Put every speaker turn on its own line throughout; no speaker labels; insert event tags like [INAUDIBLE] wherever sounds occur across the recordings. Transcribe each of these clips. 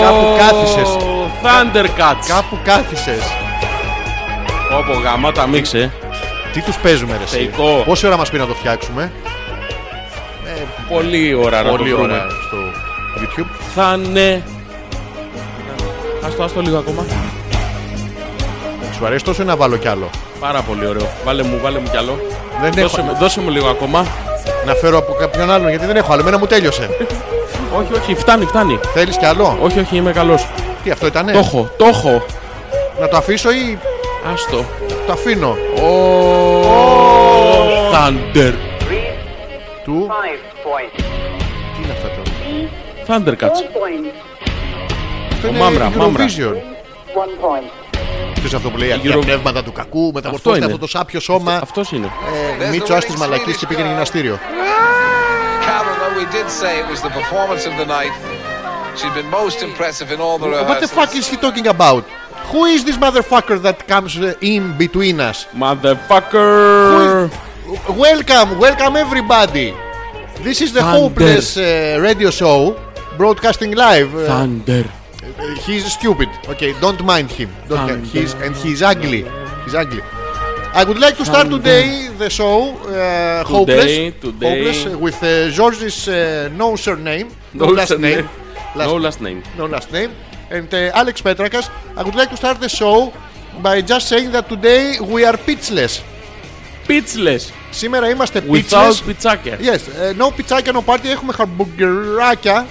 Κάπου κάθισες.
Thundercats.
Κάπου κάθισες.
Όπω γαμά τα μίξε.
Τι τους παίζουμε, ρε. εσύ.
Θεϊκό.
Πόση ώρα μας πει να το φτιάξουμε.
Πολύ ώρα να το
Πολύ
βρούμε.
ώρα στο YouTube.
Θα είναι. Ας το, ας το λίγο ακόμα.
Σου αρέσει τόσο ή να βάλω κι άλλο.
Πάρα πολύ ωραίο. Βάλε μου, βάλε μου κι άλλο.
Δεν
Δώσε,
έχω...
μου- δώσε μου λίγο ακόμα.
Να φέρω από κάποιον άλλον γιατί δεν έχω άλλο. Εμένα μου
[LAUGHS]
τέλειωσε.
Όχι, όχι, φτάνει, φτάνει.
Θέλεις κι άλλο.
Όχι, όχι, είμαι καλός.
Τι αυτό ήταν.
Το έχω, το έχω.
Να το αφήσω ή
Άστο.
το αφήνω.
Ο Thunder.
Read
Του.
five points.
Τι είναι αυτό το.
B,
Thundercats.
four points.
Αυτό
Ο
είναι
Μάμρα, Μάμρα.
Eurovision.
One point.
Ξέρεις αυτό που λέει
Euro-
αρχαία πνεύματα του κακού, μεταμορφώστε
είναι.
αυτό το σάπιο σώμα.
Αυτός είναι.
Ε, Μίτσο, α τη μαλακή και πήγαινε γυμναστήριο.
Carol, though we did say it was the performance of the night, she'd been most impressive in all the uh,
What the
rehearsals.
fuck is he talking about? Who is this motherfucker that comes uh, in between us?
Motherfucker.
Welcome, welcome everybody. This is the
Thunder.
hopeless uh, radio show broadcasting live. Uh,
Thunder.
he's stupid. Okay, don't mind him. Don't
Thunder.
he's and he's ugly. He's ugly. I would like to start
Thunder.
today the show uh, hopeless,
today.
hopeless uh, with uh, George's uh, no surname, no, last name, last,
No last name.
no last name, and uh, Alex Petrakas. I would like to start the show by just saying that today we are pitchless.
Pitchless.
Σήμερα είμαστε
Without
pitchless.
πιτσάκια.
Yes, ε, no πιτσάκια, no party. Έχουμε χαμπογκεράκια.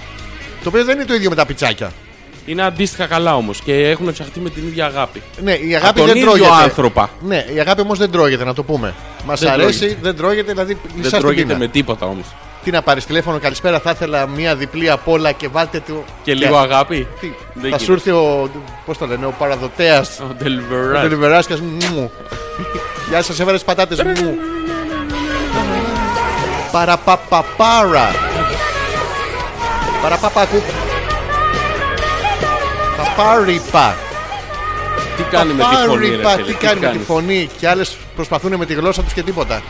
Το οποίο δεν είναι το ίδιο με τα πιτσάκια.
Είναι αντίστοιχα καλά όμως και έχουν ψαχτεί με την ίδια αγάπη.
Ναι, η
Από
αγάπη
τον
δεν
ίδιο
τρώγεται.
άνθρωπα.
Ναι, η αγάπη όμως δεν τρώγεται, να το πούμε. Μας
Δεν
αρέσει,
τρώγεται.
δεν τρώγεται, δηλαδή
Δεν
μισά την
τρώγεται
πείνα.
με τίποτα όμως.
Τι να πάρεις τηλέφωνο, καλησπέρα, θα ήθελα μία διπλή απ' όλα και βάλτε του.
Και λίγο αγάπη.
Τι,
Δεν
θα σου
γίνεται.
έρθει ο. Πώς το λένε, ο παραδοτέας.
Ο
Ο
Deliverance.
Τελιβεράσκας, μου. Γεια σας, έβαλες πατάτες μου. Παραπαπαπάρα. Παραπαπακού. Παπάριπα.
Τι κάνει με τη φωνή, ρε
Παπάριπα,
φίλε,
τι κάνει με τη φωνή. Και άλλες προσπαθούν με τη γλώσσα τους και τίποτα.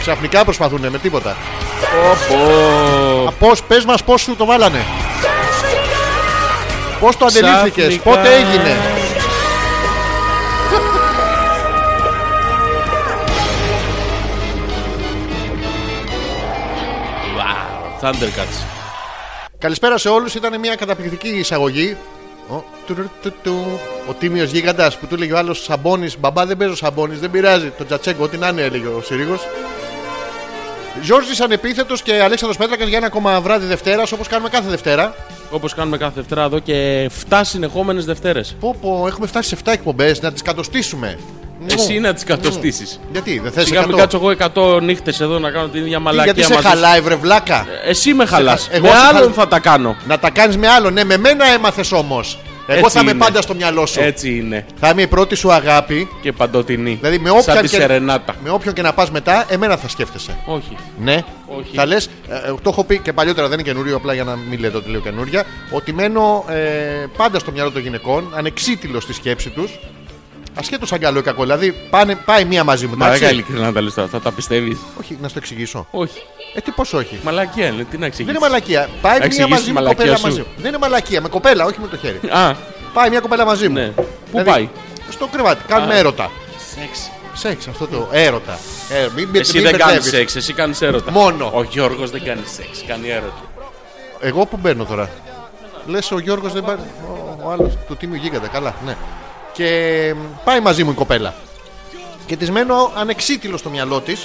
Ξαφνικά προσπαθούν με τίποτα.
Πω,
Πώς, πες μας, πώς σου το βάλανε. Πώς το αντιλήφθηκες,
Ξαφνικά.
πότε έγινε.
Thundercats.
Καλησπέρα σε όλους, ήταν μια καταπληκτική εισαγωγή. Ο, τουρ, του, του. ο Τίμιος Γίγαντας που του έλεγε ο άλλος Σαμπόνης, μπαμπά δεν παίζω Σαμπόνης, δεν πειράζει, το Τζατσέγκο, ό,τι να είναι έλεγε ο Συρίγος. Ζόρζης Ανεπίθετος και Αλέξανδρος Πέτρακας για ένα ακόμα βράδυ Δευτέρας, όπως κάνουμε κάθε Δευτέρα.
Όπως κάνουμε κάθε Δευτέρα εδώ και 7 συνεχόμενες Δευτέρες.
Πω πω, έχουμε φτάσει σε 7 εκπομπές, να τις κατοστήσουμε.
Εσύ
Μου.
να τις κατοστήσεις.
Γιατί, δεν θες
Σιγά μην
100.
κάτσω εγώ 100 νύχτες εδώ να κάνω την ίδια
Τι,
μαλακία
Γιατί σε
μαζί σου.
χαλάει βρε βλάκα.
Εσύ με χαλάς.
Εγώ
με
σε
άλλον
χαλ-
θα τα κάνω.
Να τα κάνεις με άλλον, ναι, με μένα έμαθες όμως. Εγώ
Έτσι
θα είμαι
είναι.
πάντα στο μυαλό σου.
Έτσι είναι.
Θα είμαι η πρώτη σου αγάπη.
Και παντοτινή.
Δηλαδή με
Σαν
όποιον,
τη
και,
Σερενάτα.
με όποιον και να πας μετά, εμένα θα σκέφτεσαι.
Όχι.
Ναι.
Όχι.
Θα λες, το έχω πει και παλιότερα, δεν είναι καινούριο, απλά για να μην λέτε ότι λέω καινούρια, ότι μένω ε, πάντα στο μυαλό των γυναικών, ανεξίτηλος στη σκέψη τους, ασχέτως αν καλό ή κακό. Δηλαδή πάνε, πάει μία μαζί μου. εντάξει.
Μαλάκα ειλικρινά τα λες τώρα. Θα τα πιστεύεις.
Όχι, να στο εξηγήσω.
Όχι.
Ε, τι πώς όχι.
Μαλακία είναι. Τι να
Δεν είναι
εξηγήσεις.
μαλακία. Πάει μία
Εξηγήσεις
μαζί
τη
μου
μαλακία
κοπέλα
σου.
μαζί μου. Δεν είναι μαλακία, με κοπέλα, όχι με το χέρι.
Α,
πάει μία κοπέλα μαζί μου.
ναι. Πού
Δηλαδή,
πάει.
Στο κρεβάτι, κάνουμε
Α.
έρωτα.
Σεξ.
Σεξ, αυτό το έρωτα. Ε, μην- μην-
Εσύ
μην
δεν κάνεις
μπερδεύεις.
σεξ, εσύ κάνεις έρωτα.
Μόνο.
Ο Γιώργος δεν κάνει σεξ, κάνει έρωτα.
Εγώ που μπαίνω τώρα. Λες ο Γιώργος δεν πάει. Ο, ο άλλος του τίμιου γίγαντα, καλά, ναι. Και μ, πάει μαζί μου η κοπέλα. Και της μένω ανεξίτηλο στο μυαλό της,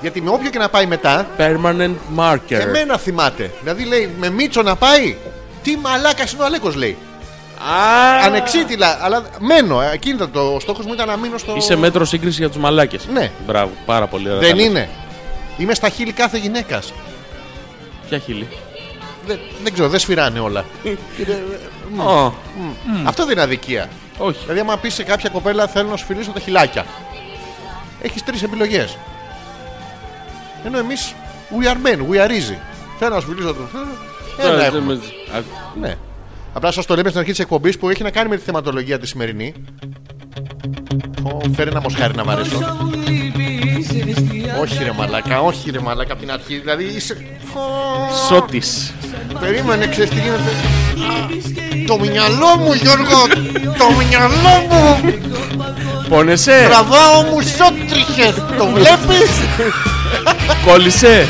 γιατί με όποιο και να πάει μετά,
Permanent marker.
εμένα θυμάται. Δηλαδή λέει, με μίτσο να πάει. Τι μαλάκας είναι ο Αλέκος, λέει.
Α,
Ανεξίτηλα, αλλά μένω. Ακίνητα το. Ο στόχος μου ήταν να μείνω στο.
Είσαι μέτρος σύγκρισης για τους μαλάκες.
Ναι.
Μπράβο, πάρα πολύ ωραία.
Δεν
τα λες.
είναι. Είμαι στα χείλη κάθε γυναίκας.
Ποια χείλη.
Δεν, δεν ξέρω, δεν σφυράνε όλα. Ναι.
Ω,
Αυτό δεν είναι αδικία.
Όχι.
Δηλαδή, άμα πεις σε κάποια κοπέλα, θέλω να σου φιλήσω τα χιλάκια. Έχεις τρεις επιλογές. Ενώ εμείς, we are men, we are easy. Θέλω να σου φιλήσω το. Ένα
Τώρα,
έχουμε.
Ναι, δεν με- Α,
Ναι. Απλά σας το λέμε στην αρχή της εκπομπής που έχει να κάνει με τη θεματολογία τη σημερινή. Ω, Φέρε ένα μοσχάρι να μ' αρέσω. Όχι ρε μαλάκα, όχι ρε μαλάκα από την αρχή. Δηλαδή είσαι.
Σότη.
Περίμενε, ξέρεις τι γίνεται. Α, Το μυαλό μου, Γιώργο! Το μυαλό μου!
Πόνεσαι,
Τραβάω μου σώτριχες! Το βλέπεις!
κόλλησε.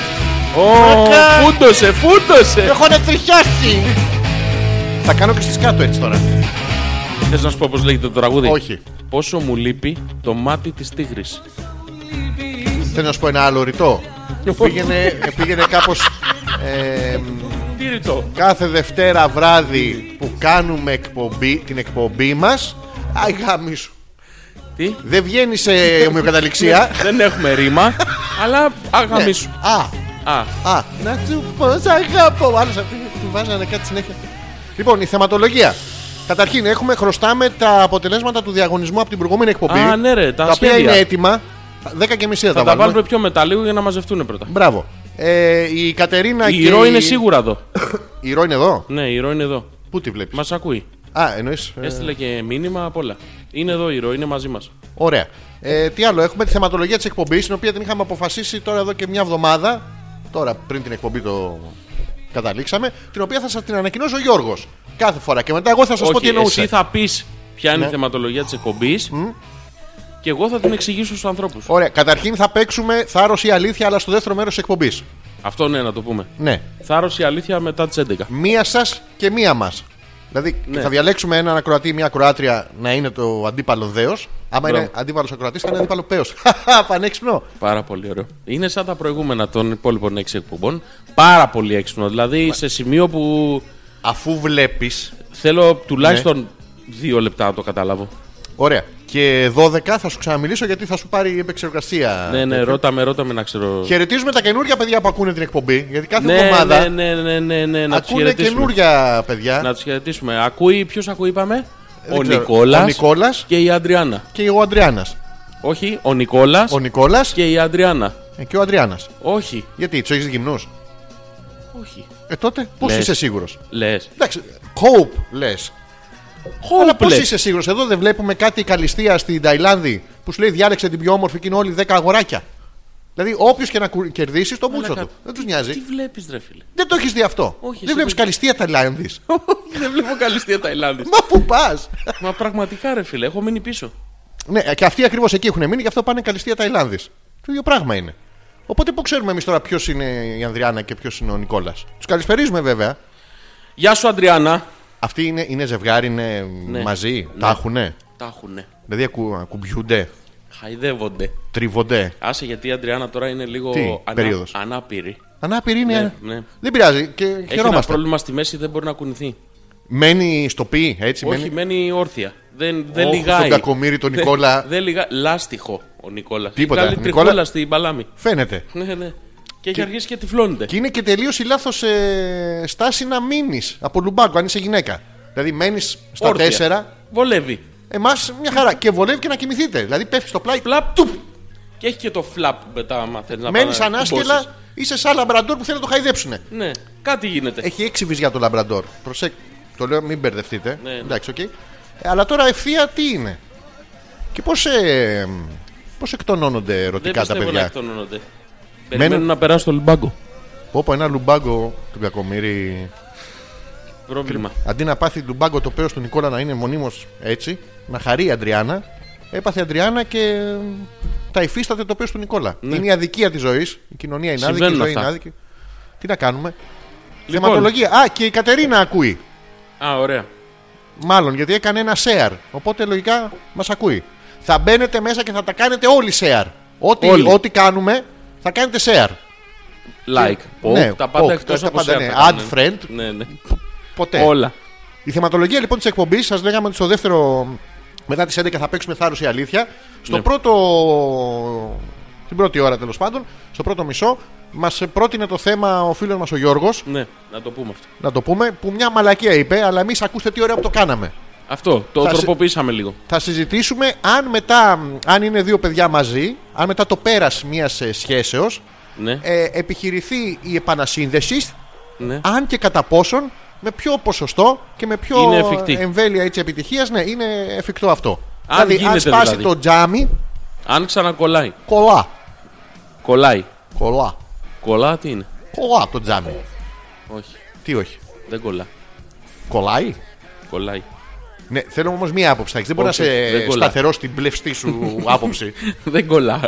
Ω,
Μαλάκα.
φούντωσε,
Το
φούντωσε.
έχω νετριχιάσει! Θα κάνω και στις κάτω έτσι τώρα.
Θες να σου πω πώς λέγεται το τραγούδι.
Όχι.
Πόσο μου λείπει το μάτι της τίγρης.
Θέλω να σου πω ένα άλλο ρητό. πήγαινε, πήγαινε κάπως... ε,
Τι ρητό.
κάθε Δευτέρα βράδυ που κάνουμε εκπομπή, την εκπομπή μας... Αϊ γαμίσου.
Τι.
Δεν βγαίνει σε ομοιοκαταληξία.
Ναι, Δεν έχουμε
[LAUGHS]
ρήμα, αλλά
Ναι.
αγαμί σου.
Α,
Α,
α, να σου πω σ' αγαπώ. Άλλος αυτοί του βάζανε κάτι συνέχεια. Λοιπόν, η θεματολογία. Καταρχήν, έχουμε χρωστάμε τα αποτελέσματα του διαγωνισμού από την προηγούμενη εκπομπή.
Α, ναι, ρε, τα
οποία
σχέδια.
είναι έτοιμα. 10 και μισή θα,
θα
τα
τα
βάλουμε.
βάλουμε πιο μετά λίγο για να μαζευτούν πρώτα.
Μπράβο. Ε, η Κατερίνα
Η
και
ηρώα είναι σίγουρα εδώ.
Η Ρο είναι εδώ.
Ναι, η ηρώα είναι εδώ.
Πού τη βλέπεις.
Μας ακούει.
Α, ε, εννοεί.
Έστειλε και μήνυμα απ' όλα. Είναι εδώ η ηρώα, είναι μαζί μας.
Ωραία. Ε, τι άλλο, έχουμε τη θεματολογία της εκπομπής, την οποία την είχαμε αποφασίσει τώρα εδώ και μια εβδομάδα. Τώρα πριν την εκπομπή το καταλήξαμε. Την οποία θα σας την ανακοινώσει ο Γιώργος. Κάθε φορά. Και μετά εγώ θα σας πω τι
Όχι,
Ναι. εννοούσα.
εσύ θα πεις ποια είναι η θεματολογία της εκπομπής και εγώ θα την εξηγήσω στους ανθρώπους.
Ωραία. Καταρχήν θα παίξουμε θάρρο ή αλήθεια, αλλά στο δεύτερο μέρος της εκπομπής.
Αυτό ναι, να το πούμε.
Ναι.
Θάρρο η αλήθεια μετά τις 11.
Μία σας και μία μας. Δηλαδή
Ναι.
θα διαλέξουμε έναν ακροατή ή μια ακροάτρια να είναι το αντίπαλο δέος Άμα
Μπράβο.
είναι αντίπαλος ακροατής, θα είναι αντίπαλο πέος [LAUGHS] Πανέξυπνο.
Πάρα πολύ ωραίο. Είναι σαν τα προηγούμενα των υπόλοιπων 6 εκπομπών. Πάρα πολύ έξυπνο. Δηλαδή σε σημείο που
Αφού βλέπεις.
θέλω τουλάχιστον
Ναι.
δύο λεπτά να το καταλάβω.
Ωραία. Και 12 θα σου ξαναμιλήσω γιατί θα σου πάρει επεξεργασία. Ε,
ναι, ναι, ρώτα με, ρώτα με να ξέρω.
Χαιρετίζουμε τα καινούργια παιδιά που ακούνε την εκπομπή. Γιατί κάθε
Ναι, ναι,
εβδομάδα
ναι, ναι, ναι, ναι, να τους
ακούνε
χαιρετήσουμε.
καινούργια παιδιά.
Να τους χαιρετήσουμε. Ακούει, ποιος ακούει, είπαμε.
Δεν
Ο
ξέρω. Ο
Νικόλας
Νικόλας
και η Αντριάννα.
και ο Αντριάνας.
Όχι, ο Νικόλας
Ο Νικόλας
και η Αντριάννα.
και... ο Αντριάνας.
Όχι,
Γιατί τους έχεις γυμνούς.
όχι.
Ε, τότε πώς
Λες.
είσαι σίγουρος.
Λες.
Εντάξει, hope λες. Αλλά πώς είσαι σίγουρος, εδώ δεν βλέπουμε κάτι καλυστία στην Ταϊλάνδη που σου λέει διάλεξε την πιο όμορφη και είναι όλοι 10 αγοράκια. Δηλαδή, όποιος και να κου- κερδίσεις, το μουτσο
Μαλάκα.
του. Δεν τους νοιάζει.
Τι βλέπεις, ρε φίλε. [LAUGHS]
Δεν το έχεις δει αυτό.
Όχι, εσύ
δεν βλέπει
δεν-
καλυστία Ταϊλάνδη.
Δεν βλέπω καλυστία Ταϊλάνδης.
[LAUGHS] Μα που πας.
Μα πραγματικά, ρε φίλε, έχω μείνει πίσω.
Ναι, και αυτοί ακριβώς εκεί έχουν μείνει, γι' αυτό πάνε καλυστία Ταϊλάνδης. Το ίδιο πράγμα είναι. Οπότε πού ξέρουμε εμείς τώρα ποιος είναι η Ανδριάνα και ποιος είναι ο Νικόλας. Τους καλησπερίζουμε βέβαια.
Γεια σου, Αντριάννα.
Αυτοί είναι, είναι ζευγάρι, είναι μαζί, τα έχουνε.
Τα έχουνε.
Δηλαδή ακου, ακουμπιούνται,
Χαϊδεύονται.
τριβονται.
Άσε γιατί η Αντριάννα τώρα είναι λίγο
Τι, περίοδος.
ανάπηρη.
Ανάπηρη είναι.
ναι.
Δεν πειράζει και
Έχει ένα
χαιρόμαστε.
πρόβλημα στη μέση, δεν μπορεί να κουνηθεί.
Μένει στο πι, έτσι.
Όχι,
μένει...
μένει όρθια. Δεν, δεν
Όχι,
λιγάει.
τον κακομοίρη τον Νικόλα.
Δεν, δεν λιγά... Λάστιχο ο Νικόλας.
Τίποτα.
Καλή
Νικόλα-
τριχούλα στην παλάμη.
Φαίνεται.
Ναι, ναι. Και έχει αρχίσει και τυφλώνεται.
Και είναι και τελείως η λάθος ε, στάση να μείνεις από λουμπάκο, αν είσαι γυναίκα. Δηλαδή μένεις στα
Όρθια.
τέσσερα,
Βολεύει.
εμάς μια χαρά. Και βολεύει και να κοιμηθείτε. Δηλαδή πέφτεις στο πλάι,
Φλαπ. Του. Και έχει και το φλαπ μετά, μα θέλεις να
Μένεις
πάει να κουμπώσεις.
ανάσκελα, είσαι σαν λαμπραντόρ που θέλει να το χαϊδέψουνε.
Ναι, κάτι γίνεται.
Έχει έξι βυζιά το λαμπραντόρ. Προσέκ, το λέω, μην μπερδευτείτε.
Ναι, ναι.
Εντάξει, οκ. Ε, Αλλά τώρα ευθεία τι είναι. Και πώς ε, πώς εκτονώνονται
δεν
ερωτικά τα
πιστεύω να
παιδιά.
εκτονώνονται. Περιμένουν να περάσουν τον λουμπάγκο.
Πω πω ένα λουμπάγκο του κακομύρι.
Πρόβλημα.
Αντί να πάθει λουμπάγκο το πέος του Νικόλα να είναι μονίμως έτσι, να χαρεί η Αντριάννα, έπαθε η Αντριάννα και ε, τα υφίσταται το πέος του Νικόλα. Είναι η αδικία της ζωής. Η κοινωνία είναι άδικη,
Ναι.
η
Συμβαίνουν
ζωή είναι
αυτά.
άδικη. Τι να κάνουμε.
Λοιπόν.
Θεματολογία. Α, και η Κατερίνα ακούει.
Α, ωραία.
Μάλλον γιατί έκανε ένα share. Οπότε λογικά μας ακούει. Θα μπαίνετε μέσα και θα τα κάνετε όλοι share. Ό,τι,
Όλοι.
ό,τι κάνουμε θα κάνετε share.
Like. Pop,
ναι,
τα
pop,
πάντα εκτός
τα
από
πάντα,
share
ναι.
τα κάνουν.
Add friend.
Ναι, ναι.
Ποτέ.
Όλα.
Η θεματολογία λοιπόν της εκπομπής, σας λέγαμε ότι στο δεύτερο. Μετά τις 11 θα παίξουμε θάρρος ή αλήθεια. Στο
Ναι.
πρώτο. Την πρώτη ώρα τέλος πάντων, στο πρώτο μισό, μας πρότεινε το θέμα ο φίλος μας ο Γιώργος,
Ναι, να το πούμε αυτό.
να το πούμε, που μια μαλακία είπε, αλλά εμείς ακούστε τι ωραία που το κάναμε.
Αυτό, το
Θα σε-
τροποποιήσαμε λίγο.
Θα συζητήσουμε αν μετά, μ, αν είναι δύο παιδιά μαζί, αν μετά το πέρας μιας ε, σχέσεως,
Ναι,
ε, επιχειρηθεί η επανασύνδεση,
ναι.
αν και κατά πόσον, με ποιο ποσοστό και με ποιο
Είναι εφικτή.
εμβέλεια έτσι, επιτυχίας, ναι, είναι εφικτό αυτό. Δηλαδή,
Αν
αν
γίνεται
σπάσει
δηλαδή.
το τζάμι,
Αν ξανακολλάει.
κολλά.
Κολλάει.
Κολλά.
Κολλά τι είναι.
Κολλά από το τζάμι.
Όχι.
Τι όχι.
Δεν κολλά.
Κολλάει.
κολλάει. [LAUGHS]
Ναι, θέλω όμως μία άποψη. εντάξει, Δεν μπορεί να
Όχι,
σε
δεν κολλά.
σταθερό στην πλευστή σου άποψη.
δεν κολλά.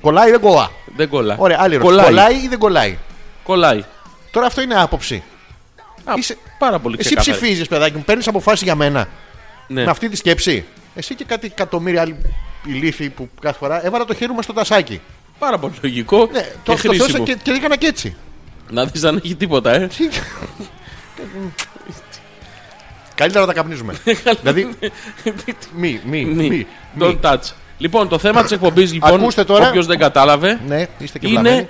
Κολλάει ή δεν κολλά.
Δεν κολλά.
Ωραία, άλλη ερώτηση.
Κολλάει.
Κολλάει ή δεν κολλάει.
Κολλάει.
Τώρα αυτό είναι άποψη.
Α,
Είσαι-
Πάρα πολύ
Εσύ
ξεκάθαρη.
ψηφίζεις, παιδάκι μου, παίρνεις αποφάσεις για μένα.
Ναι.
Με αυτή τη σκέψη. Εσύ και κάτι εκατομμύρια άλλοι ηλίθιοι που κάθε φορά έβαλα το χέρι μου στο τασάκι.
Πάρα πολύ λογικό
Ναι,
και
το, το θεώρησα
χρήσιμο.
και, και έκανα και έτσι.
Να δεις αν έχει τίποτα, ε.
Τι- Καλύτερα να
[LAUGHS]
τα καπνίζουμε.
ναι.
δηλαδή. μη, μη,
Μη.
μη. μη.
Don't touch. Λοιπόν, το θέμα της εκπομπής, λοιπόν,
Ακούστε τώρα.
όποιος δεν κατάλαβε,
Ναι, είστε και βλαμμένοι. Ναι.
είναι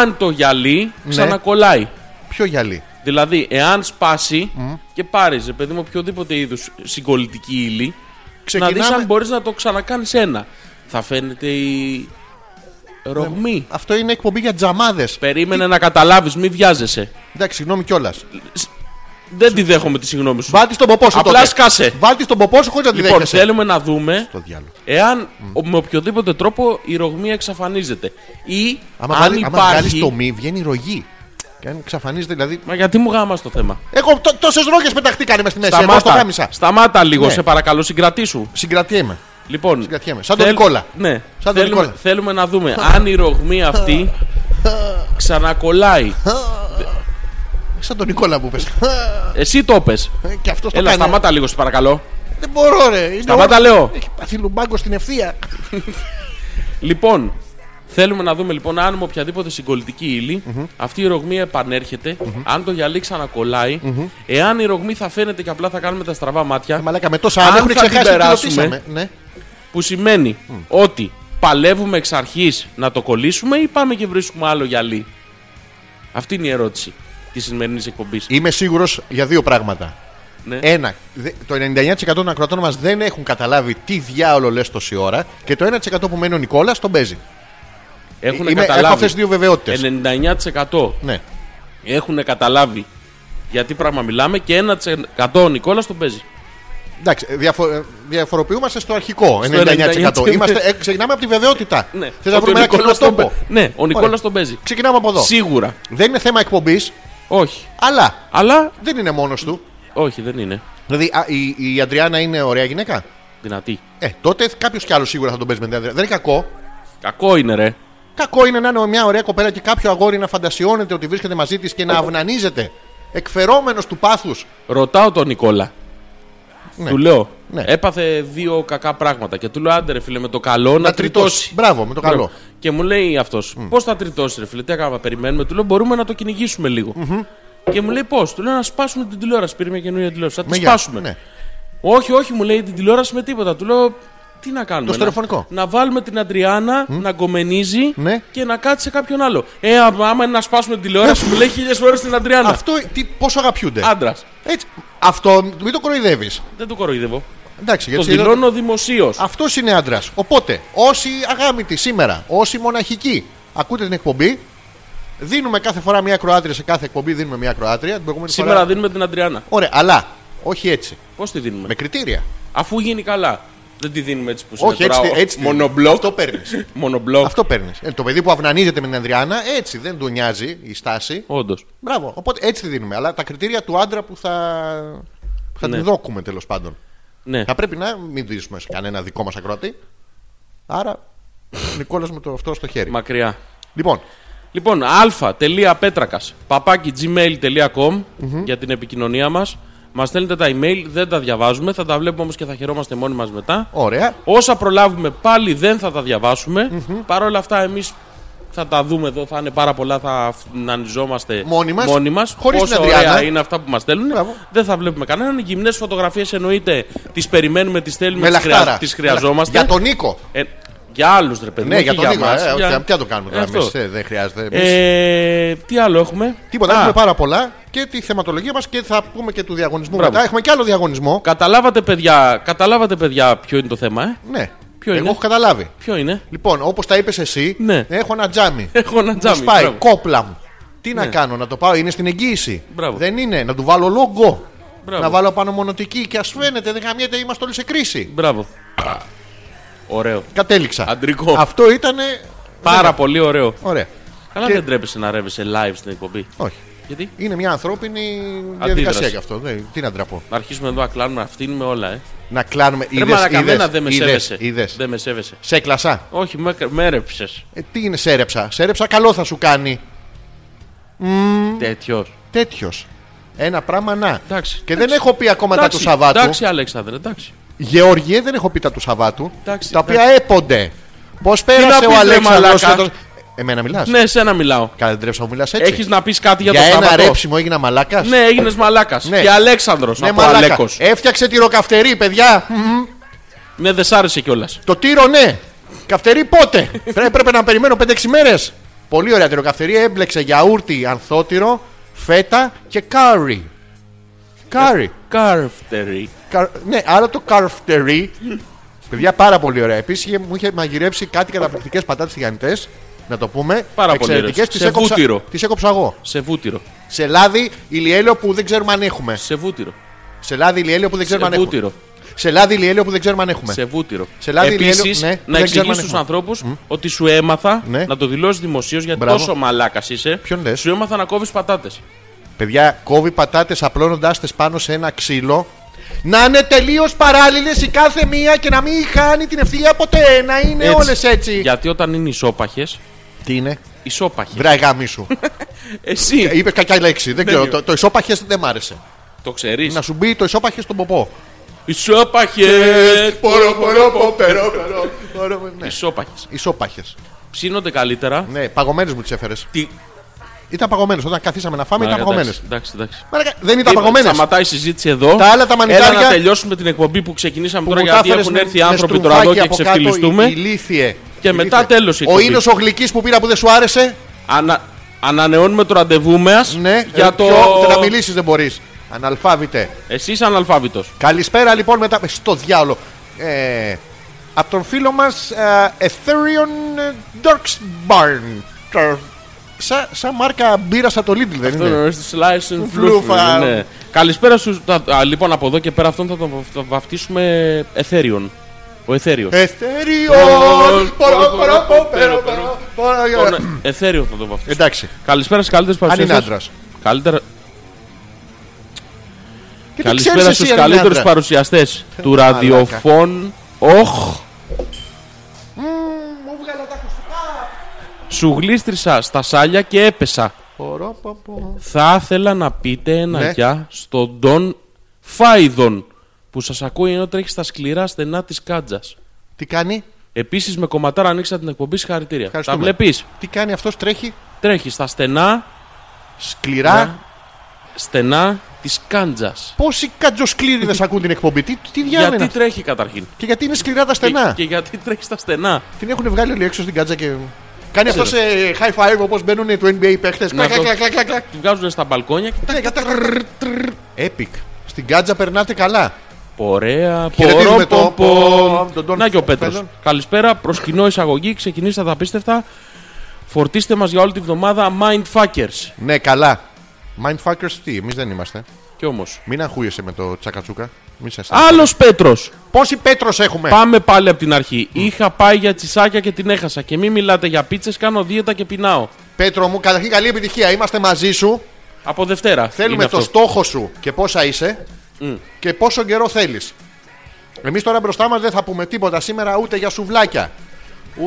αν το γυαλί ξανακολλάει.
Ποιο γυαλί.
Δηλαδή, εάν σπάσει και πάρεις, ρε παιδί μου, οποιοδήποτε είδους συγκολητική ύλη, να δεις αν μπορείς να το ξανακάνεις ένα. Θα φαίνεται η
Ναι.
ρογμή.
Αυτό είναι εκπομπή για τζαμάδες.
Περίμενε να καταλάβεις, μη βιάζεσαι.
Εντάξει, συγγνώμη κιόλας.
Δεν τη δέχομαι τη συγγνώμη σου.
Βάλτε τον ποπό σου.
Απλά
τότε.
σκάσε.
Βάλτε τον ποπό σου χωρίς να τη
Λοιπόν,
δέχεσαι.
θέλουμε να δούμε
Το διάλογο.
εάν ο- με οποιοδήποτε τρόπο η ρογμή εξαφανίζεται. Ή
Άμα,
αν
βάλει, άμα
υπάρχει.
βγάλεις το μη, βγαίνει η ρογή. Και αν ξαφανίζεται, δηλαδή.
Μα γιατί μου γάμα το θέμα.
Εγώ τόσες ρόγες πεταχτήκανε μες στη μέση. Ε, Εγώ στο
Σταμάτα,
κάμισα.
σταμάτα λίγο,
Ναι.
σε παρακαλώ, συγκρατήσου.
Συγκρατιέμαι.
Λοιπόν,
Συγκρατιέμαι. Σαν τον Νικόλα.
Ναι,
τον
θέλουμε,
Νικόλα.
θέλουμε να δούμε αν η ρογμή αυτή ξανακολλάει.
Σαν τον
[LAUGHS]
Νικόλα που πες.
Εσύ το πες.
και αυτός το
Έλα,
κάνει. Ναι,
σταμάτα λίγο, σε παρακαλώ.
Δεν μπορώ, ρε. Είναι
Σταμάτα,
όλο-
λέω.
Έχει πάθει λουμπάγκο στην ευθεία.
Λοιπόν, θέλουμε να δούμε λοιπόν αν με οποιαδήποτε συγκολητική ύλη, αυτή η ρογμή επανέρχεται, αν το γυαλί ξανακολλάει, εάν η ρογμή θα φαίνεται και απλά θα κάνουμε τα στραβά μάτια,
Ε, Μαλάκα με τόσα
Αν
άλλα έχουν
θα την
ξεχάσει τι
περάσουμε.
ρωτήσαμε. Ναι.
που σημαίνει ότι παλεύουμε εξ αρχής να το κολλήσουμε ή πάμε και βρίσκουμε άλλο γυαλί. Αυτή είναι η ερώτηση της σημερινής εκπομπής.
Είμαι σίγουρος για δύο πράγματα.
Ναι.
Ένα, δε- το 99% των ακροατών μας δεν έχουν καταλάβει τι διάολο λες τόση ώρα και το 1% που μένει ο Νικόλας τον παίζει.
Έχουν
Είμαι- έχω αυτέ τι
καταλάβει.
δύο βεβαιότητε.
99%
Ναι.
έχουν καταλάβει γιατί πράγμα μιλάμε και 1% ο Νικόλας τον παίζει.
Εντάξει, διαφο- ε, διαφοροποιούμαστε στο αρχικό 99%.
99%.
Είμαστε, ε, ξεκινάμε από τη βεβαιότητα.
Ναι.
Θες
Ότι
να
ο
βρούμε ένα κοινό
Νικόλας τον
τόπο.
παί- Ναι, ο Νικόλας τον παίζει.
Ξεκινάμε από εδώ.
Σίγουρα.
Δεν είναι θέμα εκπομπής,
Όχι.
αλλά
Αλλά
δεν είναι μόνος του.
όχι, δεν είναι.
Δηλαδή, α, η, η Αντριάννα είναι ωραία γυναίκα.
Δυνατή.
Ε, τότε κάποιος κι άλλος σίγουρα θα τον παίζει με την Αντριάννα. Δεν είναι κακό.
Κακό είναι, ρε.
Κακό είναι να είναι μια ωραία κοπέλα και κάποιο αγόρι να φαντασιώνεται ότι βρίσκεται μαζί της και να αυνανίζεται. Εκφερόμενος του πάθους.
Ρωτάω τον Νικόλα. Του λέω.
Ναι.
Έπαθε δύο κακά πράγματα και του λέω άντε ρε φίλε με το καλό να, τριτώσει.
Μπράβο, με το καλό.
Μπράβο. Και μου λέει αυτός, πώς θα τριτώσεις, ρε φίλε, τι έκανα, περιμένουμε. Του λέω, μπορούμε να το κυνηγήσουμε λίγο. Και μου λέει πώς, του λέω να σπάσουμε την τηλεόραση. Πήρε μια καινούργια τηλεόραση. Θα τη
Με γεια.
σπάσουμε.
Ναι.
Όχι, όχι, μου λέει την τηλεόραση με τίποτα. Του λέω, τι να κάνουμε.
Το στερεοφωνικό.
Να, να βάλουμε την Αντριάννα να γκομενίζει
Ναι.
και να κάτσει σε κάποιον άλλο. Ε, α- άμα είναι να σπάσουμε την τηλεόραση,
Ναι.
μου λέει χίλιες φορές την Αντριάννα.
Αυτό τι, πόσο αγαπιούνται.
Άντρας.
Έτσι. Αυτό μην το κοροϊδεύεις.
Δεν το κοροϊδεύω.
Εντάξει,
Το
γιατί
δηλώνω δημοσίως.
Αυτός είναι άντρας. Οπότε, όσοι αγάμητοι σήμερα, όσοι μοναχικοί, ακούτε την εκπομπή. Δίνουμε κάθε φορά μια ακροάτρια σε κάθε εκπομπή. Δίνουμε μια ακροάτρια. Την προηγούμενη
Σήμερα
φορά-
δίνουμε την Αντριάννα.
Ωραία, αλλά όχι έτσι.
Πώς τη δίνουμε.
Με κριτήρια.
Αφού γίνει καλά. Δεν τη δίνουμε έτσι που
όχι
είναι
έτσι.
τώρα,
έτσι
μονομπλοκ.
Αυτό παίρνεις.
Μονομπλοκ.
αυτό παίρνεις. Ε, το παιδί που αυνανίζεται με την Ανδριάνα, έτσι δεν του νοιάζει η στάση.
Όντως.
Μπράβο. Οπότε έτσι τη δίνουμε. Αλλά τα κριτήρια του άντρα που θα, που θα
Ναι.
την δόκουμε τέλος πάντων.
Ναι.
Θα πρέπει να μην δίνουμε σε κανένα δικό μας ακροατή. Άρα, Νικόλας με το αυτό στο χέρι.
Μακριά.
Λοιπόν,
Λοιπόν, α.πέτρακα παπάκι gmail.com για την επικοινωνία μας. Μας στέλνετε τα email, δεν τα διαβάζουμε. Θα τα βλέπουμε όμως και θα χαιρόμαστε μόνοι μας μετά.
ωραία.
Όσα προλάβουμε πάλι δεν θα τα διαβασουμε Παρ' όλα αυτά, εμείς θα τα δούμε εδώ. Θα είναι πάρα πολλά. Θα νανιζόμαστε
Μόνοι μας,
Μόνοι μας.
χωρίς
Πόσο
την Αντριάννα.
ωραία είναι αυτά που μας στέλνουν.
Μπράβο.
Δεν θα βλέπουμε κανέναν. Γυμνές φωτογραφίες εννοείται. Τις περιμένουμε, τις
Με
θέλουμε, τι
λαχτάρα.
χρειαζόμαστε.
Για τον Νίκο.
Ε, για άλλους ρε παιδί.
Ναι,
όχι
για τον Νίκο.
μας,
ε,
για-
όχι, Τι να το κάνουμε τώρα.
Αυτό.
εμείς, ε, δεν χρειάζεται. εμείς.
Ε, τι άλλο έχουμε.
Τίποτα,
Α,
έχουμε πάρα πολλά και τη θεματολογία μας και θα πούμε και του διαγωνισμού
Μπράβο.
μετά. Έχουμε και άλλο διαγωνισμό.
Καταλάβατε, παιδιά, καταλάβατε, παιδιά, ποιο είναι το θέμα, ε.
Ναι,
Ποιο
εγώ
είναι?
έχω καταλάβει.
Ποιο είναι. [LAUGHS]
Λοιπόν, όπως τα είπες εσύ,
Ναι.
έχω ένα τζάμι.
Έχω ένα [LAUGHS] τζάμι,
Μου σπάει,
μπράβο. Ναι.
κόπλα μου. Τι να κάνω, να το πάω, είναι στην εγγύηση.
Μπράβο.
Δεν είναι, να του βάλω λόγο.
Μπράβο.
Να βάλω πάνω μονοτική και ας φαίνεται, δεν γαμιέται, είμαστε όλοι σε κρίση.
Μπράβο. Ωραίο.
Κατέληξα.
Αντρικό.
Αυτό ήταν
Πάρα πολύ ωραίο.
Ωραία.
Καλά
Και-
δεν τρέπεσαι να ρεύεσαι live στην εκπομπή.
Όχι.
Γιατί
Είναι μια ανθρώπινη διαδικασία
Αντίδραση.
και αυτό. Δεν- τι να ντραπώ.
να αρχίσουμε εδώ να κλάνουμε αυτήν με όλα, ε.
Να κλάνουμε.
Ρε
Είδες,
μαλακά,
είδες,
εμένα δεν με
είδες,
σέβεσαι.
είδες.
Δεν με σέβεσαι.
Σε κλασά.
Όχι, με, με έρεψες.
Ε, τι είναι σέρεψα. Σέρεψα καλό θα σου κάνει.
Τέτοιος.
Τέτοιος. Ένα πράγμα να.
Εντάξει.
Και δεν έχω πει ακόμα τα του
Εντάξει,
Σαββάτου.
Εντάξει, Αλέξανδρε, εντάξει.
Γεωργιέ δεν έχω πει τα του Σαββάτου.
Εντάξει,
τα οποία
εντάξει.
έπονται. Πώς πέρασε
πεις,
ο
ρε
Αλέξανδρος
μαλάκα.
φέτος- Ε, Εμένα μιλάς.
Ναι, εσένα μιλάω.
Καλά, δεν τρέψα μου μιλάς έτσι.
Έχεις να πεις κάτι για,
για
το
ένα
Σαββατό.
ρέψιμο έγινα μαλάκας.
Ναι, έγινες μαλάκας.
Ναι.
Και Αλέξανδρος,
ναι
από
μαλάκα.
Αλέκος.
Έφτιαξε τυροκαυτερή, παιδιά.
Ναι, δεν σ' άρεσε κιόλας.
Το τύρο, ναι. Καυτερή πότε. Πρέ- Πρέπει να περιμένω 5-6 μέρες. Πολύ ωραία τυροκαυτερή. Έμπλεξε γιαούρτι, ανθότυρο, φέτα και κάρι. Κάρι.
Κάρφτερη.
Καρ- Ναι, άρα το καρφτερί. Παιδιά, πάρα πολύ ωραία. Επίσης μου είχε μαγειρέψει κάτι καταπληκτικές πατάτες τηγανιτέ. Να το πούμε.
Πάρα πολύ
Εξαιρετικές.
ωραίες.
Τις
Σε
έκοψα-
βούτυρο.
Τις έκοψα εγώ.
Σε βούτυρο.
Σε λάδι ηλιέλαιο που δεν ξέρουμε αν έχουμε.
Σε βούτυρο.
Σε λάδι ηλιέλαιο που δεν
Σε
ξέρουμε αν έχουμε.
βούτυρο.
Σε λάδι ηλιέλαιο που δεν ξέρουμε αν έχουμε.
Σε βούτυρο.
Ναι. Σε λάδι
Επίσης,
λιέλιο, ναι,
να
δεν ξέρουμε αν
εξηγήσει στους
έχουμε.
ανθρώπους ότι σου έμαθα
Ναι.
να το δηλώσεις δημοσίως γιατί
Μπράβο.
τόσο μαλάκας είσαι.
Ποιον λες?
Σου έμαθα να κόβεις πατάτες.
Παιδιά, κόβει πατάτες απλώνοντάς τι πάνω σε ένα ξύλο. Να είναι τελείως παράλληλες η κάθε μία και να μην χάνει την ευθεία ποτέ. Να είναι όλε Ναι, έτσι.
Γιατί όταν είναι ισόπαχες.
Τι είναι,
Ισόπαχες.
βραγάμι
[LAUGHS]
σου. Ε,
Εσύ
Είπες κακιά λέξη. Δεν ξέρω. Το, το ισόπαχες δεν μ' άρεσε.
το ξέρεις.
Να σου μπει το ισόπαχες στον ποπό. Ε,
Ισόπαχες.
Πορο, πορο, πο, περό, περό, πορο, ναι.
Ισόπαχες.
Ισόπαχες.
Ψήνονται καλύτερα.
Ναι, παγωμένες μου τις έφερες.
Τι-
Ήταν παγωμένες. Όταν καθίσαμε να φάμε, ήταν
Μαλάκα,
παγωμένες.
εντάξει, Εντάξει, εντάξει.
Δεν ήταν
Λοιπόν,
παγωμένες.
Σταματάει η συζήτηση εδώ.
Τα άλλα τα μανιτάρια-
Έλα να τελειώσουμε την εκπομπή που ξεκινήσαμε τώρα γιατί έχουν έρθει άνθρωποι τώρα εδώ και ξεφτυλιστούμε.
Ηλίθιε.
Και μετά τέλος η
Ο
εκπομπή.
ήλιο ο γλυκή που πήρα που δεν σου άρεσε.
Ανα... Ανανεώνουμε το ραντεβού μας
Ναι,
για
ε,
το.
πιο- να μιλήσεις δεν μπορείς. Αναλφάβητε.
Εσύ είσαι αναλφάβητος.
Καλησπέρα λοιπόν μετά. Στο διάολο. Ε, από τον φίλο μας Etherion ε, Dorksbarn. Τερ- Σαν σαν μάρκα μπύρα από το Lidl δεν είναι.
Slice and
Ε, ναι.
Fluffa.
Φλούφα.
Ναι. Καλησπέρα σου. τα- α, Λοιπόν, από εδώ και πέρα αυτόν θα τον βα- θα βαφτίσουμε Ethereum. Ο Ethereum.
Ε, Etherion.
Πορο,
Πορο,
πορο,
πορο,
πορο,
πορο,
πορο,
πορο, πορο.
Τον Ethereum θα τον βαφτίσουμε.
ε, Εντάξει.
Καλησπέρα στι καλύτερε
Αν είναι
παρουσιαστές.
άντρας.
Καλύτερα...
Και το ξέρεις
Καλησπέρα
εσύ
στου
αν είναι
καλύτερους
άντρα.
παρουσιαστές του
Μαλάκα.
ραδιοφών. Οχ!
Μου βγάλα τα ακουστικά.
Σου γλίστρισα στα σάλια και έπεσα.
Πορο, πο, πο.
Θα ήθελα να πείτε ένα
Ναι.
γεια στον Ντόν Φάιδον που σας ακούει ενώ τρέχει στα σκληρά στενά της Κάτζας.
Τι κάνει.
Επίσης με κομματάρα ανοίξα την εκπομπή, συγχαρητήρια. Τα
Ευχαριστούμε.
βλέπεις,
Τι κάνει αυτός, τρέχει
τρέχει στα στενά,
σκληρά.
Ναι. στενά της Κάντζας.
Πόσοι
[LAUGHS]
κατζοσκλήριδε ακούν την εκπομπή, τι, τι διάνοια
Γιατί
είναι.
τρέχει καταρχήν.
Και γιατί είναι σκληρά τα στενά.
Και, και γιατί τρέχει στα στενά.
Την έχουν βγάλει όλοι έξω στην κάτσα και. Κάνει αυτό σε high five όπως μπαίνουν του NBA παίχτες.
Να το- Τη βγάζουν στα μπαλκόνια και τα
Epic. Στην κάτσα περνάτε καλά.
Πορεία,
Χαιρετίζουμε
πορό,
το-
πο, πο.
τον Τον
Να και ο Πέτρο.
Φέλλον.
Καλησπέρα, προ κοινό εισαγωγή, ξεκινήστε τα απίστευτα. Φορτίστε μας για όλη τη βδομάδα Mindfuckers.
Ναι, καλά. Mindfuckers τι, εμείς δεν είμαστε.
Κι όμως.
Μην αγχούεσαι με το τσακατσούκα. Μην σε στέλνω.
Άλλος Πέτρος.
Πόσοι Πέτρος έχουμε.
Πάμε πάλι από την αρχή. Είχα πάει για τσισάκια και την έχασα. Και μην μιλάτε για πίτσες, κάνω δίαιτα και πεινάω.
Πέτρο μου, καταρχήν καλή επιτυχία. Είμαστε μαζί σου.
Από Δευτέρα.
Θέλουμε
είναι
το
αυτό.
στόχο σου και πόσα είσαι και πόσο καιρό θέλεις. Εμείς τώρα μπροστά μας δεν θα πούμε τίποτα σήμερα ούτε για σουβλάκια.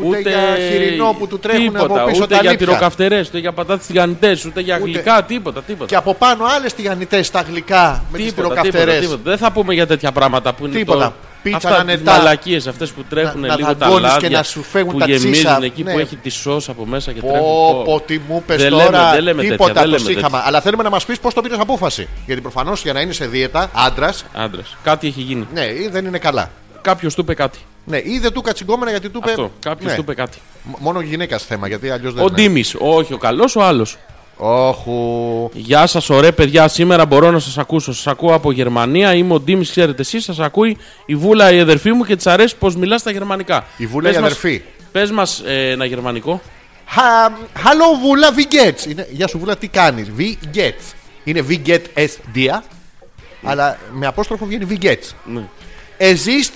Ούτε, για χοιρινό που του τρέχουν
τίποτα,
από πίσω
Ούτε
τα
για
λίπια.
τυροκαυτερές, ούτε για πατάτες τηγανιτές, ούτε για γλυκά, τίποτα. τίποτα.
Και από πάνω άλλες τηγανιτές τα γλυκά με τις
Τίποτα, τίποτα,
τυροκαυτερές.
τίποτα. Δεν θα πούμε για τέτοια πράγματα που είναι
Τίποτα.
το...
Πίτσα
Πίτσα
να
αυτά,
είναι
τις
τα-
μαλακίες αυτές που τρέχουν
να
λίγο τα
δαγκώνεις και
λάδια
να σου φεύγουν
που
τα
γεμίζουν
τσίσα.
εκεί
Ναι.
που έχει τη σως από μέσα και τρέχουν.
Πω, πω, τι μου πες
Δεν λέμε-
τώρα.
δεν λέμε τέτοια,
τίποτα
δεν λέμε
το σύγχαμα. Αλλά θέλουμε να μας πεις πώς το πήρες απόφαση. Γιατί προφανώς για να είναι σε δίαιτα, άντρας,
Άντρας, κάτι έχει γίνει.
ναι, ή δεν είναι καλά.
Κάποιος του είπε κάτι.
Ναι, ή δεν του κατσιγκόμενα γιατί του είπε.
Αυτό, κάποιος
ναι.
του είπε κάτι.
Μ- Μόνο γυναίκας θέμα γιατί αλλιώς δεν
Ο
είναι.
Ντίμης, όχι ο καλός, ο άλλος.
Όχου.
Γεια σας ωραία παιδιά, σήμερα μπορώ να σας ακούσω. Σας ακούω από Γερμανία, είμαι ο Ντίμης, ξέρετε εσείς, σας ακούει η Βούλα η αδερφή μου και της αρέσει πως μιλάς στα γερμανικά.
Η Βούλα, η
Πες μας-
αδερφή.
Πες μας ε, ένα γερμανικό.
Χα- Hello, Βούλα, wie geht's? Είναι, γεια σου, Βούλα, τι κάνεις? Wie geht's? Είναι wie geht es dir? Αλλά με απόστροφο βγαίνει wie geht's.
Ναι.
Es ist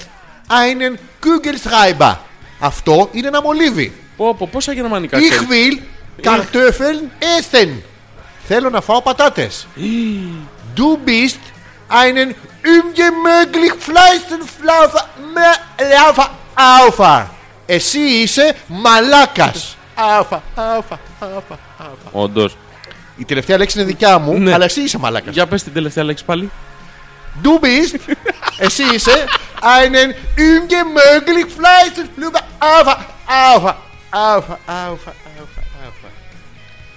einen Kugelschreiber. Αυτό είναι ένα μολύβι.
Πω, πω, πόσα γερμανικά
Ich
ξέρεις.
will Kartoffeln essen. Θέλω να φάω πατάτες. Du bist einen ungemöglich Fleischenflaufer Laufer Alpha. Εσύ είσαι μαλάκας. Αλφα, αλφα, αλφα.
Όντως.
Η τελευταία λέξη είναι δικιά μου,
Ναι.
αλλά εσύ είσαι μαλάκας.
Για πες την τελευταία λέξη πάλι.
Du bist, εσύ είσαι, einen ungemöglich Fleischenflaufer Alpha, Alpha, Alpha, Alpha, Alpha, Alpha.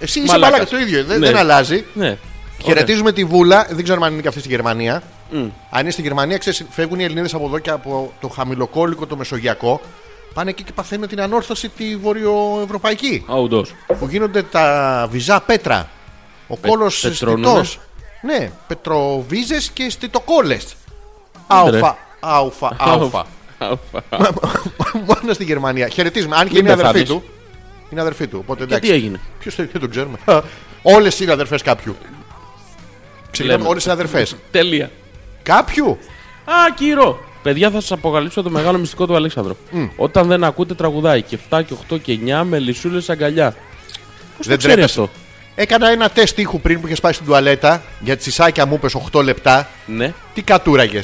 Εσύ είσαι
Μαλάκας.
μαλάκα, το ίδιο, δεν,
Ναι.
δεν αλλάζει.
Ναι.
Χαιρετίζουμε τη Βούλα. Δεν ξέρουμε αν είναι και αυτή στη Γερμανία. Αν είναι στη Γερμανία, ξέρεις, φεύγουν οι Ελληνίδες από εδώ και από το χαμηλοκόλικο, το μεσογειακό. Πάνε εκεί και παθαίνουν την ανόρθωση τη βορειοευρωπαϊκή.
Όντω.
Που γίνονται τα βυζά πέτρα. Ο κόλο στιτό.
πετρώνουνε.
Ναι, πετροβίζες και στιτοκόλες. Άουφα, άουφα, άουφα. Μόνο στη Γερμανία. Χαιρετίζουμε. Αν και
Μην
είναι αδερφή
πεθάνεις.
του. Είναι αδερφή του. Οπότε
Και
εντάξει.
τι έγινε.
Ποιος το δεν το ξέρουμε. [LAUGHS] Όλες είναι αδερφές κάποιου. Ξεκινάμε,
Λέμε.
όλες είναι αδερφές.
Τέλεια.
Κάποιου.
Α, κύρο! Παιδιά, θα σας αποκαλύψω το μεγάλο μυστικό του Αλέξανδρου. Όταν δεν ακούτε, τραγουδάει και 7 και 8 και 9 με λυσούλες αγκαλιά. Πώς το
Δεν
ξέρει
τρέπεσαι.
αυτό.
Έκανα ένα τεστ ήχου πριν που είχες πάει στην τουαλέτα για τσισάκια μου, πες 8 λεπτά.
Ναι.
Τι κατούραγες.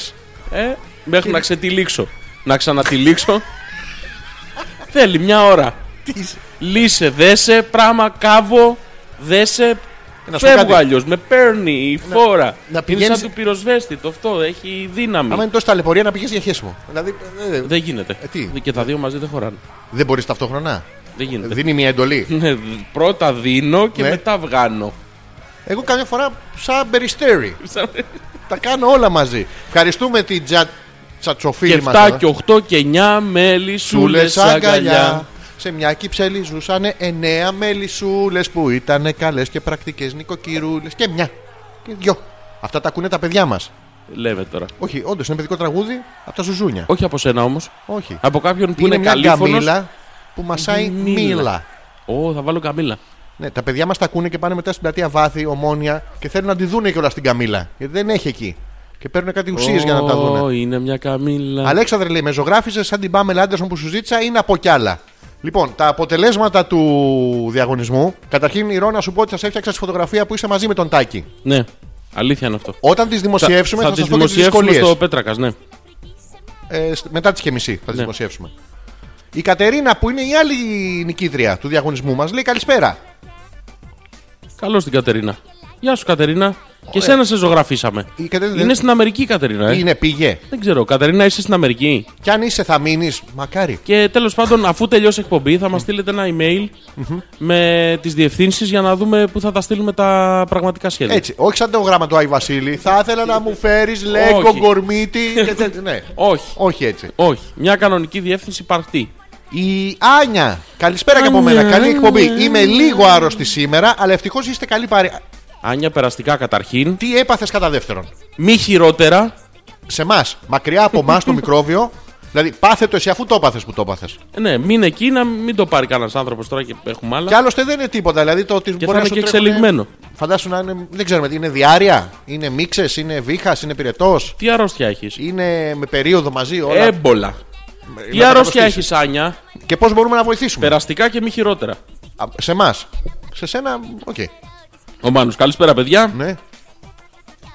Ε, μέχρι να ξετυλίξω. Να ξανατυλίξω. Θέλει μια ώρα. Λύσε, δέσε, πράγμα, κάβω, δέσε.
Ε, Να σου πω
Φεύγω
κάτι.
αλλιώς. Με παίρνει η φόρα.
να
Είναι
πηγαίνεις-
σαν του πυροσβέστη το αυτό. Έχει δύναμη.
Άμα είναι τόσο ταλαιπωρία να πήγε για χέσιμο. Δηλαδή ε, ε,
Δεν γίνεται.
Ε, τι?
Και τα δύο μαζί δεν χωράνε.
δεν μπορείς ταυτόχρονα.
Δεν γίνεται.
Δίνει μια εντολή.
Ναι, δ- πρώτα δίνω και
Ναι.
μετά βγάνω.
Εγώ καμιά φορά σαν περιστέρι.
Σαν-
Τα κάνω όλα μαζί. Ευχαριστούμε την τζα... τσατσοφίλη
και
μα.
7 και 8 και 9 μέλη σούλε αγκαλιά.
Σε μια κυψέλη ζούσανε εννέα μελισσούλε που ήταν καλές και πρακτικές νοικοκυρούλε. Και μια. Και δυο. Αυτά τα ακούνε τα παιδιά μας.
Λέμε τώρα.
Όχι, όντως είναι παιδικό τραγούδι από τα ζουζούνια.
Όχι από σένα όμως.
Όχι.
Από κάποιον που
είναι,
είναι,
μια
καλήφωνος.
γκαμίλα που μασάει
Μίλα.
μήλα.
Ω, θα βάλω καμίλα.
Ναι, τα παιδιά μας τα ακούνε και πάνε μετά στην πλατεία Βάθη, Ομόνια και θέλουν να τη δούνε κιόλας στην καμίλα. Γιατί δεν έχει εκεί. Και παίρνουν κάτι ουσίες για να τα δούνε.
Ω, είναι μια καμίλα.
Αλέξανδρε λέει, με ζωγράφιζε σαν την Πάμελ Άντερσον που σου ζήτησα είναι από κι άλλα. Λοιπόν, τα αποτελέσματα του διαγωνισμού. Καταρχήν, η Ρώνα σου πω ότι σας έφτιαξα τη φωτογραφία που είσαι μαζί με τον Τάκη.
Ναι, αλήθεια είναι αυτό.
Όταν τις δημοσιεύσουμε, θα,
τις
σα πω και τις
δημοσιεύσουμε
δυσκολίες.
στο Πέτρακας, ναι.
Ε, σ- μετά τις και μισή θα τις
Ναι.
δημοσιεύσουμε. Η Κατερίνα, που είναι η άλλη νικήτρια του διαγωνισμού μας, λέει καλησπέρα.
Καλώς την Κατερίνα. Γεια σου, Κατερίνα. Και σένα σε ζωγραφίσαμε.
Η Κατερίνα
Είναι
δεν-
στην Αμερική, η Κατερίνα. Ε.
είναι, πήγε.
Δεν ξέρω, Κατερίνα, είσαι στην Αμερική.
Κι αν είσαι, θα μείνεις. Μακάρι.
Και τέλος πάντων, αφού τελειώσει η εκπομπή, θα μας στείλετε ένα email με τις διευθύνσεις για να δούμε πού θα τα στείλουμε τα πραγματικά σχέδια.
Έτσι, όχι σαν το γράμμα του Άι Βασίλη. Θα ήθελα να μου φέρεις λέγκο
Όχι.
γκορμίτι. και τέτοια, ναι.
Όχι.
όχι έτσι.
Όχι. Μια κανονική διεύθυνση υπαρκτή.
Η Άνια. Καλησπέρα και από
Άνια,
μένα. Καλή
Άνια.
εκπομπή. Είμαι λίγο άρρωστη σήμερα, αλλά ευτυχώς είστε καλή παρέα.
Άνια, περαστικά καταρχήν.
Τι έπαθες κατά δεύτερον.
Μη χειρότερα.
Σε εμάς, μακριά από εμάς
[LAUGHS]
το μικρόβιο. Δηλαδή, πάθε το εσύ αφού το έπαθες που το έπαθες.
Ναι, μην εκεί να μην το πάρει κανένας άνθρωπος τώρα και έχουμε άλλα.
Και άλλωστε δεν είναι τίποτα. Δηλαδή, το ότι
Και θα είναι
σου
και
τρέχουνε-
εξελιγμένο.
Φαντάσου να είναι. Δεν ξέρουμε τι είναι διάρρεια, είναι μίξες, είναι βίχα, είναι πυρετός,
Τι αρρώστια έχεις.
είναι με περίοδο μαζί όλα.
Έμπολα. Ε, Τι
να
αρρώστια
καταγνωστείς.
έχεις, Άνια.
Και πώς μπορούμε να βοηθήσουμε.
Περαστικά και μη χειρότερα.
Α, Σε εμάς. Σε σένα, οκ.
Ο Μάνος, καλησπέρα, παιδιά.
Ναι.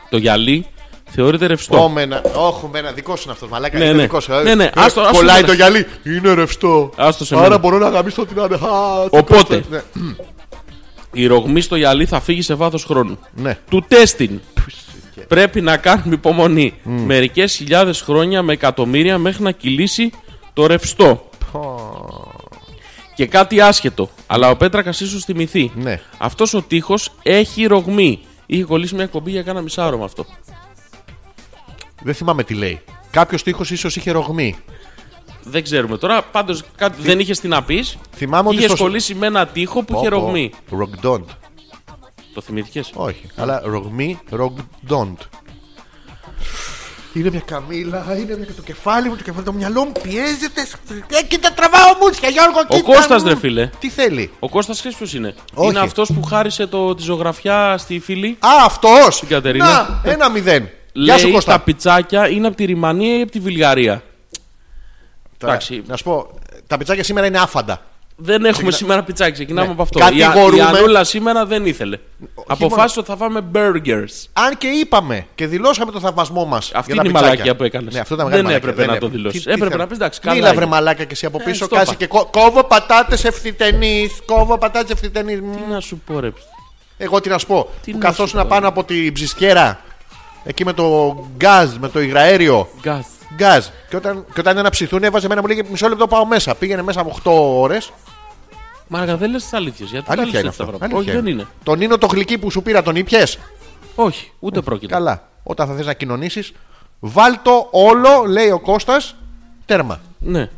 Το γυαλί θεωρείται ρευστό.
Όμενα. Όχι, μένα. Δικό είναι αυτό. Μαλάκα.
Ναι,
είναι
ναι.
δικός σου.
Ναι, ναι,
Ε,
άστο, άστο
Κολλάει
εμένα.
το γυαλί. Είναι ρευστό.
Άστο σε
Άρα
μένα.
μπορώ να γαμίσω την άμεσα.
Οπότε.
Ναι.
Η ρογμή στο γυαλί θα φύγει σε βάθος χρόνου.
Ναι.
Του τέστην. Πρέπει να κάνουμε υπομονή. Μερικές χιλιάδες χρόνια με εκατομμύρια μέχρι να κυλήσει το ρευστό. Και κάτι άσχετο, αλλά ο Πέτρακας ίσως θυμηθεί.
Ναι.
Αυτός ο τείχος έχει ρογμή. Είχε κολλήσει μια κομπή για κάνα μισάωρο με αυτό.
Δεν θυμάμαι τι λέει. Κάποιος τείχος ίσως είχε ρογμή.
Δεν ξέρουμε τώρα. Πάντως κάτι δεν είχες τι να πεις.
Θυμάμαι ότι
Είχες
στο-
κολλήσει με ένα τείχο που
Πω,
είχε
πω.
ρογμή.
Ρογντόντ.
Το θυμήθηκες.
Όχι. Αλλά ρογμή, ρογντόντ. Είναι μια καμίλα, είναι μια... το κεφάλι μου, το κεφάλι, το μυαλό μου πιέζεται. Ε, κοίτα, τραβάω μουτσια, Γιώργο, κοίτα.
Κώστας, ρε φίλε.
Τι θέλει.
Ο Κώστας ξέρεις ποιος είναι.
Όχι.
Είναι αυτός που χάρισε το, τη ζωγραφιά στη φίλη.
Α, αυτός!
Κατερίνα.
Να, ένα μηδέν. Γεια
Λέει
σου,
τα
Κώστα.
πιτσάκια είναι από τη Ρημανία ή από τη Βουλγαρία.
Τώρα,
Εντάξει.
Να σου πω, τα πιτσάκια σήμερα είναι άφαντα.
Δεν έχουμε σήμερα πιτσάκι, ξεκινάμε
Ναι.
από αυτό. Η,
Κατηγορούμε.
Α- η Ανούλα σήμερα δεν ήθελε.
μόνο-
Αποφάσισε ότι θα φάμε burgers.
Αν και είπαμε και δηλώσαμε το θαυμασμό μας.
Αυτή είναι η μαλακία που έκανες.
Ναι, αυτό ήταν μεγάλη
Δεν
μαλακία.
έπρεπε να το δηλώσεις.
Τι- τι
Έπρεπε
θέλω.
να πεις, εντάξει,
Τι
καλά
Μίλα, βρε
έγινε.
μαλάκα και εσύ από
Ε,
πίσω.
στο
Κάση
είπα.
και κο- κόβω πατάτες ευθυτενείς. Κόβω πατάτες ευθυτενείς.
Τι να σου πω, ρε.
Εγώ τι να σου πω.
Τι
Που
να
καθώς
σου
να
πω.
πάνω από την ψιστιέρα. Εκεί με το γκάζ, με το υγραέριο.
Γκάθ.
Γκάζ. Και όταν, και όταν ένα ψηθούν, έβαζε εμένα μου λέγε μισό λεπτό πάω μέσα. Πήγαινε μέσα από 8 ώρε.
Μαργα, δεν λες τις αλήθειες. Γιατί τα λες
Αλήθεια είναι
έτσι τα
αυτό.
πράγματα.
Αλήθεια
Όχι, δεν είναι.
Τον ίνο το γλυκί που σου πήρα, τον ήπιες.
Όχι, ούτε πρόκειται.
Καλά. Όταν θα θες να κοινωνήσεις, βάλ το όλο, λέει ο Κώστας, τέρμα.
Ναι.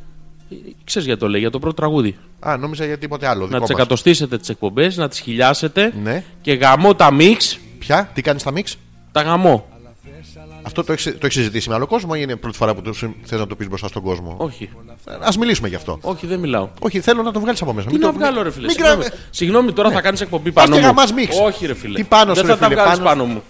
Ξέρεις γιατί το λέει, για το πρώτο τραγούδι.
Α, νόμιζα για τίποτε άλλο.
Να
Δικό
τις
μας.
εκατοστήσετε τις εκπομπές, να τις χιλιάσετε
Ναι.
και γαμώ τα μίξ.
Ποια, τι κάνεις στα μίξ.
Τα γαμώ.
Αυτό το έχεις το έχεις συζητήσει με άλλο κόσμο ή είναι πρώτη φορά που το συ- θες να το πεις μπροστά στον κόσμο.
Όχι,
Ας μιλήσουμε γι' αυτό.
όχι, δεν μιλάω.
Όχι, θέλω να το βγάλεις από μέσα.
Τι να βγάλω, ρε φίλε.
Μην
Συγγνώμη,
κρα-
Συγγνώμη, τώρα θα κάνεις εκπομπή
Πας
πάνω
και
μου.
γαμάς μίξ.
Όχι, ρε φίλε.
Τι πάνω
δεν
σου, ρε
θα τα
φίλε,
βγάλεις
πάνω-
πάνω μου.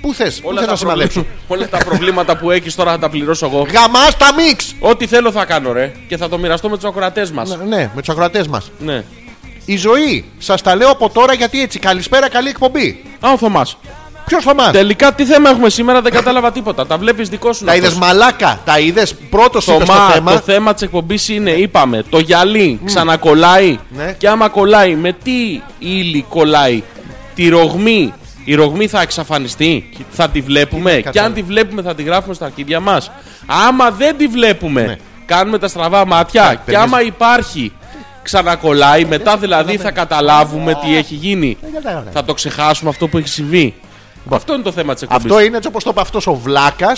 Πού θε, πού
Όλα
θες
τα,
να
προβλήματα-
συναλλεύσω.
όλα τα προβλήματα που έχεις τώρα θα τα πληρώσω εγώ.
Γαμάς τα μίξ!
Ό,τι θέλω θα κάνω, ρε. Και θα το μοιραστώ με τους ακροατές μας.
Ναι, με τους ακροατές μας.
Ναι.
Η ζωή, σας τα λέω από τώρα γιατί έτσι. Καλησπέρα, καλή εκπομπή.
Α, ο Θωμάς.
Ποιος θα μάθει.
Τελικά τι θέμα έχουμε σήμερα, δεν κατάλαβα τίποτα. Τα βλέπεις δικό σου.
Τα
αυτός.
είδες μαλάκα. Τα είδες πρώτος στο
Θωμά, το
θέμα.
θέμα της εκπομπής είναι, είπαμε, το γυαλί ξανακολλάει.
Ναι.
Και άμα κολλάει, με τι ύλη κολλάει, τη ρογμή. Η ρογμή θα εξαφανιστεί, θα τη βλέπουμε. Και αν
κατάλαβα.
τη βλέπουμε, θα τη γράφουμε στα αρχίδια μας. Άμα δεν τη βλέπουμε,
Ναι.
κάνουμε τα στραβά μάτια. και
παίρνεις-
άμα υπάρχει, ξανακολλάει.
Ναι,
Μετά δηλαδή θα καταλάβουμε τι έχει γίνει.
κατάλαβα.
Θα το ξεχάσουμε αυτό που έχει συμβεί. Αυτό είναι το θέμα της εκπομπής.
Λοιπόν. Αυτό είναι έτσι όπως το είπε αυτός ο βλάκας,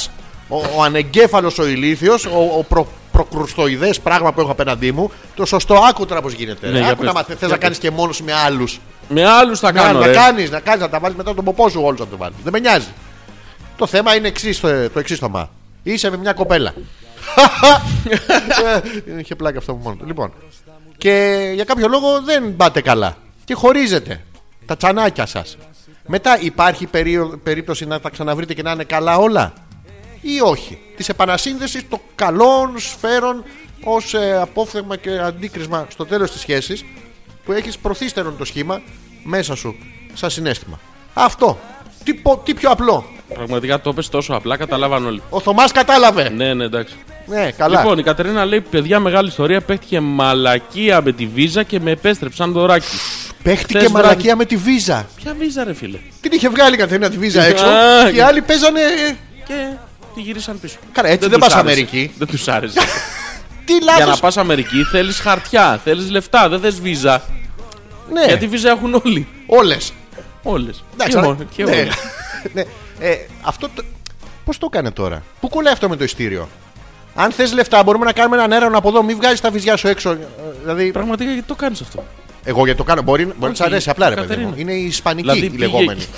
ο, ο ανεγκέφαλος ο ηλίθιος, ο, ο προ, προκρουστοειδές πράγμα που έχω απέναντί μου. Το σωστό άκουτρα πώς γίνεται.
Ναι,
Ναι,
για
Άκου να
πες.
μαθα- θες
Για
να
πες.
κάνει και μόνος με άλλους.
Με άλλους θα
Να
κάνω.
κάνει, Ναι, να
ρε.
κάνεις, να, κάνεις, να τα βάλεις μετά τον ποπό σου όλους να το βάλεις. Δεν με νοιάζει. Το θέμα είναι εξής, ε, το, το εξής θωμά. Είσαι με μια
[LAUGHS]
κοπέλα. Ε, Είχε πλάκα αυτό που μόνο του. Λοιπόν. Και για κάποιο λόγο δεν πάτε καλά. Και χωρίζετε. Τα τσανάκια σας. Μετά υπάρχει περίοδο- περίπτωση να τα ξαναβρείτε και να είναι καλά όλα. Ή όχι. Της επανασύνδεσης των καλών σφαίρων ως ε, απόφθεγμα και αντίκρισμα στο τέλος της σχέσης που έχεις προθύστερον το σχήμα μέσα σου σαν συνέστημα. Αυτό. Τι, πο- τι πιο απλό.
Πραγματικά το πες τόσο απλά, καταλάβαν όλοι.
Ο Θωμάς κατάλαβε.
Ναι, ναι, εντάξει.
Ναι, καλά.
Λοιπόν, η Κατερίνα λέει: Παιδιά, μεγάλη ιστορία. Παίχτηκε μαλακία με τη βίζα και με επέστρεψε σαν δωράκι.
Παίχτηκε
χθες βράδυ-
μαλακία με τη βίζα.
Ποια βίζα, ρε φίλε.
Την είχε βγάλει η Κατερίνα τη βίζα έξω
Α,
και οι άλλοι παίζανε. ε,
Και τη γυρίσαν πίσω.
Καλά, έτσι δεν
τους
πας
άρεσε.
Αμερική.
Δεν τους άρεσε.
Τι
[LAUGHS] Για να
λάθος.
πας Αμερική θέλεις χαρτιά, θέλεις λεφτά, δεν θες βίζα.
Ναι,
Γιατί βίζα έχουν όλοι.
όλες.
Όλες.
Εντάξει,
Και
αλλά-
μόνο- Λοιπόν, και
ναι. [LAUGHS]
όλοι.
Ναι. Ε, αυτό το... Πώς το έκανε τώρα, Πού κολλάει αυτό με το ειστήριο. Αν θες λεφτά, μπορούμε να κάνουμε έναν έρευνα από εδώ. Μην βγάζεις τα βυζιά σου έξω. Ε, Δηλαδή,
Πραγματικά γιατί το κάνεις αυτό.
εγώ γιατί το κάνω. Μπορεί, μπορεί να
Όχι,
τη αρέσει απλά, ρε παιδί
Κατερίνα.
μου. Είναι η Ισπανική
Δηλαδή,
η
πήγε
λεγόμενη.
εκεί-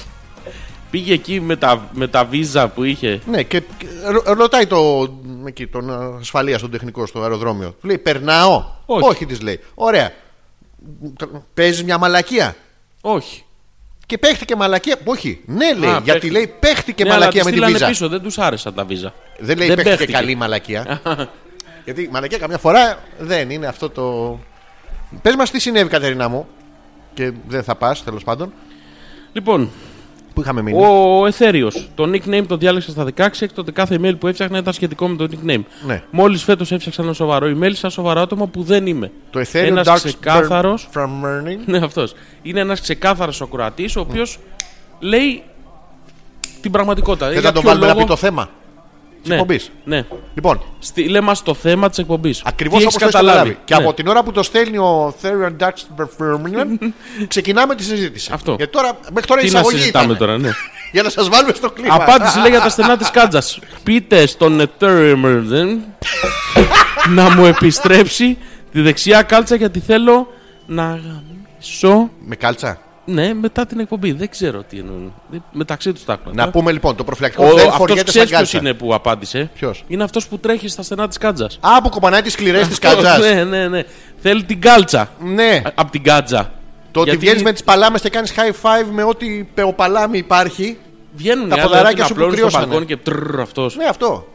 Πήγε εκεί με τα, με τα βίζα που είχε.
Ναι, και και ρω- ρωτάει το, εκεί, τον ασφαλεία, τον τεχνικό στο αεροδρόμιο. Του λέει: Περνάω.
Όχι.
της λέει. Ωραία. Παίζεις μια μαλακία.
Όχι.
Και παίχτηκε μαλακία. Όχι, ναι, λέει.
Α,
γιατί
παίχτηκε.
λέει παίχτηκε
Ναι, αλλά
μαλακία
τις
με τη
στείλανε
βίζα.
πίσω, δεν τους άρεσαν τα βίζα.
Δεν λέει παίχτηκε, καλή
[LAUGHS]
μαλακία. γιατί η μαλακία καμιά φορά δεν είναι αυτό το. Πες μας τι συνέβη, Κατερινά μου. Και δεν θα πας, τέλος πάντων.
Λοιπόν,
Πού είχαμε μείνει.
Ο Εθέριος. Το nickname το διάλεξα στα 16, έκτοτε κάθε email που έφτιαχνα ήταν σχετικό με το nickname.
Ναι.
Μόλις φέτος έφτιαξα ένα σοβαρό email σαν σοβαρό άτομο που δεν είμαι.
Το Ethereum
Ένας
Dark
ξεκάθαρος.
From Burning.
[LAUGHS] Ναι, αυτός. Είναι ένας ξεκάθαρος ακροατή, ο οποίος λέει την πραγματικότητα.
Θε
Για
να το
ποιο
βάλουμε να
λόγο-
πει το θέμα.
ναι,
εκπομπής.
Ναι.
Λοιπόν,
Στείλε μα το θέμα της εκπομπής.
Ακριβώς όπω το έχεις καταλάβει. Και
ναι.
από την ώρα που το στέλνει ο Therion Dutch
[LAUGHS]
Performance, ξεκινάμε τη συζήτηση.
Αυτό.
Γιατί τώρα, μέχρι τώρα η
Τι να
εισαγωγή
συζητάμε
ήταν.
τώρα, ναι.
Για να σας βάλουμε στο κλίμα.
Απάντηση λέει για τα στενά της κάτζα. Πείτε στον Ethereum να μου επιστρέψει τη δεξιά κάλτσα γιατί θέλω να γαμίσω.
Με κάλτσα.
Ναι, μετά την εκπομπή. Δεν ξέρω τι εννοούν. Δεν- Μεταξύ τους τα άκουνα.
Να πούμε λοιπόν το προφυλακτικό.
Ο,
δεν
αυτός
φοριέται σαν
ξέρεις
κάλτσα.
ποιο είναι που απάντησε.
Ποιος?
Είναι αυτός που τρέχει στα στενά της κάτζα.
Α, που κοπανάει τις σκληρές [LAUGHS] της κάλτσα.
Ναι, ναι, ναι. Θέλει την κάλτσα.
Ναι.
Από την κάτζα.
Το ότι
Γιατί
βγαίνεις με τις παλάμες και κάνεις high five με ό,τι πεοπαλάμι υπάρχει.
βγαίνουν
τα
οι άλλοι,
ποδαράκια
όταν
σου που
απλώνουν στο
κρύωσανε.
μπαλκόνι και τρρρ αυτός.
Ναι, αυτό.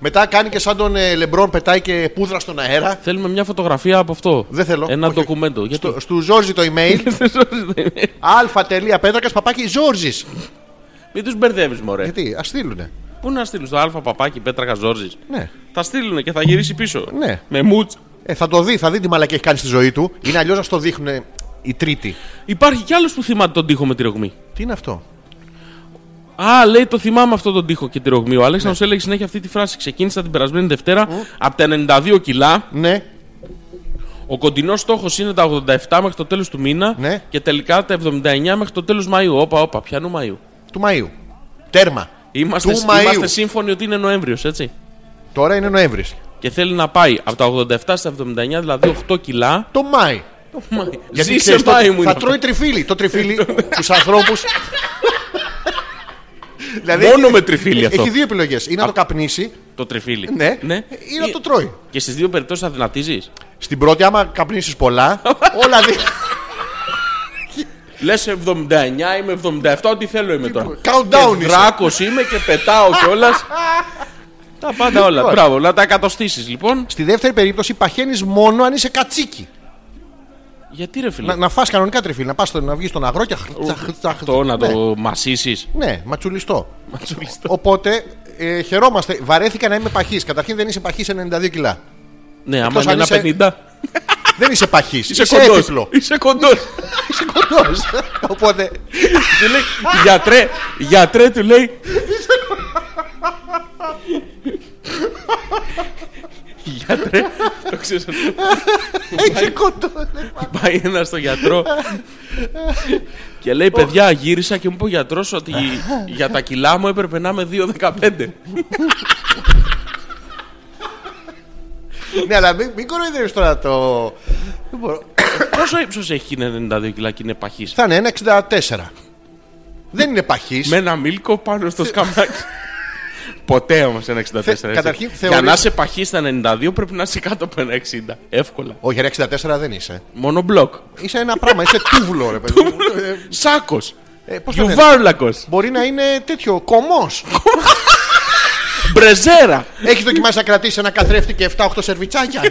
Μετά κάνει και σαν τον ε, Λεμπρόν, πετάει και πούδρα στον αέρα.
Θέλουμε μια φωτογραφία από αυτό.
Δεν θέλω.
Ένα
Όχι.
ντοκουμέντο. Γιατί.
Στο, στου Ζόρζι το email [LAUGHS] αλφα.πέτρακα παπάκι Ζόρζη.
Μην τους μπερδεύεις, μωρέ.
Γιατί, ας στείλουνε.
Ε, Πού να στείλουν στο αλφα παπάκι πέτρακας Ζόρζη.
Ναι.
Θα στείλουν και θα γυρίσει πίσω.
Ναι.
Με μουτς.
Ε, θα το δει, θα δει τι μαλακή έχει κάνει στη ζωή του. Είναι αλλιώς να στο δείχνουν οι τρίτοι.
Υπάρχει κι άλλος που θυμάται τον τοίχο με τη ρογμή.
Τι είναι αυτό.
Α, λέει το θυμάμαι αυτό τον τοίχο και τη ρογμή. Ο Αλέξανδρος
Ναι.
έλεγε συνέχεια αυτή τη φράση. Ξεκίνησα την περασμένη Δευτέρα από τα 92 κιλά.
Ναι,
Ο κοντινός στόχος είναι τα 87 μέχρι το τέλος του μήνα.
Ναι.
Και τελικά τα 79 μέχρι το τέλος Μαΐου. Όπα, όπα, πιανού Μαΐου.
του Μαΐου. Τέρμα.
Είμαστε,
του Μαΐου.
είμαστε σύμφωνοι ότι είναι Νοέμβριος, έτσι.
Τώρα είναι Νοέμβρη.
Και θέλει να πάει από τα 87 στα 79, δηλαδή 8 κιλά.
Το Μάη.
Ζήσε
ξέρεις, το-
Μάη μου είναι
θα
αυτό.
τρώει τριφύλι. Το
[LAUGHS]
τριφύλι του ανθρώπου.
Μόνο με τριφύλι αυτό.
Δηλαδή, ε, Έχει δύο επιλογές. Ή να το καπνίσει,
Το τριφύλι.
ναι, ή
Ε-
να το τρώει.
Και στις δύο περιπτώσεις θα δυνατίζεις.
Στην πρώτη, άμα καπνίσεις
[LAUGHS]
πολλά, όλα δει.
Λε 79, είμαι 77, ό,τι θέλω είμαι τώρα.
Countdown είσαι.
Δράκο είμαι και πετάω κιόλας.
[LAUGHS]
τα πάντα όλα.
Λοιπόν.
Μπράβο, να τα εκατοστήσεις λοιπόν.
Στη δεύτερη περίπτωση, παχαίνεις μόνο αν είσαι κατσίκι.
Γιατί ρε φίλε.
Να, να φας κανονικά τριφύλι, να, πας στο, να βγεις στον αγρό και χ- τσαχ- τσαχ-
Αυτό να
ναι,
το μασίσεις.
Ναι, ματσουλιστό. Οπότε ε, χαιρόμαστε. Βαρέθηκα να είμαι παχής. Καταρχήν δεν είσαι παχής 92 κιλά.
Ναι, άμα
Εκτός
είναι
αν
ένα
Ε, είσαι-
50.
δεν είσαι παχής.
Είσαι
Είσαι,
κοντός.
έπιπλο.
Είσαι κοντός.
[LAUGHS] Είσαι
[LAUGHS]
κοντός. Οπότε
Του λέει, γιατρέ, γιατρέ του λέει. γιατρέ, το ξέρεις αυτό.
είσαι κοντό.
Πάει ένας στο γιατρό και λέει: Παιδιά, γύρισα και μου είπε ο γιατρός ότι για τα κιλά μου έπρεπε να είμαι 2,15.
ναι, αλλά μην, μην κοροϊδεύεις τώρα το. Δεν μπορώ.
Πόσο ύψος έχει και είναι 92 κιλά και είναι παχή.
Θα είναι ένα 64. δεν είναι παχή.
Με ένα μίλκο πάνω στο σκαμάκι. Ποτέ όμως ένα 64. έτσι.
καταρχήν
Για
θεωρεί-
να είσαι παχή στα 92 πρέπει να είσαι κάτω από ένα 60. Εύκολα.
Όχι, ρε, 64 δεν είσαι.
Μόνο μπλοκ.
Είσαι ένα πράγμα, είσαι τούβλο, ρε παιδί. μου.
Σάκος.
Ε, πώς το λένε.
Γιουβάρλακος.
Μπορεί να είναι τέτοιο, κομμός.
Μπρεζέρα.
Έχει δοκιμάσει να κρατήσει ένα καθρέφτη και 7-8 σερβιτσάκια.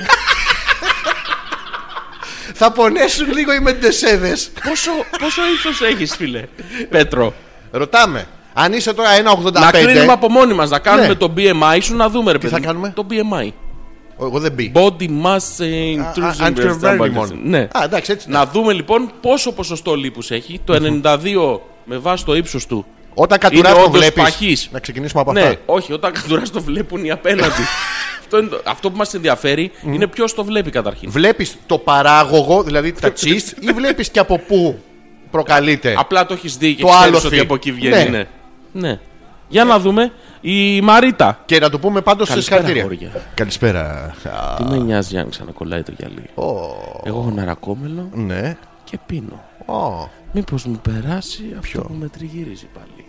Θα πονέσουν λίγο οι μεντεσέδες.
Πόσο, πόσο ύψος έχεις, φίλε, Πέτρο.
Ρωτάμε. Αν είσαι τώρα
Να κρίνουμε
1,85.
από μόνοι μας. Να κάνουμε
Ναι.
το BMI σου να δούμε, ρε παιδί.
θα
μου.
κάνουμε?
Το BMI.
Ο, Εγώ δεν μπει.
Body mass intrusion
Α, α,
resistance
anti-vermin.
Body- Ναι.
Α, εντάξει, έτσι.
Να δούμε λοιπόν πόσο ποσοστό λίπους έχει. Το 92 με βάση το ύψος του.
Όταν
Είναι
κατουράς το
όντως
βλέπεις.
παχής.
Να ξεκινήσουμε από
Ναι,
αυτά.
όχι, όταν κατουράς το βλέπουν οι
[LAUGHS]
απέναντι. αυτό, είναι το- αυτό που μας ενδιαφέρει είναι ποιος το βλέπει καταρχήν.
Βλέπεις το παράγωγο, δηλαδή
[LAUGHS]
τα τσίστ, ή βλέπεις και από πού προκαλείται.
Απλά το έχεις δει και
Το
ξέρεις
άλοθη.
ότι από εκεί βγαίνει. Ναι.
Ναι.
ναι. Για να δούμε. Η Μαρίτα.
Και να το πούμε πάντως σε
Καλησπέρα,
συγχαρητήρια.
αγόρια.
Καλησπέρα. Α,
Τι με νοιάζει αν ξανακολλάει το γυαλί.
ω,
Εγώ έχω ναρακόμελο
Ναι.
και πίνω.
Ω,
Μήπως μου περάσει αυτό που με τριγυρίζει πάλι.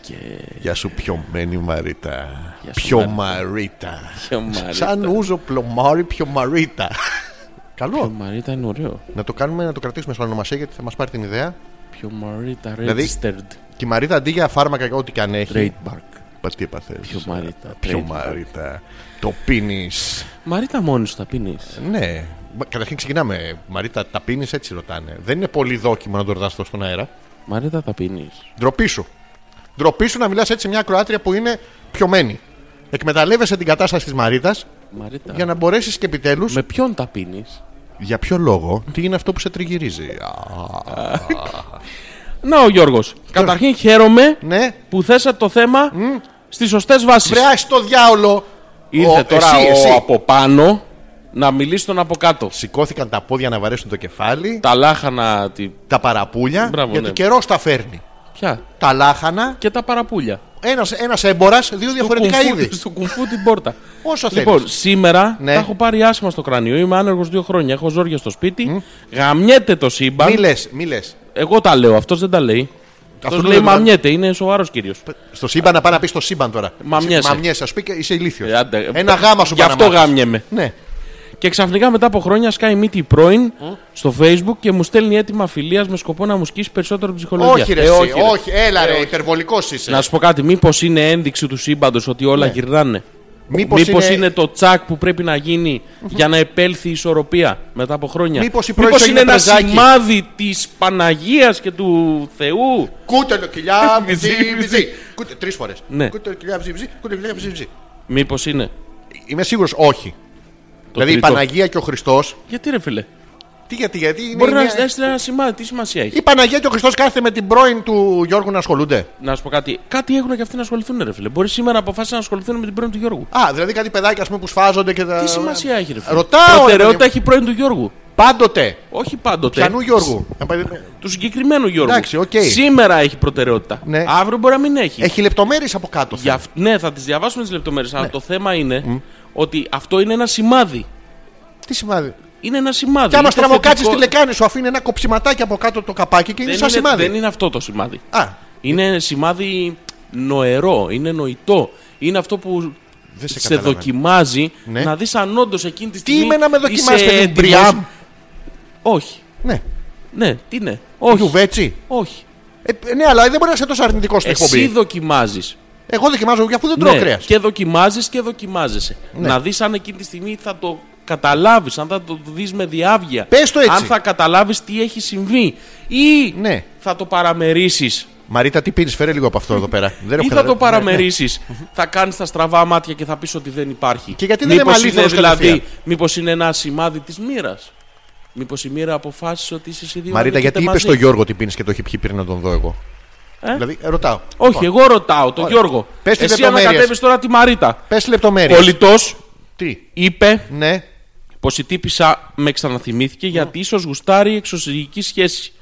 και.
Γεια σου πιωμένη Μαρίτα.
Γεια σου,
Πιο Μαρίτα.
Ποιο Μαρίτα.
Σαν ούζο πλωμάρι πιο Μαρίτα.
Ποιο
[LAUGHS] Καλό.
Μαρίτα είναι ωραίο.
Να το κάνουμε, να το κρατήσουμε σαν ονομασία γιατί θα μας πάρει την ιδέα.
Ποιο Μαρίτα
Δηλαδή-
registered
Και η Μαρίτα αντί για φάρμακα και ό,τι και αν έχει.
trademark.
Πα τι έπαθες.
Ποιο Μαρίτα.
Πιο
trademark.
Μαρίτα. Το πίνεις.
Μαρίτα μόνη σου τα πίνεις.
Ναι. Μα, Καταρχήν ξεκινάμε. Μαρίτα, τα πίνεις έτσι ρωτάνε. Δεν είναι πολύ δόκιμο να το ρωτάς αυτό στον αέρα.
Μαρίτα τα πίνεις.
Ντροπή σου. Ντροπή σου να μιλάς έτσι σε μια Κροάτρια που είναι πιωμένη. Εκμεταλλεύεσαι την κατάσταση της Μαρίτας
Μαρίτα.
για να μπορέσεις και επιτέλους.
Με ποιον τα πίνεις.
Για ποιο λόγο, τι είναι αυτό που σε τριγυρίζει. Α,
Να ο Γιώργος. Καταρχήν χαίρομαι
ναι.
που θέσατε το θέμα στις σωστές βάσεις.
Βρε, ας το διάολο.
Ήρθε
Ο-
τώρα
εσύ,
ο
εσύ.
από πάνω να μιλήσει τον από κάτω.
Σηκώθηκαν τα πόδια να βαρέσουν το κεφάλι,
Τα λάχανα. Τη...
τα παραπούλια.
Μπράβο,
γιατί
ναι.
καιρός τα φέρνει.
Ποια.
Τα λάχανα,
Και τα παραπούλια.
ένας, ένας έμπορας, δύο διαφορετικά
κουμφού-
είδης.
Στο κουμφού την πόρτα.
Όσο
λοιπόν,
θέλεις.
σήμερα
Ναι.
τα έχω πάρει άσχημα στο κρανίο. Είμαι άνεργος δύο χρόνια. Έχω ζόρια στο σπίτι. Γαμιέται το σύμπαν.
Μη λες, μη λες.
Εγώ τα λέω. Αυτός δεν τα λέει. Αυτό
το
λέει
λέω,
μαμιέται. Είναι σοβαρός κύριος.
Στο σύμπαν να πάει να πεις στο σύμπαν τώρα.
Μαμιέσαι.
Μαμιέσαι, ας πει και είσαι ηλίθιος. Ένα γάμα σου
Ε, Γι'
πάει να
αυτό Ε,
μάθεις.
γάμιέμαι.
Ναι.
Και ξαφνικά μετά από χρόνια σκάει η μύτη η πρώην στο facebook και μου στέλνει έτοιμα φιλίας με σκοπό να μου σκίσει περισσότερο ψυχολογία.
Όχι, ρε,
Ε,
εσύ,
όχι,
όχι,
ρε.
έλα, ρε, υπερβολικός είσαι.
Ναι. Να σου πω κάτι, μήπως είναι ένδειξη του σύμπαντος ότι όλα γυρνάνε.
Ναι. Μήπως
Μήπως είναι...
είναι-
το τσακ που πρέπει να γίνει για να επέλθει η ισορροπία μετά από χρόνια.
Μήπως η
Μήπως
πρόεδρος
είναι
έγινε
ένα
τραζάκι.
σημάδι της Παναγίας και του Θεού.
Κούτελο κοιλιά,
Βυζί,
βυζί,
βυζί.
βυζί. Κούτε- Τρεις φορές.
Ε, Ναι.
Κούτελο κοιλιά, βυζί, βυζί. Κούτελο κοιλιά, βυζί, βυζί.
Μήπως είναι.
Είμαι σίγουρος όχι. δηλαδή
τρίτο.
η Παναγία Ναι, και ο Χριστός.
Γιατί ρε φίλε.
Τι γιατί, γιατί είναι
Μπορεί να
μια-
έστειλε ένα σημάδι, τι σημασία έχει.
Η Παναγία και ο Χριστός κάθεται με την πρώην του Γιώργου να ασχολούνται.
Να σου πω κάτι. Κάτι έχουν και αυτοί να ασχοληθούν, ρε φίλε. Μπορεί σήμερα να αποφάσισαν να ασχοληθούν με την πρώην του Γιώργου.
Α, δηλαδή κάτι παιδάκια ας πούμε, που σφάζονται και τα.
Τι σημασία έχει, ρε φίλε.
Ε, Ρωτάω, ρε,
Προτεραιότητα
παιδί
έχει η πρώην του Γιώργου.
μου. Πάντοτε.
Όχι πάντοτε.
Πιανού Γιώργου. Να πάει-
Του συγκεκριμένου Γιώργου.
Εντάξει, οκ.
Σήμερα έχει προτεραιότητα.
Ναι.
Αύριο μπορεί να μην έχει.
Έχει Ναι. λεπτομέρειες από κάτω.
Γι' αυ- Ναι, θα τις διαβάσουμε τις λεπτομέρειες. Αλλά το θέμα είναι ότι αυτό είναι ένα σημάδι.
Τι σημαίνει.
Είναι ένα σημάδι.
Κι άμα
Είναι
στραβοκάτσει τη
θετικό-
λεκάνη σου, αφήνει ένα κοψιματάκι από κάτω το καπάκι και είναι
Δεν
σαν
είναι,
σημάδι.
δεν είναι αυτό το σημάδι.
Α,
Είναι σημάδι νοερό, είναι νοητό. Είναι αυτό που
δεν σε,
σε
καταλαβαίνω.
δοκιμάζει
Ναι.
να δεις αν όντως εκείνη τη
Τι
στιγμή.
είμαι να με δοκιμάσει,
είσαι
παιδί μου,
έτοιμος.
Μπριάμ.
Όχι.
Ναι.
Ναι, τι ναι. Όχι.
Γιουβέτσι.
Όχι.
Ε, ναι, αλλά δεν μπορεί να είσαι τόσο αρνητικός στην
Εσύ
εκπομπή.
δοκιμάζεις.
Εγώ δοκιμάζω και αφού δεν τρώω κρέα.
Ναι, και δοκιμάζεις και δοκιμάζεσαι.
Ναι.
Να δεις αν εκείνη τη στιγμή θα το καταλάβεις, αν θα το δεις με διάβγεια.
Πες το έτσι.
Αν θα καταλάβεις τι έχει συμβεί. Ή
Ναι.
θα το παραμερίσει.
Μαρίτα, τι πίνεις, φέρε λίγο από αυτό εδώ πέρα. δεν
Ή
έχω
θα το
καταλάβει.
παραμερίσει. θα κάνεις τα στραβά μάτια και θα πεις ότι δεν υπάρχει.
Και γιατί δεν
Μήπως
είμαι αλήθινος
δηλαδή,
κατευθείαν.
Μήπως είναι ένα σημάδι της μοίρας. Μήπως η μοίρα αποφάσισε ότι είσαι εσύ δύο.
Ναι, Μαρίτα,
να
γιατί
βγείτε
είπε στον
μαζί.
Γιώργο τι πίνεις και το έχει πιει πριν να τον δω εγώ.
Ε?
Δηλαδή, ε, ρωτάω.
Όχι, εγώ ρωτάω τον
Ωραία.
Γιώργο.
Πες τις
Εσύ
λεπτομέρειες.
ανακατεύεις τώρα τη Μαρίτα.
Πες λεπτομέρειε.
Πολιτό
Τι.
είπε
Ναι.
πως η τύπησα με ξαναθυμήθηκε γιατί ίσως γουστάρει εξωσυγική σχέση.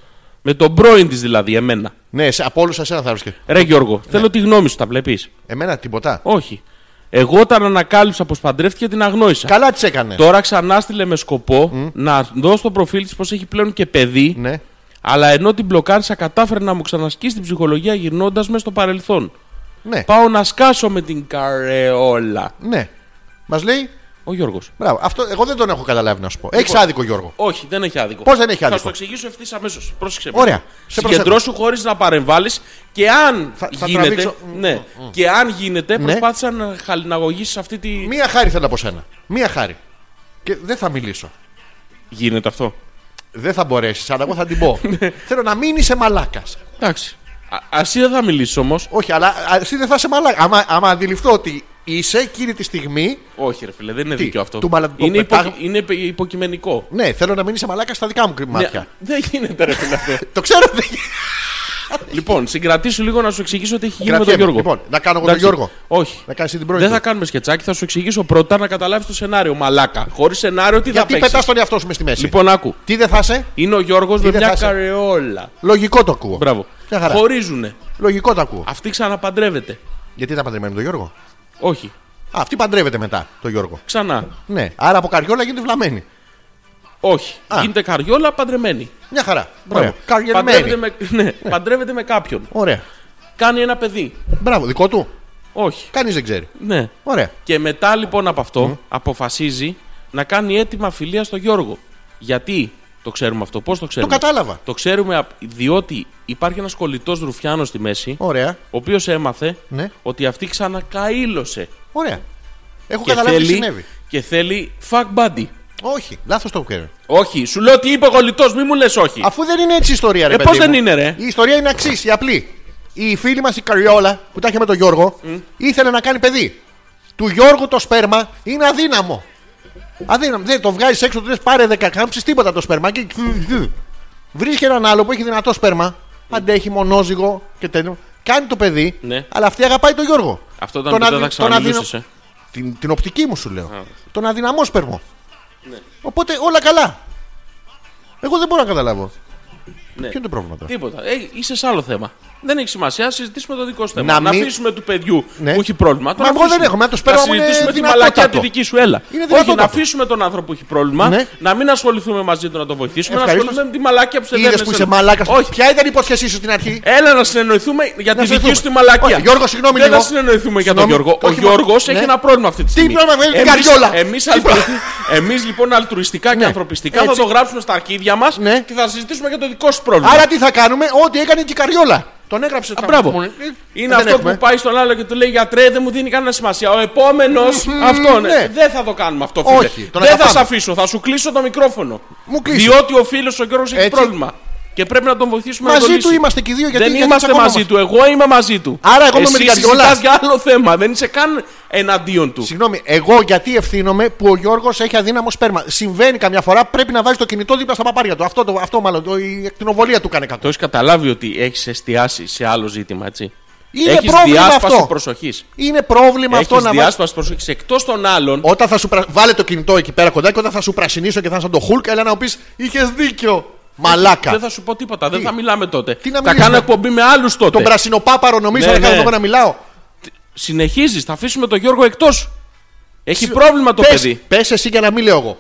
Με τον πρώην της δηλαδή, εμένα.
Ναι, σε- από όλους εσένα θα βρίσκε.
Ρε Γιώργο, θέλω τη γνώμη σου, τα βλέπεις.
Εμένα τίποτα.
Όχι. Εγώ όταν ανακάλυψα πως παντρεύτηκε την αγνώρισα.
Καλά τις έκανε.
Τώρα ξανά στείλε με σκοπό να δω στο προφίλ της πως έχει πλέον και παιδί.
Ναι.
Αλλά ενώ την μπλοκάρισα, κατάφερε να μου ξανασκήσει την ψυχολογία γυρνώντας μες στο παρελθόν.
Ναι.
Πάω να σκάσω με την καρεόλα.
ναι. Μας λέει.
Ο Γιώργος.
Μπράβο. Αυτό εγώ δεν τον έχω καταλάβει να σου πω.
Λοιπόν,
Έχει άδικο, Γιώργο.
Όχι, δεν έχει άδικο.
Πώς δεν έχει
Θα
άδικο?
σου το εξηγήσω ευθύς αμέσως. Πρόσεξε. με.
Ωραία. Σε προσέχω.
Συγκεντρώσου χωρίς να παρεμβάλλεις και αν
Θα- θα
γίνεται.
τραβήξω. Ναι.
Ναι, και αν γίνεται, προσπάθησα να χαλιναγωγήσεις αυτή τη.
Μία χάρη θέλω από σένα. Μία χάρη. Και δεν θα μιλήσω.
Γίνεται αυτό.
Δεν θα μπορέσεις, αλλά εγώ θα
[LAUGHS]
την πω.
Ναι.
θέλω να μην είσαι μαλάκας.
Εντάξει. Α ας ή δεν θα μιλήσει όμως.
Όχι, αλλά ας, εσύ δεν θα είσαι μαλάκας. Άμα, άμα αντιληφθώ ότι είσαι εκείνη τη στιγμή.
Όχι, ρε φίλε, δεν είναι
Τι,
δίκιο αυτό.
του μαλα- το
είναι, υπο...
πετάγω-
είναι υπε- υποκειμενικό.
Ναι, θέλω να μην είσαι μαλάκας στα δικά μου μάτια. Ε,
Ναι, δεν γίνεται, ρε φίλε
[LAUGHS]
αυτό.
Το ξέρω. ότι δεν γίνεται.
λοιπόν, συγκρατήσου λίγο να σου εξηγήσω τι έχει γίνει με τον
Κρατιέμαι.
Γιώργο.
Λοιπόν, να κάνω εγώ τον
Εντάξει.
Γιώργο.
Όχι.
Να κάνεις την πρώτη.
Δεν
του.
θα κάνουμε σκετσάκι, θα σου εξηγήσω πρώτα να καταλάβεις το σενάριο. Μαλάκα. Χωρίς σενάριο, τι θα
Γιατί
παίξεις.
πετάς τον εαυτό σου μες στη μέση.
Λοιπόν, άκου.
Τι δεν θα είσαι.
Είναι ο Γιώργος με
Είδε
μια
φάση.
καρεόλα.
Λογικό το ακούω.
Μπράβο.
Μια χαρά.
Χωρίζουνε.
Λογικό το ακούω.
Αυτή ξαναπαντρεύεται.
Γιατί ήταν παντρεμένη με τον Γιώργο.
Όχι.
Α, αυτή παντρεύεται μετά τον Γιώργο.
Ξανά.
Ναι. Άρα από καριόλα γίνεται βλαμμένη.
Όχι.
Α.
Γίνεται καριόλα παντρεμένη.
Μια χαρά.
Μπράβο.
Ωραία. Καριελμένη.
Παντρεύεται με... ναι. παντρεύεται με κάποιον.
Ωραία.
Κάνει ένα παιδί.
Μπράβο. Δικό του.
Όχι.
Κανείς δεν ξέρει.
Ναι.
Ωραία.
Και μετά λοιπόν από αυτό αποφασίζει να κάνει έτοιμα φιλία στο Γιώργο. Γιατί το ξέρουμε αυτό, πώς το ξέρουμε.
κατάλαβα.
Το ξέρουμε απ- διότι υπάρχει ένας κολλητός ρουφιάνος στη μέση,
Ωραία.
ο οποίος έμαθε
Ναι.
ότι αυτή ξανακαήλωσε.
Ωραία. Έχω
Και
καταλάβει τι
θέλει,
συνέβη.
και θέλει fuck buddy.
Όχι. Λάθος το ξέρω.
Όχι, σου λέω ότι είπε κολλητό, μη μου λες όχι.
Αφού δεν είναι έτσι η ιστορία, ρε
Ε,
παιδί
πώς
μου.
δεν είναι, ρε?
Η ιστορία είναι αξής, η απλή. Η φίλη μας η Καριόλα που τα είχε με τον Γιώργο ήθελε να κάνει παιδί. Του Γιώργου το σπέρμα είναι αδύναμο. Αδύναμο. Δεν το βγάζεις έξω, του λες πάρε 10 κάμψει, τίποτα το σπέρμα. Και... Βρίσκει έναν άλλο που έχει δυνατό σπέρμα. Αντέχει μονόζυγο και τέτοιο. Κάνει το παιδί,
Ναι.
αλλά αυτή αγαπάει τον Γιώργο.
Αυτό ήταν που δεν
αδυ-
θα
τον αδυνο-
ξαναμιλούσες, ε.
την, την οπτική μου σου λέω. Τον αδυναμό σπέρμο.
Ναι.
Οπότε όλα καλά. Εγώ δεν μπορώ να καταλάβω.
Ναι.
Ποιο είναι το πρόβλημα τώρα.
Τίποτα. Ε, είσαι σε άλλο θέμα. Δεν έχει σημασία, συζητήσουμε το δικό σου θέμα. Να,
Να μην-
αφήσουμε του παιδιού
Ναι.
που έχει πρόβλημα. Τον
Μα εγώ
αφήσουμε.
δεν έχω, μα το σπέρμα
Να
μου είναι
συζητήσουμε τη
δυνατότατο.
μαλακιά τη δική σου, έλα.
Είναι
Όχι,
δυνατότατο.
να αφήσουμε τον άνθρωπο που έχει πρόβλημα,
Ναι.
να μην ασχοληθούμε μαζί του να τον βοηθήσουμε, να
Ευχαρίστως.
ασχοληθούμε με τη μαλακιά που σε
Είδες
δένει
που
εσένα.
είσαι μαλάκας.
Όχι. Ε,
Ποια ήταν η υπόσχεσή σου στην αρχή.
Έλα να συνεννοηθούμε για τη δική
συνεννοηθούμε.
σου τη μαλακία.
Όχι, Γιώργος, συγγνώμη
Δεν
λίγο.
θα συνεννοηθούμε για τον
Συγγνώμη,
Γιώργο. Ο
όχι μόνο-
Γιώργο
Ναι.
έχει ένα πρόβλημα αυτή τη στιγμή.
πρόβλημα, με την
Εμείς-
καριόλα.
εμείς
Τι
αλτρου-
πρόβλημα.
Εμείς λοιπόν αλτρουιστικά και
Ναι.
ανθρωπιστικά θα
Έτσι.
το γράψουμε στα αρχίδια μας
Ναι.
και θα συζητήσουμε για το δικό σου πρόβλημα.
Άρα τι θα κάνουμε, ό,τι έκανε και η καριόλα. Τον έγραψε.
Α, μπράβο.
Ε,
Είναι
δεν
αυτό
έχουμε.
που πάει στον άλλο και του λέει Γιατρέ, δεν μου δίνει κανένα σημασία. Ο επόμενος αυτό ναι.
ναι.
Δεν θα το κάνουμε αυτό, φίλε.
Όχι, τον
δεν θα
αγαπάμε.
σε αφήσω, θα σου κλείσω το μικρόφωνο.
Μου κλείσε.
Διότι ο φίλος ο Γιώργος έχει
Έτσι.
πρόβλημα. Και πρέπει να τον βοηθήσουμε να το
Μαζί του
λύσει.
είμαστε και οι δύο γιατί
δεν
γιατί
είμαστε
τσακωνόμαστε.
μαζί του. Εγώ είμαι μαζί του.
Άρα εγώ είμαι με την
Εσύ
καρδιόλα.
συζητάς για άλλο θέμα. Δεν είσαι καν εναντίον του.
Συγγνώμη, εγώ γιατί ευθύνομαι που ο Γιώργος έχει αδύναμο σπέρμα. Συμβαίνει καμιά φορά, πρέπει να βάζει το κινητό δίπλα στα παπάρια του. Αυτό, το, αυτό μάλλον το, η εκτινοβολία του κάνει
Το
κάτω.
έχεις καταλάβει ότι έχεις εστιάσει σε άλλο ζήτημα, έτσι.
Είναι
έχεις
πρόβλημα αυτό.
διάσπαση προσοχής.
Είναι πρόβλημα
Έχει
αυτό να βάζει.
διάσπαση προσοχής. Εκτός των άλλων,
Όταν θα σου πρα... βάλε το κινητό εκεί πέρα κοντά και όταν θα σου πρασινίσω και θα είσαι σαν το Χουλκ, έλα να μου πεις είχες δίκιο. Μαλάκα.
δεν θα σου πω τίποτα. Δεν θα μιλάμε τότε.
Τι να
θα
μιλήσουμε.
κάνω εκπομπή με άλλους τότε.
Τον πρασινοπάπαρο νομίζω
Ναι,
να κάνω
ναι.
εγώ να μιλάω.
Συνεχίζεις, θα αφήσουμε τον Γιώργο εκτός. Έχει πρόβλημα το παιδί.
Πες εσύ για να μην λέω εγώ.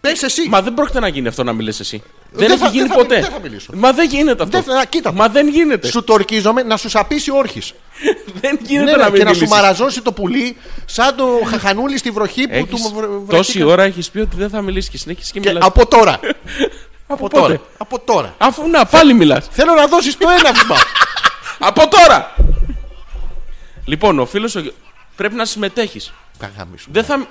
Πε εσύ.
Μα δεν πρόκειται να γίνει αυτό να μιλήσει εσύ. Δεν,
δεν
έχει
θα-
γίνει
δεν θα-
ποτέ.
δεν θα μιλήσω.
Μα δεν γίνεται αυτό.
Δεν θα- κοίτα.
Μα δεν γίνεται.
Σου τορκίζομαι να σου σαπίσει όρχης.
Δεν γίνεται
Ναι,
να
ναι,
μην
και να σου
μιλήσεις.
μαραζώσει το πουλί σαν το χαχανούλι στη βροχή που
Έχεις-
του βρε- βρε-
Τόση
βρεθήκαν.
ώρα έχεις πει ότι δεν θα μιλήσεις και συνέχισε και,
Και
μιλάς.
από τώρα.
Από
από τώρα. Από τώρα.
Αφού να πάλι μιλάς.
Θέλω να δώσεις το ένα
[LAUGHS]
βήμα.
από τώρα! λοιπόν, ο φίλος. Πρέπει να συμμετέχεις.
Τα γαμίσου.
Δεν, θα...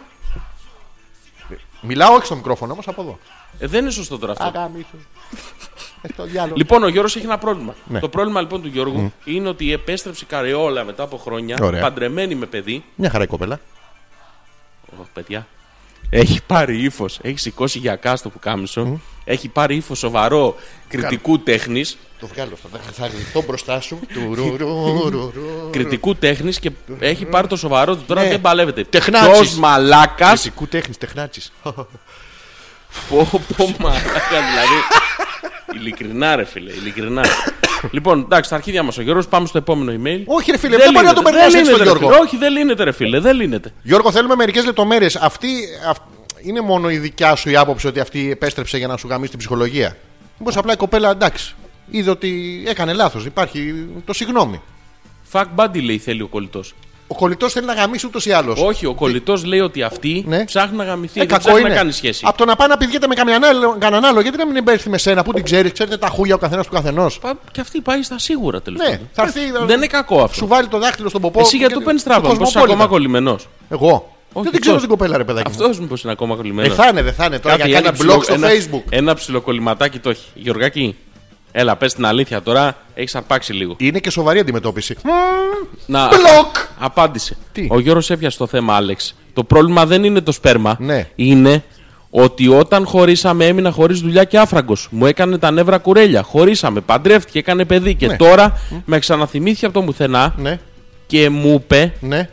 Μιλάω όχι στο μικρόφωνο όμως από εδώ.
ε, δεν είναι σωστό τώρα αυτό. [LAUGHS]
Αγάμισου. το διάλογο.
Λοιπόν, ο Γιώργος έχει ένα πρόβλημα.
Ναι.
Το πρόβλημα λοιπόν του Γιώργου είναι ότι επέστρεψε η καριόλα μετά από χρόνια,
Ωραία.
παντρεμένη με παιδί.
Μια χαρά η κοπέλα.
Ω, παιδιά. Έχει πάρει ύφος, έχει σηκώσει για κάστο που κάμισο. Έχει πάρει ύφος σοβαρό κριτικού τέχνης.
Το βγάλω αυτό. Θα γλυφθώ μπροστά σου. Του ρου, ρου, ρου, ρου.
Κριτικού τέχνης και έχει πάρει το σοβαρό του. Τώρα
Ναι.
δεν παλεύεται.
Τεχνάτσης.
Ποιος μαλάκας
Φυσικού τέχνη, τεχνάτσι.
Πω, πω, μαλάκα, δηλαδή. Ειλικρινά, ρε φίλε, ειλικρινά. λοιπόν, εντάξει, τα αρχίδια μας ο Γιώργος, πάμε στο επόμενο email.
Όχι, ρε φίλε, δεν μπορεί να
λύνεται,
τον περνάς
δεν
έτσι τον
λύνεται, ρε
Γιώργο.
φίλε. Όχι, δεν λύνεται, ρε φίλε, δεν λύνεται.
Γιώργο, θέλουμε μερικές λεπτομέρειες. Αυτή αυ- είναι μόνο η δικιά σου η άποψη ότι αυτή επέστρεψε για να σου γαμίσει την ψυχολογία. Μήπως απλά η κοπέλα εντάξει. Είδε ότι έκανε λάθος. Υπάρχει το συγγνώμη.
Fuck buddy λέει θέλει ο κολλητός.
Ο κολλητός θέλει να γαμίσει ούτως ή άλλως.
Όχι, ο κολλητός λέει ότι αυτή
Ναι.
ψάχνει να γαμηθεί.
Ε,
δεν
κακό
ψάχνει
είναι.
να κάνει σχέση.
Από το να πάει να πηγαίνετε με καμιά άλλο- κανέναν άλλο, γιατί να μην έρθει με σένα που την ξέρεις, ξέρετε τα χούλια ο καθένας του καθενός.
Πα- Και αυτή πάει στα σίγουρα τέλος
Ναι, θα έρθει.
Δεν είναι κακό αυτό.
Σου βάλει το δάχτυλο στον ποπό.
Εσύ γιατί
και-
του παίρνει τράβα,
στο
πω είσαι
Κοσμοπόλιτα.
ακόμα κολλημένος.
Εγώ.
Όχι,
δεν την ξέρω
αυτός.
την κοπέλα, ρε παιδάκι. μου.
Αυτός μου είναι ακόμα
Ε,
κολλημένο.
θα είναι, δεν θα είναι τώρα. Για κάνει blog στο
ένα,
facebook.
Ένα ψιλοκολληματάκι το έχει. Γεωργάκη, έλα, πες την αλήθεια τώρα. Έχεις αρπάξει λίγο.
Είναι και σοβαρή αντιμετώπιση.
Ε. Να,
Μπλοκ!
απάντησε.
Τι?
Ο Γιώργο έπιασε το θέμα, Άλεξ. Το πρόβλημα δεν είναι το σπέρμα.
Ναι.
Είναι ότι όταν χωρίσαμε έμεινα χωρίς δουλειά και άφραγκος. Μου έκανε τα νεύρα κουρέλια. Χωρίσαμε, παντρεύτηκε, έκανε παιδί. Και
Ναι.
τώρα με ξαναθυμήθηκε από το πουθενά
Ναι,
και μου είπε
ναι.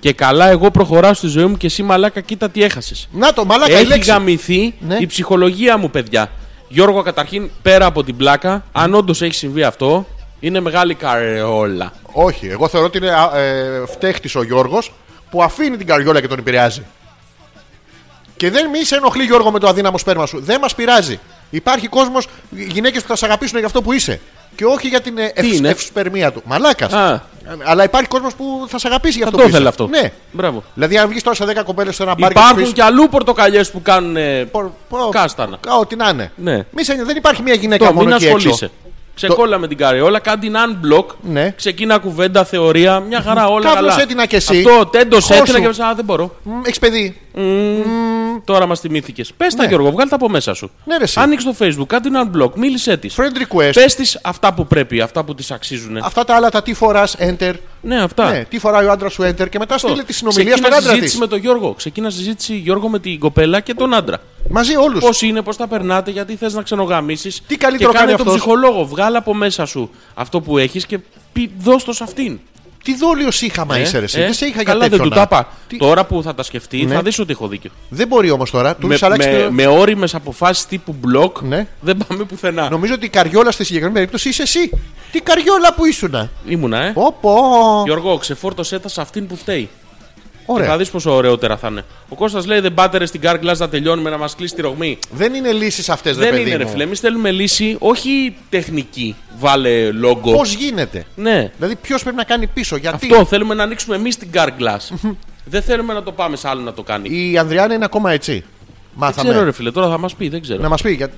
και καλά, εγώ προχωράω στη ζωή μου και εσύ μαλάκα, κοίτα τι έχασες.
Να το μαλάκα η
Έχει
λέξη.
γαμηθεί
Ναι.
η ψυχολογία μου, παιδιά. Γιώργο, καταρχήν, πέρα από την πλάκα, αν όντως έχει συμβεί αυτό, είναι μεγάλη καρεόλα.
Όχι, εγώ θεωρώ ότι είναι α, ε, φταίχτης ο Γιώργος που αφήνει την καριόλα και τον επηρεάζει. Και δεν μη σε ενοχλεί Γιώργο με το αδύναμο σπέρμα σου. Δεν μας πειράζει. Υπάρχει κόσμος, γυναίκες που θα σε αγαπήσουν για αυτό που είσαι. Και όχι για την ε,
Τι
ευσ-
είναι?
ευσπερμία του. Μαλάκας.
Α.
Αλλά υπάρχει κόσμος που θα σε αγαπήσει για
Θα
αυτό
το
που
ήθελα
είσαι.
αυτό.
Ναι.
Μπράβο.
Δηλαδή, αν βγεις τώρα σε 10 κοπέλες σε ένα μπαρ και
Υπάρχουν
τους
και αλλού πορτοκαλιές που κάνουν. ε,
πεις, «Πω, πω,
κάστανα.
κα- Ό,τι να είναι.
Ναι.
Μη σε- δεν υπάρχει μια γυναίκα
Το μην
μόνο εκεί έξω.
ασχολείσαι. Ξεκόλα με την καρεόλα, κάνε την unblock.
Ναι.
Ξεκίνα κουβέντα, θεωρία, μια χαρά όλα.
Κάπως
καλά.
έτεινα κι εσύ.
Αυτό, τέντος
Χώσου.
έτεινα και πες, Α, δεν μπορώ.
Μ, Έχεις παιδί.
Τώρα μας θυμήθηκες. Πες τα,
Ναι.
Γιώργο, βγάλ τα από μέσα σου.
Ναι, ρε, εσύ.
Άνοιξε το Facebook, κάνε την unblock, μίλησέ της.
Friend request.
Πες της αυτά που πρέπει, αυτά που της αξίζουν.
Αυτά τα άλλα τα τι φοράς, enter.
Ναι, αυτά.
Ναι, τι φοράει ο άντρας σου, enter. Και μετά στείλε τη συνομιλία στον
Ξεκίνα
άντρα
συζήτηση
της.
με τον Γιώργο. Ξεκίνα συζήτηση Γιώργο με την κοπέλα και τον άντρα.
Μαζί όλους.
Πώς είναι, πώς τα περνάτε, γιατί θες να ξενογαμίσεις.
Τι καλύτερο
και κάνε
κάνει
τον
αυτός?
ψυχολόγο. Βγάλα από μέσα σου αυτό που έχεις και πει, δώσ' το σε αυτήν.
Τι δόλιος είχαμε,
Ε,
είσαι ρε. εσύ.
ε,
δεν σε είχα
Καλά,
για τέτοιο.
δεν του
να.
τα είπα.
Τι-
Τώρα που θα τα σκεφτεί,
Ναι.
θα δεις ότι έχω δίκιο.
Δεν μπορεί όμως τώρα. Του
Με,
έχεις αλλάξει
με,
το-
με όριμες αποφάσεις τύπου μπλοκ
Ναι.
δεν πάμε πουθενά.
Νομίζω ότι η καριόλα στη συγκεκριμένη περίπτωση είσαι εσύ. Τι καριόλα που ήσουνα.
Ήμουνα, ε.
Οπό.
Γιώργο, ξεφόρτωσέ τα σε αυτήν που φταίει. Και
Ωραία.
θα δεις πόσο ωραιότερα θα είναι. Ο Κώστας λέει: Δεν πάτε ρε στην Car Glass να τελειώνουμε να μας κλείσει τη ρογμή.
Δεν είναι λύσεις αυτές, ρε
Δεν
παιδί.
είναι ρε
μου.
φίλε. Εμείς θέλουμε λύση, όχι τεχνική. Βάλε λόγο.
Πώς γίνεται.
Ναι.
Δηλαδή, ποιος πρέπει να κάνει πίσω, γιατί.
Αυτό θέλουμε να ανοίξουμε εμείς την Car
[LAUGHS]
Glass. δεν θέλουμε να το πάμε σε άλλο να το κάνει.
Η Ανδριάννα είναι ακόμα έτσι.
Δεν ξέρω,
Μάθαμε.
ρε φίλε, τώρα θα μας πει, δεν ξέρω.
Να μας πει. Για...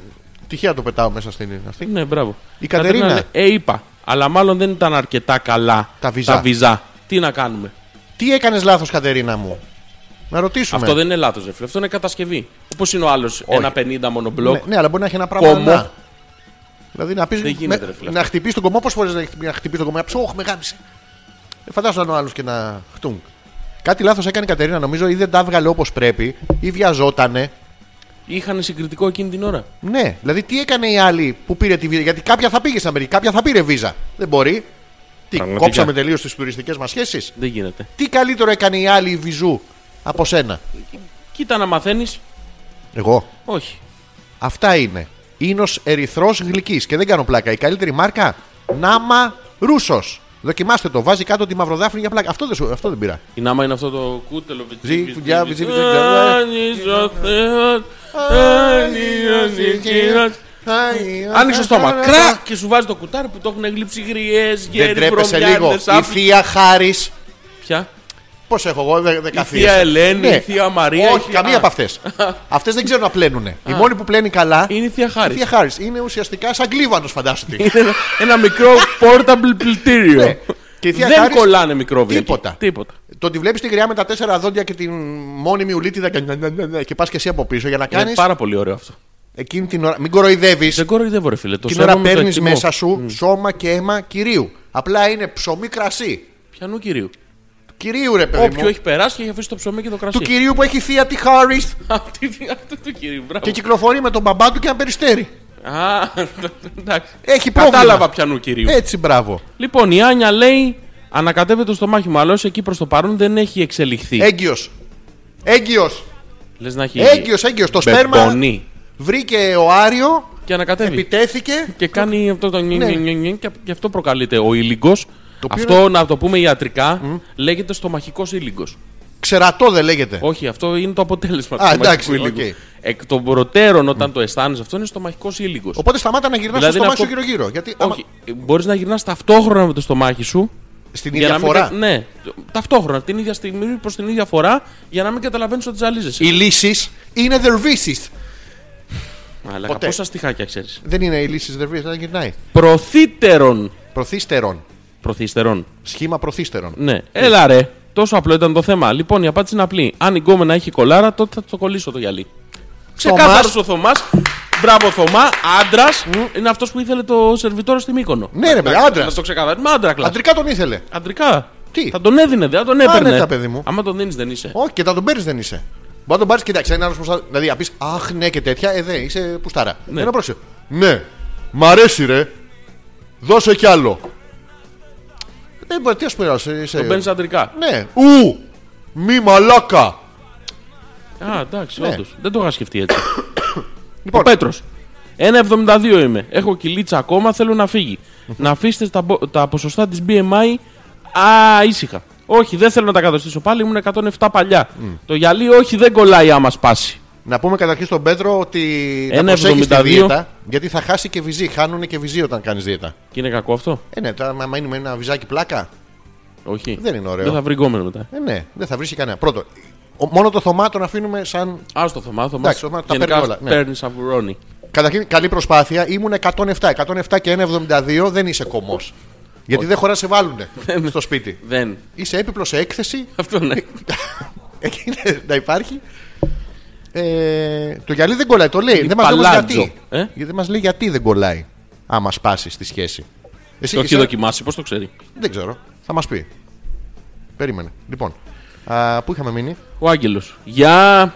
Τυχαία το πετάω μέσα στην. αυτή.
Ναι, μπράβο.
Η Κατερίνα.
λέει, Ε, είπα. Αλλά μάλλον δεν ήταν αρκετά καλά
Τα βυζά.
Τι να κάνουμε.
Τι έκανες λάθος, Κατερίνα μου. Να ρωτήσουμε.
Αυτό δεν είναι λάθος, ρε φίλε. Αυτό είναι κατασκευή. Όπως είναι ο άλλος, ένα 50 μονομπλοκ.
Ναι, ναι, αλλά μπορεί να έχει ένα πράγμα.
Κομμό.
να. Δηλαδή να πεις.
Δεν γίνεται, ρε φίλε.
να χτυπήσεις τον κομμό, πόσε φορές να χτυ- να χτυπήσεις τον κομμό. Να πεις, «Ωχ, με γάμισε». Ε, φαντάζομαι να είναι ο άλλος και να χτούγκ. Κάτι λάθος έκανε η Κατερίνα, νομίζω, ή δεν τα έβγαλε όπως πρέπει, ή βιαζότανε.
Είχαν συγκριτικό εκείνη την ώρα.
Ναι, δηλαδή τι έκανε η άλλη που πήρε τη βίζα. Γιατί κάποια θα πήγε στην Αμερική, κάποια θα πήρε βίζα. Δεν μπορεί. Τι,
Πραγματικά.
κόψαμε τελείως τις τουριστικές μας σχέσεις.
Δεν γίνεται.
Τι καλύτερο έκανε η άλλη η βυζού από σένα.
Κοίτα να μαθαίνεις.
Εγώ.
Όχι.
Αυτά είναι. Ίνος ερυθρός γλυκής. Και δεν κάνω πλάκα. Η καλύτερη μάρκα Νάμα Ρούσος. Δοκιμάστε το. Βάζει κάτω τη μαυροδάφνη για πλάκα. Αυτό δεν, σου- αυτό δεν πειρά.
Η Νάμα είναι αυτό το κούτελο.
Ζη, φουντιά, βυζί, βυζί,
Άνης ο Θεός, άνιος η Κύριος. Άνοιξε το στόμα. Κρακ! Και σου βάζει το κουτάρι που το έχουν γλύψει γριές,
Δεν
γέροι,
τρέπεσαι λίγο.
βρωμιάριδες,
Η
άφλοι.
θεία Χάρης.
Ποια?
Πώς έχω εγώ, δεν δε
Η
καθίεσαι.
θεία Ελένη,
Ναι.
η θεία Μαρία. η
Όχι,
θεία-
καμία
Α,
από αυτές. Αυτές δεν ξέρουν να πλένουν. Η μόνη που πλένει καλά
Είναι η θεία
η θεία
Χάρης.
Χάρη. Είναι ουσιαστικά σαν κλίβανος, φαντάζομαι.
Είναι ένα- ένα μικρό portable
Ναι.
πλυντήριο.
Και η θεία
Δεν
Χάρης-
κολλάνε μικρόβια. εκεί.
Τίποτα.
Τίποτα.
Το ότι βλέπεις τη γριά με τα τέσσερα δόντια και την μόνιμη ουλίτιδα και, και πας και εσύ από πίσω για να
Είναι
κάνεις.
πάρα πολύ ωραίο αυτό.
Εκείνη την ώρα. Μην κοροϊδεύεις.
Ε, Δεν κοροϊδεύω, ρε φίλε. Το
Την ώρα
σέβομαι, το
παίρνεις
εκτιμώ.
μέσα σου σώμα και αίμα κυρίου. Απλά είναι ψωμί κρασί.
Πιανού κυρίου.
Κυρίου ρε παιδί
Όποιο
μου.
έχει περάσει και έχει αφήσει το ψωμί και το κρασί.
Του κυρίου που έχει θεία τη Χάρι
[LAUGHS] Αυτή- Αυτό του κυρίου,
και
μπράβο.
κυκλοφορεί με τον μπαμπά του και ένα περιστέρι.
Α, [LAUGHS] εντάξει.
Έχει πρόβλημα.
Κατάλαβα πιανού κυρίου.
Έτσι μπράβο.
Λοιπόν, η Άνια λέει ανακατεύεται στο μάχημα, αλλά ως εκεί προς το παρόν δεν έχει εξελιχθεί.
Έγκυος. Έγκυος.
Λες να έχει.
Έγκυος, έγκυος. Το σπέρμα
μπεμπονεί.
βρήκε ο Άριο,
Και ανακατεύει.
επιτέθηκε.
Και κάνει αυτό το νι-
Ναι.
νι- νι- νι- και γι' αυτό προκαλείται ο ήλιγκος.
οποίο
Αυτό να το πούμε ιατρικά λέγεται στομαχικός ήλιγκος.
Ξερατό δεν λέγεται.
Όχι, αυτό είναι το αποτέλεσμα
Α,
του στομαχικού
εντάξει,
ήλιγκου.
οκ.
Εκ των προτέρων, όταν το αισθάνεσαι αυτό, είναι στομαχικός ήλιγκος.
Οπότε σταμάτα να γυρνάς στο
Δηλαδή
στομάχι
αυτό-
σου γύρω-γύρω. Γιατί άμα-
Όχι, μπορείς να γυρνάς ταυτόχρονα με το στομάχι σου.
στην
για
ίδια
να μην
φορά.
κα- Ναι, ταυτόχρονα, την ίδια στιγμή προς την ίδια φορά, για να μην καταλαβαίνεις ότι ζαλίζεσαι.
Οι λύσεις είναι δερβίσει.
Αλλά
Ποτέ.
πόσα στοιχάκια ξέρεις.
Δεν είναι οι λύσει δερβίσει, δεν γυρνάει.
Προθύτερων.
Προθύστερον.
Προθύστερων.
Σχήμα προθύστερων.
Ναι. Έλα ρε. Τόσο απλό ήταν το θέμα. Λοιπόν, η απάντηση είναι απλή. Αν η γκόμενα έχει κολάρα, τότε θα το κολλήσω το γυαλί. Ξεκάθαρος ο Θωμάς. Μπράβο, Θωμά. Άντρας. Είναι αυτός που ήθελε το σερβιτόρο στην Μύκονο.
Ναι, ρε,
Να-
παιδί,
να-
άντρας.
Να το ξεκαθαρίσουμε. Άντρας, κλασ.
Αντρικά τον ήθελε.
Αντρικά.
Τι?
Θα τον έδινε, δεν θα τον
ναι,
έπαιρνε.
τα παιδί μου.
Άμα τον δίνεις, δεν είσαι.
Όχι, και θα τον παίρνεις δεν είσαι. Μπορεί να τον πάρεις, κοιτάξτε, ένα άλλο που. θα- Δηλαδή, να πεις Αχ, ναι και τέτοια, ε, δε, είσαι πουστάρα. Ναι. Ένα πρόσεχε. Ναι, μ' αρέσει, ρε. Δώσε κι άλλο. Δεν μπορεί, τι ας πούμε, είσαι.
Τον παίρνεις αντρικά.
Ναι, ου! Μη μαλάκα!
Α, εντάξει,
Ναι.
όντως. Δεν το είχα σκεφτεί
[COUGHS]
έτσι.
Λοιπόν,
Ο Πέτρο. 1,72 είμαι. Έχω κυλίτσα ακόμα, θέλω να φυγει Να αφήσετε τα, μπο- τα ποσοστά της BMI α, ήσυχα. Όχι, δεν θέλω να τα κατοστήσω πάλι, ήμουν 107 παλιά. Το γυαλί, όχι, δεν κολλάει άμα σπάσει.
Να πούμε καταρχήν στον Πέτρο ότι να
Ένα
προσέχεις τη
72.
δίαιτα, γιατί θα χάσει και βυζί. Χάνουν και βυζί όταν κάνεις δίαιτα.
Και είναι κακό αυτό.
Ε, ναι, τώρα άμα είναι με ένα βυζάκι πλάκα,
Όχι.
δεν είναι ωραίο.
Δεν θα βρει γκόμενο μετά.
Ε, ναι, δεν θα βρίσκει κανένα. Πρώτο, ο- μόνο το θωμά τον αφήνουμε σαν.
Ας το θωμά, θωμάς.
Εντάξει, Θωμάς, τα παίρνει όλα, ναι.
παίρνει σαβουρόνι.
Καταρχήν, καλή προσπάθεια. Ήμουν 107. 107 και 1,72 δεν είσαι κομμός. Γιατί δεν χωρά σε
[LAUGHS]
βάλουνε
Ναι,
στο σπίτι.
Δεν.
Είσαι έπιπλο σε
[LAUGHS]
έκθεση.
Αυτό
Ε,
ναι.
Εκείνη να υπάρχει. Ε, το γυαλί δεν κολλάει, το λέει. δεν μας λέει
παλάτζο,
γιατί.
ε?
Γιατί Δεν μας λέει γιατί δεν κολλάει. Άμα σπάσεις τη σχέση. Εσύ,
το έχει
εσύ-
δοκιμάσει, πώς το ξέρει.
Δεν ξέρω. Θα μας πει. Περίμενε. Λοιπόν. Α, πού είχαμε μείνει.
Ο Άγγελος. Γεια!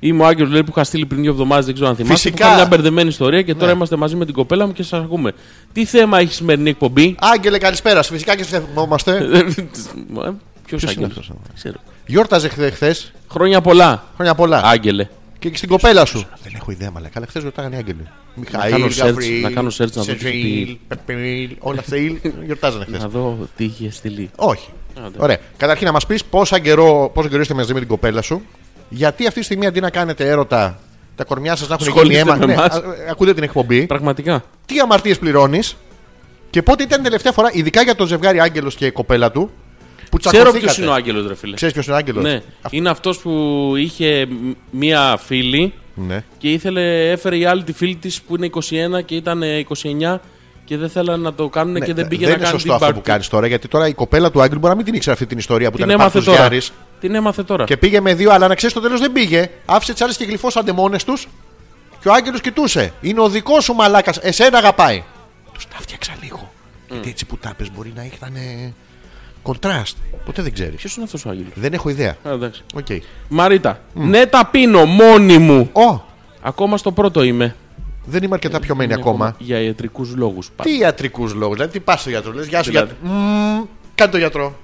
Είμαι ο Άγγελος που είχα στείλει πριν δύο εβδομάδες, δεν ξέρω αν θυμάστε.
Mm. Φυσικά. Ναι.
που Είχα μια μπερδεμένη ιστορία και τώρα είμαστε μαζί με την κοπέλα μου και σας ακούμε. Τι θέμα έχει η σημερινή
[LAUGHS]
εκπομπή.
Άγγελε, καλησπέρα. σου. Φυσικά και σε θυμόμαστε.
Ποιο
είναι
Άγγελος.
αυτός, Γιόρταζε χθε.
Χρόνια πολλά,
Χρόνια πολλά.
Άγγελε.
Και στην κοπέλα σου. Δεν έχω ιδέα, μαλακά. Αλλά χθες ρωτάγανε οι Άγγελοι.
κάνω
Μιχαήλ,
search,
Γαβρίλ,
να κάνω search να δω τι έχει
Σετρίλ,
πει.
Πεπρίλ, όλα αυτά
[LAUGHS]
γιορτάζανε χθες.
Να δω τι είχε στείλει.
Όχι.
Άντε.
Ωραία. Καταρχήν να μας πεις πόσο καιρό, πόσο καιρό είστε μαζί με την κοπέλα σου. Γιατί αυτή τη στιγμή αντί να κάνετε έρωτα, τα κορμιά σας να έχουν γίνει
Ασχολείστε
αίμα.
με
Ναι,
εμάς.
α- ακούτε την εκπομπή.
Πραγματικά.
Τι αμαρτίες πληρώνεις και πότε ήταν η τελευταία φορά, ειδικά για το ζευγάρι Άγγελος και η κοπέλα του, που
Ξέρω
τσακωθήκατε.
ποιο είναι ο Άγγελος, ρε φίλε.
Ξέρεις ποιος είναι ο Άγγελος.
Ναι, είναι αυτός που είχε μ- μία φίλη
Ναι.
και ήθελε, έφερε η άλλη τη φίλη της που είναι 21 και ήταν ε, 29 και δεν θέλανε να το κάνουν και δεν
δε-
πήγε να
Ναι, δεν είναι
κάνει
σωστό
την
αυτό
πάρτι.
που κάνεις τώρα, γιατί τώρα η κοπέλα του Άγκρη μπορεί να μην την ήξερε αυτή την ιστορία που
Την
ήταν
έμαθε
πάθο
τώρα.
Γιάρης.
Την έμαθε τώρα.
Και πήγε με δύο, αλλά να ξέρεις το τέλος δεν πήγε. Άφησε τις άλλες και γλυφώσαντε μόνες τους. Και ο Άγγελος κοιτούσε. Είναι ο δικός σου μαλάκας. Εσένα αγαπάει. Τους τα φτιάξα λίγο. Γιατί έτσι που τα είπες μπορεί να ήταν. Κοντράστ. Ποτέ δεν ξέρεις.
Ποιος είναι αυτός ο Άγγελος.
Δεν έχω ιδέα.
Α, εντάξει.
Οκ.
Μαρίτα. Ναι, τα πίνω μόνη μου.
Ω,
Ακόμα στο πρώτο είμαι.
δεν είμαι
Ε,
αρκετά πιωμένη ακόμα.
Για ιατρικούς λόγους
Τι ιατρικούς λόγους, δηλαδή τι πας στο γιατρό, λες Γεια σου,
Δηλαδή.
γιατρό. Μμμ, Κάνε το γιατρό.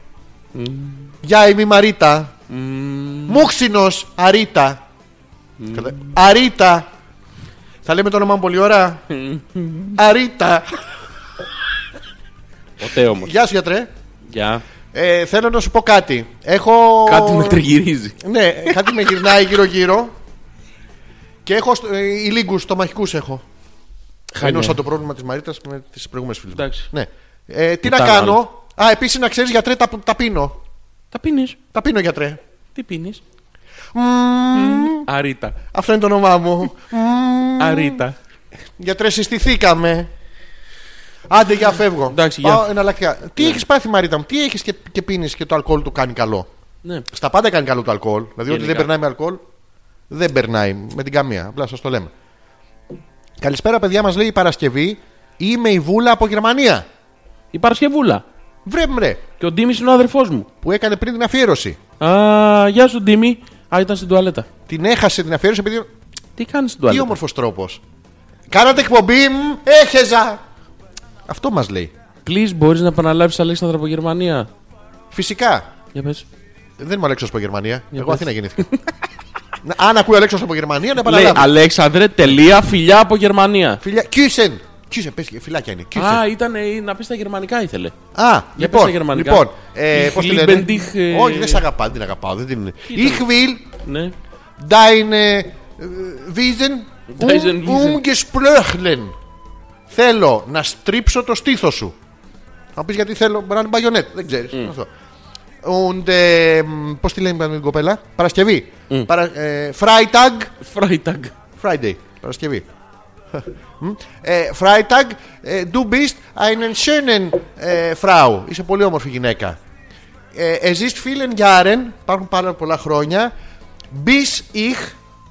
Γεια, είμαι η Μαρίτα. Μούξινος, Αρίτα. Κατα- Αρίτα. Θα λέμε το όνομα μου πολύ ώρα. Αρίτα.
Ποτέ όμως.
Γεια σου, γιατρέ.
Γεια.
Ε, θέλω να σου πω κάτι. Έχω.
Κάτι με τριγυρίζει.
Ναι, κάτι με γυρνάει γύρω-γύρω. Και έχω. στο- Ε, ηλίγκου, στομαχικού έχω. Ενώ σαν το πρόβλημα της Μαρίτας με τις προηγούμενες φίλες.
Εντάξει.
Ναι. Ε, τι
Μετά
να
άλλο.
κάνω. Α, επίσης να ξέρεις γιατρέ, τα, τα πίνω.
Τα πίνεις.
Τα πίνω γιατρέ.
Τι πίνεις.
Μμμ,
Αρίτα.
Αυτό είναι το όνομά μου. Μμμ,
Αρίτα.
γιατρέ, συστηθήκαμε. Άντε, για φεύγω.
Εντάξει,
Πάω
γεια.
εναλλακτικά. Τι έχεις πάθει, Μαρίτα μου, τι έχεις και, και πίνεις και το αλκοόλ του κάνει καλό.
Ναι.
Στα πάντα κάνει καλό το αλκοόλ. Δηλαδή, ό,τι
Γενικά.
δεν περνάει με αλκοόλ, δεν περνάει με την καμία. Απλά σας το λέμε. Καλησπέρα, παιδιά μας λέει η Παρασκευή. Είμαι η Βούλα από Γερμανία.
Η Παρασκευούλα.
Βρε, μρε,
Και ο Ντίμης είναι ο αδερφός μου.
που έκανε πριν την αφιέρωση.
Α, γεια σου, Ντίμη. Α, ήταν στην τουαλέτα.
Την έχασε την αφιέρωση επειδή.
Τι κάνεις στην
Τι
τουαλέτα.
όμορφος τρόπος. Κάνατε εκπομπή, μ, έχεζα. Αυτό μας λέει.
Please, μπορείς να επαναλάβεις Αλέξανδρα από Γερμανία.
Φυσικά.
Για πες.
Δεν είμαι Αλέξο από Γερμανία. Εγώ
πες.
Αθήνα γεννήθηκα.
[LAUGHS]
Να- Αν ακούει Αλέξο από Γερμανία, να
Λέει
επαναλάβει.
Αλέξανδρε, τελεία, φιλιά από Γερμανία.
Φιλιά, κίσεν. Κίσεν, πες, φυλάκια είναι. Κίσεν.
Α, ήταν ε, να πεις τα γερμανικά ήθελε.
Α,
Για πες
λοιπόν,
τα γερμανικά.
λοιπόν ε,
Ich
πώς τη
liebe
λένε.
dich, ε,
Όχι, δεν σε αγαπάω, δεν την αγαπάω. Δεν την...
ήταν.
Ich will
Ναι.
dein ε, Wiesen
Dein Wiesen.
um, umgesprochen. Θέλω να στρίψω το στήθος σου. Θα πεις γιατί θέλω, μπορεί να είναι μπαγιονέτ, δεν ξέρεις. Αυτό. Und, ε, Πώς τη λέμε την κοπέλα, Παρασκευή. Παρα, ε, Freitag,
Freitag.
Friday, Παρασκευή. Μμ. ε, Freitag, ε, du bist einen schönen ε, Frau. Είσαι πολύ όμορφη γυναίκα. Ε, es ist vielen Jahren, υπάρχουν πάρα πολλά χρόνια, bis ich,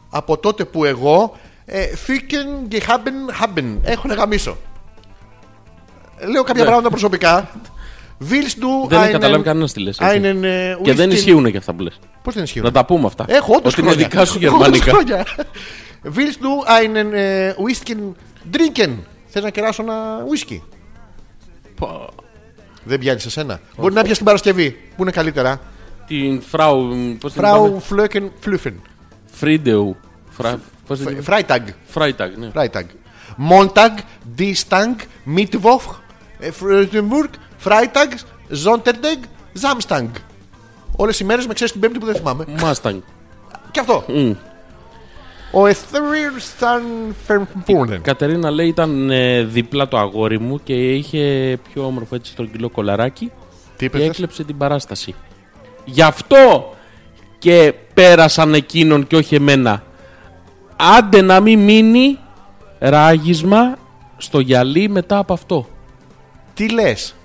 από τότε που εγώ, ε, ficken gehaben haben. Έχω να γαμίσω. Λέω κάποια πράγματα
[LAUGHS]
προσωπικά. Willst
Ναι.
du
Δεν έχει
einen-
καταλάβει κανένα τι λες.
einen, ε,
Και δεν
Wistin-
ισχύουν και αυτά που λες.
Πώς δεν ισχύουν.
Να τα πούμε αυτά.
Έχω όντως
Ότι είναι
χρόνια.
δικά σου
Έχω όντως
γερμανικά.
χρόνια. Willst du einen ε, Whisky drinken? Θες να κεράσω ένα whisky.
Πω,
Δεν πιάνεις εσένα. Μπορεί να πιάσεις την Παρασκευή που είναι καλύτερα.
Την Frau. Πώς την
Frau
είπαμε.
Flöken Flüffen.
Friedeu. Φρα- πώς την είπαμε?
Freitag.
Freitag, ναι.
Freitag. Montag, Dienstag, Mittwoch, ε, Frühstück, Freitag, Sonntag, Samstag. Όλες οι μέρες με ξέρεις την Πέμπτη που δεν θυμάμαι.
Mustang.
Και αυτό. Ο Εθρίρ Σταν Φερμπούρνεν.
Κατερίνα λέει ήταν ε, δίπλα το αγόρι μου και είχε πιο όμορφο έτσι στρογγυλό κολαράκι
Τι
και
είπες,
έκλεψε την παράσταση. Γι' αυτό και πέρασαν εκείνον και όχι εμένα. Άντε να μην μείνει ράγισμα στο γυαλί μετά από αυτό.
Τι λες.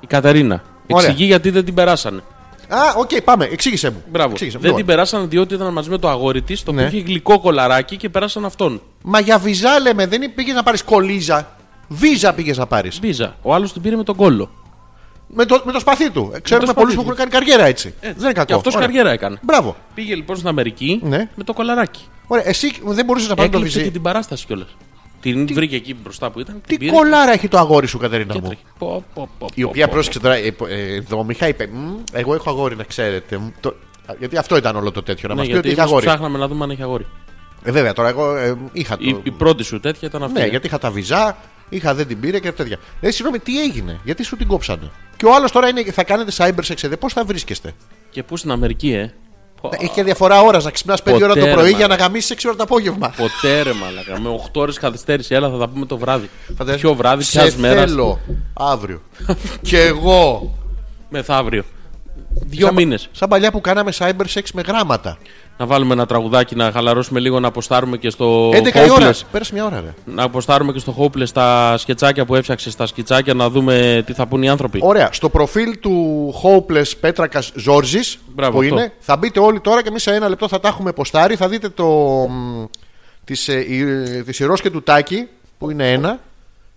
Η Κατερίνα.
Ωραία.
Εξηγεί γιατί δεν την περάσανε.
Α, οκ, πάμε. Εξήγησε μου.
Μπράβο.
Εξήγησε μου.
δεν
Λοιπόν,
την περάσανε διότι ήταν μαζί με το αγόρι της, το
Ναι.
οποίο είχε γλυκό κολαράκι και πέρασαν αυτόν.
Μα για βυζά λέμε, δεν πήγες να πάρεις κολίζα. Βίζα πήγες να πάρεις.
Μπίζα. Ο άλλος την πήρε με τον κόλλο.
Με, το, με το σπαθί του. Ε, Ξέρουμε
σπαθί
πολλούς
του.
που έχουν κάνει καριέρα έτσι. Ε, Δεν είναι κακό.
Και αυτός
Ωραία.
καριέρα έκανε.
Μπράβο.
Πήγε λοιπόν στην Αμερική
Ναι.
με το κολαράκι.
Ωραία, εσύ δεν μπορούσες να πάρεις το
Έκλειψε και
βυζί.
την παράσταση κιόλας. Την βρήκε εκεί μπροστά που ήταν.
Τι κολάρα έχει το αγόρι σου, Κατερίνα
και
μου.
τρέχει. Πω, πω, πω,
Η
πω,
οποία
πω.
πρόσεξε τώρα. ε, ε, Δομηχά είπε: «Μμ, Εγώ έχω αγόρι, να ξέρετε. Μ, το- Γιατί αυτό ήταν όλο το τέτοιο. Να
Ναι,
μας πει ότι
γιατί
έχει
εμείς
αγόρι.
ψάχναμε να δούμε αν έχει αγόρι.
Ε, βέβαια, τώρα εγώ ε, είχα
Η,
το.
η πρώτη σου τέτοια ήταν αυτή. ε.
Ναι, γιατί είχα τα βυζά, είχα δεν την πήρε και τέτοια. Ε, συγγνώμη, τι έγινε, γιατί σου την κόψανε. Και ο άλλος τώρα είναι, θα κάνετε cyber sex, ε, πώς θα βρίσκεστε.
Και πού στην Αμερική, ε. Πω,
Έχει και διαφορά ώρας να ξυπνάς 5 ώρα το
Ποτέ,
πρωί
ρε,
για να
μάνα.
γαμίσει 6 ώρα το απόγευμα.
Ποτέ ρε μαλακά. Με 8 ώρες καθυστέρηση, έλα θα τα πούμε το βράδυ.
Φαντάζεσαι,
Ποιο βράδυ,
σε
ποια μέρα. [LAUGHS]
θέλω αύριο. και εγώ.
Μεθαύριο. δύο μήνες.
Σαν παλιά που κάναμε cyber sex με γράμματα.
Να βάλουμε ένα τραγουδάκι, να χαλαρώσουμε λίγο, να αποστάρουμε και στο
11 η ώρα.
Hopeless.
Πέρασε μια ώρα, ρε.
Να αποστάρουμε και στο Hopeless τα σκετσάκια που έφτιαξε, τα σκετσάκια, να δούμε τι θα πούν οι άνθρωποι.
Ωραία. Στο προφίλ του Hopeless Πέτρακας Ζόρζης
Μπράβο,
που
αυτό.
είναι, θα μπείτε όλοι τώρα και εμείς σε ένα λεπτό θα τα έχουμε ποστάρει. Θα δείτε το. μ, της, ε, η- της Ηρός και του Τάκη που είναι ένα.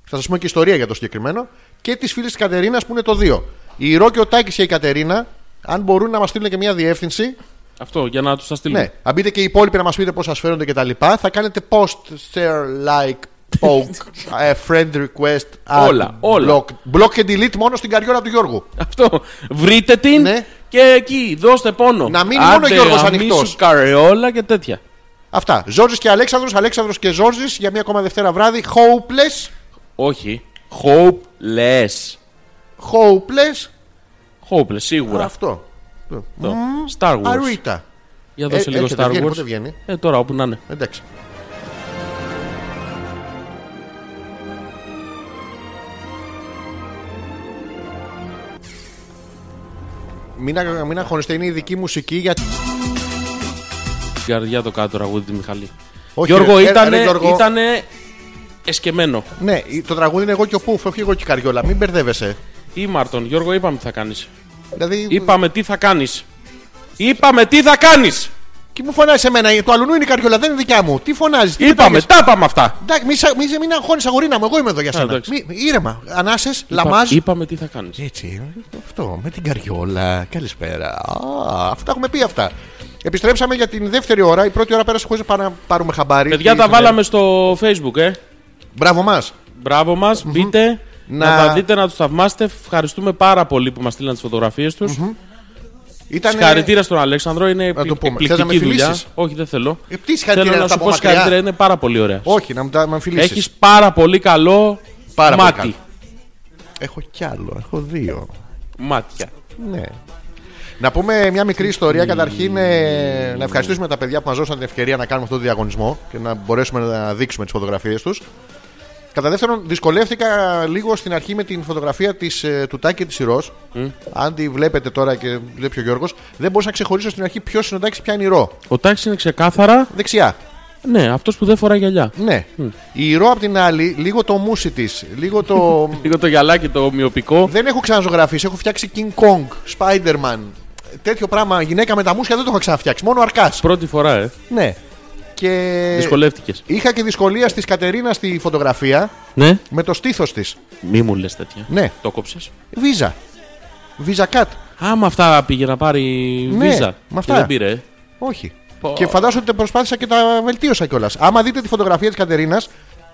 Θα σας πούμε και ιστορία για το συγκεκριμένο. Και τη φίλη της Κατερίνας που είναι το δύο. Η Ηρώ και ο Τάκης και η Κατερίνα, αν μπορούν να μας στείλουν και μια διεύθυνση,
Αυτό, για να τους τα στείλουμε.
Ναι. Αν μπείτε και οι υπόλοιποι να μας πείτε πώς σας φαίνονται και τα λοιπά, θα κάνετε post, share, like,
[LAUGHS]
poke, a friend request, add,
Όλα, όλα.
Block, block and delete μόνο στην καριόλα του Γιώργου.
Αυτό. Βρείτε την
Ναι.
και εκεί, δώστε πόνο.
Να μείνει μόνο ο Γιώργος ανοιχτός.
αμίσου, καρεόλα και τέτοια.
Αυτά. Ζόρζης και Αλέξανδρος, Αλέξανδρος και Ζόρζης για μία ακόμα Δευτέρα βράδυ. Hopeless,
Όχι. Hopeless.
hopeless.
Hopeless, σίγουρα.
Αυτό.
Αυτό. Star Wars.
Αρίτα.
Για δώσε
Ε,
λίγο
έρχεται,
Star
βγαίνει,
Wars.
πότε βγαίνει.
Ε, τώρα όπου να είναι.
Εντάξει. Μην, α- μην αγχωνεστε, είναι η δική μουσική για.
Στην καρδιά το κάτω τραγούδι τη Μιχαλή.
Όχι,
Γιώργο,
ρε, ε,
ήτανε,
ρε, Γιώργο.
ήτανε εσκεμμένο.
Ναι, το τραγούδι είναι εγώ και ο Πούφ, όχι εγώ και η Καριόλα. Μην μπερδεύεσαι.
Ή Μάρτον, Γιώργο, είπαμε τι θα κάνεις.
Δηλαδή.
Είπαμε τι θα κάνεις. Είπαμε τι θα κάνεις.
Και μου φωνάζει εμένα, το αλουνού είναι η Καριόλα, δεν είναι δικιά μου. Τι φωνάζεις, τι
Είπαμε,
πετάγεσαι.
τα είπαμε αυτά.
Εντάξει, μη, σα- μη, σε- μην αγχώνεις, αγορίνα μου, εγώ είμαι εδώ για σένα.
εντάξει.
Μη, ήρεμα, ανάσες, λαμάζ.
Είπαμε τι θα κάνεις.
Ε, Έτσι, αυτό, με την καριόλα. Καλησπέρα. Α, αυτά έχουμε πει αυτά. Επιστρέψαμε για την δεύτερη ώρα. Η πρώτη ώρα πέρασε χωρίς να πάρουμε χαμπάρι.
Παιδιά,
Τι
τα
είχαμε.
βάλαμε στο Facebook, ε.
Μπράβο μας.
Μπράβο μας, μπείτε. Να...
Να-
τα δείτε, να τους θαυμάστε. Ευχαριστούμε πάρα πολύ που μας στείλαν τις φωτογραφίες τους.
Ήταν.
Συγχαρητήρια στον Αλέξανδρο, είναι εκπλη-
το πούμε. Θες να
εκπληκτική
με
δουλειά.
φιλήσεις?
Όχι, δεν θέλω.
Ε, τι συγχαρητήρια
Θέλω
να
να
τα
σου
πω
πω
μακριά.
συγχαρητήρια, είναι πάρα πολύ ωραία.
Όχι, να με αμφιλήσει.
Έχεις πάρα πολύ καλό
Πάρα πολύ
μάτι.
καλό. Έχω κι άλλο, έχω δύο.
Μάτια.
Ναι. Να πούμε μια μικρή ιστορία. Καταρχήν, ε, να ευχαριστήσουμε τα παιδιά που μας δώσαν την ευκαιρία να κάνουμε αυτό το διαγωνισμό και να μπορέσουμε να δείξουμε τις φωτογραφίες τους. Κατά δεύτερον, δυσκολεύτηκα λίγο στην αρχή με την φωτογραφία της, ε, του Τάκη και τη Ηρώ. Αν τη βλέπετε τώρα και βλέπει ο Γιώργος, δεν μπορούσα να ξεχωρίσω στην αρχή ποιος είναι ο Τάκης, ποια είναι η Ηρώ.
Ο Τάξη είναι ξεκάθαρα,
Δεξιά.
ναι, αυτός που δεν φοράει γυαλιά.
Ναι. Η Ηρώ απ' την άλλη, λίγο το μουσι της, λίγο το.
Λίγο το γυαλάκι το ομοιοπικό.
Δεν έχω ξαναζωγραφίσει, έχω φτιάξει King Kong, Spider-Man. Τέτοιο πράγμα, γυναίκα με τα μουσια δεν το έχω ξαναφτιάξει. Μόνο αρκάς.
Πρώτη φορά, ε.
Ναι. Και
Δυσκολεύτηκες.
είχα και δυσκολία τη Κατερίνα στη φωτογραφία
Ναι,
με το στήθος της.
μη μου λες τέτοια.
Ναι.
Το κόψες.
Βίζα. Βίζα cut.
Άμα αυτά πήγε να πάρει
Ναι,
βίζα.
με αυτά.
Και δεν πήρε. ε.
Όχι.
Πω.
Και φαντάζομαι ότι προσπάθησα και τα βελτίωσα κιόλας. Άμα δείτε τη φωτογραφία της Κατερίνας,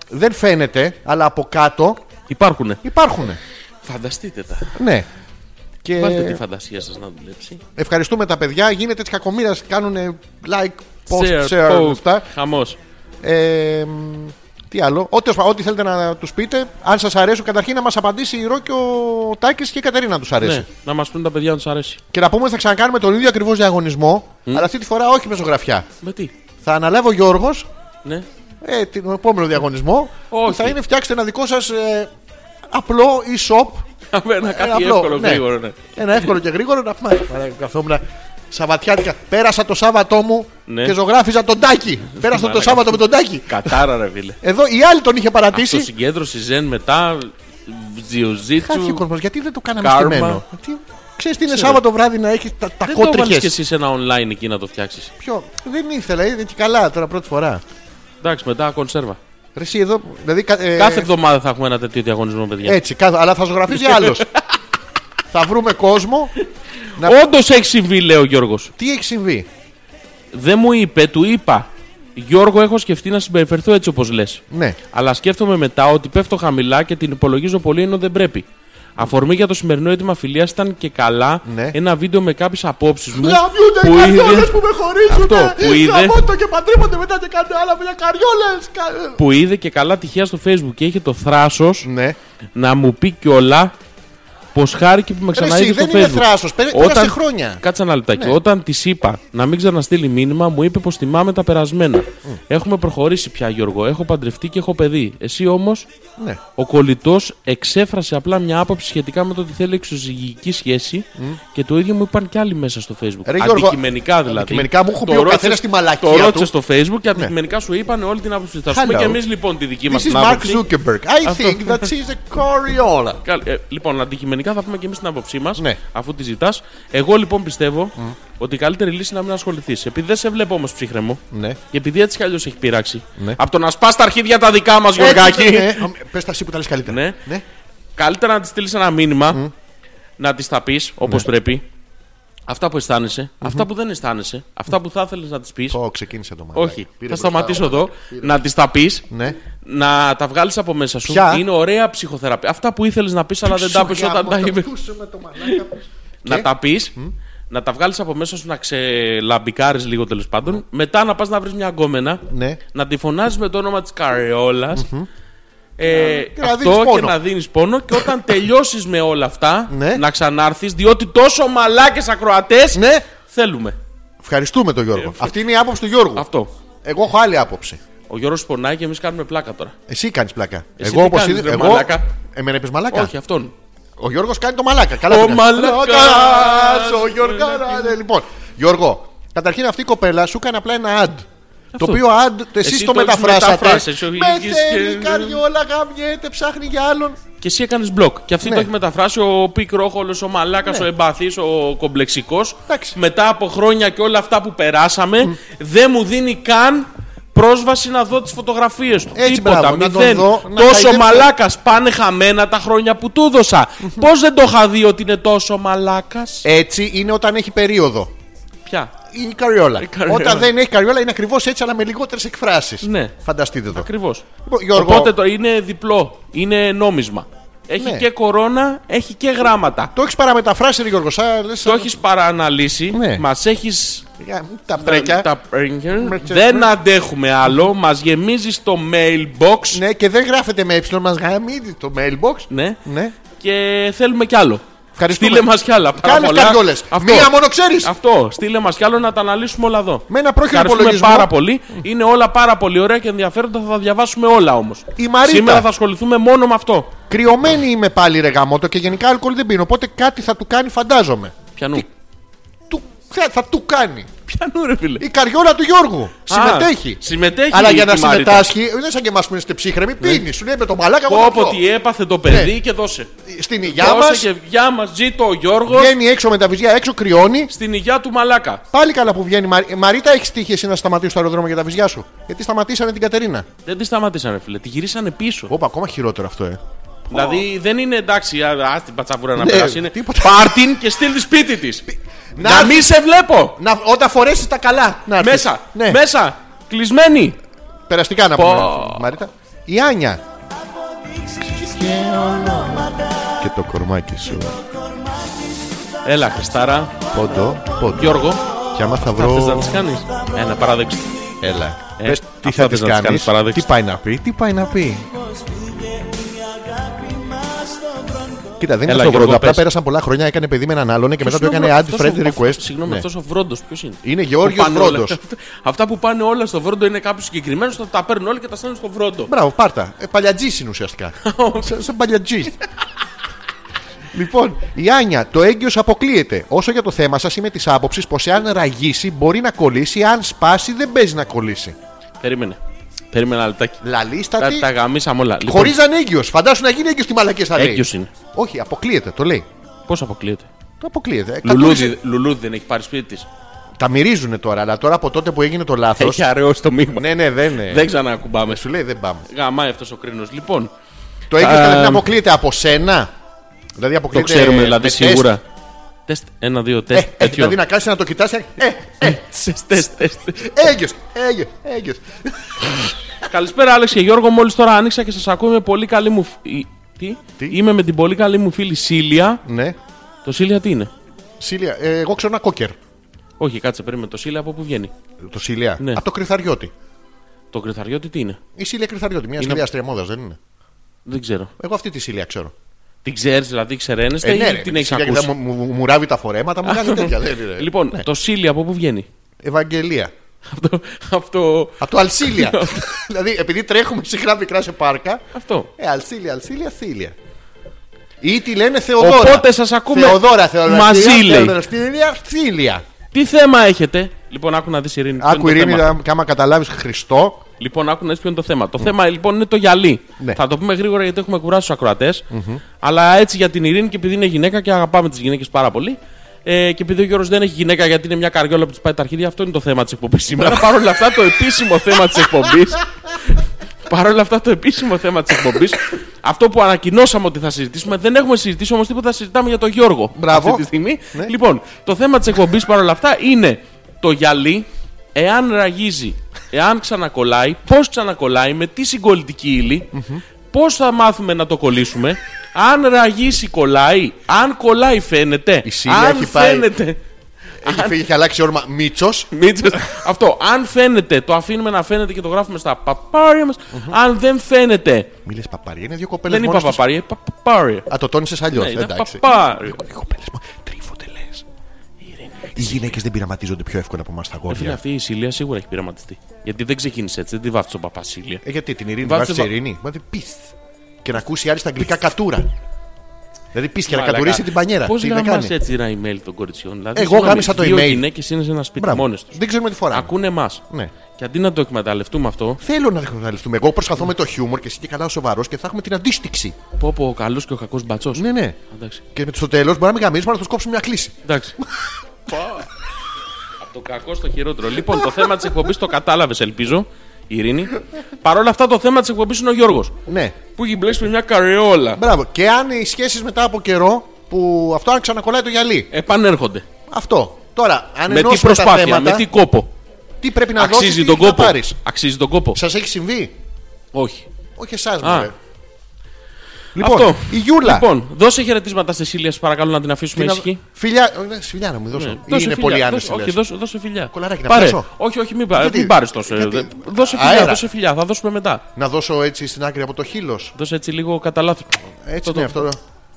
δεν φαίνεται, αλλά από κάτω
Υπάρχουνε.
υπάρχουν.
Φανταστείτε τα.
Ναι. Και
Βάλτε τη φαντασία σας να δουλέψει.
ευχαριστούμε τα παιδιά. Γίνεται της κακομοίρας, κάνουν like, post, share,
poke,
αυτά.
χαμός.
Ε, μ, τι άλλο. Ό,τι, ό,τι θέλετε να τους πείτε. Αν σας αρέσουν, καταρχήν να μας απαντήσει η Ρο και ο Τάκης και η Κατερίνα αν τους αρέσει.
Ναι, να μας πούν τα παιδιά να τους αρέσει.
Και να πούμε ότι θα ξανακάνουμε τον ίδιο ακριβώς διαγωνισμό, αλλά αυτή τη φορά όχι με ζωγραφιά.
Με τι.
Θα αναλάβει ο Γιώργος
Ναι. [LAUGHS]
ε, τον επόμενο διαγωνισμό.
Όχι.
που Θα είναι φτιάξτε ένα δικό σας ε, απλό e-shop.
Ένα
Ένα
κάτι
απλό,
εύκολο,
ναι.
γρήγορο, ναι.
Ένα εύκολο και γρήγορο να πούμε. Μαλάκα, Καθόμουν Σαββατιάτικα. Πέρασα το Σάββατό μου
Ναι.
και ζωγράφιζα τον Τάκη. Πέρασα το
Μαλάκα.
Σάββατο με τον Τάκη.
Κατάρα, ρε φίλε.
Εδώ η άλλη τον είχε παρατήσει.
Αυτό συγκέντρωση, ζεν μετά,
Χάθηκε ο
τζιουζίτσου.
κόσμος. Γιατί δεν το κάναμε
Karma.
στημένο. Τι... Ξέρεις τι είναι Σάββατο βράδυ να έχεις τα, τα
Δεν το βάλεις
κότριχες.
κι εσύ σε ένα online εκεί να το φτιάξεις.
Ποιο? Δεν ήθελα, είδε και καλά τώρα πρώτη φορά.
Εντάξει, μετά κονσέρβα.
Ρε, Εσύ εδώ. Δηλαδή, κα- ε,
Κάθε εβδομάδα θα έχουμε ένα τέτοιο διαγωνισμό, παιδιά.
Έτσι, κάθε, αλλά θα ζωγραφίζει άλλος. θα βρούμε κόσμο. να-
Όντως έχει συμβεί, λέει ο Γιώργος.
Τι έχει συμβεί.
Δεν μου είπε, του είπα. Γιώργο, έχω σκεφτεί να συμπεριφερθώ έτσι όπως λες.
Ναι.
Αλλά σκέφτομαι μετά ότι πέφτω χαμηλά και την υπολογίζω πολύ ενώ δεν πρέπει. Αφορμή για το σημερινό αίτημα φιλίας ήταν και καλά
Ναι.
ένα βίντεο με κάποιες απόψεις μου.
Γαμιούνται οι
Ναι. που
καριόλε
είδε,
που με χωρίζουν.
Αυτό που είδε.
Γαμώτο και παντρεύονται μετά και κάνουν άλλα μια καριόλε.
που είδε και καλά τυχαία στο facebook και είχε το θράσος
Ναι.
να μου πει κιόλα Πως χάρηκε που με
Ρε,
ξαναείδε
εσύ,
στο
δεν είναι
Facebook.
θράσος, πέρε- πέρασε χρόνια. Ναι.
Κάτσε ένα λεπτάκι. Όταν της είπα να μην ξαναστείλει μήνυμα, μου είπε πως θυμάμαι τα περασμένα. Έχουμε προχωρήσει πια, Γιώργο. Έχω παντρευτεί και έχω παιδί. Εσύ όμως,
Ναι.
ο κολλητός εξέφρασε απλά μια άποψη σχετικά με το ότι θέλει εξωζυγική σχέση και το ίδιο μου είπαν κι άλλοι μέσα στο Facebook.
Ρε, Γιώργο,
αντικειμενικά δηλαδή.
αντικειμενικά μου έχουν
Το
πει ο
ρώτησες-
καθένας τη μαλακία
Το ρώτησε
του. Ναι.
στο Facebook και αντικειμενικά σου είπαν όλη την άποψη. Θα σου πούμε
Hello.
κι εμείς λοιπόν τη δική μας
This is
την
Mark
άποψη.
Zuckerberg. I
Αυτό.
think that she's a Coriola.
Καλ- ε, λοιπόν, αντικειμενικά θα πούμε και εμείς την άποψή μας,
Ναι.
αφού τη ζητάς. Εγώ λοιπόν πιστεύω ότι η καλύτερη λύση είναι να μην ασχοληθείς. Επειδή δεν σε βλέπω όμως ψύχρεμο.
Ναι.
Και επειδή έτσι κι αλλιώς έχει πειράξει.
Ναι.
Από το να σπάς τα αρχίδια τα δικά μας, Γιωργάκη.
Ναι, ναι, Πες τα εσύ που τα λες καλύτερα.
Ναι. Καλύτερα να τη στείλεις ένα μήνυμα, να της τα πεις όπως πρέπει. Αυτά που αισθάνεσαι, αυτά που δεν αισθάνεσαι, αυτά που θα ήθελες να τη πει.
Ω, ξεκίνησε το μάτι.
Όχι, θα σταματήσω εδώ. Να τη τα πεις.
Ναι.
Να τα βγάλεις από μέσα σου.
Ποια?
Είναι ωραία ψυχοθεραπεία. Αυτά που ήθελες να πεις, αλλά δεν τα πεις όταν τα είπε. Να τα πεις, να τα βγάλεις από μέσα σου, να ξελαμπικάρεις λίγο τέλος πάντων. Μετά να πας να βρεις μια γκόμενα,
Ναι.
να τη φωνάζεις με το όνομα της Καριόλα. Ε,
να δίνεις
αυτό και
πόνο.
να δίνεις πόνο και όταν τελειώσεις με όλα αυτά
Ναι.
να ξανάρθεις, διότι τόσο μαλάκες ακροατές
Ναι.
θέλουμε.
Ευχαριστούμε τον
Ε,
Γιώργο. Αυτή είναι η άποψη του Γιώργου.
Αυτό.
Εγώ έχω άλλη άποψη.
Ο Γιώργος πονάει και εμείς κάνουμε πλάκα τώρα.
Εσύ κάνεις πλάκα.
Εσύ
εγώ
τι
όπως
κάνεις,
είδε-
ρε
εγώ-
μαλάκα?
Εμένα είπες μαλάκα.
Όχι, αυτόν.
Ο Γιώργος κάνει το μαλάκα. Καλά
Ο
το κάνει.
μαλάκας,
Ο Γιώργος. Λοιπόν, Γιώργο, καταρχήν αυτή η κοπέλα σου έκανε απλά ένα ad. Το οποίο ad εσείς
Εσύ
το
το
μεταφράσατε.
μεταφράσες, ο
Με
Λυκής
θέλει,
και-
καριόλα, γαμιέται, ψάχνει για άλλον.
Και εσύ έκανες μπλοκ. Και αυτή
Ναι.
το έχει μεταφράσει ο πικρόχολο, ο μαλάκας, ο εμπαθής, ο κομπλεξικός.
Εντάξει.
Μετά από χρόνια και όλα αυτά που περάσαμε, δεν μου δίνει καν πρόσβαση να δω τις φωτογραφίες του.
Έτσι,
Τίποτα,
μπράβο, να τον
μηδέν.
δω, να
τόσο
χαϊδέψω.
μαλάκας. Πάνε χαμένα τα χρόνια που του έδωσα. Πώς δεν το είχα δει ότι είναι τόσο μαλάκας.
Έτσι είναι όταν έχει περίοδο.
Πια.
Η καριόλα.
καριόλα.
Όταν δεν έχει καριόλα είναι ακριβώς έτσι, αλλά με λιγότερες εκφράσεις.
Ναι.
Φανταστείτε το.
Ακριβώς.
Λοιπόν, Γιώργο,
Οπότε το είναι διπλό. Είναι νόμισμα. Έχει
Ναι.
και κορώνα, έχει και γράμματα.
το έχεις παραμεταφράσει, ρε Γιώργο. Σαν, λες,
Το έχεις παραναλύσει,
Ναι.
μας έχεις
για- τα
Τα-
μπρέκια.
Ναι, τα πρέκια.
Μπρέκια.
Δεν αντέχουμε άλλο. Μας γεμίζεις το mailbox.
Ναι, και δεν γράφεται με ε, μας γαμίδι το mailbox.
Ναι.
Ναι.
Και θέλουμε κι άλλο.
Ευχαριστούμε.
Στείλε μας κι άλλα.
Κι
πάρα
άλλες
πολλά.
καριόλες.
Αυτό.
Μία μόνο ξέρεις.
Αυτό. Στείλε μας κι άλλο να τα αναλύσουμε όλα εδώ.
Με ένα πρόχειρο
Ευχαριστούμε
υπολογισμό.
πάρα πολύ. Είναι όλα πάρα πολύ ωραία και ενδιαφέροντα. Θα τα διαβάσουμε όλα όμως.
Η Μαρίτα.
Σήμερα θα ασχοληθούμε μόνο με αυτό.
Κρυωμένη είμαι πάλι ρε γαμότο και γενικά αλκοόλ δεν πίνω. Οπότε κάτι θα του κάνει, φαντάζομαι.
Πιανού.
Του, θα, θα του κάνει.
Πιανού, ρε φίλε.
Η καριόλα του Γιώργου. συμμετέχει.
συμμετέχει
Αλλά
η-
για
η
να
Μαρίτα. Ναι.
συμμετάσχει, δεν σαν και εμάς που είστε ψύχρεμοι, πίνει. Σου λέει με το μαλάκα εγώ θα
Πω
πιω.
ότι έπαθε το παιδί
Ναι.
και δώσε.
Στην υγειά μα
Δώσε και γεια μας, ζήτω ο Γιώργος
βγαίνει έξω με τα βυζιά, έξω κρυώνει.
στην υγεία του μαλάκα.
Πάλι καλά που βγαίνει. Μαρί- Μαρίτα, έχεις τύχει εσύ να σταματήσει το αεροδρόμιο για τα βυζιά σου. Γιατί σταματήσανε την Κατερίνα.
Δεν τη σταματήσανε, φίλε. Τη γυρίσανε πίσω.
Όπα, ακόμα χειρότερο αυτό, ε.
Δηλαδή δεν είναι εντάξει, α ας την πατσαβούρα να
Ναι,
περάσει. Είναι
τίποτα.
πάρτιν και στείλ τη σπίτι της.
Να
Να, μην σε βλέπω!
Να, όταν φορέσεις τα καλά. Να έρθεις.
Μέσα!
Ναι.
Μέσα! Κλεισμένη!
Περαστικά να
Πω.
πούμε. Μαρίτα. Η Άνια. Και το κορμάκι σου.
Έλα, Χριστάρα,
Πόντο, πόντο.
Γιώργο,
Και άμα θα
θα
βρω.
θες να τις κάνεις. Ένα παράδεξι.
Έλα.
Ε,
Πες, τι
αυτά
θα
θες να τις
τη κάνεις.
κάνεις, παράδεξη.
Τι πάει να πει, τι πάει να πει. Κοίτα, δεν είναι
Έλα,
στο βρόντο.
Γιώργο,
Απλά
πες.
πέρασαν πολλά χρόνια, έκανε παιδί με έναν άλλον και μετά του
Ποιος
έκανε
είναι ο-
ad
αυτός ο-
friend
αυτός-
request.
Συγγνώμη,
Ναι.
αυτός ο Βρόντος ποιος είναι.
Είναι
Που
Γεώργιος
πάνε όλα
Βρόντος.
αυτά- [LAUGHS] Αυτά που πάνε όλα στο Βρόντο είναι κάποιο συγκεκριμένο, θα τα παίρνουν όλα και τα στέλνουν στο Βρόντο.
Μπράβο, πάρτα. Ε, παλιατζής
[LAUGHS]
είναι ουσιαστικά. σαν σαν παλιατζής. λοιπόν, η Άνια, το έγκυος αποκλείεται. Όσο για το θέμα σας, είμαι της άποψης πως εάν ραγίσει μπορεί να κολλήσει, αν σπάσει δεν παίζει να κολλήσει.
Περίμενε. Περίμενε ένα λεπτάκι. Τα,
Λαλίστατη.
τα γαμίσαμε όλα. Λοιπόν,
Χωρίς να είναι έγκυος. Φαντάσου να γίνει έγκυος στη μαλακή θα λέει.
Έγκυος είναι.
Όχι, αποκλείεται, το λέει.
Πώς αποκλείεται.
Το αποκλείεται. Κατούρισε-
Λουλούδι, λουλούδι δεν έχει πάρει σπίτι της.
Τα μυρίζουν τώρα, αλλά τώρα από τότε που έγινε το λάθος.
Έχει αραιώσει το μείγμα.
ναι, ναι, δεν είναι.
Ε, Δεν ξανακουμπάμε.
Σου λέει δεν πάμε.
Γαμάει αυτός ο κρίνος. Λοιπόν,
Το έγκυος
Ε,
καταρχήν αποκλείεται από σένα. Δηλαδή
το
αποκλείεται.
ξέρουμε
με
δηλαδή
τεστ.
σίγουρα. Τεστ, ένα, δύο,
Ε,
τεστ.
ε,
τέτοιο.
δηλαδή να κάτσει να το κοιτάσει. Ε, ε,
Τεστ, τεστ, τεστ.
έγκυος, έγκυος, έγκυος.
Καλησπέρα, Άλεξ και Γιώργο. Μόλις τώρα άνοιξα και σας ακούω με πολύ καλή μου. φ- η- Τι?
Τι?
Είμαι με την πολύ καλή μου φίλη Σίλια.
Ναι.
Το Σίλια τι είναι.
Σίλια, ε, εγώ ξέρω ένα κόκερ.
Όχι, κάτσε, περίμενε. Το Σίλια από πού βγαίνει.
Το Σίλια.
Ναι.
Από το Κρυθαριώτη.
Το κρυθαριώτη τι είναι.
Η Σίλια Κρυθαριώτη, μια είναι...
Είναι-
σχεδιάστρια μόδας, δεν είναι.
Δεν ξέρω.
Εγώ αυτή τη Σίλια ξέρω.
Την ξέρεις, δηλαδή, ξεραίνεστε
Ε, ναι,
ή
ρε,
την έχεις
σιγά και
ακούσει.
θα μου, μου, μου ράβει τα φορέματα, μου Ναι. κάνει τέτοια. δεν είναι.
Λοιπόν, το Σίλι από πού βγαίνει. [LAUGHS]
Ευαγγελία.
Αυτό. αυτό,
Από το Αλσίλια.
[LAUGHS]
δηλαδή, επειδή τρέχουμε συχνά μικρά σε πάρκα.
αυτό.
Ε, Αλσίλια, Αλσίλια, Θήλια. Ή τη λένε Θεοδόρα.
Οπότε σας ακούμε
Θεοδόρα, Θεοδόρα.
μαζί, λέει.
Θήλια, Θήλια.
Τι θέμα έχετε. Λοιπόν, άκου να δεις Ειρήνη. ποιο είναι
Άκου
το
Ειρήνη,
θέμα.
άμα- άμα καταλάβεις Χριστό.
Λοιπόν, άκου να δεις ποιο είναι το θέμα. Το θέμα λοιπόν είναι το γυαλί.
Ναι.
Θα το πούμε γρήγορα γιατί έχουμε κουράσει τους ακροατε Αλλά έτσι για την Ειρήνη και επειδή είναι γυναίκα και αγαπάμε τις γυναίκες πάρα πολύ. Ε, και επειδή ο Γιώργος δεν έχει γυναίκα γιατί είναι μια καριόλα που της πάει τα αρχίδια, αυτό είναι το θέμα της εκπομπής
[LAUGHS]
σήμερα. Παρ' όλα αυτά, το επίσημο θέμα της εκπομπής. Παρ' όλα αυτά, το επίσημο θέμα της εκπομπής. αυτό που ανακοινώσαμε ότι θα συζητήσουμε, δεν έχουμε συζητήσει όμως τίποτα, συζητάμε για τον Γιώργο.
Μπράβο.
Αυτή τη στιγμή.
Ναι.
Λοιπόν, το θέμα της εκπομπής παρόλα αυτά είναι το γυαλί, εάν ραγίζει, εάν ξανακολλάει, πώς ξανακολλάει, με τι συγκολλητική ύλη, πώς θα μάθουμε να το κολλήσουμε, αν ραγίσει κολλάει, αν κολλάει φαίνεται,
Η Σίλια
αν
έχει πάει.
φαίνεται.
Έχει φύγει, έχει αλλάξει όρμα Μίτσος.
Μίτσος. Αυτό. Αν φαίνεται, το αφήνουμε να φαίνεται και το γράφουμε στα παπάρια μας. Αν δεν φαίνεται,
Μίλε παπάρι, είναι δύο κοπέλε
δεν είπα παπάρια, είπα παπάρια.
Α, το τόνισες αλλιώς.
Ναι, ήταν
εντάξει.
παπάρι.
Οι κοπέλε μου τρίφονται λε. Οι γυναίκες δεν πειραματίζονται πιο εύκολα από εμάς τα
Ρε Φίλε,
γόρια.
αυτή η Σίλια σίγουρα έχει πειραματιστεί. Γιατί δεν ξεκίνησε έτσι, δεν τη βάφτισε ο παπάς Σίλια.
Ε, γιατί την Ειρήνη,
Βάζε
βάζει την
βα-
Ειρήνη. Μα δεν πεις. Και να ακούσει άλλη στα αγγλικά κατούρα. Δηλαδή πεις και να
Μαλάκα.
κατουρίσει την πανιέρα.
Πώς
Τι να
γαμάς
κάνει.
έτσι ένα email των κοριτσιών. Δηλαδή,
Εγώ
συγγνώμη,
γάμισα το
δύο
email.
γυναίκες είναι σε ένα σπίτι
Μπράβο.
μόνες τους.
Δεν ξέρουμε τι φορά.
Ακούνε εμάς.
Ναι.
Και αντί να το εκμεταλλευτούμε αυτό,
Θέλω να εκμεταλλευτούμε. Εγώ προσπαθώ με το χιούμορ και εσύ και καλά σοβαρός και θα έχουμε την αντίστοιξη.
πω πω ο καλός και ο κακός μπατσός.
Ναι, ναι.
Εντάξει.
Και με- στο τέλος μπορεί να με γαμίσουμε να τους κόψουμε μια κλίση.
Εντάξει. Από το κακό στο χειρότερο. Λοιπόν, το θέμα της εκπομπής το κατάλαβες, ελπίζω, Ειρήνη. Παρ' όλα αυτά, το θέμα της εκπομπής είναι ο Γιώργος.
Ναι.
Που έχει μπλέξει με μια καριόλα.
Μπράβο. Και αν οι σχέσεις μετά από καιρό που αυτό αν ξανακολλάει το γυαλί.
Επανέρχονται.
Αυτό. Τώρα, αν
με τι
ενώσουμε τα
προσπάθεια,
θέματα,
με τι κόπο.
τι πρέπει να δώσει.
Αξίζει τον κόπο.
πάρεις.
Αξίζει τον κόπο.
Σας έχει συμβεί.
Όχι.
Όχι εσάς,
Α.
μου Λοιπόν,
Αυτό.
η Γιούλα.
Λοιπόν, δώσε χαιρετίσματα στη Σίλια, σε παρακαλώ να την αφήσουμε
Την α-
ήσυχη.
Φιλιά, ε, ναι, φιλιά να μου δώσε. Ή
Δώσε φιλιά,
είναι πολύ
δώσε-
άνεση.
Όχι,
λες.
δώσε, δώσε φιλιά.
Κολαράκι να
Πάρε.
πιάσω.
Όχι, όχι, μην, πάρε,
Γιατί-
μην πάρεις τόσο.
γιατί-
ε, Δώσε φιλιά,
Αέρα.
δώσε φιλιά. Θα δώσουμε μετά.
Να δώσω έτσι στην άκρη από το χείλος.
Δώσε έτσι λίγο κατά λάθος.
Έτσι
Το- το-
είναι αυτό.
Α,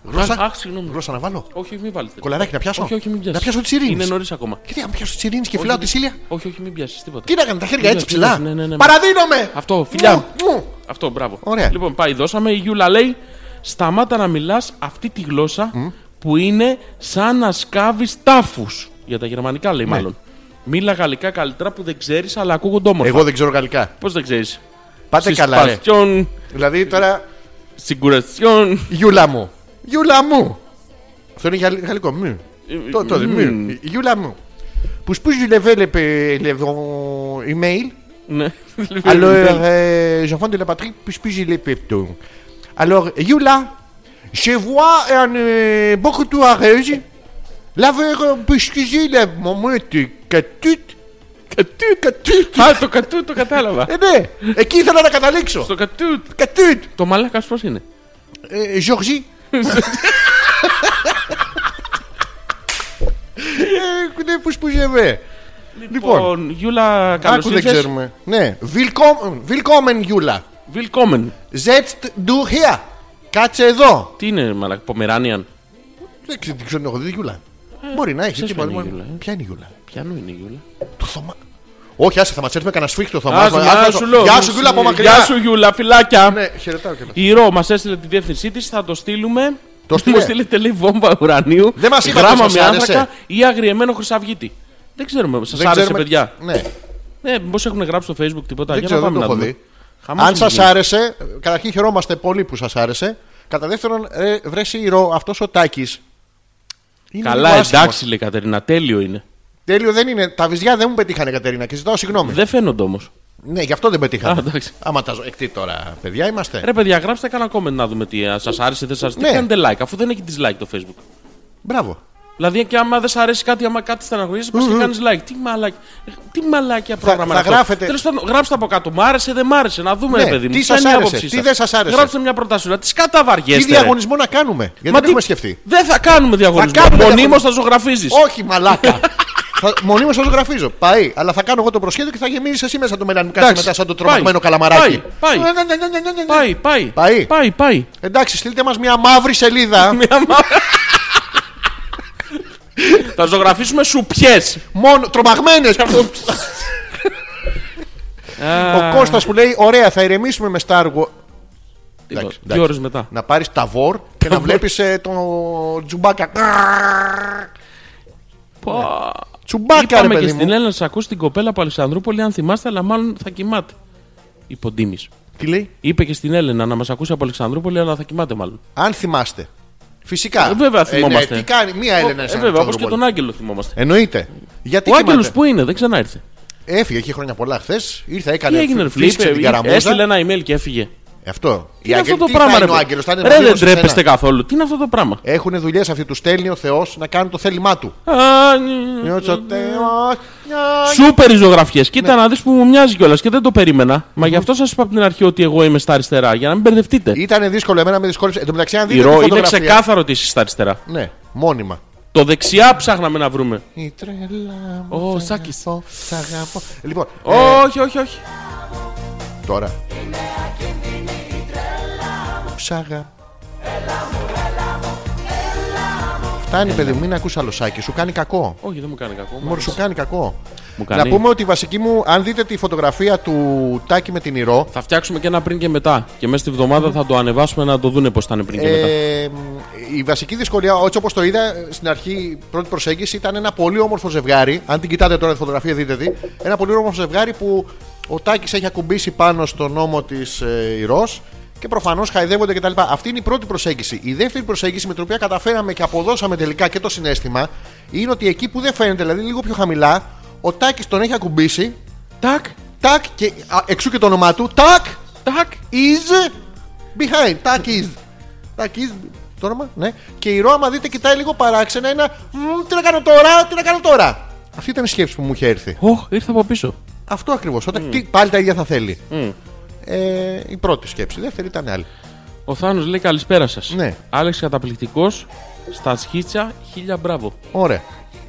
Γλώσσα.
αχ, συγγνώμη.
Γλώσσα να βάλω.
Όχι, όχι, μην βάλεις. τέτοιο.
Κολαράκι να πιάσω.
Όχι, όχι, μην πιάσεις.
Να πιάσω τις ειρήνες.
Είναι νωρίς ακόμα.
Γιατί αν πιάσω τη Ειρήνη και φυλάω τη Σίλια.
Όχι, όχι, μην πιάσεις τίποτα.
Τι να κάνω, τα χέρια
Ναι,
έτσι
ναι,
ψηλά.
ναι, ναι, ναι.
Παραδίνομαι!
Αυτό, φιλιά.
Μου, μου.
Αυτό, μπράβο.
Ωραία.
Λοιπόν, πάει, δώσαμε. Η Γιούλα λέει: Σταμάτα να μιλάς αυτή τη γλώσσα που είναι σαν να σκάβεις τάφους. Για τα γερμανικά
Ναι.
λέει, μάλλον. Μίλα γαλλικά καλύτερα που δεν ξέρεις, αλλά ακούγονται όμορφα.
Εγώ δεν ξέρω γαλλικά.
Πώς δεν ξέρεις.
Πάτε καλά, ρε.
Παστιόν,
Δηλαδή τώρα.
στην κουρασιόν.
Γιούλα μου. Γιούλα μου. Αυτό είναι γαλλ- γαλλικό. Μου.
Ε,
Το, το, μου. Γιούλα μου. Που σπούς λεβέλε email.
Ναι.
Alors, euh, j'enfants de la patrie, puis-je piger les peptons Alors, Yula, je vois un euh, beaucoup de euh, arrêts. L'aveur, puis-je la maman de catut Catut, catut [LAUGHS]
Α, το κατούτ το κατάλαβα.
Ε, ναι, εκεί ήθελα να καταλήξω.
Στο κατούτ.
Κατούτ!
Το μαλάκα πώ είναι.
Ε, Γιώργη. Ε, ναι, που σπουζεύε. Λοιπόν,
Γιούλα, καλώ
άκου δεν
ήρθες.
ξέρουμε. Ναι, Willkommen- willkommen, Γιούλα.
Willkommen.
Jetzt du hier. Κάτσε εδώ.
Τι είναι, μαλάκα, Πομεράνιαν.
Δεν ξέρω, δεν ξέρω, έχω δει τη Γιούλα. Μπορεί να έχει.
Ε, ξέρεις
τίποτα,
ποια είναι η
μπορεί-
Γιούλα, ε.
Ποια είναι η Γιούλα.
Πιανού είναι η Γιούλα.
Το Θωμά. Όχι, άσε, θα μας έρθουμε κανένα σφίχτο Θωμά.
Ας,
Ας
γεια
μας-
σου, λέω.
Γεια σου, Γιούλα από μακριά.
Γεια σου, Γιούλα, φυλάκια.
Ναι, χαιρετάω κιόλας.
Η Ρο μας έστειλε τη διεύθυνσή της, θα το στείλουμε.
Το στείλε.
Μου στείλετε λέει βόμβα ουρανίου.
Δεν μας είπατε,
Γράμμα
σας
με
άρεσε.
άνθρακα ή αγριεμένο χρυσαυγίτη. Δεν ξέρουμε,
Δεν
σα άρεσε,
ξέρουμε-
παιδιά.
Ναι,
Ναι, μήπω έχουν γράψει στο facebook τίποτα.
δεν
Για
ξέρω,
να
δεν το
πάμε
έχω
να
δει.
δούμε. Χαμός
Αν
είναι
σας
γίνει.
άρεσε, καταρχήν χαιρόμαστε πολύ που σας άρεσε. Κατά δεύτερον, ε, βρε Ρο, αυτός ο Τάκης.
Καλά, εντάξει, λέει η Κατερίνα, τέλειο είναι.
Τέλειο δεν είναι. Τα βυζιά δεν μου πετύχανε, Κατερίνα, και ζητάω συγγνώμη.
Δεν φαίνονται όμως.
Ναι, γι' αυτό δεν
Α,
πετύχανε.
εντάξει.
Άμα τα ζω. Ε, τι τώρα, παιδιά είμαστε.
Ρε, παιδιά, γράψτε κανένα comment να δούμε τι σας άρεσε, δεν σας άρεσε.
Ναι.
Τι κάνετε like, αφού δεν έχει dislike το facebook.
Μπράβο.
Δηλαδή, και άμα δεν σ' αρέσει κάτι, άμα κάτι στεναχωρίζει, πας και
Μμμ.
κάνεις like. Τι μαλάκι. Τι μαλάκια πρόγραμμα
θα
είναι αυτό.
γράφετε-
Τέλος πάντων, γράψτε από κάτω. Μ' άρεσε, δεν μ' άρεσε. Να δούμε,
Ναι,
ρε παιδί μου.
τι
ποια
σας
είναι η
άρεσε,
άποψή
τι
σας.
δεν σας άρεσε.
Γράψτε μια προτάσουλα. Τι
Τις
καταβαριέστε. ρε.
διαγωνισμό να κάνουμε. Γιατί
Μα
δεν
τι-
έχουμε σκεφτεί.
Δεν θα κάνουμε διαγωνισμό.
κάνουμε
Μονίμως
διαγωνισμό.
[LAUGHS] θα ζωγραφίζεις.
Όχι, μαλάκα. Μονίμω σα γραφίζω. Πάει. Αλλά θα κάνω εγώ το προσχέδιο και θα γεμίσει εσύ μέσα το μελανικά σου
Εντάξει.
μετά σαν το
Πάει.
τρομαγμένο καλαμαράκι.
Πάει. Πάει.
Ναι, ναι, ναι, ναι, ναι, ναι.
Πάει, πάει.
Πάει.
πάει. πάει.
Εντάξει, στείλτε μας μια μαύρη
[LAUGHS]
σελίδα.
Μια μα- Θα ζωγραφίσουμε σουπιέ.
Μόνο τρομαγμένες. [LAUGHS] Ο Κώστας που λέει: Ωραία, θα ηρεμήσουμε με Star Wars. εντάξει.
Λοιπόν,
Ναι.
Δύο ώρες μετά.
Να πάρεις τα βόρ και να ε, βλέπει τον Τζουμπάκα.
Πω.
Τσουμπάκα, ρε
Είπαμε και
παιδί
στην
μου.
Έλληνα να σα ακούσει την κοπέλα από Αλεξανδρούπολη, αν θυμάστε, αλλά μάλλον θα κοιμάται. Υποντίμη.
Τι λέει,
Είπε και στην Έλενα να μας ακούσει από Αλεξανδρούπολη, αλλά θα κοιμάται μάλλον.
αν θυμάστε. Φυσικά.
Ε, βέβαια
ναι,
θυμόμαστε.
τι κάνει, μία Έλενα.
ε,
ναι, σαν Ε,
βέβαια, όπως και
Αλεξανδρούπολη.
τον Άγγελο θυμόμαστε.
Εννοείται. Γιατί
Ο Άγγελο
κοιμάται.
που είναι, δεν ξανάρθε.
Έφυγε, είχε χρόνια πολλά χθες. Ήρθε,
Τι
έκανε.
έγινε, ρε
φ-
φίλε,
φύσηξε
είπε,
ναι, την καραμούζα.
έστειλε ένα email και έφυγε.
Ε, Αυτό.
Τι είναι αυτό το
τι
πράγμα,
θα
ρε.
είναι ο
παιδί.
Άγγελος, θα είναι
Ρε,
μαζί
δεν
μας σε
τρέπεστε
σένα.
καθόλου. Τι είναι αυτό το πράγμα.
Έχουν δουλειέ αυτοί, τους στέλνει ο Θεός να κάνουν το θέλημά του. ναι,
Α, νι-
Νιώτσω Θεός, νιώτσω.
Σούπερ οι ζωγραφιές. Κοίτα
Ναι.
να δεις που μου μοιάζει κιόλας και δεν το περίμενα. Μα γι' αυτό σας είπα από την αρχή ότι εγώ είμαι στα αριστερά, για να μην μπερδευτείτε.
Ήταν δύσκολο, εμένα με δυσκόλεψε. Εν τω μεταξύ, αν
Η
δείτε. τη
ρο είναι
φωτογραφία-
ξεκάθαρο ότι είσαι στα αριστερά.
Ναι, μόνιμα.
Το δεξιά ψάχναμε να βρούμε.
Η τρελά.
Ο
μου, σ'
Σάκης.
αγαπώ, σ' αγαπώ. Λοιπόν, ε,
Όχι, όχι, όχι.
τώρα. Σ' αγαπώ. Φτάνει, παιδί μου, μην ακούς άλλο σάκι, σου κάνει κακό.
Όχι, δεν μου κάνει κακό.
Μωρό σου κάνει κακό.
Μου
Να
κάνει.
πούμε ότι η βασική μου, αν δείτε τη φωτογραφία του Τάκη με την Ηρώ,
Θα φτιάξουμε και ένα πριν και μετά. Και μέσα στη βδομάδα θα το ανεβάσουμε να το δούνε πώς θα είναι πριν και μετά.
Ε, η βασική δυσκολία, έτσι όπως το είδα στην αρχή, η πρώτη προσέγγιση ήταν ένα πολύ όμορφο ζευγάρι. Αν την κοιτάτε τώρα τη φωτογραφία, δείτε τη. Ένα πολύ όμορφο ζευγάρι που ο Τάκης έχει ακουμπήσει πάνω στον ώμο της ε, Ηρώ και προφανώς χαϊδεύονται κτλ. Αυτή είναι η πρώτη προσέγγιση. Η δεύτερη προσέγγιση με την οποία καταφέραμε και αποδώσαμε τελικά και το συνέστημα είναι ότι εκεί που δεν φαίνεται, δηλαδή λίγο πιο χαμηλά, ο Τάκης τον έχει ακουμπήσει.
Τάκ,
Τάκ και α, εξού και το όνομά του. Τάκ!
τάκ.
is behind. Tack is. Tack is. Το όνομα, ναι. Και η Ρο, άμα δείτε, κοιτάει λίγο παράξενα. Ένα. «Μμμ, Τι να κάνω τώρα, τι να κάνω τώρα. Αυτή ήταν η σκέψη που μου είχε έρθει.
Ωχ, ήρθα από πίσω.
Αυτό ακριβώς. Όταν τι- πάλι τα ίδια θα θέλει. Ε, η πρώτη σκέψη. Η δεύτερη ήταν άλλη.
Ο Θάνος λέει καλησπέρα σας.
Ναι.
Άλεξ καταπληκτικός. Στα σκίτσα, χίλια μπράβο.
Ωραία.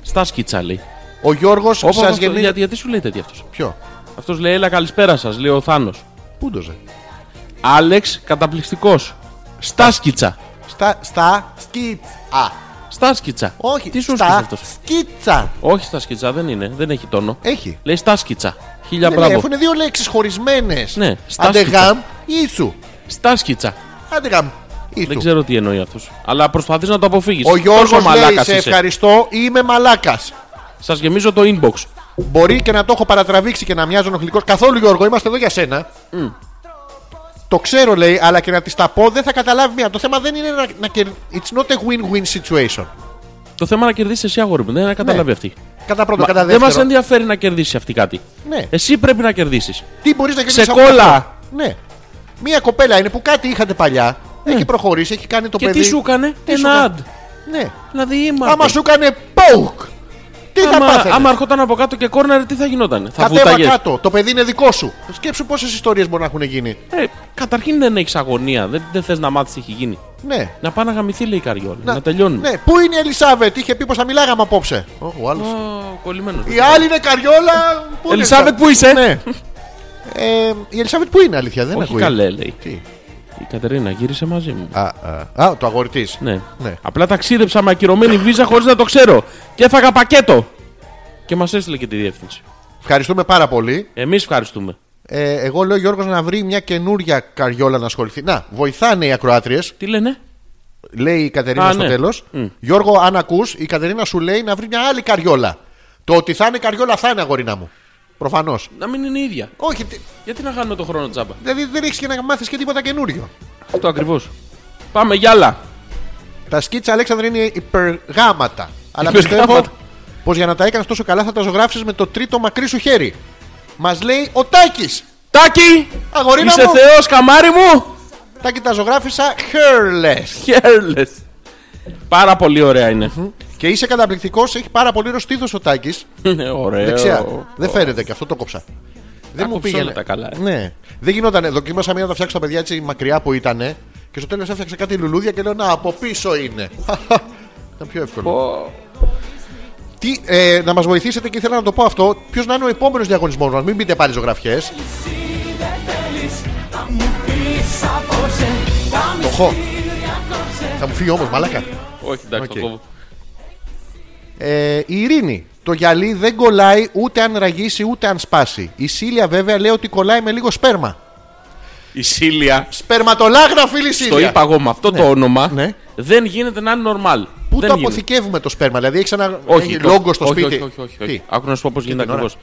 Στα σκίτσα λέει.
Ο Γιώργος
Όπα,
σας
αυτό-
γεννήθηκε.
γιατί, γιατί σου λέει τέτοιο αυτός.
Ποιο.
Αυτός λέει, έλα καλησπέρα σας, λέει ο Θάνος.
Πούντοζε.
Άλεξ καταπληκτικός. Στα σκίτσα.
Στα, στα σκίτσα.
Στα σκίτσα.
Όχι,
Τι σου
στα
σκίτσα αυτό.
σκίτσα.
Όχι στα σκίτσα, δεν είναι, δεν έχει τόνο.
Έχει.
Λέει στα σκίτσα. Χίλια
Ναι,
μπράβο.
ναι, αφού είναι δύο λέξεις χωρισμένες.
Ναι, στα σκίτσα.
Αντεγάμ ή σου.
Στα σκίτσα.
Αντεγάμ ή
Δεν ξέρω τι εννοεί αυτός. Αλλά προσπαθείς να το αποφύγεις.
Ο Γιώργος λέει: Σε ευχαριστώ, είμαι μαλάκας.
Σας γεμίζω το inbox.
Μπορεί και να το έχω παρατραβήξει και να μοιάζω ενοχλικό. Καθόλου Γιώργο, είμαστε εδώ για σένα. Το ξέρω, λέει, αλλά και να της τα πω δεν θα καταλάβει μία. Το θέμα δεν είναι να, να κερ- It's not a win-win situation.
Το θέμα να κερδίσεις εσύ αγόρι μου. Δεν να καταλάβει αυτή.
Κατά πρώτο,
Μα
κατά
δεν
Ναι. δεύτερο.
μα ενδιαφέρει να κερδίσει αυτή κάτι.
Ναι.
Εσύ πρέπει να κερδίσεις.
Τι μπορείς να κερδίσεις
Ξεκόλα.
Ναι. Μία κοπέλα είναι που κάτι είχατε παλιά. Έχει προχωρήσει, έχει κάνει το
Ναι. Και
παιδί.
τι σου έκανε,
Τι σου
ένα ad.
έκανε. Ναι.
Δηλαδή είμαστε.
Άμα σου έκανε poke, τι θα
άμα,
πάθαινες.
άμα ερχόταν από κάτω και κόρναρε, τι θα γινόταν. Θα
Κατέβα
βουτάγες.
κάτω. Το παιδί είναι δικό σου. Σκέψου πόσες ιστορίες μπορεί να έχουν γίνει.
Ε, καταρχήν δεν έχεις αγωνία. Δεν, δεν θες να μάθεις τι έχει γίνει.
Ναι.
Να πάει να γαμηθεί, λέει η Καριόλη. Να, τελειώνουμε.
Ναι, πού είναι η Ελισάβετ, είχε πει πως θα μιλάγαμε απόψε. Ο, ο άλλος.
Ω, κολλημένος.
Η άλλη είναι καριόλα. Πού είναι
Ελισάβετ,
η
πού είσαι?
Ναι. ε, η Ελισάβετ πού είναι, αλήθεια, δεν
Όχι
ακούει.
καλέ, λέει.
Τι.
Η Κατερίνα γύρισε μαζί μου.
Α, α, α, το αγορητής.
Ναι.
Ναι.
Απλά ταξίδεψα με ακυρωμένη βίζα χωρίς να το ξέρω. Και έφαγα πακέτο. Και μας έστειλε και τη διεύθυνση.
Ευχαριστούμε πάρα πολύ.
Εμείς ευχαριστούμε.
Ε, εγώ λέω Γιώργος να βρει μια καινούρια καριόλα να ασχοληθεί. Να, βοηθάνε οι ακροάτριες,
Τι λένε,
λέει η Κατερίνα
Α,
στο
ναι.
τέλος.
Μμ.
τέλο. Γιώργο, αν ακούς, η Κατερίνα σου λέει να βρει μια άλλη καριόλα. Το ότι θα είναι καριόλα θα είναι αγορίνα μου. Προφανώς.
να μην είναι η ίδια.
Όχι, τι-
Γιατί να χάνουμε τον χρόνο τζάμπα.
δηλαδή δεν έχεις και να μάθεις και τίποτα καινούριο.
Αυτό ακριβώς. Πάμε για άλλα.
Τα σκίτσα, Αλέξανδρε, είναι υπεργάματα. Αλλά
Υπεργάματα.
πιστεύω πως για να τα έκανες τόσο καλά θα τα ζωγράφει με το τρίτο μακρύ σου χέρι. Μας λέει ο Τάκης.
Τάκι!
Αγορίνα
Είσαι
μου.
θεός, καμάρι μου!
Τάκη τα ζωγράφισα hairless.
Hairless. Πάρα πολύ ωραία είναι.
Και είσαι καταπληκτικός, έχει πάρα πολύ ροστίθο ο Τάκης.
Ναι, Ωραίο.
Δεξιά. Δεν φαίνεται και αυτό το κόψα. Δεν
κόψε
μου
όλα
πήγαινε.
τα καλά, ε.
Ναι. Δεν γινόταν. Δοκίμασα μία να τα φτιάξω τα παιδιά έτσι μακριά που ήταν. Και στο τέλος έφτιαξα [LAUGHS] κάτι λουλούδια και λέω Να, από πίσω είναι. Ήταν πιο εύκολο. Τι, ε, να μας βοηθήσετε και ήθελα να το πω αυτό. Ποιος να είναι ο επόμενος διαγωνισμός μας, μην πείτε πάλι ζωγραφιές. Το έχω. Θα μου φύγει όμως, μαλάκα.
Όχι, εντάξει, το
Οκ.
κόβω.
Ε, η Ειρήνη. Το γυαλί δεν κολλάει ούτε αν ραγίσει ούτε αν σπάσει. Η Σίλια βέβαια λέει ότι κολλάει με λίγο σπέρμα.
Η Σίλια,
Σπερματολάγνα, φίλη Σίλια.
το είπα εγώ με αυτό το όνομα,
Ναι.
δεν γίνεται να είναι normal.
Πού
δεν
το
γίνεται.
αποθηκεύουμε το σπέρμα, δηλαδή έχεις ένα
Όχι, το-
λόγο στο
όχι,
σπίτι.
Όχι, όχι, όχι.
Τι,
όχι. Άκου να σου πω πώς γίνεται
την ώρα.
ακριβώς.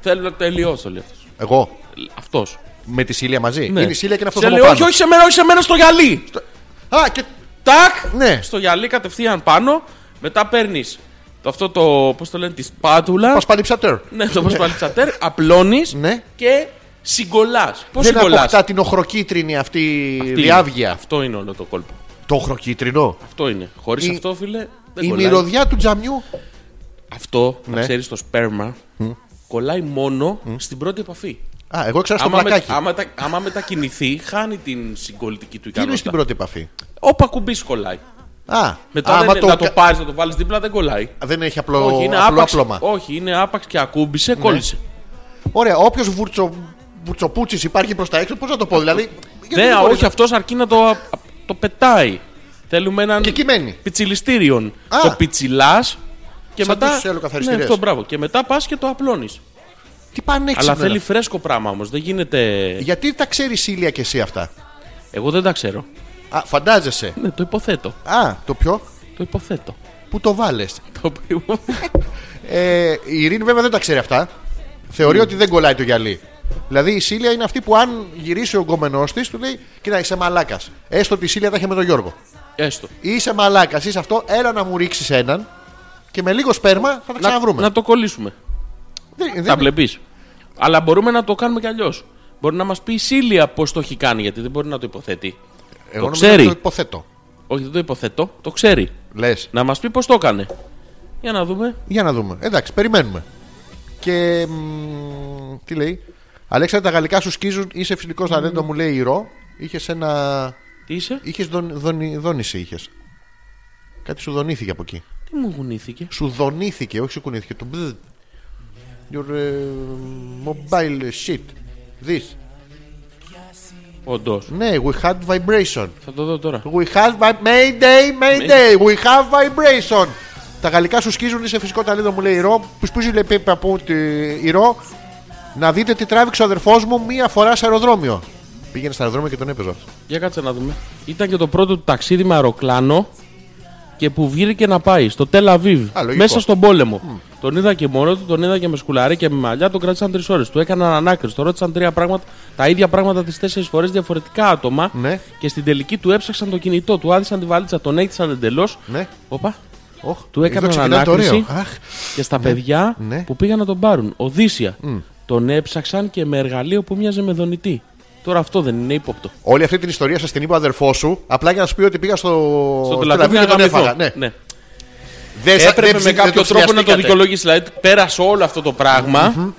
Θέλω να τελειώσω λίγο.
εγώ
Αυτός.
με τη Σίλια μαζί.
Ναι.
Είναι η Σίλια και είναι αυτός
Σε
που
λέει, όχι, όχι σε μένα, όχι σε μένα στο γυαλί.
Α, και.
Τάκ!
Ναι.
Στο γυαλί κατευθείαν πάνω. Μετά παίρνεις αυτό το. Πώς το λένε, τη σπάτουλα.
Πασπαλιψατέρ.
Ναι, το προσπαλιτσατέρ. Απλώνεις
Ναι.
και συγκολάς. Πώς
Δεν
συγκολάς.
αποκτά την οχροκίτρινη αυτή, διάβγεια.
Αυτό είναι όλο το κόλπο.
Το οχροκίτρινο.
Αυτό είναι. Χωρίς
Η-
αυτό, φίλε, δεν
Η
κολλάει.
μυρωδιά του τζαμιού.
Αυτό,
Ναι.
να ξέρεις το σπέρμα, κολλάει μόνο στην πρώτη επαφή.
Α, εγώ ήξερα στο
άμα, με,
πλακάκι.
άμα, τα- άμα μετακινηθεί, χάνει την συγκολητική του
Τι είναι
ικανότητα.
στην πρώτη επαφή.
Όπα κουμπί κολλάει.
Α,
Μετά
άμα
δεν, το... να το
κα-
πάρεις, να το βάλεις δίπλα, δεν κολλάει.
δεν έχει απλό,
όχι, είναι
απλό
άπαξ,
απλώμα. Ναι.
όχι, είναι άπαξ και ακούμπησε, κόλλησε.
Ωραία, όποιος βουρτσο, βουρτσοπούτσης υπάρχει προς τα έξω, πώς να το πω δηλαδή. γιατί
Ναι,
δεν μπορείς
όχι,
να-
αυτός αρκεί να το, το πετάει. Θέλουμε έναν
Και εκεί μένει.
πιτσιλιστήριον.
Α.
Το πιτσιλάς και
Σαν
μετά. Ναι,
τους ελαιοκαθαριστήρες.
αυτό, μπράβο. Και μετά πας και το απλώνεις.
Τι πάνε
Αλλά θέλει φρέσκο πράγμα όμως. Δεν γίνεται.
Γιατί τα ξέρεις η Σίλια και εσύ αυτά.
Εγώ δεν τα ξέρω.
Α, φαντάζεσαι.
Ναι, το υποθέτω.
Α, το πιο.
Το υποθέτω.
Πού το βάλες.
Το
[LAUGHS] Ε, η Ειρήνη βέβαια δεν τα ξέρει αυτά. Θεωρεί
Mm.
ότι δεν κολλάει το γυαλί. Δηλαδή η Σίλια είναι αυτή που αν γυρίσει ο γκόμενό της, του λέει: Κοίτα, είσαι μαλάκας. Έστω ότι η Σίλια τα είχε με τον Γιώργο.
Έστω.
Είσαι μαλάκας, είσαι αυτό, έλα να μου ρίξεις έναν και με λίγο σπέρμα θα τα
Να,
ξαναβρούμε. Ναι.
να το κολλήσουμε.
Δεν- δεν-
Τα βλέπει. Αλλά μπορούμε να το κάνουμε κι αλλιώς. Μπορεί να μας πει η Σίλια πώς το έχει κάνει, γιατί δεν μπορεί να το υποθέτει.
Εγώ
το
νομίζω
ξέρει.
ότι Το υποθέτω.
Όχι, δεν το υποθέτω, το ξέρει.
Λες.
Να μας πει πώς το έκανε. Για να δούμε.
Για να δούμε. Εντάξει, περιμένουμε. Και. μ, τι λέει. Αλέξα, τα γαλλικά σου σκίζουν. Είσαι φιλικός ταλέντο, μου λέει η Ρο. Είχες ένα.
Τι είσαι,
Είχες δον, δον, δόνηση, είχες. Κάτι σου δονήθηκε από εκεί.
τι μου γουνήθηκε.
Σου δονήθηκε, όχι σου κουνήθηκε. Το μπδ. Your ε, mobile shit. This.
Όντως.
Ναι, we had vibration.
Θα το δω τώρα.
We have vi- Mayday, Mayday. We have vibration. Τα γαλλικά σου σκίζουν, είσαι φυσικό ταλέντο, μου λέει η Ρο. Που σπούζει, λέει πέ- παππού τη- η Ρο. Να δείτε τι τράβηξε ο αδερφός μου μία φορά σε αεροδρόμιο. Πήγαινε στο αεροδρόμιο και τον έπαιζα.
Για κάτσε να δούμε. Ήταν και το πρώτο του ταξίδι με αεροκλάνο και που βγήκε να πάει στο Τελαβίβ.
Α, λογικό.
Μέσα στον πόλεμο. Τον είδα και μόνο του, τον είδα και με σκουλαρί και με μαλλιά, τον κράτησαν τρεις ώρες. Του έκαναν ανάκριση, τον ρώτησαν τρία πράγματα, τα ίδια πράγματα τις τέσσερις φορές διαφορετικά άτομα.
Ναι.
Και στην τελική του έψαξαν το κινητό, του άδεισαν τη βαλίτσα, τον έκτισαν εντελώς.
Ναι.
Οπα,
Οχ,
Του έκαναν
εδώ ξεκινάει το
ανάκριση.
ωραίο. Αχ,
και στα παιδιά
ναι.
που πήγαν να τον πάρουν. Οδύσσια. Τον έψαξαν και με εργαλείο που μοιάζε με δονητή. Τώρα αυτό δεν είναι ύποπτο.
Όλη αυτή την ιστορία σας την είπε ο αδερφός σου, απλά για να σου πει ότι πήγα στο,
Στο
στο
Τελαβίβ
Τελαβίβ
να
και τον
γαμηθώ.
έφαγα. Ναι.
Ναι.
Δεν σα-
Έπρεπε
Ε, δεν ψ-
με
δεν
κάποιο
το
τρόπο να το
ψηλιαστήκατε.
δικαιολογήσει. Δηλαδή, πέρασε όλο αυτό το πραγμα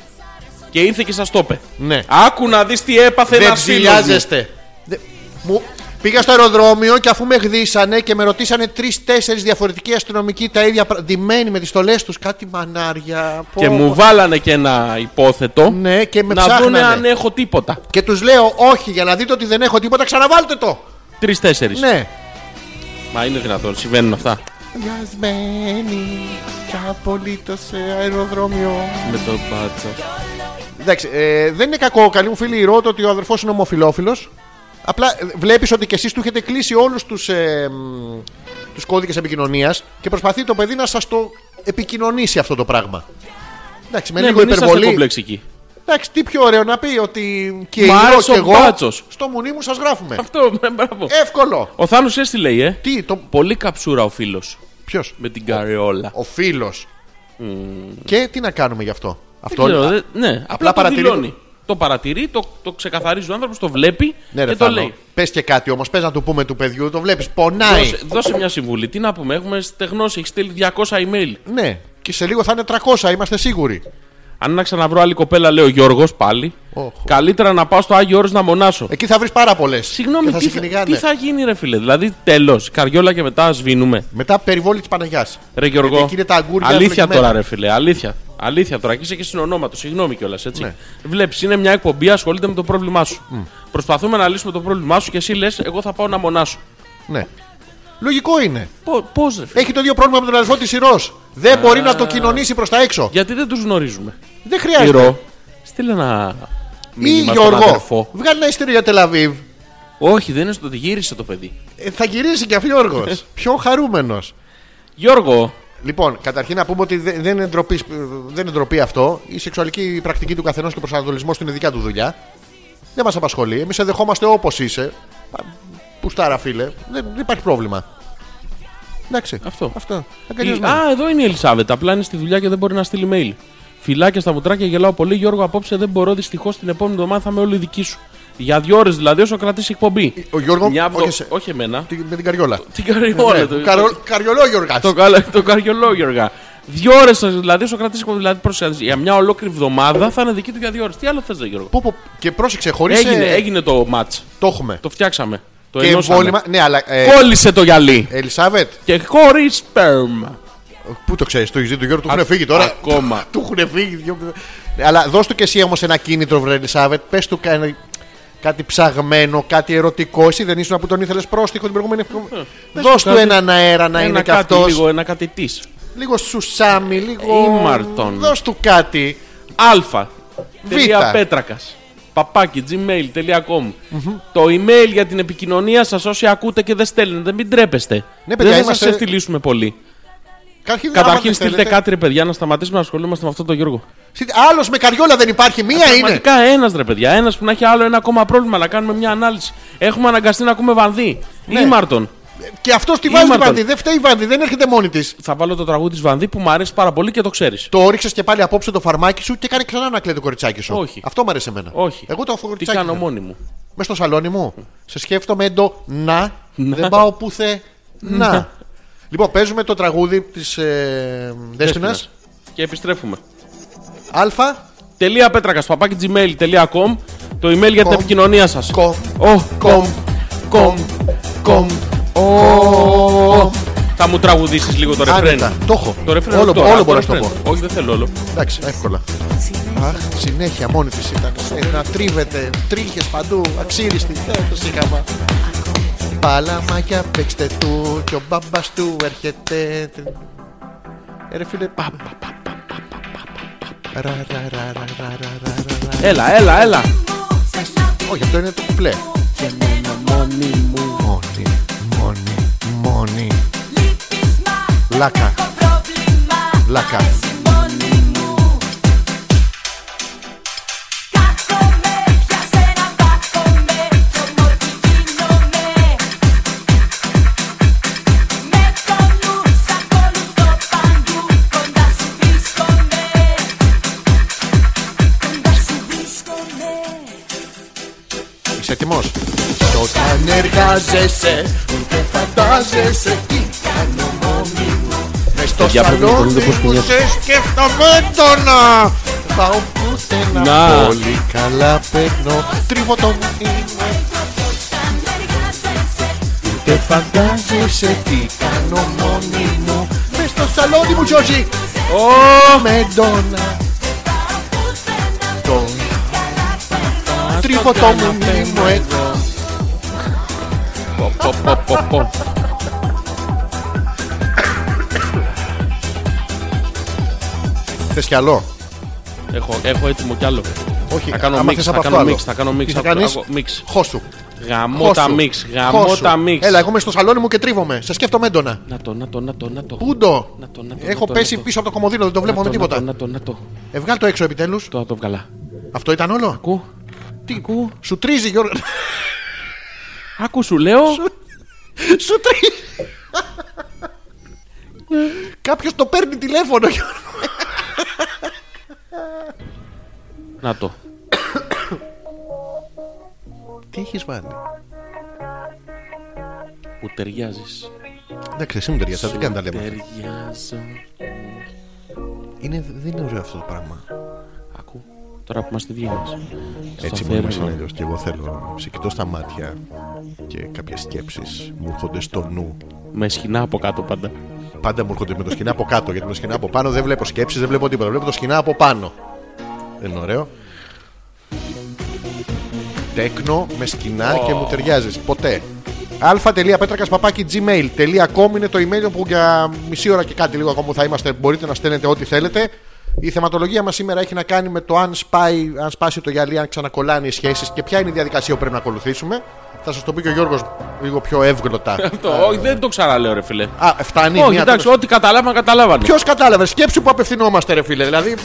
και ήρθε και σας το είπε.
Ναι.
Άκου να δεις τι έπαθε
Δεν
ένα φίλο. μου.
ψηλιάζεστε. Δε- Μου... Πήγα στο αεροδρόμιο και αφού με γδίσανε και με ρωτήσανε τρει-τέσσερι διαφορετικοί αστυνομικοί τα ίδια πρα- ντυμένοι με τι στολέ τους, κάτι μανάρια. πω,
Και μου
πω.
βάλανε και ένα υπόθετο
Ναι, και με
να δούνε
ψάχνανε.
αν έχω τίποτα.
Και τους λέω, Όχι, για να δείτε ότι δεν έχω τίποτα, ξαναβάλτε το.
Τρει-τέσσερι.
Ναι.
Μα είναι δυνατόν, συμβαίνουν αυτά.
Βιασμένη και απολύτως σε αεροδρόμιο.
Με τον μπάτσο.
Εντάξει, ε, δεν είναι κακό, καλή μου φίλη, η Ρότο ότι ο αδερφός είναι ομοφυλόφιλο. Απλά βλέπεις ότι και εσείς του έχετε κλείσει όλους τους ε, τους κώδικες επικοινωνίας και προσπαθεί το παιδί να σας το επικοινωνήσει αυτό το πράγμα. Εντάξει, με
Ναι,
λίγο
μην είσαστε
υπερβολή.
κομπλεξικοί.
Εντάξει, τι πιο ωραίο να πει ότι και
Μ'
η Ρο
άρεσε
και
ο
εγώ
μπάτσος.
στο μουνί μου σας γράφουμε.
Αυτό, ναι, μπράβο.
Εύκολο.
Ο Θάνος έτσι λέει, ε.
Τι, το.
Πολύ καψούρα ο φίλος
Ποιος.
με την καριόλα.
Ο φίλος. Και τι να κάνουμε γι' αυτό. Αυτό
Δεν ξέρω,
α-
δε- ναι, απλά, το
παρατηρεί-
δηλώνει. Το παρατηρεί, το, το ξεκαθαρίζει ο άνθρωπος, το βλέπει
Ναι, ρε,
και το
Θάνο.
λέει.
Πες και κάτι όμως, πες να του πούμε του παιδιού, το βλέπεις. Πονάει.
Δώσε, δώσε μια συμβουλή. Τι να πούμε, έχουμε στεγνώσει, έχεις στείλει 200 email.
Ναι, και σε λίγο θα είναι 300, είμαστε σίγουροι.
Αν να ξαναβρω άλλη κοπέλα, λέει ο Γιώργος πάλι.
Όχο.
Καλύτερα να πάω στο Άγιο Όρος να μονάσω.
Εκεί θα βρεις πάρα πολλές.
Συγγνώμη,
θα
τι,
σε
θα,
κυνηγάνε.
τι θα γίνει, ρε φίλε. Δηλαδή, τέλος. Καριόλα και μετά σβήνουμε.
Μετά περιβόλη της Παναγιάς.
Ρε Γιώργο.
Γιατί εκεί είναι τα αγκούρια
αλήθεια
δοκιμένα.
τώρα, ρε φίλε. Αλήθεια. Αλήθεια τώρα. Και είσαι και συνονόματο. Συγγνώμη κιόλας, έτσι.
Ναι.
Βλέπεις, είναι μια εκπομπή, ασχολείται με το πρόβλημά σου. Προσπαθούμε να λύσουμε το πρόβλημά σου και εσύ λες, εγώ θα πάω να μονάσω.
Ναι. Λογικό είναι.
Πώς, ρε φίλε.
Έχει το ίδιο πρόβλημα με τον αδελφό της Ηρώ. Δεν μπορεί να το κοινωνήσει προς τα έξω.
Γιατί δεν τους γνωρίζουμε.
Δεν χρειάζεται.
Ηρώ. Στείλε ένα.
Ή
μήνυμα στον
ε, Γιώργο.
αδερφό.
Βγάλει ένα ειστήριο για Τελαβίβ.
Όχι, δεν είναι στο ότι γύρισε το παιδί.
Ε, θα γυρίσει και Γιώργο.
Ε.
Πιο χαρούμενος.
Γιώργο,
Λοιπόν, καταρχήν να πούμε ότι δε- δεν είναι, ντροπή, σ- δεν είναι ντροπή αυτό. Η σεξουαλική πρακτική του καθενός και ο προσανατολισμός του είναι δικιά του δουλειά. Δεν μας απασχολεί. Εμείς σε δεχόμαστε όπως είσαι. Πα- Πουστάρα, φίλε. Δεν, δεν υπάρχει πρόβλημα. Εντάξει.
Αυτό.
Αυτό.
Η-
Αγκαλιασμένοι.
Α, εδώ είναι η Ελισάβετ. Απλά είναι στη δουλειά και δεν μπορεί να στείλει mail. Φυλάκια στα μουτράκια, γελάω πολύ. Γιώργο, απόψε δεν μπορώ. Δυστυχώς την επόμενη εβδομάδα θα είμαι όλη δική σου. Για δύο ώρες δηλαδή, όσο κρατήσει η εκπομπή.
Ο Γιώργο.
Μια βδο-
όχι, σε-
Όχι εμένα.
τη- με την καριόλα.
[LAUGHS] Την καριόλα
Ναι,
του.
καρο- Καριολό Γιώργα.
Το, καλ- το καριολό, Γιώργα. Δύο ώρες δηλαδή, όσο κρατήσει η εκπομπή. Δηλαδή, πρόσεχε, για μια ολόκληρη εβδομάδα θα είναι δική του για δύο ώρες. Τι άλλο θες, Γιώργο.
Πω, πω, Και πρόσεξε, χωρίς.
Έγινε, έγινε το match.
Το έχουμε.
Το φτιάξαμε. Το
ε, Και
ενώσαμε.
εμβόλυμα. Ναι, αλλά. ε,
Κόλλησε το γυαλί.
Ελισάβετ,
Και χωρίς σπέρμα.
πού το ξέρεις, το Ιζή του Γιώργου του έχουν φύγει τώρα.
Ακόμα.
[LAUGHS] του έχουν φύγει. δυο- Ναι, Αλλά δώσ' του και εσύ όμως ένα κίνητρο, βρε Ελισάβετ. Πες του κα- κάτι ψαγμένο, κάτι ερωτικό. Εσύ δεν ήσουν που τον ήθελες πρόστιχο την προηγούμενη εβδομάδα. Δώσ' του
Ε, κάτι.
έναν αέρα να είναι
Ένα
κι
κάτι
αυτός.
λίγο, ένα κάτι της.
Λίγο σουσάμι, λίγο.
Ήμαρτον.
Δώσ' του κάτι.
Α.
Β.
Τελεία πέτρακας. Παπάκι gmail.com Το email για την επικοινωνία σας όσοι ακούτε και δεν στέλνετε, μην τρέπεστε.
Ναι, παιδιά,
δεν θα
είμαστε-
σας ευτυλίσουμε πολύ.
Καταρχήν, άμα
Καταρχήν
δεν
στείλτε
θέλετε-
κάτι ρε παιδιά να σταματήσουμε να ασχολούμαστε με αυτό το Γιώργο.
Στείλτε- Άλλος με καριόλα δεν υπάρχει, μία είναι.
Πραγματικά ένας ρε παιδιά, ένας που να έχει άλλο ένα ακόμα πρόβλημα να κάνουμε μια ανάλυση. Έχουμε αναγκαστεί να ακούμε Βανδύ.
Ναι.
Ήμαρτον.
Και αυτός τη βάζει η
Ήμαρτον.
Βάνδη. Δεν φταίει η Βάνδη, δεν έρχεται μόνη της.
Θα βάλω το τραγούδι της Βανδύ που μου αρέσει πάρα πολύ και το ξέρεις.
Το όριξες και πάλι απόψε το φαρμάκι σου και κάνει ξανά να κλαίει το κοριτσάκι σου.
Όχι.
Αυτό μου αρέσει εμένα.
Όχι.
Εγώ το
Τι
κοριτσάκι.
κάνω
θέλω.
μόνη μου.
Μες στο σαλόνι μου. Σε σκέφτομαι εντό να. Δεν πάω πουθενά. να. Λοιπόν, παίζουμε το τραγούδι της ε, Δέσποινα.
Και επιστρέφουμε.
Α.
Τελεία πέτρακα παπάκι gmail.com Το email για την
Κομ.
επικοινωνία σας.
Κομ.
Ω,
Κομ.
κομ,
Κομ.
Ω. Θα μου τραγουδήσεις λίγο το ρεφρέν.
Άνετα. Το έχω.
Το ρεφρέν
Όλο,
όχι τώρα,
όλο μπορώ να το
ρεφρέν.
πω.
Όχι, δεν θέλω όλο.
Εντάξει, εύκολα. Αχ, συνέχεια μόνη της ήταν. Ε, Να τρίβεται, τρίχες παντού, αξίριστη. Δεν το σύγχαμα. Παλαμάκια παίξτε του και ο μπαμπάς του έρχεται. Ε, ρε φίλε, πα, πα, πα, πα, πα, πα, πα, πα, πα. Ρα, ρα, ρα, ρα, ρα, ρα, ρα, ρα.
Έλα, έλα, έλα.
Όχι, αυτό είναι το πλέ. Μόνη, μόνη, μόνη. Λάκα. Λάκα. Είσαι έτοιμος. Κι όταν εργάζεσαι, δεν φαντάζεσαι τι κάνω μόνη μου. Μες στο
Παιδιά, πρέπει να
σαλόνι
κολλούνται πως
μου
κουνιέται.
σε σκέφτομαι να Πάω πουθενά.
Να.
Πολύ καλά παίρνω. Τρίβω το μήνυμα. Δεν φαντάζεσαι τι κάνω μόνη μου. Μες στο σαλόνι μου, Τζόζι.
Ω.
Με ντόνα. Το τρίβω το μήνυμα εδώ.
Πω, πω, πω, πω, πω.
Θες κι άλλο.
Έχω, έχω έτοιμο κι άλλο.
Όχι,
Θα κάνω
άμα
mix,
θες
θα
από
κάνω
αυτό
mix,
άλλο.
θα κάνω mix,
Τι θα
θα
κάνεις,
κάνω mix.
χώσου.
Γαμώ τα
Χώσου.
μίξ, γαμώ
Χώσου.
τα μίξ.
Έλα, εγώ είμαι στο σαλόνι μου και τρίβομαι. Σε σκέφτομαι έντονα.
Να το, να το, να το, να το.
Πού το?
Να το, να το,
Έχω
να το,
πέσει
να το.
πίσω από το κομμωδίνο, δεν το βλέπω
Να
με
το,
τίποτα.
Να το, να το, να το.
Ε, βγάλ' το έξω επιτέλους.
Το να το βγαλά.
Αυτό ήταν όλο.
Ακού,
Τι
ακούω.
Σου τρίζει, Γιώργο. [LAUGHS]
άκου σου λέω.
Σου τρίζει. Κάποιος το παίρνει τηλέφωνο, Γιώργο.
Να το.
Τι έχεις βάλει.
Μου ταιριάζεις.
Εντάξει, εσύ μου ταιριάζεις, δεν κάνεις τα λέμε.
Ταιριάζω.
Είναι, δεν είναι ωραίο αυτό το πράγμα.
Τώρα που είμαστε δυο μας.
Έτσι
Θα
μου
θέλω.
είναι αλλιώ. Και εγώ θέλω. Σε κοιτώ στα μάτια και κάποιες σκέψεις μου έρχονται στο νου.
Με σκηνά από κάτω πάντα.
Πάντα μου έρχονται με το σκηνά από κάτω. Γιατί με το σκηνά από πάνω δεν βλέπω σκέψεις, δεν βλέπω τίποτα. Βλέπω το σκηνά από πάνω. Δεν είναι ωραίο. Τέκνο με σκηνά και μου ταιριάζεις. Ποτέ. αλφα.πέτρακα.gmail.com είναι το email που για μισή ώρα και κάτι λίγο ακόμα που θα είμαστε μπορείτε να στέλνετε ό,τι θέλετε. Η θεματολογία μας σήμερα έχει να κάνει με το αν, σπάει, αν σπάσει το γυαλί, αν ξανακολλάνε οι σχέσεις και ποια είναι η διαδικασία που πρέπει να ακολουθήσουμε. Θα σας το πει και ο Γιώργος λίγο πιο εύγλωτα.
Το, όχι, δεν το ξαναλέω, ρε φιλέ.
Α, φτάνει
Όχι,
μια
εντάξει, ό,τι καταλάβανε, καταλάβανε.
Ποιος κατάλαβε, σκέψου που απευθυνόμαστε, ρε φίλε. Δηλαδή,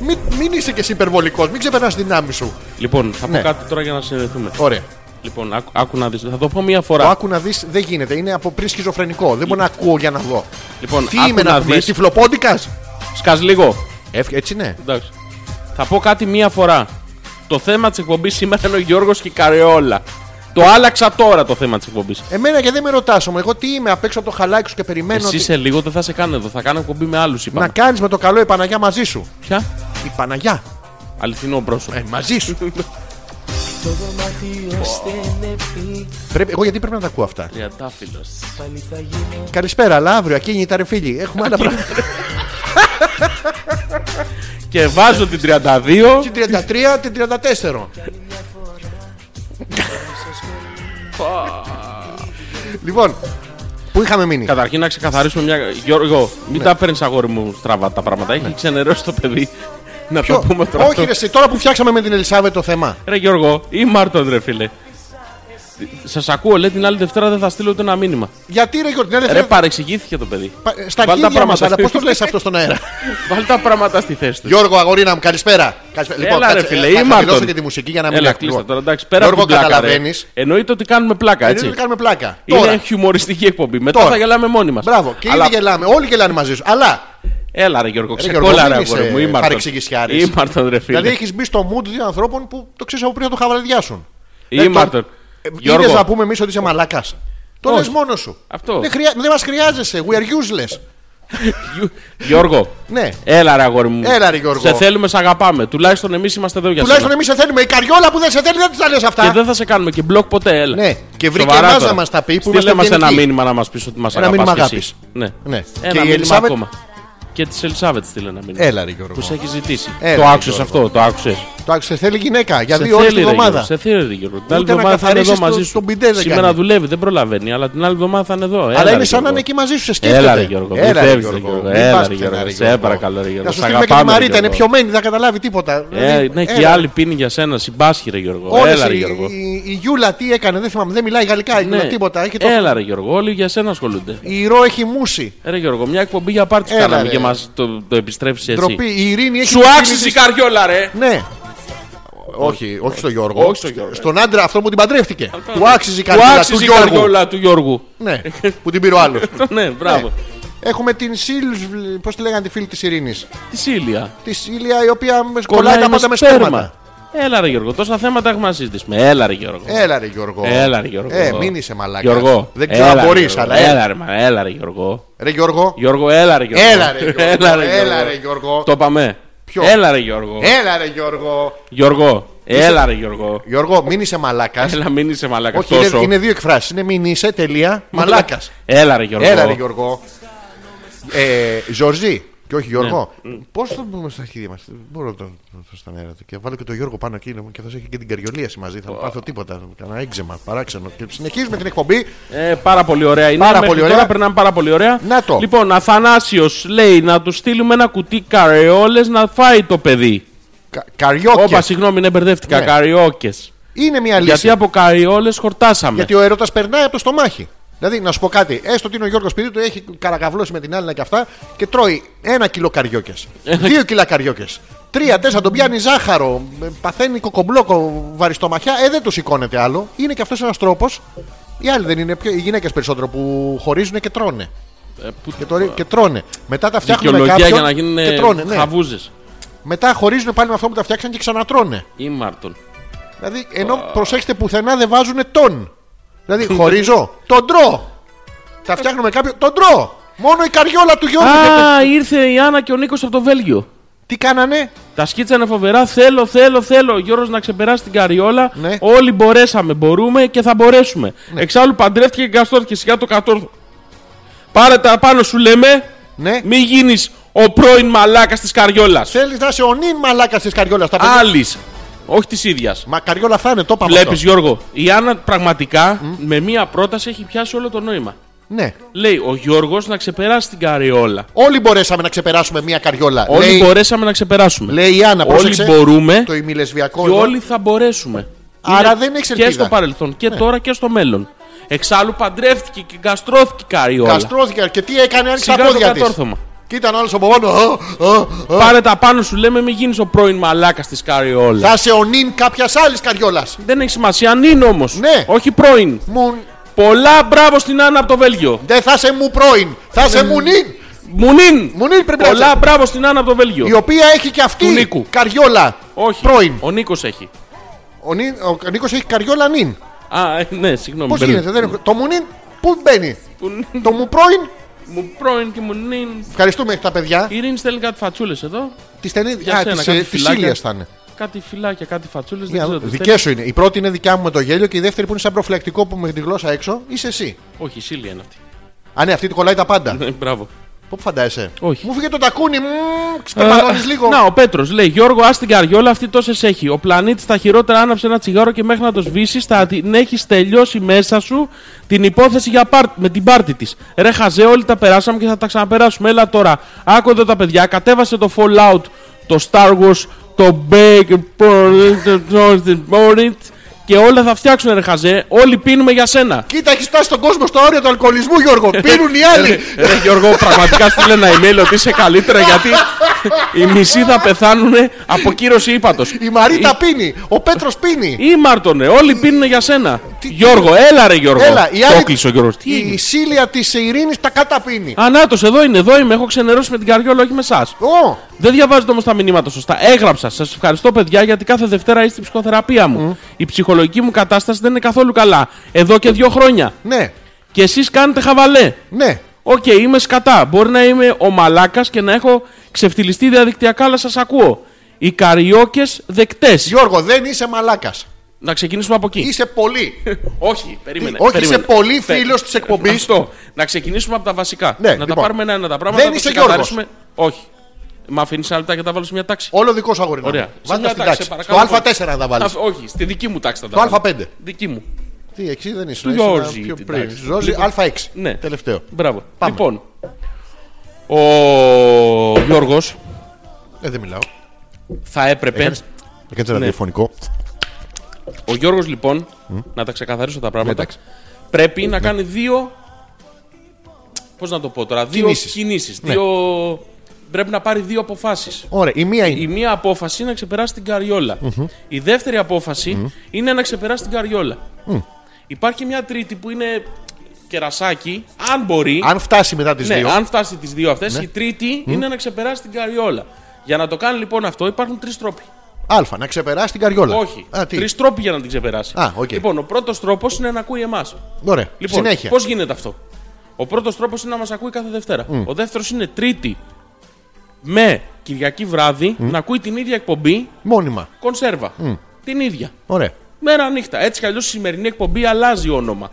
μην, μην είσαι και εσύ υπερβολικός, μην ξεπερνάς τη δυνάμεις σου.
Λοιπόν, θα πω
Ναι.
κάτι τώρα για να συνδεθούμε.
Ωραία.
Λοιπόν, άκου, άκου να δεις. Θα το πω μία
Το
φορά.
άκου να δεις δεν γίνεται, είναι από πριν σχιζοφρενικό. Δεν μπορώ να ακούω για να δω.
Λοιπόν,
Τι
άκου
είμαι
να
να δει,
δεις.
τυφλοπόντικας.
Σκάς λίγο.
Έτσι ναι.
Εντάξει. Θα πω κάτι μία φορά. Το θέμα της εκπομπής σήμερα είναι ο Γιώργος και η Καρεόλα. Το άλλαξα τώρα το θέμα της εκπομπής.
Εμένα και δεν με ρωτάς όμως, εγώ τι είμαι απ' έξω από το χαλάκι σου και περιμένω.
Εσύ
ότι-
σε λίγο δεν θα σε κάνω εδώ. Θα κάνω εκπομπή με άλλους, είπαμε.
Να κάνεις με το καλό η Παναγιά μαζί σου.
Ποια?
Η Παναγιά.
Αληθινό πρόσωπο.
Ε, μαζί σου. Πρέπει, εγώ γιατί πρέπει να τα ακούω αυτά.
Τριαντάφυλλο.
Καλησπέρα, αλλά αύριο ακίνητα ρε φίλοι. Έχουμε άλλα πράγματα.
Και βάζω την 32.
Την 33, την 34. λοιπόν, πού είχαμε μείνει.
Καταρχήν να ξεκαθαρίσουμε μια. Γιώργο,
Ναι.
μην τα παίρνεις αγόρι μου στραβά τα πράγματα. Έχει ξενερώσει το παιδί. Να το πούμε τώρα.
Όχι, ρε,
αυτό.
εσύ, τώρα που φτιάξαμε με την Ελισάβε το θέμα.
Ρε Γιώργο, ή Μάρτον, ρε φίλε. Σας ακούω, λέει την άλλη Δευτέρα δεν θα στείλω ούτε ένα μήνυμα.
Γιατί ρε, Γιώργο, την
Ρε,
έλεγε.
παρεξηγήθηκε το παιδί.
ε, Στα
βάλ τα
αρχίδια μα,
πράγματα.
αλλά πώς το λες αυτό στον
[LAUGHS]
αέρα.
Βάλ τα πράγματα στη θέση τους.
Γιώργο, αγορίνα μου, καλησπέρα. Καλησπέρα.
Έλα, ρε,
κάτσε,
φίλε,
ε,
ή
θα
Μάρτον.
χαμηλώσω και τη μουσική για να μην
Έλα,
ακούω.
κλείστα τώρα. Εντάξει, πέρα
Γιώργο,
από την πλάκα. ρε.
καταλαβαίνεις.
Εννοείται ότι κάνουμε πλάκα,
Δεν είναι
έτσι.
ότι κάνουμε πλάκα.
Είναι
Τώρα.
χιουμοριστική εκπομπή. Μετά
Τώρα.
θα γελάμε μόνοι μας.
Μπράβο, και ήδη γελάμε. Όλοι γελάνε μαζί σου. Αλλά.
Έλα, ρε Γιώργο,
Γιώργο,
ξεκόλα,
μην
ρε
είσαι
αγόρι μου. Ήμαρτον.
παρεξηγησιάρης.
Ήμαρτον, ρε
Δηλαδή
φίλε.
έχεις μπει στο mood δύο ανθρώπων που το ξέρεις από πριν να το χαβαραδιάσουν.
Ήμαρτον.
Γιώργο. ε, Είδες να
Γιώργο,
πούμε εμείς ότι είσαι μαλάκα. Το
Όχι.
λε μόνος σου.
Αυτό.
Δεν, χρεια... δεν μας χρειάζεσαι. We are useless.
Γιου- Γιώργο.
Ναι.
Έλα, ρε αγόρι μου.
Έλα, ρε, Γιώργο.
Σε θέλουμε, σε αγαπάμε. Τουλάχιστον εμείς είμαστε εδώ για
Τουλάχιστον
σένα.
εμείς σε θέλουμε. Η καριόλα που δεν σε θέλει δεν της τα λες
Και
αυτά.
δεν θα σε κάνουμε και μπλοκ ποτέ, έλα.
Ναι. Και βρήκε
Σοβαρά
εμάς
τώρα.
να μας τα πει που
Στείλε
είμαστε
μας ένα
ευγενικοί.
μήνυμα να μας πεις ότι μας
Ένα μήνυμα
αγαπάς.
αγάπης.
Ναι.
Ναι.
Ένα
Και η
μήνυμα
Ελισάβετ-
ακόμα. Και τη Ελισάβετ στείλε ένα μήνυμα.
Έλα, ρε Γιώργο.
Που σε έχει ζητήσει.
Έλα,
το
ρε,
άκουσες
Γιώργο.
αυτό, το άκουσες.
Το άκουσε, θέλει γυναίκα για
Σε
δύο ώρες
θέλει,
την
ρε,
εβδομάδα.
Γιώργο, Σε θέλει, ρε Γιώργο. Την
Ούτε
άλλη
να
εβδομάδα θα είναι εδώ
καθαρίσεις το-
μαζί σου.
τον πιντέ δεν
Σήμερα
κάνει.
δουλεύει, δεν προλαβαίνει, αλλά την άλλη εβδομάδα θα είναι εδώ.
Αλλά
Έλα,
είναι
ρε,
σαν να είναι
Γιώργο.
εκεί μαζί σου, σε σκέφτεται.
Έλα, ρε Γιώργο.
Έλα, ρε,
Μην
Γιώργο.
Γιώργο.
Μην
Έλα,
πας
ρε,
πουθενά,
Γιώργο.
ρε,
Σε
Γιώργο.
παρακαλώ, ρε
Να
Γιώργο.
σου
Σ'
στείλουμε και τη
αγαπάμε, ρε,
Μαρίτα, είναι
Γιώργο.
πιωμένη, δεν καταλάβει τίποτα. Δηλαδή,
Ε, ναι, και οι
Έλα.
άλλοι πίνει για σένα, συμπάσχη, ρε Γιώργο.
Όλες
Έλα, ρε
οι-
Γιώργο.
η- Η Γιούλα τι έκανε, δεν θυμάμαι, δεν μιλάει γαλλικά, η Γιούλα
Ναι.
τίποτα. έχει το-
Έλα, ρε Γιώργο, όλοι για σένα ασχολούνται.
Η Ρο έχει μουσει.
Ρε Γιώργο, μια εκπομπή για πάρτι
Έλα,
κάναμε
ρε.
και μας το, το επιστρέψεις έτσι.
Ντροπή, η Ειρήνη έχει.
Σου
την ειρήνη
άξιζε η
της-
καριόλα, ρε!
Ναι. Όχι, όχι στο Γιώργο.
Όχι στο Γιώργο.
Στον άντρα αυτό που την παντρεύτηκε. Του άξιζε η
Του
καριόλα του
άξιζε η
Γιώργου.
καριόλα του Γιώργου.
Ναι, που την πήρε ο άλλος.
Ναι, [LAUGHS] μπράβο.
Έχουμε την Σίλβ, πώς τη λέγανε τη φίλη της Ειρήνης.
Τη ήλια.
Τη Ήλια η οποία με κολλάει τα πάντα με σπέρμα.
Έλα, ρε Γιώργο, τόσα θέματα έχουμε να συζητήσουμε. Έλα, ρε Γιώργο.
Έλα ρε Γιώργο.
Έλα, ρε Γιώργο.
Ε, μην είσαι μαλάκας.
Γιώργο.
Δεν ξέρω αν
έλα, ρε,
μπορείς,
Γιώργο.
αλλά. ε.
Έλα,
Έλα.
ρε, μα, έλα, ρε Γιώργο.
Ρε Γιώργο.
Γιώργο, έλα, ρε Γιώργο. [LAUGHS]
Έλα, ρε, Γιώργο.
Έλα, ρε,
Έλα, ρε, Γιώργο.
Το είπαμε.
Ποιο? Ε.
Έλα, ρε Γιώργο.
Έλα ρε Γιώργο.
Γιώργο. Έλα, ρε Γιώργο.
Γιώργο, μην είσαι μαλάκας.
Έλα, μην είσαι μαλάκας.
Όχι, είναι, είναι δύο εκφράσεις. Είναι μην είσαι τελεία μαλάκα.
Έλα, ρε Γιώργο.
Έλα ρε Γιώργο. ε, Ζορζή. Και όχι Γιώργο.
Ναι.
Πώς θα το πούμε στα αρχίδια μας. Μπορώ να το να το στον αέρα του. Και βάλω και το Γιώργο πάνω εκεί και θα σου έχει και την καριολίαση μαζί. Θα πάθω τίποτα. Κανένα έξεμα παράξενο. Και συνεχίζουμε την εκπομπή.
Ε, πάρα πολύ ωραία είναι.
Πάρα
Μέχρι
πολύ
τώρα
ωραία.
περνάμε πάρα πολύ ωραία.
Να το.
Λοιπόν, Αθανάσιος λέει να του στείλουμε ένα κουτί καρεόλες να φάει το παιδί.
Κα- Καριόκες.
Όπα, συγγνώμη, ναι, μπερδεύτηκα.
Ναι.
Καριόκες.
Είναι μια λύση.
Γιατί από καριόλες χορτάσαμε.
Γιατί ο έρωτας περνάει από το στομάχι. Δηλαδή, να σου πω κάτι, έστω ότι είναι ο Γιώργος Πυρίδου, έχει καραγαβλώσει με την άλλη και αυτά και τρώει ένα κιλό καριόκες. δύο κιλά καριόκες. Τρία, τέσσερα, τον πιάνει ζάχαρο, ε, παθαίνει κοκομπλόκο, βαριστομαχιά. Ε, δεν του σηκώνεται άλλο. Είναι και αυτός ένας τρόπος. Οι άλλοι δεν είναι, πιο- οι γυναίκες περισσότερο που χωρίζουν και τρώνε.
Ε, που-
Και, το- και τρώνε. Μετά τα φτιάχνουν με
Δικαιολογία
κάποιον
για να γίνουν
και τρώνε. Ναι.
χαβούζες.
Μετά χωρίζουν πάλι με αυτό που τα φτιάξαν και ξανατρώνε.
Ή Μάρτον.
Δηλαδή, ενώ προσέξτε πουθενά δεν βάζουν τον.
[LAUGHS]
Δηλαδή, χωρίζω, τον τρώω.
Ε.
Τα φτιάχνουμε κάποιο, τον τρώω. Μόνο η καριόλα του Γιώργου. δεν το-
Α, ήρθε η Άννα και ο Νίκος από το Βέλγιο.
Τι κάνανε,
Τα σκίτσα είναι φοβερά. Θέλω, θέλω, θέλω. Ο Γιώργος να ξεπεράσει την καριόλα.
Ναι.
Όλοι μπορέσαμε, μπορούμε και θα μπορέσουμε. Εξάλλου παντρεύτηκε και καστόρθηκε. Σιγά το κατόρθω. Πάρε τα πάνω σου λέμε.
Ναι.
Μη γίνεις ο πρώην μαλάκας της καριόλας.
Θέλεις να είσαι ο νυν μαλάκας της καριόλας. Τα παιδιά-
Άλλης. Όχι της ίδιας.
Μα καριόλα θα είναι, το είπαμε.
Βλέπεις,
αυτό.
Γιώργο, η Άννα πραγματικά με μία πρόταση έχει πιάσει όλο το νόημα.
Ναι.
Λέει ο Γιώργος να ξεπεράσει την καριόλα.
Όλοι μπορέσαμε να ξεπεράσουμε μια καριόλα.
Όλοι
λέει,
μπορέσαμε να ξεπεράσουμε.
λέει η Άννα,
Όλοι
πρόσεξε,
μπορούμε
Το ημιλεσβιακό.
και
εδώ.
όλοι θα μπορέσουμε.
Άρα δεν Ναι. έχεις
Και
ελπίδα.
στο παρελθόν και τώρα και στο μέλλον. Εξάλλου παντρεύτηκε και γκαστρώθηκε η καριόλα.
Καστρώθηκε και τι έκανε, άνοιξε τα
Σιγά το
πόδια της.
κατόρθωμα.
Και ήταν άλλος ο πογόνο. «Ω, ω, ω».
Πάρε τα πάνω σου, λέμε, μην γίνεις ο πρώην μαλάκας της καριόλας.
Θα είσαι ο νυν κάποιας άλλης καριόλας.
Δεν έχει σημασία αν είναι όμως.
Ναι.
Όχι πρώην.
Μου...
Πολλά μπράβο στην Άννα από το Βέλγιο.
Δεν θα είσαι μου πρώην, θα είσαι μου νυν.
Μουνίν!
Μουνίν πρέπει να
Ναι, Πολλά
είσαι.
μπράβο στην Άννα από το Βέλγιο.
Η οποία έχει και
Του
αυτή
Νίκου.
καριόλα.
Όχι.
Πρώην.
Ο Νίκος έχει.
Ο, νυν- ο Νίκος έχει καριόλα νυν.
Α, ε, ναι, συγγνώμη.
Πώς
μπερδε-
γίνεται, δεν έχω- Το μου νυν πού μπαίνει.
Που-
Το μου πρώην.
Μου πρώην και μου νυν.
Ευχαριστούμε τα παιδιά.
Η Ειρήνη στέλνει κάτι φατσούλες εδώ.
Τη ταινίδα.
Για
Α,
σένα,
της,
κάτι
ε, της
φυλάκια.
Ήλιας θα είναι.
Κάτι φυλάκια, κάτι φατσούλες. Δεν
Μια-
ξέρω. τις
Δικές
στέλνει.
σου είναι. Η πρώτη είναι δικιά μου με το γέλιο και η δεύτερη που είναι σαν προφυλακτικό που με τη γλώσσα έξω είσαι εσύ.
Όχι, η Σίλια είναι αυτή.
Α, ναι, αυτή του κολλάει τα πάντα.
Ναι, Μπράβο.
Πού φαντάζεσαι.
Όχι.
Μου φύγε το τακούνι, μμμ, ξεπερνώνει Ε, λίγο.
Ε, Να, ο Πέτρος λέει: Γιώργο, α την καριόλα, αυτή τόσες έχει. Ο πλανήτης στα χειρότερα άναψε ένα τσιγάρο και μέχρι να το σβήσει, θα την έχεις τελειώσει μέσα σου την υπόθεση για πάρ... με την πάρτη της. Ρε χαζέ, όλοι τα περάσαμε και θα τα ξαναπεράσουμε. Έλα τώρα, άκου εδώ τα παιδιά, κατέβασε το Fallout, το Star Wars, το Bake Born και όλα θα φτιάξουν, ρε χαζέ. Όλοι πίνουμε για σένα.
Κοίτα, έχεις φτάσει τον κόσμο στο όριο του αλκοολισμού,
[LAUGHS]
Γιώργο. Πίνουν οι άλλοι.
Ρε, ρε, Γιώργο, πραγματικά στείλε ένα email ότι είσαι καλύτερα γιατί οι μισοί θα πεθάνουν από κύρωση ύπατος.
Η
ε,
Μαρίτα πίνει. Ο Πέτρος πίνει.
Ή Μάρτονε, όλοι πίνουν για σένα.
Τι-
Γιώργο, έλα ρε Γιώργο.
Έλα, η
Το
άλλη.
κλείσε ο Γιώργος. Τι
Η
έγινε.
Σίλια της Ειρήνης τα καταπίνει.
Ανάτος, εδώ είναι, εδώ είμαι. Έχω ξενερώσει με την καριόλα, όχι με εσάς.
Ω,
Δεν διαβάζετε όμως τα μηνύματα σωστά. Έγραψα. Σας ευχαριστώ, παιδιά, γιατί κάθε Δευτέρα είστε στην ψυχοθεραπεία μου. Η ψυχολογική μου κατάσταση δεν είναι καθόλου καλά. Εδώ και δύο χρόνια.
ναι,
Και εσείς κάνετε χαβαλέ.
ναι.
Οκ, είμαι σκατά. Μπορεί να είμαι ο μαλάκας και να έχω ξεφτυλιστεί διαδικτυακά, αλλά σας ακούω. Οι καριόκες δεκτές.
Γιώργο, δεν είσαι μαλάκας.
Να ξεκινήσουμε από εκεί.
Είσαι πολύ.
Όχι, περίμενε.
Τι, όχι,
περίμενε.
είσαι πολύ
Πε-
φίλος της εκπομπής.
Αυτό. Να ξεκινήσουμε από τα βασικά.
Ναι,
να τα
λοιπόν.
πάρουμε ένα-ένα τα πράγματα.
Δεν
να το
είσαι
ξεκαθαρίσουμε. Όχι. Μ' αφήνεις ένα λεπτά και τα βάλω σε μια τάξη.
Όλο δικό σου αγόρι.
Ωραία.
Βάλτε
Σε
στην
μια
τάξη.
σε
Το
παρακαλώ
Α4
πολύ.
να τα βάλεις.
Α, όχι, στη δική μου τάξη θα τα
Το
βάλω.
Α5.
Δική μου.
Τι, εξή δεν είσαι.
Του
ήσουν ένα
Ζόζι
πιο
την
πριν.
τάξη.
Ζόζι
Λοιπόν,
Α6.
Ναι.
Τελευταίο.
Μπράβο.
Πάμε.
Λοιπόν. Ο Γιώργος
Ε, δεν μιλάω.
θα έπρεπε.
Έκανες- Έκανε
Ναι.
ραδιοφωνικό.
Ο Γιώργος λοιπόν, να τα ξεκαθαρίσω τα πράγματα,
Εντάξει. Ε, ναι.
πρέπει να κάνει δύο. Πώς να το πω τώρα, δύο
Κινήσεις.
κινήσεις,
Ναι.
δύο... Πρέπει να πάρει δύο αποφάσεις.
Ωραία, η μία
Η
είναι.
μία απόφαση είναι να ξεπεράσει την καριόλα. Η δεύτερη απόφαση είναι να ξεπεράσει την καριόλα. Υπάρχει και μια τρίτη που είναι κερασάκι, αν μπορεί.
Αν φτάσει μετά τις
ναι,
δύο. Ναι.
αν φτάσει τις δύο αυτές, η τρίτη είναι να ξεπεράσει την καριόλα. Για να το κάνει λοιπόν αυτό υπάρχουν τρεις τρόποι.
Α, να ξεπεράσει την καριόλα.
Όχι.
Α, τι.
Τρεις τρόποι για να την ξεπεράσει.
Α, οκ.
Λοιπόν, ο πρώτος τρόπος είναι να ακούει εμάς.
Ωραία.
Λοιπόν,
Συνέχεια.
πώς γίνεται αυτό. Ο πρώτος τρόπος είναι να μας ακούει κάθε Δευτέρα. Ο δεύτερος είναι Τρίτη με Κυριακή βράδυ να ακούει την ίδια εκπομπή
Μόνιμα.
κονσέρβα. Την ίδια.
Ωραία.
Μέρα νύχτα. Έτσι κι αλλιώς η σημερινή εκπομπή αλλάζει όνομα.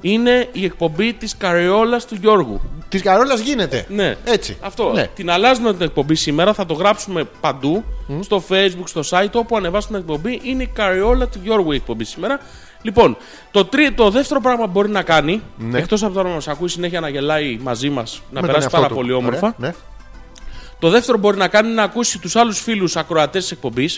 Είναι η εκπομπή της Καριόλα του Γιώργου.
Της καριόλα γίνεται.
Ναι.
Έτσι.
Αυτό.
Ναι.
Την αλλάζουμε την εκπομπή σήμερα, θα το γράψουμε παντού. Στο facebook, στο site, όπου ανεβάσουμε την εκπομπή. Είναι η καριόλα του Γιώργου η εκπομπή σήμερα. Λοιπόν, το, τρί, το δεύτερο πράγμα που μπορεί να κάνει,
Ναι.
εκτός από το να μας ακούει συνέχεια να γελάει μαζί μας, να
Με τον
περάσει
εαυτό
πάρα
του.
πολύ όμορφα.
Ωραία. Ναι.
Το δεύτερο που μπορεί να κάνει είναι να ακούσει τους άλλους φίλους ακροατές της εκπομπής. Οι,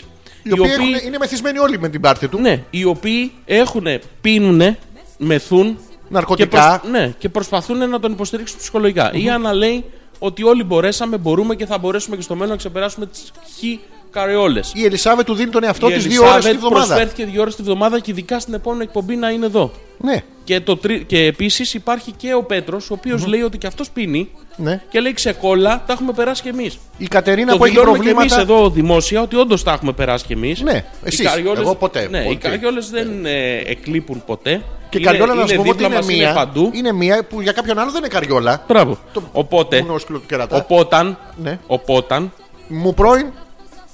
Οι οποίοι έχουν- είναι μεθυσμένοι όλοι με την πάρτη του.
ναι, οι οποίοι έχουν, πίνουνε, μεθούν.
Ναρκωτικά.
Και, ναι, και προσπαθούν να τον υποστηρίξουν ψυχολογικά. Η Άννα λέει ότι όλοι μπορέσαμε, μπορούμε και θα μπορέσουμε και στο μέλλον να ξεπεράσουμε τις χι καρεόλε.
Η Ελισάβε του δίνει τον εαυτό της δύο ώρε τη βδομάδα.
προσφέρθηκε δύο ώρες τη βδομάδα και ειδικά στην επόμενη εκπομπή να είναι εδώ.
Ναι.
Και, το τρι... και επίσης υπάρχει και ο Πέτρος, ο οποιο λέει ότι και αυτός πίνει.
Ναι.
Και λέει ξεκόλα, τα έχουμε περάσει κι εμείς.
Η Κατερίνα
Το
που έχει
δηλώνουμε κι εμεί
προβλήματα.
εδώ δημόσια ότι όντως τα έχουμε περάσει κι εμείς.
Ναι, εσείς. Εγώ ποτέ.
Ναι, οι
Ποτέ.
καριόλες δεν ε, εκλείπουν ποτέ.
Και η καριόλα να σου πω ότι
δίπλα
είναι
μας, Είναι
μία.
παντού.
Είναι μία που για κάποιον άλλο δεν είναι καριόλα.
Μπράβο.
Το-
Οπότε,
Μόνο ο σκύλο του κερατά.
Οπότε,
Ναι.
οπότε,
μου πρώην,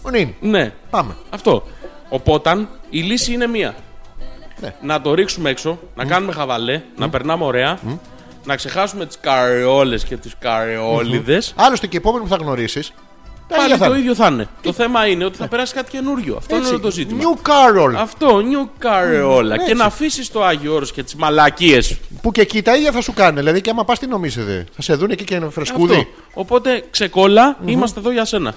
ο νυν.
Ναι.
Πάμε.
Αυτό. Οπότε η λύση είναι μία.
Ναι.
Να το ρίξουμε έξω, να κάνουμε χαβαλέ, να περνάμε ωραία, να ξεχάσουμε τις καρεόλες και τις καρεόλιδες.
Άλλωστε και οι επόμενοι που θα γνωρίσεις.
Πάλι το ίδιο θα είναι. Το θέμα είναι
Ναι.
ότι θα περάσει κάτι καινούριο. Αυτό είναι το ζήτημα.
New Carol.
Αυτό, νιου καρεόλα.
Ναι,
Και
έτσι.
να αφήσεις το Άγιο Όρος και τις μαλακίες.
Που και εκεί τα ίδια θα σου κάνει. Δηλαδή και άμα πας, τι νομίζετε. Θα σε δουν εκεί και είναι φρεσκούδι.
Οπότε ξεκόλα, είμαστε εδώ για σένα.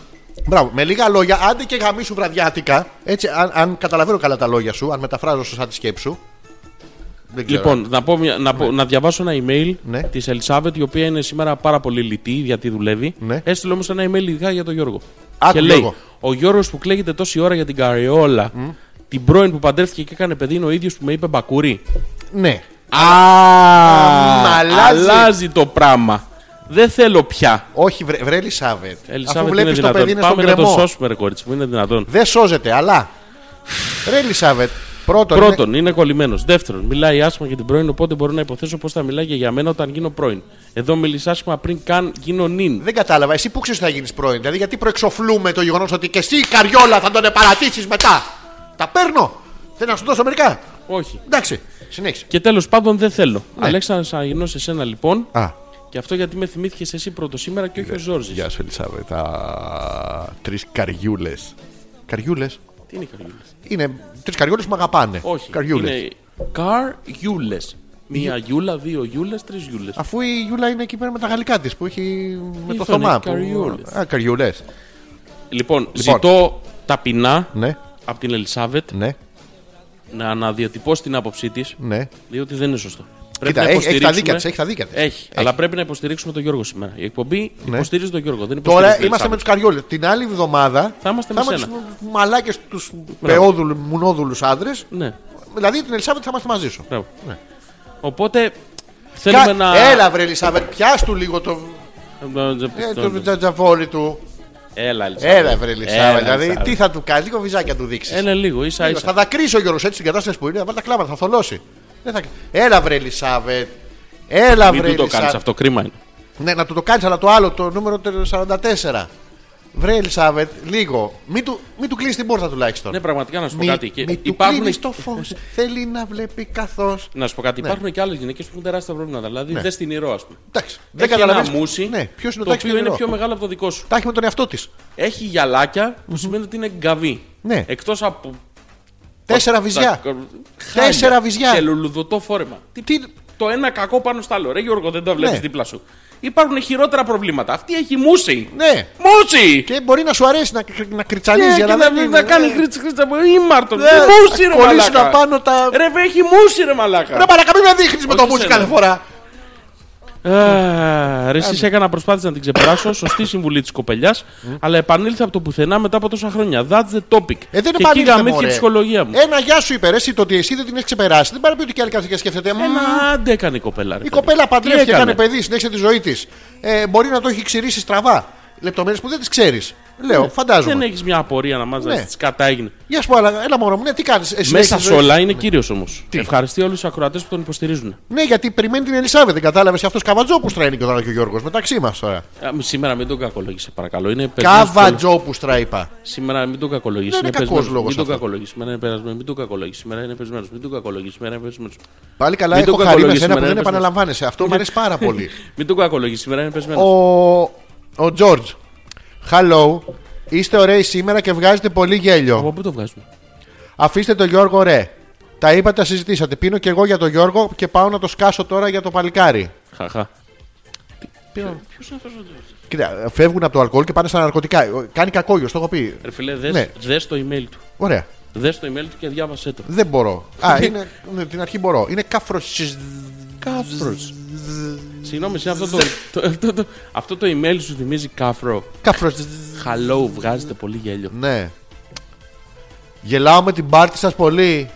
Μπράβο. Με λίγα λόγια, άντε και γαμί σου βραδιάτικα. Έτσι, αν, αν καταλαβαίνω καλά τα λόγια σου, αν μεταφράζω σωστά τη σκέψη σου. Δεν ξέρω.
Λοιπόν, να, πω μια- να, πω- να διαβάσω ένα email
Ναι.
της τη Ελισάβετ, η οποία είναι σήμερα πάρα πολύ λυτή γιατί δουλεύει.
Ναι.
Έστειλε όμως ένα email ειδικά για τον Γιώργο.
Άκου,
και λέει:
Γιώργο.
Ο Γιώργος που κλαίγεται τόση ώρα για την καριόλα, την πρώην που παντρεύτηκε και έκανε παιδί, είναι ο ίδιος που με είπε μπακουρί.
Ναι.
Α,
αλλάζει.
αλλάζει το πράγμα. Δεν θέλω πια.
Όχι, βρε, βρε Ελισάβετ.
Ελισάβετ,
Αφού
είναι
βλέπει το
δυνατόν.
παιδί είναι στον
Πάμε να το
κρεμό.
σώσουμε, ρε κορίτσι μου, είναι δυνατόν.
Δεν σώζεται, αλλά. Ρε Ελισάβετ, πρώτον.
Πρώτον, είναι, κολλημένος. Δεύτερον, μιλάει άσχημα για την πρώην, οπότε μπορώ να υποθέσω πώς θα μιλάει και για μένα όταν γίνω πρώην. Εδώ μίλησε άσχημα πριν καν γίνω νυν.
Δεν κατάλαβα, εσύ που ξέρεις θα γίνεις πρώην. Δηλαδή, γιατί προεξοφλούμε το γεγονός ότι και εσύ η Καριόλα θα τον παρατήσει μετά. Τα παίρνω. Θέλω να σου δώσω μερικά.
Όχι.
Εντάξει, συνέχισε.
Και τέλος πάντων δεν θέλω. Ναι. Αλέξανδρο, να γυρνώ σε σένα λοιπόν.
Α,
Και αυτό γιατί με θυμήθηκες εσύ πρώτο σήμερα και όχι ο Ζόρζης.
γεια σου, Ελισάβετ. Τρεις καριούλες. Καριούλες.
Τι είναι καριούλες.
Είναι τρεις καριούλες που με αγαπάνε.
Όχι.
Καριούλες.
Είναι καριούλες. Μία γιούλα, δύο γιούλες, τρεις γιούλες.
Αφού η Γιούλα είναι εκεί πέρα με τα γαλλικά της που έχει με το
Ήθωνε,
θωμά. που-
καριούλες.
Α, καριούλες.
Λοιπόν, ζητώ ταπεινά
Ναι,
από την Ελισάβετ
ναι,
να αναδιατυπώσει την άποψή της.
ναι.
Διότι δεν είναι σωστό.
Κοίτα, έχει- έχει τα δίκια
υποστηρίξουμε-
της, έχει τα δίκια της.
Έχει, αλλά πρέπει να υποστηρίξουμε τον Γιώργο σήμερα. Η εκπομπή υποστηρίζει τον Γιώργο. Δεν υποστηρίζει
Τώρα
την
είμαστε με τους
Ελισάβετ.
καριόλες. Την άλλη εβδομάδα
Θα είμαστε με σένα.
τους μαλάκες, τους πεόδουλου, μουνόδουλους άντρες.
Ναι,
Δηλαδή την Ελισάβετ θα είμαστε μαζί σου.
μπράβο. Οπότε θέλουμε
Ναι. Κα...
να.
Έλα, βρε Ελισάβετ, πιάσ' του λίγο το, ε, το τζατζαβόλι του.
Έλα, Ελισάβετ.
Έλα, βρε
Έλα,
Ελισάβετ. Δηλαδή,
Ελισάβετ.
τι θα του κάνεις, λίγο βυζάκια του δείξεις.
Έλα λίγο, ίσα
Λίγο. Θα
ίσα.
δακρύσει ο Γιώργο έτσι στην κατάσταση που είναι. Θα βάλει τα κλάματα, θα θολώσει. Δεν θα... Έλα, βρε Ελισάβετ. Έλα,
Μην
βρε
του το κάνει
Ελισάβετ.
αυτό, κρίμα είναι.
Ναι, να του το κάνεις, αλλά το άλλο, το νούμερο 44. Βρε Ελισάβετ, λίγο. Μην του, μην του κλείσεις την πόρτα τουλάχιστον.
Ναι, πραγματικά να σου πω
Μη,
κάτι. Και
μη του
υπάρχουν- Ναι.
κλείνεις το φως. Θέλει να βλέπει καθώς.
Να σου πω
Ναι.
κάτι. Υπάρχουν και άλλες γυναίκες που έχουν τεράστια προβλήματα. Δηλαδή, δες την ηρώα, ας πούμε.
Εντάξει.
Δεν
Ναι. Δεν
έχει ένα
καταλαβαίνεις.
μουσι
Ναι, ποιος είναι ο
το
τάξη
οποίο είναι πιο μεγάλο από το δικό σου.
με τον εαυτό της.
Έχει γυαλάκια που σημαίνει ότι είναι γκαβί.
Ναι.
Εκτός από
Τέσσερα βυζιά.
Τα-
Τέσσερα βυζιά.
Και λουλουδωτό φόρεμα. Τι,
Τι...
το ένα κακό πάνω στο άλλο. Ρε Γιώργο, δεν το βλέπεις
Ναι.
δίπλα σου. Υπάρχουν χειρότερα προβλήματα. Αυτή έχει μουσι.
Ναι.
Μουσι!
Και μπορεί να σου αρέσει να, να κριτσανίζει,
και
αλλά
να,
δεν
να,
είναι.
κάνει
Ναι.
χρήτσα χρήτσα από ήμαρτον.
Ναι,
Μουσι ρε
κολλήσουν
μαλάκα.
απάνω τα-
Ρε βε, έχει μουσι ρε μαλάκα.
Ρε μαλάκα, μην με δείχνεις με το
Όχι
μουσι
σένα.
κάθε φορά.
Α, Ε, Ρε, εσείς έκανα προσπάθεια να την ξεπεράσω. Σωστή συμβουλή της κοπελιάς. αλλά επανήλθε από το πουθενά μετά από τόσα χρόνια. That's the topic.
Ε, δεν
και εκεί
επανήλθε,
γαμήθηκε η
μωρέ. Ε,
ψυχολογία μου.
Ένα γεια σου είπε, ρε, εσύ, το ότι εσύ δεν την έχεις ξεπεράσει. Δεν παραπέμπει ότι και άλλη κάθεται και σκέφτεται. «Μμμ,
Ένα άντε έκανε η κοπέλα. ρε,
Η
παιδί. Ε,
κοπέλα
Τι
παντρεύτηκε,
έκανε?
έκανε παιδί, συνέχισε τη ζωή της. Ε, μπορεί να το έχει ξηρίσει στραβά. Λεπτομέρειες που δεν τις ξέρεις. Λέω, φαντάζομαι.
Ναι. Δεν έχεις μια απορία να μάθει
Ναι.
τι κατά έγινε.
Για σου πω, αλλά έλα μόνο μου, ναι, τι κάνεις.
Μέσα σε όλα είναι κύριος όμως.
Ναι. Τι?
Ευχαριστεί όλους τους ακροατές που τον υποστηρίζουν.
Ναι, γιατί περιμένει την Ελισάβετ, δεν κατάλαβες. Αυτός Καβατζόπου τράει και ο Δάνα και ο Γιώργος. Μεταξύ μας τώρα.
Α, μ- Σήμερα μην τον κακολογήσει, παρακαλώ. Είναι περασμένος πολύ.
Καβατζόπου είπα.
Σήμερα μην τον κακολογήσει.
Δεν είναι κακός
περασμένος. Μην
λόγος
τον
αυτό.
κακολογήσει. Σήμερα είναι περασμένο. Μην τον κακολογήσει. Σήμερα είναι περασμένο. Μην τον κακολογήσει. Σήμερα είναι περασμένο.
Πάλι καλά,
Μην
έχω
τον
χαρεί με
κακολογήσουμε,
σένα που
ναι,
δεν
πες μας.
επαναλαμβάνεσαι. Αυτό μου αρέσει πάρα
[LAUGHS]
πολύ.
Μην τον κακολογήσει. Σήμερα είναι περασμένο.
Ο, ο Τζορτζ. Hello. Είστε ωραίοι σήμερα και βγάζετε πολύ γέλιο.
Από πού το βγάζουμε.
Αφήστε το Γιώργο ρε. Τα είπατε, τα συζητήσατε. Πίνω και εγώ για το Γιώργο και πάω να το σκάσω τώρα για το παλικάρι.
Χαχά.
Κοίτα, φεύγουν από το αλκοόλ και πάνε στα ναρκωτικά. Ε, Κάνει κακό γιος, το έχω πει.
Ρε φιλέ, δες
Ναι.
δες το email του.
Ωραία.
Δες το email του και διάβασέ το.
Δεν μπορώ. Α, είναι. ναι, την αρχή μπορώ. Είναι κάφρο.
Κάφρο. Συγγνώμη, εσύ αυτό το, το- αυτό το- αυτό το email σου θυμίζει κάφρο.
Κάφρο.
Χαλό, βγάζετε πολύ γέλιο.
Ναι. Γελάω με την πάρτι σας πολύ.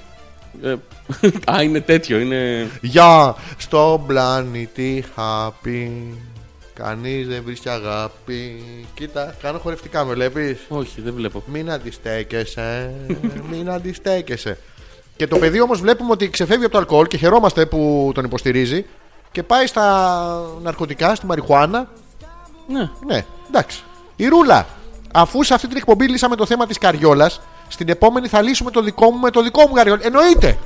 Ε, [LAUGHS] Α, είναι τέτοιο. Είναι...
Γεια! Στον πλανήτη χάπι. Κανείς δεν βρίσκει αγάπη. Κοίτα, κάνω χορευτικά, με βλέπεις.
Όχι, δεν βλέπω.
Μην αντιστέκεσαι. μην αντιστέκεσαι. Και το παιδί όμως βλέπουμε ότι ξεφεύγει από το αλκοόλ και χαιρόμαστε που τον υποστηρίζει και πάει στα ναρκωτικά, στη μαριχουάνα.
Ναι.
Ναι, εντάξει. Η ρούλα. Αφού σε αυτή την εκπομπή λύσαμε το θέμα της Καριόλας, στην επόμενη θα λύσουμε το δικό μου με το δικό μου Καριόλα. Εννοείται.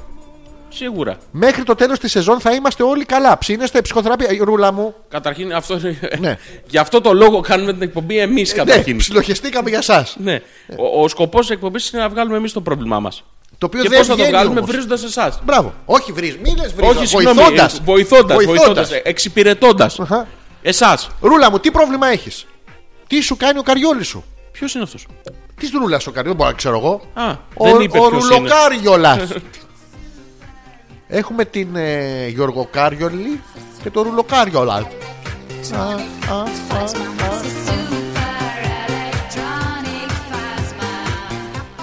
Σίγουρα.
Μέχρι το τέλος της σεζόν θα είμαστε όλοι καλά. Ψήνεστε, ψυχοθεραπεία. Η Ρούλα μου.
Καταρχήν, αυτό είναι-
Ναι.
Γι' αυτό το λόγο κάνουμε την εκπομπή εμείς
Ναι,
καταρχήν.
ψιλοχεστήκαμε για εσά.
Ναι. Ο, ο σκοπός της εκπομπής είναι να βγάλουμε εμείς το πρόβλημά μας.
Το οποίο
Και
δεν
πώς θα το
βγαίνει
βγάλουμε
όμως.
βρίζοντας εσάς.
Μπράβο. Όχι βρίζ, μην λες βρίζω.
Όχι, συγγνώμη. ε,
Βοηθώντας.
Βοηθώντας.
Βοηθώντας.
ε, Εξυπηρετώντας.
Αχα.
Εσάς.
Ρούλα μου, τι πρόβλημα έχεις. Τι σου κάνει ο καριόλη σου.
Ποιος είναι αυτός.
Τι ρούλας ο καριόλη, μπορώ να ξέρω εγώ.
Α,
ο
δεν είπε
ο
ποιος είναι. [LAUGHS]
ρουλοκάριολας. Έχουμε την ε, Γιώργο Κάριολη και το ρουλοκάριολα.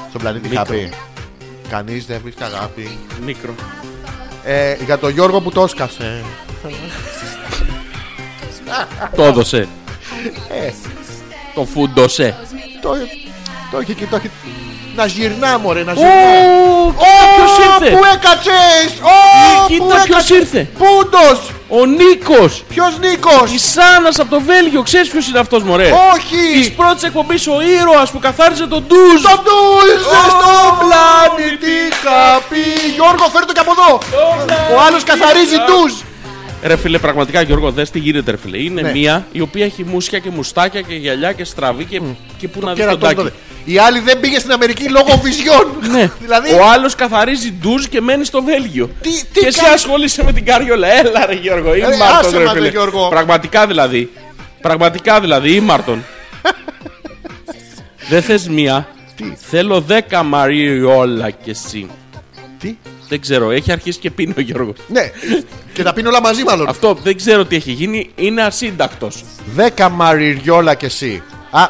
Στον πλανήτη
Μικρό.
Χάπη. Κανείς δεν βρίσκει αγάπη.
Μικρό.
Ε, για τον Γιώργο που το σκάσε.
Το έδωσε.
Ε,
Το φούντωσε.
το, το έχει και το έχει. Να γυρνά, μωρέ, να
Ω,
γυρνά.
ποιος
Ω,
ήρθε.
Πού έκατσες! Ω,
Νικήτα,
πού έκατσες!
ποιος ήρθε?
Πούντος!
Ο Νίκος.
Ποιος Νίκος!
Η Σάνας από το Βέλγιο. Ξέρεις ποιος είναι αυτός, μωρέ. Τη
Όχι!
πρώτης εκπομπής ο ήρωας που καθάριζε τον ντουζ.
Το ντουζε
Ω,
στο πλανήτη χαπί! Γιώργο, φέρ το και από εδώ! Ο άλλος καθαρίζει ντουζ!
Ρε φίλε, πραγματικά Γιώργο, δες τι γίνεται, ρε φίλε. Είναι
Ναι.
μία η οποία έχει μουσια και μουστάκια και γυαλιά και στραβή και, και που να δει τον
Κέρατο,
τάκι.
τότε. Η άλλη δεν πήγε στην Αμερική λόγω βυζιών.
[LAUGHS] Ναι.
[LAUGHS] Δηλαδή,
Ο άλλος καθαρίζει ντουζ και μένει στο Βέλγιο.
Τι- τι
και εσύ
κάνει-
ασχολείσαι με την Κάριολα. Έλα, ρε Γιώργο,
Ρε,
είμαι
άσε
Μάρτον, ρε
μας, ρε,
φίλε.
Γιώργο.
Πραγματικά δηλαδή. Πραγματικά δηλαδή, είμαι Μάρτον.
[LAUGHS]
Δεν θες μία. Θέλω δέκα Μαριόλα κι εσύ.
Τι?
Δεν ξέρω, έχει αρχίσει και πίνει ο Γιώργος.
Ναι. Και τα πίνω όλα μαζί, μάλλον.
Αυτό δεν ξέρω τι έχει γίνει, είναι ασύντακτος.
Δέκα μαριριόλα κι εσύ. Α, α,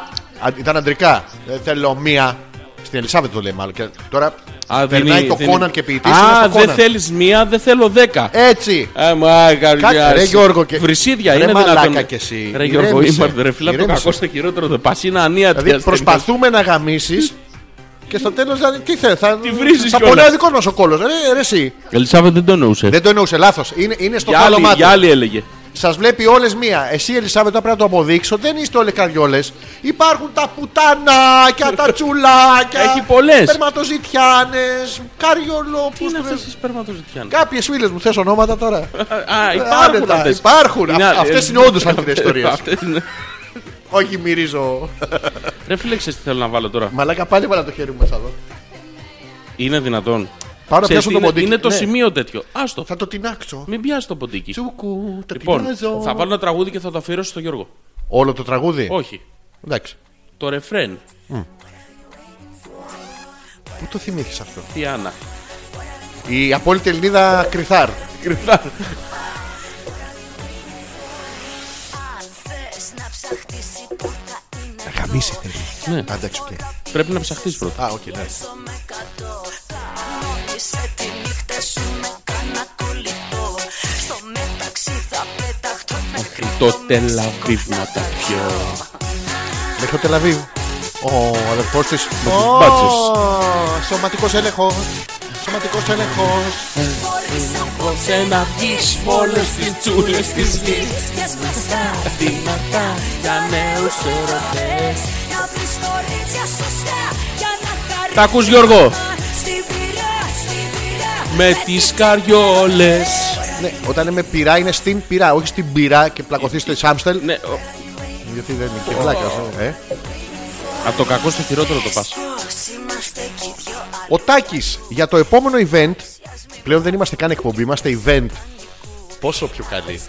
ήταν αντρικά. Δεν θέλω μία. Στην Ελισάβετ το λέει μάλλον. Και τώρα
Α, δεν
περνάει
είναι-
το
δεν
Κόναν
είναι.
και ποιητής.
Α, δεν θέλεις μία, δεν θέλω δέκα.
Έτσι.
Ε, μα, καρδιά.
ρε,
σου.
Γιώργο, και-
Βρυσίδια
Ρε,
είναι
μαλάκα
δυνατόν.
κι εσύ.
Ρε Γιώργο,
Ηρέμησε.
είμαστε ρε φίλα, το
Ηρέμησε.
κακό στο χειρότερο δεν πας, είναι ανίατη.
Δηλαδή
ασθένεια.
προσπαθούμε να γαμίσεις και στο τέλος δηλαδή, τι θε, θα,
Τη βρίζεις
θα
κιόλας.
πονάει ο δικό μας ο κόλος. Ρε, ρε, εσύ.
Ελισάβετ δεν το εννοούσες.
Δεν το εννοούσε, λάθος. Είναι, είναι στο
Για άλλη-
κάλωμά
Για
του.
άλλη έλεγε.
Σας βλέπει όλες μία. Εσύ, Ελισάβετ, θα πρέπει να το αποδείξω. Δεν είστε όλε καριόλες. Υπάρχουν τα πουτανάκια, τα τσουλάκια.
Έχει πολλές.
Περματοζητιάνε, καριόλο.
Τι είναι αυτέ τι σπερματοζητιάνες.
Κάποιες φίλες μου θες ονόματα τώρα.
Α,
Άντε
υπάρχουν ε,
τα,
αυτές.
υπάρχουν. Αυ- αυτές είναι όντως αληθινές ιστορίες. Όχι, μυρίζω.
Ρε φίλε, ξέρεις τι θέλω να βάλω τώρα.
Μαλάκα πάλι βάλα το χέρι μου μέσα εδώ.
Είναι δυνατόν.
Πάω να
Ξέρεις
πιάσω
τι
το
είναι-
ποντίκι.
Είναι το
Ναι.
σημείο τέτοιο. Άστο.
Θα το τεινάξω.
Μην πιάσει το ποντίκι.
Τσούκου, τα
Λοιπόν,
τεινάζω.
θα βάλω ένα τραγούδι και θα το αφιερώσω στο Γιώργο.
Όλο το τραγούδι.
Όχι.
Εντάξει.
Το ρεφρέν.
Πού το θυμήθηκες αυτό.
Τι Άννα.
Η απόλυτη Ελληνίδα Κρυθάρ.
Κρυφτά.
Να γαμίσει θέλει.
Ναι.
Α, Εντάξει, οκ.
Πρέπει να ψαχτείς πρώτα.
Α, οκ, ναι.
Μέχρι το Τελαβίβ να τα πιω.
Μέχρι το Τελαβίβ. Ο αδερφός της. Με
τις μπάτσες.
Σωματικός έλεγχος. Σωματικό έλεγχο.
Σε να βγεις όλες τις τσούλες της γης Δυνατά για νέους ερωτές Τα ακούς Γιώργο Με τις καριόλες
Ναι, όταν λέμε πειρά είναι στην πειρά, όχι στην πειρά και πλακωθείς στο Σάμστελ.
Ναι, ο-
Γιατί δεν είναι και βλάκα. Ε.
απ' το κακό στο χειρότερο το πας
Ο Τάκης για το επόμενο event. Πλέον δεν είμαστε καν εκπομπή, είμαστε event. Πόσο πιο καλή.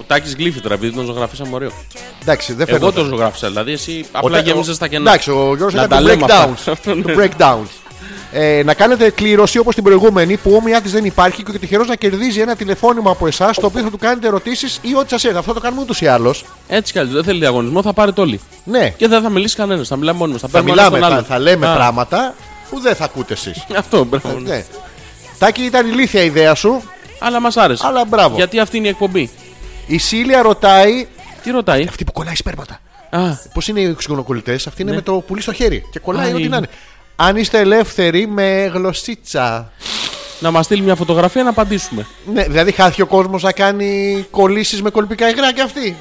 Ο Τάκης γλύφει τώρα επειδή τον ζωγραφίσαμε ωραίο
Εντάξει, δεν φαίνεται.
Εγώ τον ζωγράφισα δηλαδή εσύ απλά
Ο-
γέμιζες τα κενά
Εντάξει, ο Γιώργος
Να
έκανε
τα
το
λέμε αυτά. ναι.
breakdowns. το breakdowns. Ε, να κάνετε κλήρωση όπως την προηγούμενη που όμοιά τη δεν υπάρχει και ο τυχερός να κερδίζει ένα τηλεφώνημα από εσάς το οποίο θα του κάνετε ερωτήσεις ή ό,τι σας έρθει. Αυτό το κάνουμε ούτως ή άλλως.
Έτσι κι αλλιώς δεν θέλει διαγωνισμό θα πάρετε όλοι
Ναι,
Και δεν θα μιλήσει κανένας, θα μιλάμε μόνοι μας,
θα
παίρνουμε ένας
μιλάμε,
στον
θα,
άλλον.
θα λέμε
Α, Λοιπόν.
πράγματα που δεν θα ακούτε εσείς.
Αυτό, μπράβο.
ναι. Τάκη, ήταν ηλίθια η ιδέα σου,
Αλλά μας άρεσε.
αλλά μπράβο.
Γιατί αυτή είναι η εκπομπή.
Η Σίλια ρωτάει.
Τι ρωτάει.
Αυτή που κολλάει σπέρματα.
Α,
Πώς είναι οι ξυγονοκολλητέ, αυτή
Ναι.
είναι με το πουλί στο χέρι. Και κολλάει
Α,
ό,τι
είναι.
να είναι. Αν είστε ελεύθεροι με γλωσσίτσα.
να μας στείλει μια φωτογραφία να απαντήσουμε.
Ναι, δηλαδή χάθηκε ο κόσμος να κάνει κολλήσεις με κολπικά υγρά και αυτή.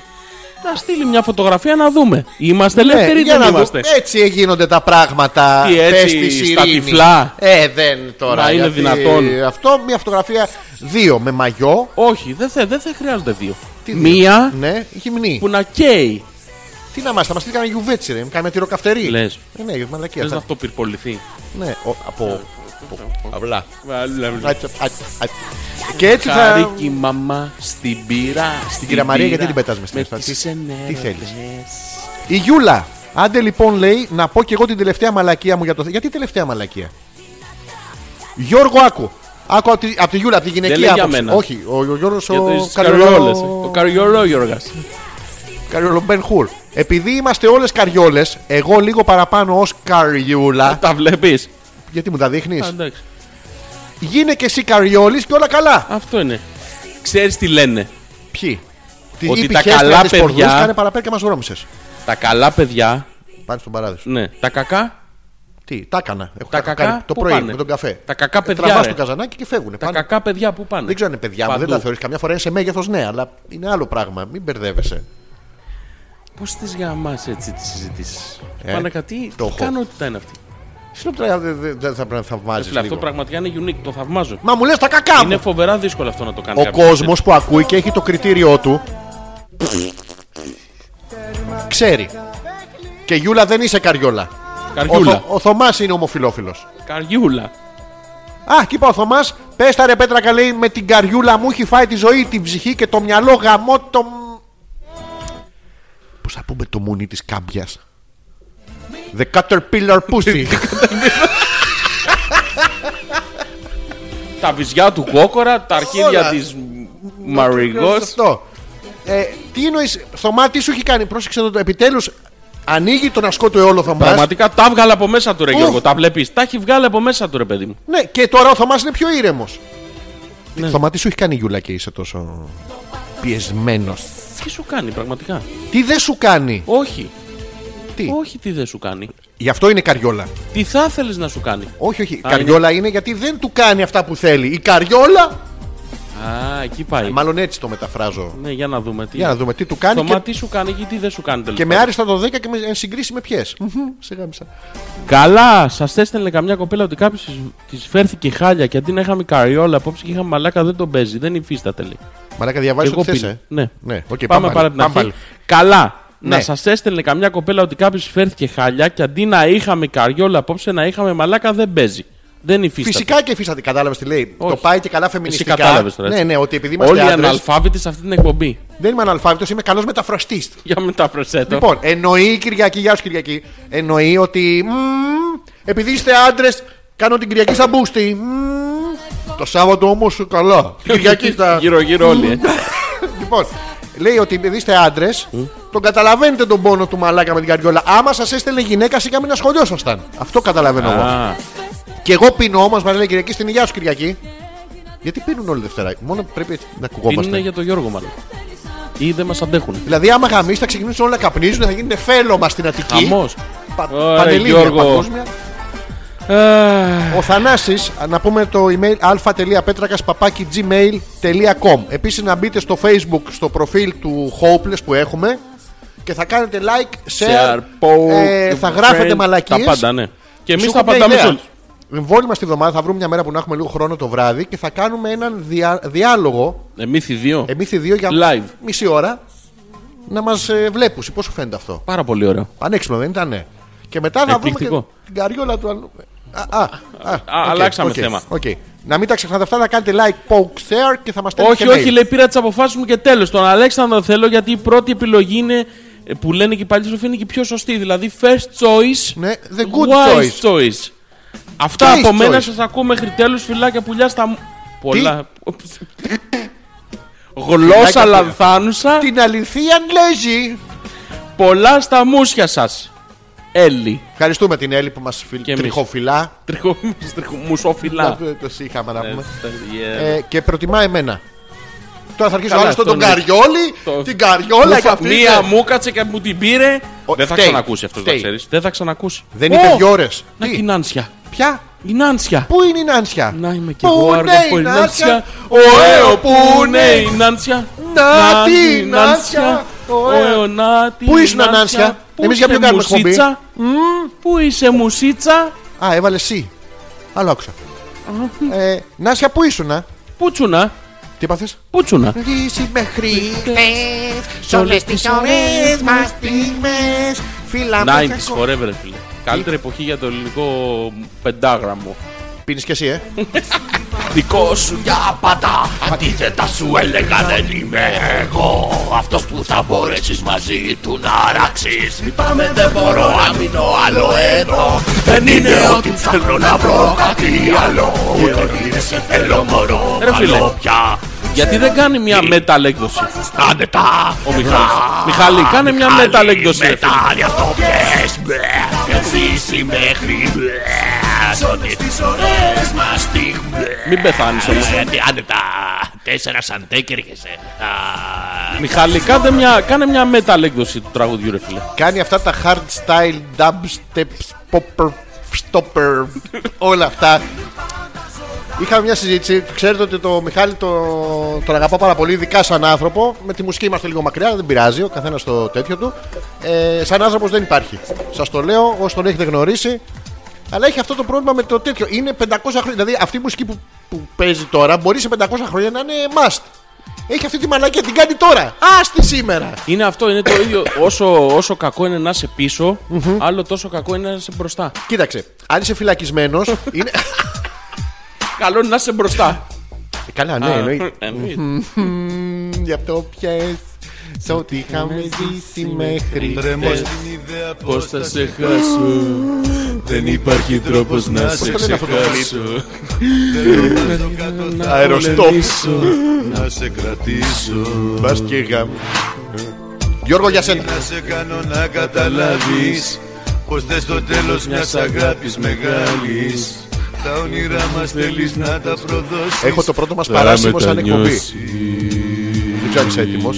Να στείλει μια φωτογραφία να δούμε. Είμαστε ελεύθεροι ή
Ναι, Ε, για
δεν
να δω-
είμαστε.
Έτσι γίνονται τα πράγματα.
Τι, έτσι,
Πες της
στα
ειρήνη.
τυφλά.
Ε, δεν τώρα.
Μα είναι
γιατί
δυνατόν.
Αυτό, μια φωτογραφία δύο με μαγιό.
Όχι, δεν θε, δεν θε χρειάζονται δύο.
Τι δύο?
Μία
Ναι, γυμνή.
που να καίει.
Τι να μάθεις, θα μας την έκανε γιουβέτσι, ρε. Κάνε τυροκαυτερή.
Λες.
Ε, ναι, μαλακία.
Θες να
αυτά.
αυτοπυρποληθεί.
Ναι, ο- από. Αυλά.
Καρίκι
Και έτσι θα.
μαμά στην πύρα. Στην
κυρία Μαρία,
πύρα,
γιατί την πετάς μες στην
με
ευθά.
τις
Τι- τι θέλεις.
ενέργειες.
Η Γιούλα. Άντε λοιπόν λέει να πω και εγώ την τελευταία μαλακία μου για το. θε- Γιατί τελευταία μαλακία. Γιώργο, άκου. Άκου από τη, απ' τη Γιούλα, από τη
Δεν
γυναική
λέει για
άποψη.
μένα.
Όχι, ο, ο Γιώργος
Για
ο
τις καριόλες. ε. Ο
Καριόλο.
καριόλο Γιώργας.
Καριόλο Μπεν Χουρ. Επειδή είμαστε όλες καριόλες, εγώ λίγο παραπάνω ως καριούλα.
Τα βλέπεις.
Γιατί μου τα
Α,
δείχνεις.
εντάξει.
Γίνε και εσύ καριόλης και όλα καλά.
Αυτό είναι. Ξέρεις τι λένε.
Ποιοι. Τι
Ότι
είπε
τα
χέστρα
καλά
της πορνούς,
παιδιά-
Κάνε παραπέρκα μας βρώμησες.
Τα καλά παιδιά,
Πάνε στον παράδεισο.
ναι. Τα κακά,
Τι, τα έκανα. Έχω
Τα
τα
κακά
κάνει το
πού
πρωί
πάνε?
με τον καφέ.
Τα κακά
Ε,
παιδιά,
Τραβάς
ρε.
το καζανάκι και φεύγουν.
τα κακά παιδιά που πάνε.
Δεν ξέρω αν είναι παιδιά μου, δεν
Παντού.
τα θεωρείς. Καμιά φορά είναι σε μέγεθος, ναι, αλλά είναι άλλο πράγμα. Μην μπερδεύεσαι.
Πώς τις γαμάς έτσι τις συζητήσεις.
Ε,
Πάνε κάτι,
το
τι
έχω.
κάνω τι τα είναι αυτή.
Συγγνώμη, τώρα δεν δε, δε, θα, θα
Ρε
βάζει.
φίλε, Αυτό πραγματικά είναι unique, το θαυμάζω.
Μα μου λες τα κακά
Είναι
μου.
φοβερά δύσκολο αυτό να το κάνει
Ο
κάποιος.
κόσμος που ακούει και έχει το κριτήριό του. ξέρει. Και Γιούλα δεν είσαι καριόλα. Ο,
Καριούλα.
Θω- ο Θωμάς είναι ομοφυλόφιλο.
Καριούλα.
Α, και είπα ο Θωμάς, πες τα ρε πέτρα καλέ, με την καριούλα μου έχει φάει τη ζωή, την ψυχή και το μυαλό γαμό το. Πώς θα πούμε το μουνί της κάμπιας. The caterpillar pussy.
Τα βυζιά του κόκορα, τα
Όλα.
αρχίδια τη Μαριγό.
Αυτό. Ε, τι εννοείς, Θωμά, τι σου έχει κάνει, πρόσεξε εδώ το επιτέλους. Ανοίγει τον ασκό του εόλο Θωμάς.
Πραγματικά τα βγάλε από μέσα του, ρε
Ουφ.
Γιώργο. Τα βλέπεις. Τα έχει βγάλει από μέσα του, ρε παιδί μου.
Ναι, και τώρα ο Θωμάς είναι πιο ήρεμος. Θωμά, τι σου έχει κάνει η Γιούλα και είσαι τόσο πιεσμένος.
Τι σου κάνει, πραγματικά.
Τι δεν σου κάνει.
Όχι.
Τι.
Όχι, τι δεν σου κάνει.
Γι' αυτό είναι καριόλα.
Τι θα ήθελε να σου κάνει.
Όχι, όχι. Η καριόλα είναι γιατί δεν του κάνει αυτά που θέλει. Η καριόλα.
Α, εκεί πάει.
Μάλλον έτσι το μεταφράζω.
Ναι, για να δούμε τι.
Για να δούμε τι του κάνει.
Θωμά,
Και,
τι σου κάνει και τι δεν σου κάνει
και
τελικά.
με άριστα το 10 και με εν συγκρίση με ποιες. Σε γάμισα.
Καλά, σας έστελνε καμιά κοπέλα ότι κάποιος της φέρθηκε χάλια και αντί να είχαμε καριόλα απόψε και είχαμε μαλάκα δεν τον παίζει. Δεν υφίσταται λέει.
Μαλάκα διαβάζεις
Και εγώ
ό,τι θες,
πίνω.
ε.
Ναι.
Ναι, οκ,
πάμε πάλι
πάλι,
από την αρχή.
πάλι.
Καλά.
Ναι.
Να σας έστελνε καμιά κοπέλα ότι κάποιος φέρθηκε χαλιά και αντί να είχαμε καριόλα απόψε να είχαμε μαλάκα δεν παίζει. Δεν υφίσταται.
Φυσικά και φύσατε, κατάλαβες τι λέει.
Όχι.
Το πάει και καλά
Εσύ
φεμινιστικά.
κατάλαβες τώρα. έτσι.
Ναι, ναι, ότι επειδή
Όλοι
είμαστε
οι
άντρες,
αναλφάβητοι σε αυτή την εκπομπή. [LAUGHS]
Δεν είμαι αναλφάβητος, είμαι καλός μεταφραστής.
Για μετάφρασέ το.
Λοιπόν, εννοεί Κυριακή, γεια σου Κυριακή. Εννοεί ότι. μμμ, επειδή είστε άντρες, κάνω την Κυριακή στα μπούστι. Μμμ, Το Σάββατο όμως καλά. Την
[LAUGHS]
Κυριακή στα.
Γύρω-γύρω όλοι. ε.
Λοιπόν, λέει ότι επειδή είστε άντρες, τον καταλαβαίνετε τον πόνο του μαλάκα με την καριόλα. Άμα σας έστελνε γυναίκα, σίγα μην να σχολιόσασταν. Αυτό καταλαβαίνω εγώ.
Α,
Και εγώ πίνω όμως, μας λέει Κυριακή, στην υγεία σου Κυριακή. Γιατί πίνουν όλοι Δευτέρα. Μόνο πρέπει να
την είναι
ακουγόμαστε.
για τον Γιώργο μάλλον. Ή δεν μας αντέχουν.
Δηλαδή, άμα γαμίσει, θα ξεκινήσουν όλα να καπνίζουν, θα γίνεται φέλωμα στην Αττική.
Χαμός.
Πα-
Ωραία,
πανελλήνια,
Γιώργο. Ε.
παγκόσμια. Ο Θανάσης, να πούμε το email αλφα.πέτρακας.gmail.com Επίσης να μπείτε στο facebook στο προφίλ του Hopeless που έχουμε και θα κάνετε like, share, ε, θα γράφετε
Τα
μαλακίες.
πάντα, ναι. Και εμείς
Σου
τα
έχω μια
απαντάμε
ιδέα.
σε όλου.
Εμβόλυμα στη βδομάδα θα βρούμε μια μέρα που να έχουμε λίγο χρόνο το βράδυ και θα κάνουμε έναν δια- διάλογο
Εμείς οι Ε, δύο.
εμείς οι δύο για
Live.
μισή ώρα να μας ε, βλέπουν. Πώς σου φαίνεται αυτό.
Πάρα πολύ ωραίο.
Πανέξυπνο δεν ήταν, ναι. Και μετά θα βρούμε και
Εκπληκτικό.
την καριόλα του αλλού. Α, α, α, οκ,
αλλάξαμε
οκ,
θέμα.
οκ. Να μην τα ξεχνάτε αυτά, να κάνετε like, poke, share και θα μας στέλνετε.
Όχι,
και
όχι,
mail.
λέει πήρα τις αποφάσεις μου και τέλος. Τον Αλέξανδρο θέλω γιατί η πρώτη επιλογή είναι ε, που λένε και οι παλιοί σοφοί είναι και η πιο σωστή. Δηλαδή, first choice.
Ναι, the good
wise choice. Αυτά
Taste
από μένα
choice.
σας ακούω μέχρι τέλου. Φιλάκια πουλιά στα. μ- Πολλά.
Φιλάκια,
Γλώσσα
πουλιά.
λανθάνουσα.
Την αληθή Αγγλέζη.
Πολλά στα μουσια σας. Έλλη.
Ευχαριστούμε την Έλλη που μας
Και εμείς.
τριχοφυλά.
Τριχο- τριχο- Μουσοφυλά.
Το- Το είχαμε να πούμε.
Yeah.
Ε, Και προτιμά εμένα. Τώρα θα αρχίσει ο
Καλά,
άλλο τον
αυτό είναι.
Καριόλη,
Το-
την Καριόλα
Μου
και
φα-
αυτή.
Μία
είναι.
μου κάτσε και μου την πήρε.
Ο-
Δεν θα
φταίει.
ξανακούσει αυτός, να
Φταίει.
ξέρεις. Δεν θα ξανακούσει.
Δεν
Ω!
είπε δύο ώρες.
Να και η Νάνσια.
Ποια?
Η Νάνσια.
Πού είναι η Νάνσια?
Να είμαι κι
Πού
εγώ
είναι
άργο
ναι, η
από η
Νάνσια? ε,
Νάνσια.
Ωε,
Ωε, που είναι η Νάνσια.
Να τη Νάνσια. ε.
Ο Εωνάτη.
Πού ήσουν, Νάνσια? Εμείς για ποιο κάνουμε εκπομπή?
Πού είσαι, Μουσίτσα.
Α, έβαλες εσύ. Άλλο άκουσα. Ε, Νάσια, πού ήσουνα.
Πούτσουνα.
Τι είπαθες?
Πούτσουνα.
Είσαι μέχρι χτες Σ' όλες τις ωραίες μας στιγμές Φίλα μου
90s forever, ρε φίλε. Καλύτερη εποχή για το ελληνικό πεντάγραμμο.
Πίνεις κι εσύ ε
Δικό σου για
Απατά, αντίθετα σου έλεγα δεν είμαι εγώ Αυτός που θα μπορέσεις μαζί του να αράξεις Λυπάμαι δεν μπορώ να μείνω άλλο εδώ Δεν είναι ότι ψάχνω να βρω κάτι άλλο Δεν είναι σε θέλω μωρό
Ρε φίλε.
άλλο πια
Γιατί δεν κάνει μια metal έκδοση
Άντε τα
ο Μιχάλης. Μιχάλη, κάνε μια metal έκδοση. ρε φίλε.
Μετάλλια αυτό πιες μπλε, Ζήσει μέχρι μπλε Σ' όλες τις ωραίες μας στιγμές
Μην πεθάνεις όμως.
Ε, Άντε τα τέσσερα ε. σαντέ και έρχεσαι. Α,
Μιχάλη, κάνε μια, κάνε μια metal έκδοση του τραγουδιού, ρε φίλε.
Κάνει αυτά τα hard style dubstep popper stopper όλα αυτά Είχαμε μια συζήτηση, ξέρετε ότι το Μιχάλη το, τον αγαπά πάρα πολύ, ειδικά σαν άνθρωπο. Με τη μουσική είμαστε λίγο μακριά, δεν πειράζει, ο καθένας το τέτοιο του. Ε, σαν άνθρωπος δεν υπάρχει. Σας το λέω, όσοι τον έχετε γνωρίσει. Αλλά έχει αυτό το πρόβλημα με το τέτοιο. Είναι 500 χρόνια. Δηλαδή αυτή η μουσική που, που παίζει τώρα μπορεί σε 500 χρόνια να είναι must. Έχει αυτή τη μαλάκια την κάνει τώρα. Άστι σήμερα.
Είναι αυτό, είναι το ίδιο. Όσο, όσο κακό είναι να είσαι πίσω, άλλο τόσο κακό είναι να είσαι μπροστά.
Κοίταξε, αν είσαι φυλακισμένος. είναι...
Καλό είναι να είσαι μπροστά.
Ε, Καλά, ναι, εννοείται.
Εννοείται.
Μμμ, Γι' αυτό πιες σε ό,τι είχαμε ζήσει μέχρι χτες.
Πώ ε, θα σε χάσω. Δεν υπάρχει τρόπο να σε
λένε αυτό το κλιπ?
ξεχάσω.
Αεροστόπ.
Να σε κρατήσω,
Μπας και γαμ. Γιώργο για σένα.
να σε κάνω να καταλάβεις Πως θες το τέλος μιας αγάπης μεγάλης Τα όνειρά μας θέλεις να τα προδώσεις
Έχω το πρώτο μας παράσημο σαν εκπομπή. Δεν ξέρω αν είσαι έτοιμος.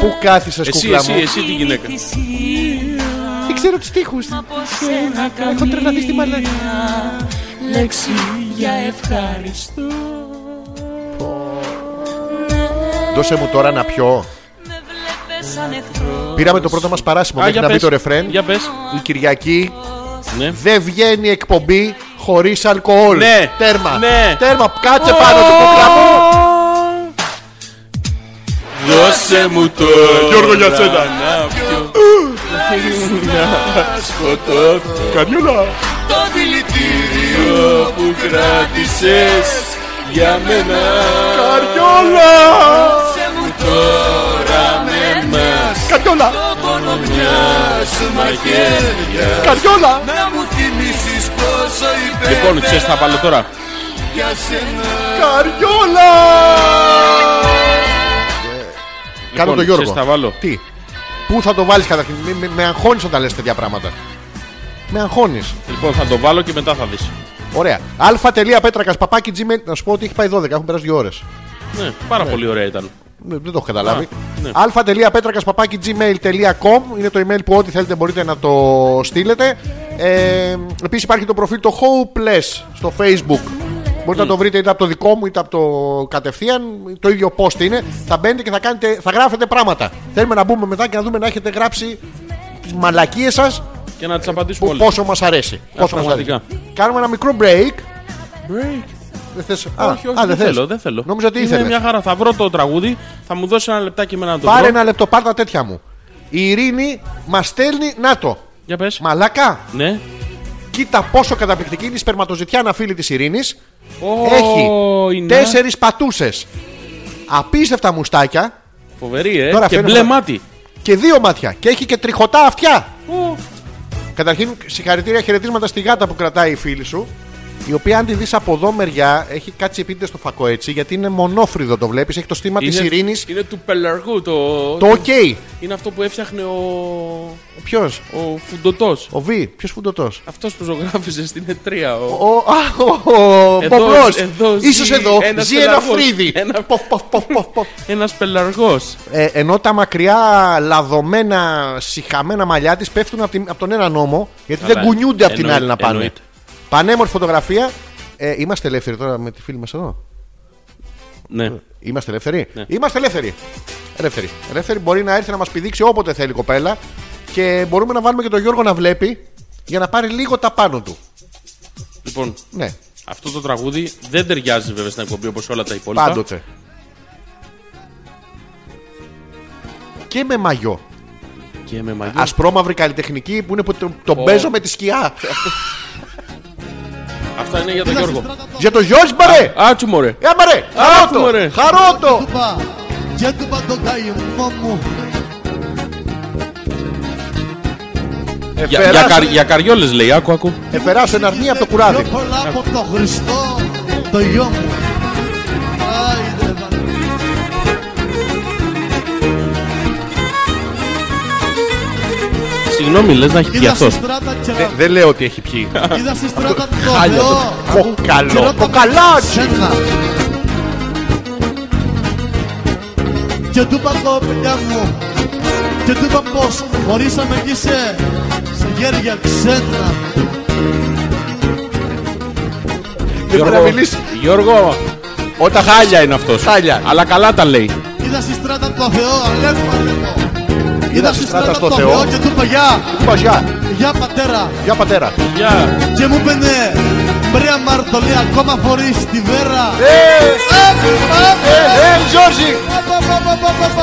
Πού κάθισες
Εσύ,
κουκλά
εσύ,
μου.
εσύ τη γυναίκα.
Δεν ξέρω τους τοίχους. Έχω τρελαθεί στη μαλάκα.
Λέξη για ευχαριστώ
Δώσε μου τώρα να πιω.
Με βλέπες σαν εχθρό
Πήραμε το πρώτο μας παράσημο μέχρι να μπει το ρεφρέν.
Για πες.
Η Κυριακή
Ναι.
δεν βγαίνει εκπομπή χωρίς αλκοόλ.
Ναι.
Τέρμα.
Ναι.
Τέρμα. Κάτσε πάνω του κουκλά μου.
Δώσε μου το Γιώργο Λοιπόν,
για σένα.
να πιω Να σκοτώθω
Καριόλα.
Το δηλητήριο που κράτησες Για μένα
Καριόλα.
Τώρα με μας
Καριόλα.
Πόνο μιας μαχαίρια
Καριόλα.
Να μου θυμίσεις πόσο υπέρ
Λοιπόν, ξέρεις θα βάλω τώρα
για σένα
Καριόλα! Κάνω
Λοιπόν,
το Γιώργο.
ξέρεις θα βάλω
Τι, πού θα το βάλεις καταρχήν. Με, με, με αγχώνεις όταν λες τέτοια πράγματα. Με αγχώνεις.
Λοιπόν, θα το βάλω και μετά θα δεις
Ωραία. αλφα.πέτρακα παπάκι gmail. Να σου πω ότι έχει πάει 12, έχουν περάσει δύο ώρες.
Ναι, πάρα πολύ ωραία ήταν
Δεν δεν το έχω καταλάβει.
ναι.
αλφα.πέτρακα παπάκι gmail.com είναι το email που ό,τι θέλετε μπορείτε να το στείλετε. Ε, Επίσης υπάρχει το προφίλ το Hopeless στο Facebook. Μπορείτε
Mm.
να το βρείτε είτε από το δικό μου είτε από το κατευθείαν. Το ίδιο post είναι. Θα μπαίνετε και θα, κάνετε, θα γράφετε πράγματα. Θέλουμε να μπούμε μετά και να δούμε να έχετε γράψει τις μαλακίες σας
Και να τις απαντήσουμε
που
όλες
πόσο μας αρέσει. Πόσο μας αρέσει.
πραγματικά.
Κάνουμε ένα μικρό break. Δεν θες... α,
Όχι, όχι,
α,
δεν
θες.
θέλω, δεν θέλω.
Νόμιζα ότι
Είναι
ήθελες.
μια χαρά. Θα βρω το τραγούδι, θα μου δώσει ένα λεπτάκι με να το
Πάρε
βρω.
ένα λεπτό, πάρ' τα τέτοια μου. Η Ειρήνη μας στέλνει, να το.
Για πες.
Μαλάκα,
Ναι.
κοίτα πόσο καταπληκτική είναι η σπερματοζητιά ένα φίλη της Ειρήνης.
Ω,
Έχει
η να-
τέσσερις πατούσες. Απίστευτα μουστάκια
Φοβερή, ε.
Τώρα
και
φαίνεται-
μπλε μάτι.
και δύο μάτια. Και έχει και τριχωτά αυτιά. Καταρχήν, συγχαρητήρια χαιρετίσματα στη γάτα που κρατάει η φίλη σου. Η οποία, αν τη δεις από εδώ μεριά, έχει κάτσει επίτηδε στο φακό έτσι, γιατί είναι μονόφρυδο το βλέπεις. Έχει το στήμα της Ειρήνης.
είναι του πελαργού το.
Το OK.
Είναι αυτό που έφτιαχνε ο.
Ποιος,
ο φουντοτό.
ο Β, ποιος φουντοτό.
Αυτός που ζωγράφιζε στην ετρία. Ο...
Ο, α, ο, ο
Εδώ,
Μποβρός.
εδώ ζει
Ίσως εδώ
ένας
ζει ένα
πελαγός.
φρύδι.
Ένα-
Ποφ, ποφ, ποφ, ποφ, ποφ.
Ένας πελαργός.
Ε, ενώ τα μακριά λαδωμένα, συχαμένα μαλλιά της πέφτουν από, την- από τον ένα νόμο, γιατί
Καλά,
δεν κουνιούνται από την
εννοείται,
άλλη να πάνε.
εννοείται.
Πανέμορφη φωτογραφία. Ε, είμαστε ελεύθεροι τώρα με τη φίλη μας εδώ.
Ναι.
Είμαστε ελεύθεροι. Είμαστε ελεύθεροι. Ελεύθεροι. Ελεύθεροι μπορεί να έρθει να μας πηδήξει όποτε θέλει η κοπέλα και μπορούμε να βάλουμε και τον Γιώργο να βλέπει για να πάρει λίγο τα πάνω του.
Λοιπόν,
Ναι,
αυτό το τραγούδι δεν ταιριάζει βέβαια στην εκπομπή όπως όλα τα υπόλοιπα.
πάντοτε. Και με μαγιό.
Και με μαγείο.
Ασπρόμαυρη καλλιτεχνική που είναι που τον το
Ναι. Ω.
παίζω με τη σκιά.
Αυτά είναι για τον Γιώργο.
Για το Γιώργη μπαρε!
Άτσου μωρέ.
Άμα ρε!
άκου, μωρέ.
Ε, Χαρότο! Χαρότο!
Για, για, καρ,
Εφεράς-
για καριόλες λέει, άκου, άκου.
Εφεράς εν αρνία από το κουράδι.
πολλά από το Χριστό, το γιο μου. Άιντε, βα-
Συγγνώμη, λες να έχει πει
Είδα
αυτό.
στη στράτα
Ε,
τσερα-
Δεν λέω ότι έχει πιει.
Είδα στη στράτα το
χάλια το-
Θεό.
Κοκαλό.
Τσιράτα
Κοκαλάκι.
σένα. Και του είπα το παιδιά μου Και του είπα πως χωρίσαμε κι είσαι Σε γέρια ξένα
Δεν μπορεί να μιλήσεις.
Γιώργο, όταν χάλια είναι αυτός.
Χάλια.
Αλλά καλά τα λέει.
Είδα στη στράτα το Θεό Αλεύω, αλεύω Είδα στη στράτα το
στο
Θεό
Θεό.
και του είπα γεια
Παγιά.
Γεια πατέρα
Για πατέρα.
Γεια.
Και μου πένε Μπρέα Μαρτωλή ακόμα φορείς τη βέρα
Ε, Γιώργη!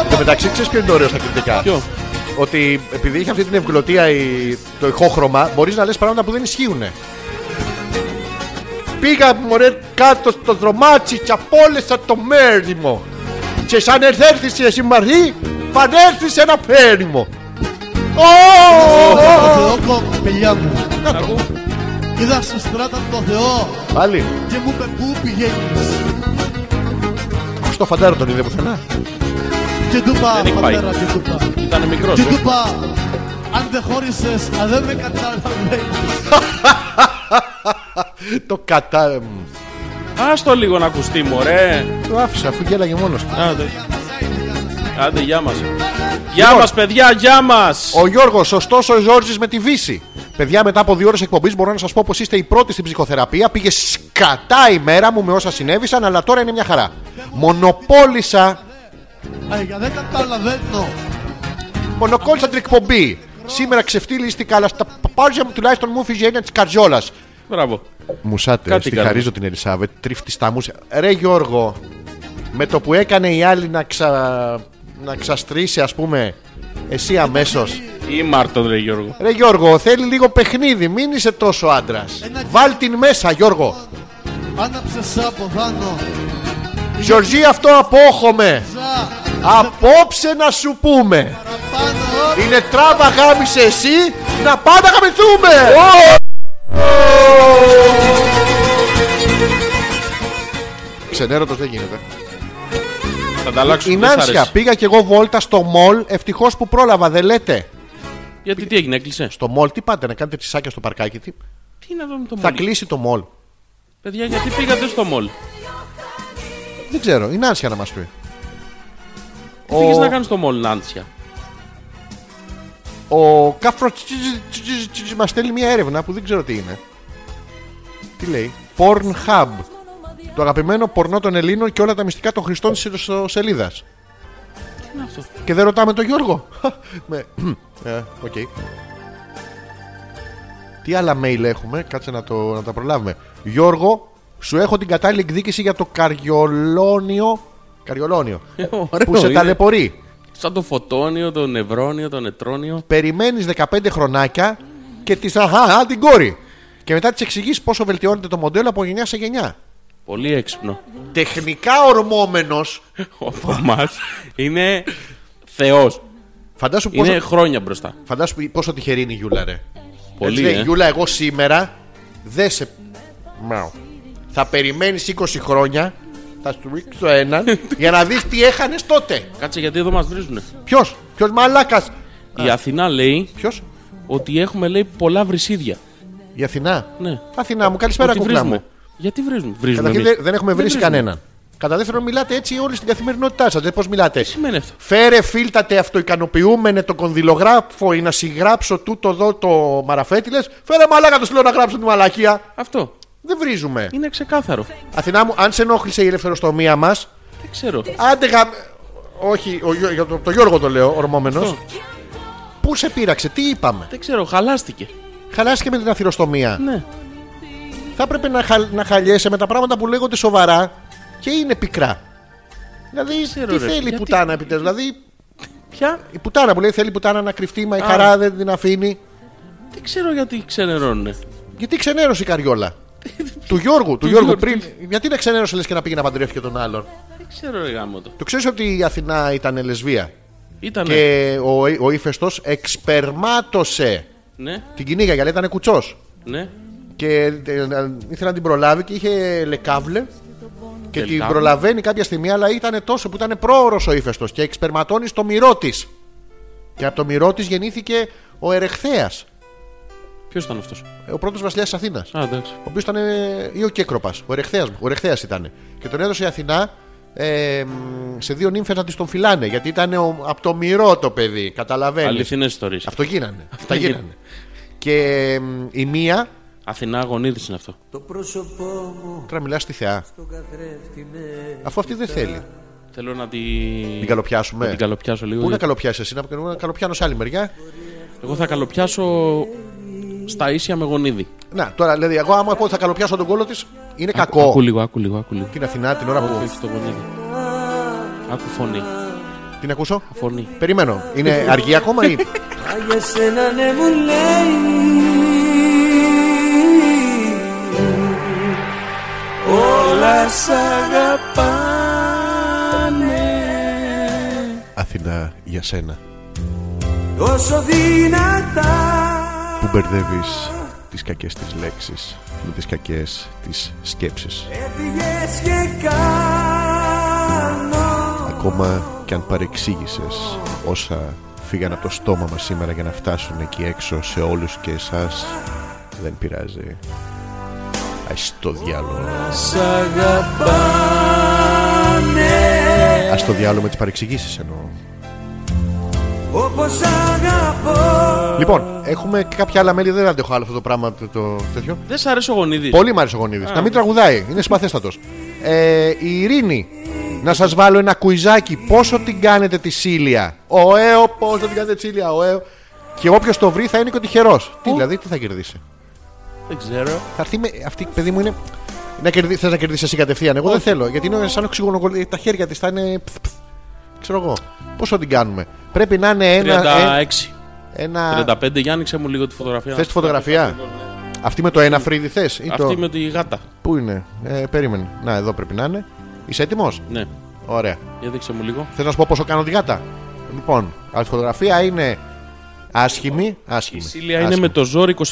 Το μεταξύ ξέρεις ποιο είναι το ωραίο στα κριτικά.
Ποιο?
Ότι επειδή έχει αυτή την ευκολοτία η- το ηχόχρωμα, μπορείς να λες πράγματα που δεν ισχύουν. Πήγα μωρέ κάτω στο δρομάτσι και απόλυσα το μέρη μου. Και σαν ερθέρθησε εσύ Μαρή, πανέρθησε ένα φέρι μου. Ω, ω,
Το
ω, ω.
Θεό κοπελιά μου
Άκου.
Είδα στη στράτα το Θεό
Πάλι,
και μου είπε πού πηγαίνεις
στο φαντάρο τον είδε πουθενά. [LAUGHS]
και του είπα
Δεν έχει πάει.
πατέρα και του είπα
Ήταν μικρός.
και του είπα αν δεν χώρισες αν δεν με καταλαβαίνεις
Το κατά.
Άστο λίγο να ακουστεί, μωρέ.
Το άφησα αφού γέλαγε μόνος του.
Άντε. Άντε, γεια μας. Γεια μας, παιδιά, γεια μας.
Λοιπόν. Ο Γιώργος, ωστόσο ο Ζόρζης με τη Βύση. Παιδιά, μετά από δύο ώρες εκπομπής μπορώ να σας πω πως είστε οι πρώτοι στην ψυχοθεραπεία. Πήγε σκατά η μέρα μου με όσα συνέβησαν, αλλά τώρα είναι μια χαρά. Μονοπόλησα,
Αγία δεν καταλαβαίνω
μονοκόλλησα την εκπομπή. Σήμερα ξεφτύλιστηκα, αλλά στα παπάρια μου τουλάχιστον μου φύγει η έννοια της καριόλα.
Μπράβο.
Μουσάτε,
Κάτι
στη
κάνω.
χαρίζω την Ελισάβετ, τρίφτη στα μουσια. Ρε Γιώργο, με το που έκανε η άλλη να, ξα... να ξαστρίσει, ας πούμε, εσύ αμέσως.
Ή Μάρτον, λέει Γιώργο.
Ρε Γιώργο, θέλει λίγο παιχνίδι, μην είσαι τόσο άντρας.
Ένα-
Βάλ την μέσα, Γιώργο.
άναψες από πάνω
Γιωργή, αυτό απόχομαι.
ζα
Απόψε να σου πούμε.
πάνω όπ,
Είναι τράβα γάμισε εσύ, να πάμε να γαμηθούμε. Ξενέρωτος δεν γίνεται.
Θα τα αλλάξω.
Η
δεν σ'
Νάνσια,
αρέσει.
πήγα κι εγώ βόλτα στο μολ. Ευτυχώς που πρόλαβα, δεν λέτε.
Γιατί τι έγινε, έκλεισε.
Στο μολ, τι πάτε να κάνετε τσισάκια στο παρκάκι, τι.
Τι να δούμε το
Θα
μόλ.
κλείσει το μολ.
Παιδιά, γιατί πήγατε στο μόλ.
Δεν ξέρω, η Νάνσια να μας πει.
Τι πήγες να κάνεις στο μόλ, Νάντσια.
Ο Κάφρος μας στέλνει μια έρευνα που δεν ξέρω τι είναι. Τι λέει. Pornhub. Το αγαπημένο πορνό των Ελλήνων και όλα τα μυστικά των χρηστών τη σελίδας. Και δεν ρωτάμε τον Γιώργο. Με- Ε, Οκ. Τι άλλα mail έχουμε, κάτσε να, το, να τα προλάβουμε. Γιώργο, σου έχω την κατάλληλη εκδίκηση για το καριολόνιο. Καριολόνιο.
Ε, Ωραίο
που σε
είναι.
ταλαιπωρεί.
Σαν το φωτόνιο, το νευρόνιο, το νετρόνιο.
περιμένεις 15 χρονάκια και τη αχά, την κόρη. Και μετά τη εξηγείς πόσο βελτιώνεται το μοντέλο από γενιά σε γενιά.
Πολύ έξυπνο. [LAUGHS]
Τεχνικά ορμόμενος.
Ο Θωμάς είναι θεός.
Φαντάσου πόσο,
Είναι χρόνια μπροστά.
φαντάσου πόσο τυχερή είναι η Γιούλα, ρε.
Πολύ,
Έτσι, λέει,
ε.
Γιούλα, εγώ σήμερα δεν σε. Μαου. Θα περιμένεις 20 χρόνια. Θα σου ρίξω έναν για να δεις τι έχανες τότε.
[LAUGHS] Κάτσε γιατί εδώ μας βρίζουνε.
Ποιος, ποιος μαλάκας.
Η Αθηνά λέει
Ποιος,
ότι έχουμε λέει πολλά βρυσίδια.
η Αθηνά.
Ναι.
Αθηνά μου, καλησπέρα,
Ότι
κουκλά μου.
βρίζουμε. Γιατί βρίζουμε. Βρίζουμε
Καταρχήν
εμείς.
δεν- δεν έχουμε βρει
βρίζουμε.
κανέναν. Κατά δεύτερον, μιλάτε έτσι όλοι στην καθημερινότητά σας. Δεν πώς μιλάτε.
Τι σημαίνει αυτό.
Φέρε φίλτατε αυτοικανοποιούμενε το κονδυλογράφο ή να συγγράψω τούτο εδώ το μαραφέτη. Λες, φέρε μαλάκα το λέω να γράψω τη μαλακία.
Αυτό.
Δεν βρίζουμε.
Είναι ξεκάθαρο.
Αθηνά μου, αν σε ενόχλησε η ελευθεροστομία μας,
Δεν ξέρω.
Άντε γαμ... Όχι, ο, Γιώ- για το, το Γιώργο το λέω, ορμόμενος. Πού σε πείραξε, τι είπαμε.
Δεν ξέρω, χαλάστηκε.
Χαλάστηκε με την αθυροστομία.
Ναι.
Θα έπρεπε να, χα, να χαλιέσαι με τα πράγματα που λέγονται σοβαρά και είναι πικρά. Δηλαδή,
ξέρω,
τι
ρε,
θέλει η
γιατί-
πουτάνα επιτέλους. Δηλαδή,
Πια
η πουτάνα που λέει θέλει η πουτάνα να κρυφτεί, μα η
Α.
χαρά δεν την αφήνει.
δεν ξέρω γιατί ξενερώνουνε. [LAUGHS]
Γιατί ξενέρωσε η Καριόλα. του Γιώργου, του Γιώργου
Γιώργου,
πριν. Γιατί να ξενέρωσε λες και να πήγε να παντρεύτηκε τον άλλον.
Δεν ξέρω, ρε γάμο το.
Το ξέρεις ότι η Αθηνά ήταν λεσβία.
Ήτανε.
Και ο, ο ύφεστος εξπερμάτωσε
Ναι,
την κυνήγα γιατί ήταν κουτσός.
ναι.
Και ε, ε, ήθελε να την προλάβει και είχε λεκάβλε. Και την
Τελικά.
προλαβαίνει κάποια στιγμή, αλλά ήταν τόσο που ήταν πρόωρος ο ύφεστος και εξπερματώνει στο μυρό της. Και από το μυρό της γεννήθηκε ο Ερεχθέας,
Ποιος ήταν αυτός.
ο πρώτος βασιλιάς της Αθήνας.
Α, εντάξει.
Ο οποίος ήταν. ε, ή ο Κέκροπας, ο Ερεχθέας ο Ερεχθέας ήταν. Και τον έδωσε η Αθηνά ε, μ, σε δύο νύμφες να της τον φυλάνε. Γιατί ήταν ο- από το μυρό το παιδί, καταλαβαίνεις.
Αληθινές ιστορίες.
Αυτό γίνανε. Αυτά
γίνανε.
γίνανε. Και μ, η μία.
Αθηνά γονίδη είναι αυτό.
Τώρα μιλάς στη Θεά. Αφού αυτή δεν θέλει.
Θέλω να τη...
Την καλοπιάσουμε.
την καλοπιάσω λίγο.
Πού να
γιατί-
καλοπιάσει εσύ, να να καλοπιάνω σε άλλη μεριά.
Εγώ θα καλοπιάσω στα ίσια με γονίδι.
Να, τώρα δηλαδή, εγώ άμα πω ότι θα καλοπιάσω τον κόλο της, είναι κακό.
Ακού λίγο, ακού λίγο, ακού λίγο.
Την Αθηνά την ώρα που.
Όχι το γονίδι. Ακού φωνή.
Την ακούσω.
Φωνή.
Περιμένω. Είναι αργή ακόμα ή.
Για σένα ναι μου λέει Όλα σ' αγαπάνε
[LAUGHS] Αθηνά για σένα.
Όσο δυνατά
Που μπερδεύεις τις κακές της λέξεις με τις κακές της σκέψεις.
έφυγες και κάνω
Ακόμα και αν παρεξήγησες όσα φύγαν από το στόμα μας σήμερα για να φτάσουν εκεί έξω σε όλους και εσάς δεν πειράζει Ας το διάλογο Ας το διάλογο με τις παρεξηγήσεις εννοώ
Όπως αγαπώ
Λοιπόν, έχουμε και κάποια άλλα μέλη, δεν αντέχω άλλο αυτό το πράγμα το, το τέτοιο
Δεν σ' αρέσει ο γονίδι.
Πολύ μ' άρεσε ο Γονίδης, να μην τραγουδάει, είναι συμπαθέστατος ε, Η Ειρήνη, να σας βάλω ένα κουιζάκι, πόσο την κάνετε τη Σίλια Ωέω, πόσο την κάνετε τη Σίλια, ωέω και όποιος το βρει θα είναι και ο τυχερός. Τι δηλαδή, τι θα κερδίσει.
Δεν ξέρω.
Θα έρθει με. Αυτή, παιδί μου, είναι. Να κερδί, θες να κερδίσεις εσύ κατευθείαν. Εγώ δεν θέλω. Γιατί είναι σαν οξυγόνο. Τα χέρια της θα είναι. πθ, πθ. Ξέρω εγώ. Πόσο την κάνουμε. Πρέπει να είναι ένα. ε,
36.
ένα...
35. Για άνοιξε μου λίγο τη φωτογραφία.
Θες τη φωτογραφία. Αυτή με το ένα φρύδι θες.
Αυτή με τη γάτα.
Πού είναι. Ε, περίμενε. Να, εδώ πρέπει να είναι. Είσαι έτοιμος.
Ναι.
Ωραία.
Για δείξε μου λίγο.
Θες να σου πω πόσο κάνω τη γάτα. Λοιπόν, αλλά η φωτογραφία είναι άσχημη. άσχημη.
Η Σίλια είναι με το ζόρι 22.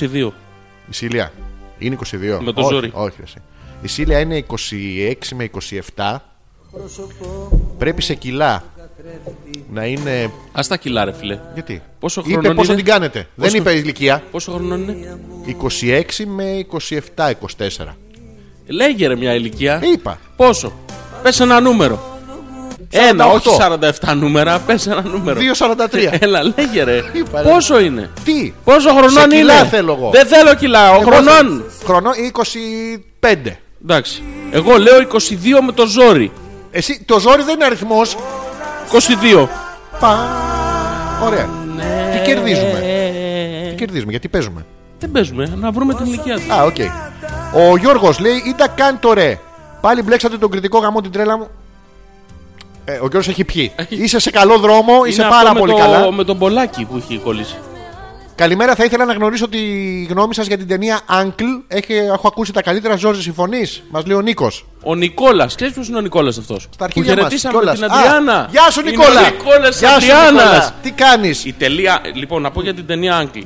Η Σίλια είναι 22.
Με το
όχι,
ζόρι.
Όχι, εσύ. Η Σίλια είναι 26 με 27. Πρέπει σε κιλά να είναι.
Ας τα κιλά, ρε φιλέ.
Γιατί.
Πόσο
είπε
χρονών
πόσο
είναι?
την κάνετε. Δεν είπε ηλικία.
Πόσο χρονών είναι.
26 με 27, 24.
Λέγε ρε μια ηλικία.
Είπα.
Πόσο. Πες ένα νούμερο. Ένα,
48.
όχι 47 νούμερα. Πες ένα νούμερο.
2,43.
[LAUGHS] Έλα, λέγε ρε.
Είπα, ρε.
Πόσο είναι.
Τι. Ε,
Πόσο χρονών
Σε
είναι.
κιλά θέλω εγώ.
Δεν θέλω κιλά. Ο
Εγώ
χρονών.
θέλω- Χρονών 25.
Εντάξει. Εγώ λέω 22 με το ζόρι.
Εσύ, το ζόρι δεν είναι αριθμός.
22.
Πα. Ωραία. Τι
Ε,
κερδίζουμε. Τι κερδίζουμε, γιατί παίζουμε.
Δεν παίζουμε. Να βρούμε την ηλικία του.
Α, οκ. Ο Γιώργος λέει: Ήταν καν το ρε. Πάλι μπλέξατε τον κριτικό γαμό την τρέλα μου. Ε, ο Γιώργο έχει πιει. είσαι σε καλό δρόμο, είσαι
Είναι
πάρα
αυτό με
πολύ
το-
καλά.
Με τον Πολάκη που έχει κολλήσει.
Καλημέρα, θα ήθελα να γνωρίσω τη γνώμη σας για την ταινία Uncle. Έχει, έχω ακούσει τα καλύτερα, Ζόρζε, συμφωνείς. Μας λέει ο Νίκος.
Ο Νικόλας, ξέρεις ποιος είναι ο Νικόλας αυτός.
Στα αρχίδια
Που
μα.
χαιρετήσαμε την Αντριάννα.
Γεια σου,
Είναι
Νικόλα.
Ο Νικόλα
Γεια σου, Νικόλα.
Αντριάννα.
Τι κάνεις.
Η τελεία. Λοιπόν, να πω για την ταινία Άγκλη.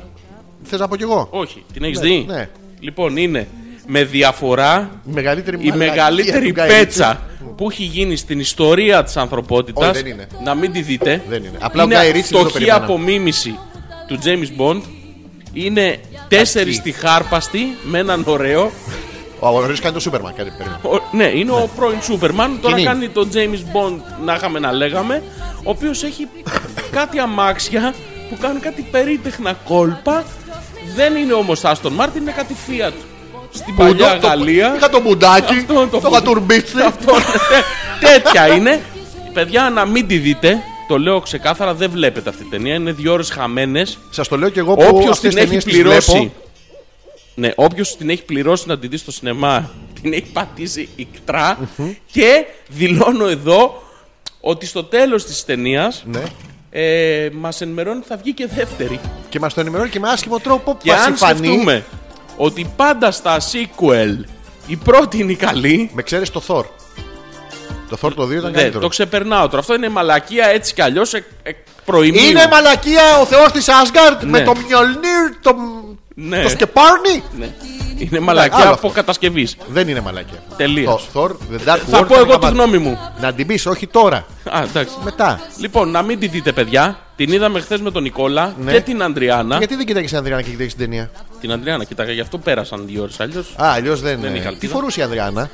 Θες να πω κι εγώ.
Όχι, την έχεις δει.
ναι.
Λοιπόν, είναι με διαφορά
Η μεγαλύτερη,
η
μαλακία
μεγαλύτερη
του Γκάι Ρίτσι.
πέτσα που έχει γίνει στην ιστορία της ανθρωπότητας.
Όχι, δεν είναι.
Να μην τη δείτε.
Δεν είναι. Απλά ο Γκάι Ρίτσι δεν το
φτωχή
περιμέναμε.
απομίμηση του James Bond. Είναι τέσσερις στη χάρπαστη με έναν ωραίο.
Ο αγορή κάνει το Σούπερμαν. Κάτι περίμενε.
Ο- ναι, είναι ο πρώην Σούπερμαν. Τώρα
Ναι. Κοινή.
κάνει τον James Bond να είχαμε να λέγαμε. Ο οποίος έχει κάτι αμάξια που κάνουν κάτι περίτεχνα κόλπα. Δεν είναι όμως Aston Martin, είναι κάτι Fiat. Στην παλιά
Το-
Γαλλία.
Είχα το μπουντάκι,
Αυτό το
το
μπου-
είχα τουρμπίτσι.
Αυτό, ναι. Τέτοια είναι. Παιδιά, να μην τη δείτε. Το λέω ξεκάθαρα, δεν βλέπετε αυτή την ταινία. Είναι δύο ώρες χαμένες.
Σας το λέω και εγώ που
Όποιος
αυτές τις
την έχει
ταινίες τις
πληρώσει.
βλέπω,
Ναι, όποιος την έχει πληρώσει να την δει στο σινεμά, [LAUGHS] την έχει πατήσει ικτρά. και δηλώνω εδώ ότι στο τέλος της ταινίας
ναι,
ε, μας ενημερώνει ότι θα βγει και δεύτερη.
και μας το ενημερώνει και με άσχημο τρόπο που
Και
μα
αν
συμφανεί.
σκεφτούμε ότι πάντα στα sequel η πρώτη είναι η καλή,
Με ξέρεις το Θόρ. Το Θόρ το 2 ήταν
δεν, Ναι, το
καλύτερο.
ξεπερνάω τώρα. Αυτό είναι μαλακία έτσι κι αλλιώς εκ, εκ προημίου.
Είναι μαλακία ο θεός της Άσγκαρντ με
Ναι.
το Μιολνίρ, το,
Ναι.
το Σκεπάρνι.
Ναι. Είναι μαλακία
άλλο
από
αυτό.
κατασκευής.
Δεν είναι μαλακία.
Τελείως.
Το Θόρ, The Dark World.
Θα πω
ήταν
εγώ τη
καμάτι.
γνώμη μου.
Να την πεις, όχι τώρα.
Α, εντάξει.
Μετά.
Λοιπόν, να μην τη δείτε, παιδιά. Την είδαμε χθες με τον Νικόλα
Ναι.
και την Αντριάννα.
Γιατί δεν κοιτάξει την Ανδριάνα και κοιτάξει την ταινία.
Την Αντριάννα, κοίταγα, γι' αυτό πέρασαν δύο ώρες. Αλλιώς.
Α, αλλιώς δεν.
Δεν
ε,
είχα
Τι
ελπίδα. φορούσε
φορούσε η Ανδριάνα.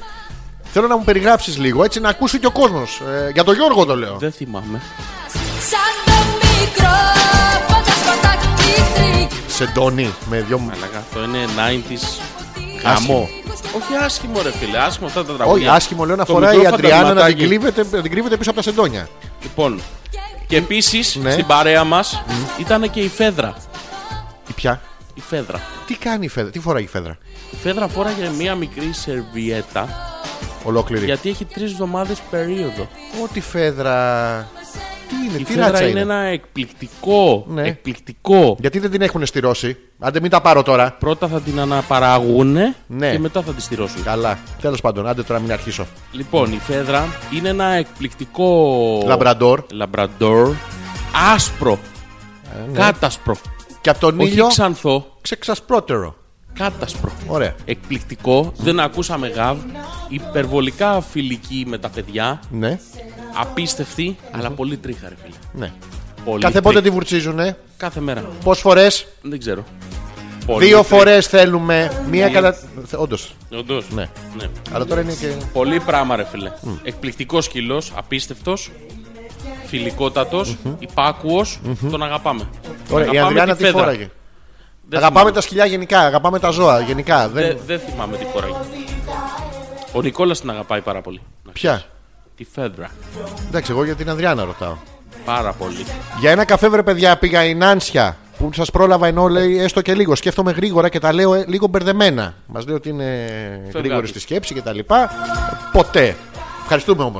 Θέλω να μου περιγράψεις λίγο έτσι να ακούσει και ο κόσμος. για τον Γιώργο το λέω.
Δεν θυμάμαι.
Σαν το μικρό φαντασματάκι τρίκ
Σεντόνι με δυο μου.
Μαλακά, αυτό είναι 90s.
Άσχημο.
Χαμό. Όχι άσχημο, ρε φίλε, άσχημο αυτά τα τραγούδια.
Όχι, άσχημο λέω να
Το
φοράει η
μικρό
Αντριάννα να την,
φαντασματάκι.
κρύβεται, να την κρύβεται πίσω από τα σεντόνια.
Λοιπόν, και επίσης
Ναι.
στην παρέα μας ήταν και η Φέδρα.
Η πια.
Η Φέδρα.
Τι κάνει η Φέδρα, τι φοράει η Φέδρα.
Η Φέδρα φόραγε μία μικρή σερβιέτα
Ολόκληρη.
γιατί έχει τρεις εβδομάδες περίοδο.
Ό,τι Φέδρα. Τι είναι,
Η
Ε, τι
Φέδρα
ράτσα
είναι,
είναι.
ένα εκπληκτικό.
Ναι.
εκπληκτικό.
Γιατί δεν την έχουν στηρώσει. Άντε μην τα πάρω τώρα.
Πρώτα θα την αναπαραγούν
Ναι.
και μετά θα τη στηρώσουν.
Καλά. Τέλος πάντων, άντε τώρα μην αρχίσω.
Λοιπόν, η Φέδρα είναι ένα εκπληκτικό.
Λαμπραντόρ.
Λαμπραντόρ. Άσπρο.
Ε, ναι.
Κάτασπρο.
Και από τον
Όχι
ήλιο
ξανθό.
ξεξασπρότερο.
Κάτασπρο.
Ωραία.
Εκπληκτικό. Δεν ακούσαμε γαβ. Υπερβολικά φιλική με τα παιδιά.
Ναι,
Απίστευτη, αλλά πολύ τρίχα, ρε φίλε.
ναι.
Πολύ
Κάθε πότε
τρίχα.
τη βουρτσίζουνε.
Κάθε μέρα.
Πόσες φορές,
Δεν ξέρω. Πολύ Ναι,
δύο
τρίχα.
φορές θέλουμε. Μία κατά. Όντως.
Όντως.
Ναι.
ναι.
Αλλά τώρα είναι και.
Πολύ πράγμα, ρε φίλε. Εκπληκτικός σκύλος, απίστευτος, φιλικότατος, υπάκουος, Τον αγαπάμε. Τον
Ωραία, η
αγαπάμε
Ανδριάνα
τη
τι
Φέδρα.
φόραγε.
Δεν
αγαπάμε
θυμάμαι. Ε,
τα σκυλιά γενικά, αγαπάμε τα ζώα γενικά.
Δε-
Δεν...
Δεν θυμάμαι τι φοράγε. Ο Νικόλας την αγαπάει πάρα πολύ.
Ποια.
Τη Φέδρα.
Εντάξει, εγώ για την Ανδριάνα ρωτάω.
Πάρα πολύ.
Για ένα καφέ, βρε παιδιά, πήγα η Νάνσια που σας πρόλαβα ενώ λέει έστω και λίγο. Σκέφτομαι γρήγορα και τα λέω ε, λίγο μπερδεμένα. Μας λέει ότι είναι γρήγορη
της.
στη σκέψη και τα λοιπά. Ποτέ. Ευχαριστούμε όμως.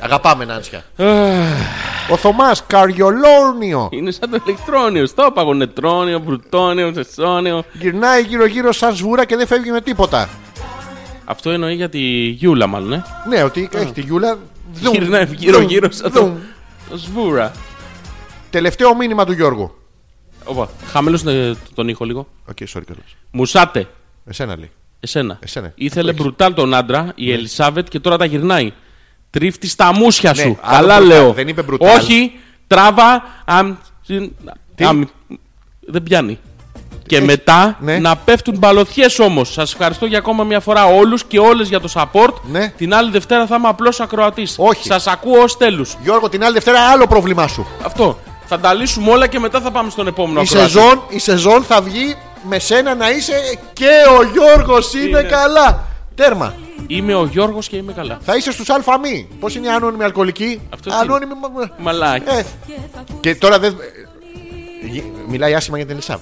Αγαπάμε Νάνσια.
Ε.
Ο Θωμάς Καριολόρνιο
Είναι σαν το ηλεκτρόνιο. Στο πάγο νετρόνιο, μπρουτόνιο, σεσόνιο.
γυρνάει γύρω-γύρω σαν σβούρα και δεν φεύγει με τίποτα.
Αυτό εννοεί για τη Γιούλα, μάλλον. Ε.
Ναι, ότι έχει τη Γιούλα. δουμ,
Γυρνάει
δουμ,
γύρω-γύρω σαν το.
δουμ.
το Σβούρα.
Τελευταίο μήνυμα του Γιώργου.
Όπα, χαμηλώστε τον ήχο λίγο.
Οκ, sorry κιόλας.
Μουσάτε.
Εσένα λέει.
Εσένα.
Εσένα. Ναι.
Ήθελε μπρουτάλ τον άντρα, η Ελισάβετ, και τώρα τα γυρνάει. Τρίφτη στα μουσια σου.
Ναι, άλλο
Καλά
brutal.
λέω.
Δεν είπε brutal.
Όχι, τράβα. αμ, συν, αμ, δεν πιάνει. Και μετά
ναι.
να πέφτουν μπαλωθιέ όμως. Σας ευχαριστώ για ακόμα μια φορά όλους και όλες για το support.
Ναι.
Την άλλη Δευτέρα θα είμαι απλός ακροατής.
Όχι.
Σας ακούω ως τέλους.
Γιώργο, την άλλη Δευτέρα άλλο πρόβλημά σου.
Αυτό. Θα τα λύσουμε όλα και μετά θα πάμε στον επόμενο
Η
ακροατή.
σεζόν, η σεζόν θα βγει με σένα να είσαι και ο Γιώργος είναι,
Είναι.
καλά. Τέρμα.
Είμαι ο Γιώργος και είμαι καλά.
Θα είσαι στους αλφαμί. Πώς είναι οι ανώνυμοι αλκοολικοί.
Αυτός
ανώνυμοι. μα-
Μαλάκι.
Ε. Και τώρα δεν... ε, γι- Μιλάει άσχημα για την Ελισάβ.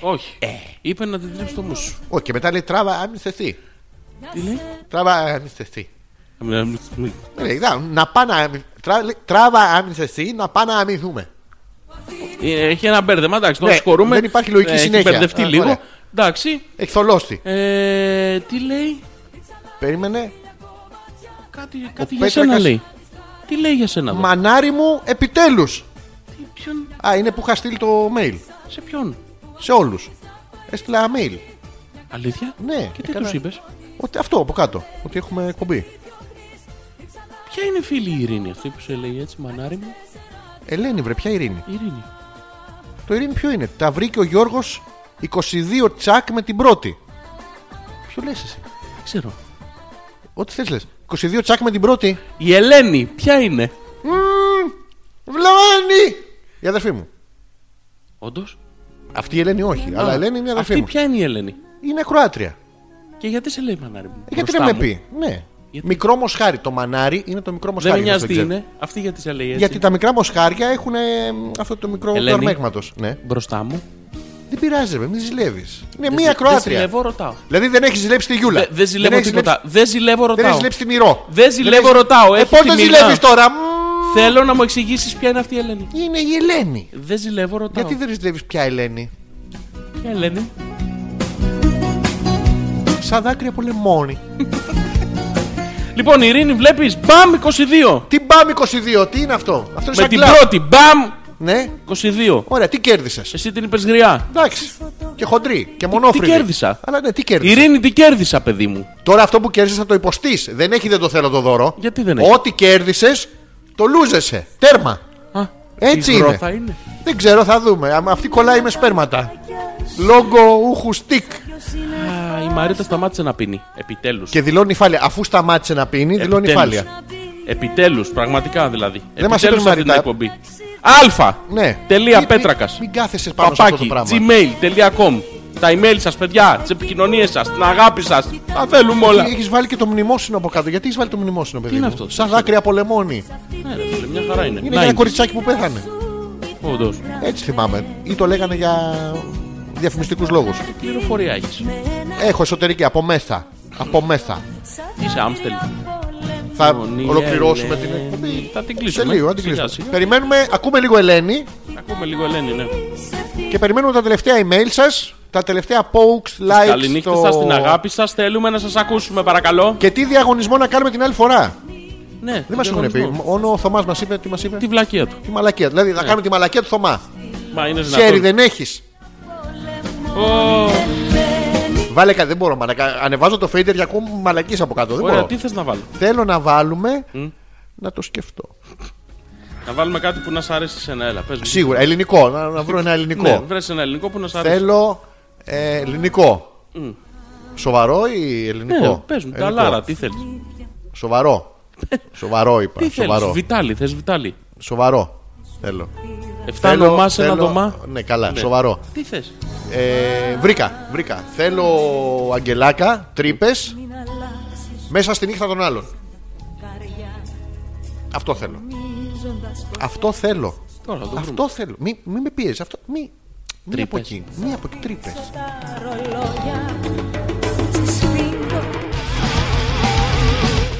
Όχι.
ε.
Είπε να την τρίψει το μουσου.
Όχι, και μετά λέει τράβα αμυνθεθεί.
Τι λέει?
Τράβα αμυνθεθεί.
Μ- Ε, μ- μ-
Δεν λέει, να, να πά να αμυ- τρα- λέει, Τράβα αμυνθεθεί, να πά να αμυνθούμε.
Ε, Έχει ένα μπέρδεμα, εντάξει, τον
Ναι,
συγχωρούμε.
δεν υπάρχει λογική
Ε, Έχει
συνέχεια.
μπερδευτεί
Α,
λίγο.
ωραία.
Εντάξει.
Έχει θολώσει.
Ε, τι λέει,
Περίμενε.
κάτι, κάτι για
Πέτρακας-
σένα λέει. Τι λέει για σένα εδώ.
Μανάρι μου, επιτέλους.
Τι, ποιον,
Α, είναι που είχα στείλει το mail.
σε ποιον.
Σε όλους. Έστειλα mail.
Αλήθεια.
Ναι,
Και τι
έκανα-
τους είπες.
Ότι αυτό από κάτω. Ότι έχουμε εκπομπή.
Ποια είναι η φίλη η Ειρήνη αυτή που σε λέει έτσι, μανάρι μου.
Ελένη, βρε, ποια ειρήνη.
Η Ειρήνη.
Το ειρήνη ποιο είναι. Τα βρήκε ο Γιώργος 22 τσακ με την πρώτη. Ποιο λες εσύ.
Δεν ξέρω.
Ό,τι θες λες. 22 τσακ με την πρώτη.
Η Ελένη, ποια είναι.
Βλαμάνη! Η αδερφή μου.
Όντως.
Αυτή η Ελένη όχι. Αλλά η Ελένη είναι η αδερφή
Αυτή
μου.
ποια είναι η Ελένη.
Είναι Κροάτρια.
Και γιατί σε λέει μανάρι μου.
Ε, Γιατί
μπροστά
δεν με
μου.
πει. Ναι. Μικρό μοσχάρι. Το μανάρι είναι το μικρό
Δεν
μοσχάρι.
με
γι' αυτό
νοιάζει τι
ξέρω.
είναι. Αυτή γιατί σε λέει έτσι.
Γιατί τα μικρά μοσχάρια έχουν ε, μ, αυτό το μικρό
Ελένη.
κορμέγματο. Ναι.
Μπροστά μου.
Δεν πειράζει, ρε, μην ζηλεύεις. Είναι
Δεν-
μία
Δεν
Κροάτρια.
ζηλεύω, ρωτάω.
Δηλαδή δεν έχεις ζηλέψει τη Γιούλα.
Δε- Δεν ζηλεύω
έχεις
τίποτα.
ζηλέψει-
Δεν ζηλεύω,
Δεν έχεις
ρωτάω.
ζηλέψει τη Μυρό.
Δεν ζηλεύω,
έχεις-
ρωτάω.
Ε,
Έχει
πώς
τη
δεν
μοίρα.
ζηλεύεις τώρα. Μμμ.
Θέλω να μου εξηγήσεις ποια είναι αυτή η Ελένη.
Είναι η Ελένη.
Δεν ζηλεύω, ρωτάω.
Γιατί δεν ζηλεύεις πια Ελένη.
Ποια Ελένη.
Σαν δάκρυα από λεμόνι.
Λοιπόν, η Ειρήνη βλέπεις. Μπαμ 22.
Τι μπαμ 22, τι είναι αυτό. Αυτό είναι
Με
σαν
την
κλαμπ.
πρώτη. Μπαμ
Ναι,
22.
ωραία, τι κέρδισες.
Εσύ την είπες γριά.
Εντάξει. Και χοντρή και μονόφρυδη.
τι κέρδισα?
Αλλά ναι, τι κέρδισα.
Ειρήνη την κέρδισα, παιδί μου.
Τώρα αυτό που κέρδισε θα το υποστείς. Δεν έχει δεν το θέλω το δώρο.
Γιατί δεν έχει?
Ό,τι κέρδισες, το λούζεσαι. Τέρμα.
Α,
Έτσι
υγρό
είναι.
θα είναι.
Δεν ξέρω, θα δούμε. Α, Αυτή κολλάει με σπέρματα. Λόγκο ούχου στικ.
Α, η Μαρίτα σταμάτησε να πίνει. Επιτέλους.
Και δηλώνει φάλια. Αφού σταμάτησε να πίνει, δηλώνει
Επιτέλους.
φάλια.
Επιτέλους, πραγματικά δηλαδή.
Δεν μας
Επιτέλους
είπε η
αυτή την
Μαρίτα.
εκπομπή. Αλφα.
Ναι.
Τελεία
Μην-
Πέτρακας.
μην- Μην κάθεσαι πάνω σε αυτό το
Παπάκι.
πράγμα.
Gmail.com. Τα email σας, παιδιά. Τις επικοινωνίες σας. Την αγάπη σας. Τα θέλουμε όλα.
Έχει βάλει και το μνημόσυνο από κάτω. Γιατί έχεις βάλει το μνημόσυνο, παιδί.
είναι
μου?
αυτός?
Σαν δάκρυα από λεμόνι.
Ναι, ρε φίλε, μια χαρά είναι.
Είναι
Να
για ένα
είναι.
κοριτσάκι που πέθανε.
Όντως.
Έτσι θυμάμαι. Ή το λέγανε για διαφημιστικούς λόγους.
Τι πληροφορία έχεις.
Έχω εσωτερική από μέσα. Από μέσα.
Είσαι Άμστελ.
Θα
Μονή,
ολοκληρώσουμε την
Ελένη.
εκπομπή.
Θα την
Σε
κλείσουμε.
λίγο, θα την
Σιγά,
κλείσουμε.
σιγά.
Περιμένουμε, ακούμε λίγο Ελένη
Ακούμε λίγο Ελένη, ναι.
και περιμένουμε τα τελευταία email σας, τα τελευταία pokes, likes.
Καληνύχτα
στο-
σας, την αγάπη σας. Θέλουμε να σας ακούσουμε, παρακαλώ.
Και τι διαγωνισμό να κάνουμε την άλλη φορά.
Ναι,
Δεν μας έχουν πει.
διαγωνισμό. Ναι.
Μόνο ο Θωμάς μας είπε τι μας είπε.
Τη βλακεία του.
Τη μαλακία. Δηλαδή θα κάνουμε τη μαλακία του Θωμά.
Μα είναι
Χέρι
δυνατόν.
δεν έχεις.
Ω,
Βάλε κάτι, δεν μπορώ. μαλακά. Ανεβάζω το fader και ακούω μαλακή από κάτω. Δεν
Ωραία,
μπορώ.
τι θες να βάλω.
Θέλω να βάλουμε. Να το σκεφτώ.
Να βάλουμε κάτι που να σ' αρέσει σε ένα έλα. Πες μου.
Σίγουρα, ελληνικό. Να, να βρω ένα
Ναι,
ελληνικό.
βρες ένα ελληνικό που να σ' αρέσει.
Θέλω ε, ελληνικό. Σοβαρό ή ελληνικό.
Ναι, πες μου, τα
Ελληνικό.
λάρα, τι θέλεις. [LAUGHS]
Σοβαρό. Σοβαρό είπα.
Τι θέλεις,
σοβαρό.
Βιτάλι, θε Βιτάλι.
Σοβαρό. Θέλω.
Εφτά νομά σε ένα
θέλω-
δωμά.
Ναι, καλά,
Ναι.
σοβαρό.
Τι θες.
Ε, βρήκα, βρήκα. Θέλω αγγελάκα, τρύπες, μέσα στη νύχτα των άλλων. Αυτό θέλω. Αυτό θέλω.
Τώρα θα το βρούμε.
Αυτό θέλω. Μην μη με πιέζεις. Αυτό. Μη. Μία από
Τρύπες.
εκεί. Μία από εκεί. Τρύπες.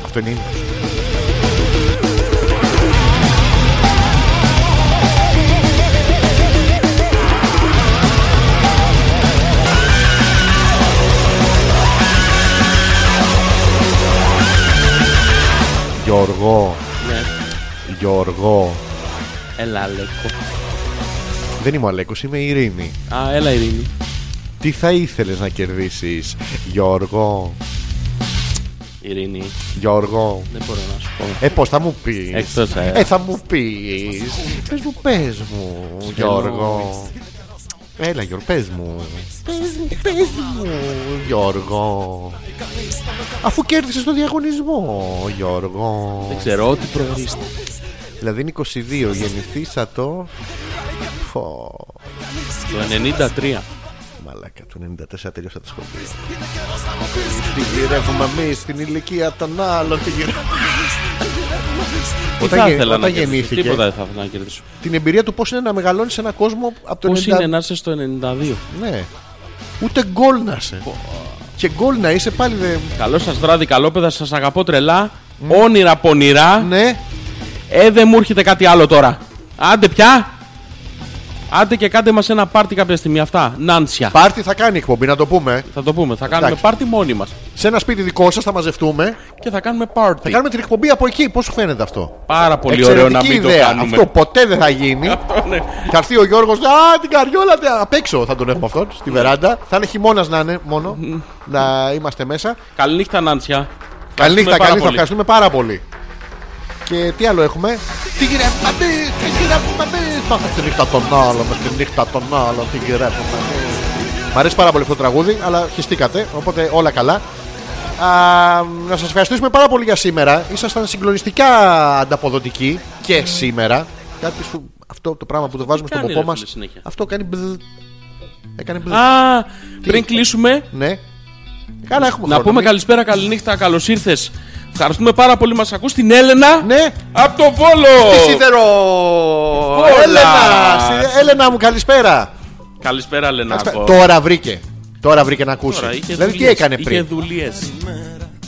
Αυτό είναι ύμνος. Γιώργο,
Ναι.
Γιώργο.
Έλα, Αλέκο.
Δεν είμαι ο Αλέκος, είμαι η Ειρήνη.
Α, έλα, Ειρήνη.
Τι θα ήθελες να κερδίσεις, Γιώργο,
Ειρήνη,
Γιώργο.
δεν μπορώ να σου πω.
Ε, πώς θα μου πεις.
Εκτός αέρα.
Ε, θα μου πεις. Πες μου, πες μου, Γιώργο. Έλα, Γιώργο, πες μου. Πες μου, πες μου, Γιώργο. Αφού κέρδισες το διαγωνισμό, Γιώργο.
Δεν ξέρω, ό,τι προχωρήσετε.
Δηλαδή είναι 22, γεννηθήσατο. Φω.
Το 93.
Μαλάκα, του 94 τελείωσα το σχολείο. Τη γυρεύουμε εμείς στην ηλικία των άλλων. Τη γυρεύουμε.
Τι
Όταν
θα
γε-
ήθελα να
όταν
κερδίσω.
γεννήθηκε.
Τίποτα δεν θα ήθελα να κερδίσω.
Την εμπειρία του πώς είναι να μεγαλώνεις σε έναν κόσμο από το
Πώς
90.
είναι να είσαι στο 92.
Ναι. Ούτε γκολ να είσαι. Και γκολ να είσαι πάλι. δεν-
Καλό σας βράδυ, καλόπαιδα. Σας αγαπώ τρελά. Όνειρα, πονηρά.
Ναι.
Ε, δεν μου έρχεται κάτι άλλο τώρα. Άντε πια. Άντε και κάντε μας ένα πάρτι κάποια στιγμή. Αυτά. Νάντσια.
Πάρτι θα κάνει η εκπομπή, να το πούμε.
Θα το πούμε. Θα κάνουμε
Εντάξει.
πάρτι μόνοι μας.
Σε ένα σπίτι δικό σας θα μαζευτούμε.
Και θα κάνουμε πάρτι.
Θα κάνουμε την εκπομπή από εκεί. Πώς σου φαίνεται αυτό.
Πάρα πολύ
Εξαιρετική
ωραίο να μην
ιδέα.
το κάνουμε.
Αυτό ποτέ δεν θα γίνει.
Αυτό, ναι.
Θα έρθει ο Γιώργος. Α, την καριόλα. τε- Απ' έξω θα τον έχουμε αυτόν στη βεράντα. Θα είναι χειμώνας να είναι μόνο. να είμαστε μέσα.
Καληνύχτα, Νάντσια.
Καληνύχτα,
πάρα
καλή. Θα
πολύ.
ευχαριστούμε πάρα πολύ. Και τι άλλο έχουμε. Τι γυρεύουμε εμείς, τι γυρεύουμε εμείς. Πάμε στη νύχτα των άλλων, με στη νύχτα των άλλων, τι γυρεύουμε εμείς. Μ' αρέσει πάρα πολύ αυτό το τραγούδι, αλλά χιστήκατε, οπότε όλα καλά. Α, να σας ευχαριστήσουμε πάρα πολύ για σήμερα. Ήσασταν συγκλονιστικά ανταποδοτικοί και σήμερα. Κάτι σου, αυτό το πράγμα που το βάζουμε στον
κάνει,
ποπό
ρε,
μας,
φίλε, συνέχεια.
αυτό κάνει μπζ. Έκανε μπζ.
Α, πριν κλείσουμε,
Ναι. Καλά έχουμε
να
χρόνο. Ναι.
πούμε καλησπέρα, καληνύχτα, καλώς ήρθες. Ευχαριστούμε πάρα πολύ που μας ακούς την Έλενα.
Ναι.
Από το Βόλο.
Τι σίδερο!
Όλα.
Έλενα! στη- Έλενα μου, καλησπέρα.
Καλησπέρα, Έλενα.
Αυτά-
εγώ.
Τώρα βρήκε. Τώρα βρήκε να ακούσει.
Τώρα, είχε
δηλαδή τι
δουλειές,
έκανε
Είχε
πριν.
δουλειές.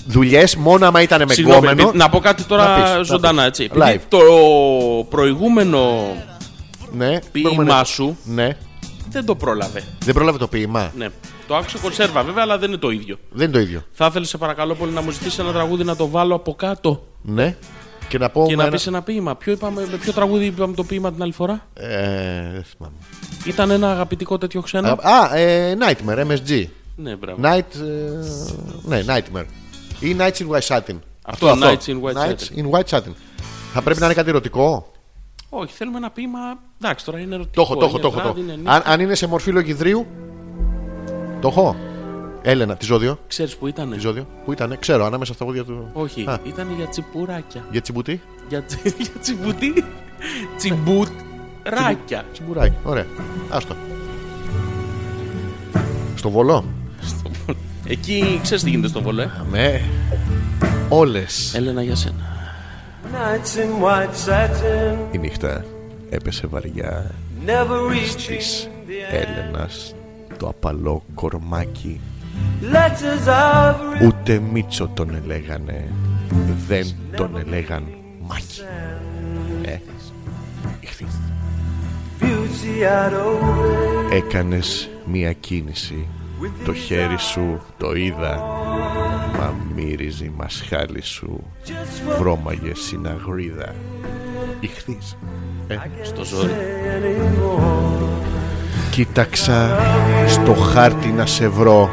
Δουλειέ μόνο άμα ήταν με γκόμενο.
ε, να πω κάτι τώρα
Να πεις, να
ζωντανά
πεις.
έτσι. Επειδή
Live.
το προηγούμενο
Ναι,
ποίημά σου
Ναι.
δεν το πρόλαβε.
Δεν πρόλαβε το ποίημα.
Ναι. Το άκουσα κονσέρβα βέβαια, αλλά δεν είναι το ίδιο.
Δεν είναι το ίδιο.
Θα ήθελε σε παρακαλώ πολύ να μου ζητήσεις ένα τραγούδι να το βάλω από κάτω
Ναι. Και να πω.
και
με
να
ένα-
πεις ένα ποίημα. Ποιο είπαμε, με ποιο τραγούδι είπαμε το ποίημα την άλλη φορά.
Ε, δεν θυμάμαι.
Ήταν ένα αγαπητικό τέτοιο ξένο.
Α, ε, Nightmare, MSG.
ναι, μπράβο.
Night. ε, Ναι, Nightmare. Ή Nights in White Satin.
Αυτό, Nights in White
Nights
Satin.
in White Satin. Θα πρέπει να είναι κάτι ερωτικό.
Όχι, θέλουμε ένα ποίημα. Εντάξει, τώρα είναι
Το
ερωτικό.
έχω, το έχω,
είναι
το έχω.
βράδυ,
το έχω.
είναι νύχτα.
Αν, αν είναι σε μορφή λογιδρίου. Το έχω. Έλενα, τη ζώδιο.
Ξέρεις που ήταν.
Τη ζώδιο. Πού ήταν, ξέρω, ανάμεσα στα πόδια του.
Όχι,
Α,
ήταν για τσιπουράκια.
για τσιμπουτί.
Για, τσι... [LAUGHS] για τσιμπουτί. Τσιμπουράκια.
Τσιμπουράκι. Ωραία. Άστο. Στο βολό.
Εκεί ξέρεις τι γίνεται στο βολέ.
Με. Όλες
Έλενα για σένα.
Nights in white satin,
Η νύχτα έπεσε βαριά
never
της
reaching the end.
Έλενας το απαλό κορμάκι
Letters I've written.
Ούτε Μίτσο τον ελέγανε Δεν τον ελέγαν Μάκη Ε, ηχθή.
Beauty I'd owe
Έκανες μία κίνηση Το χέρι σου το είδα Μα μύριζε η μασχάλη σου
Just
Βρώμαγε συναγρίδα Ηχθείς Ε,
Στο ζόρι.
Κοίταξα στο χάρτη να σε βρω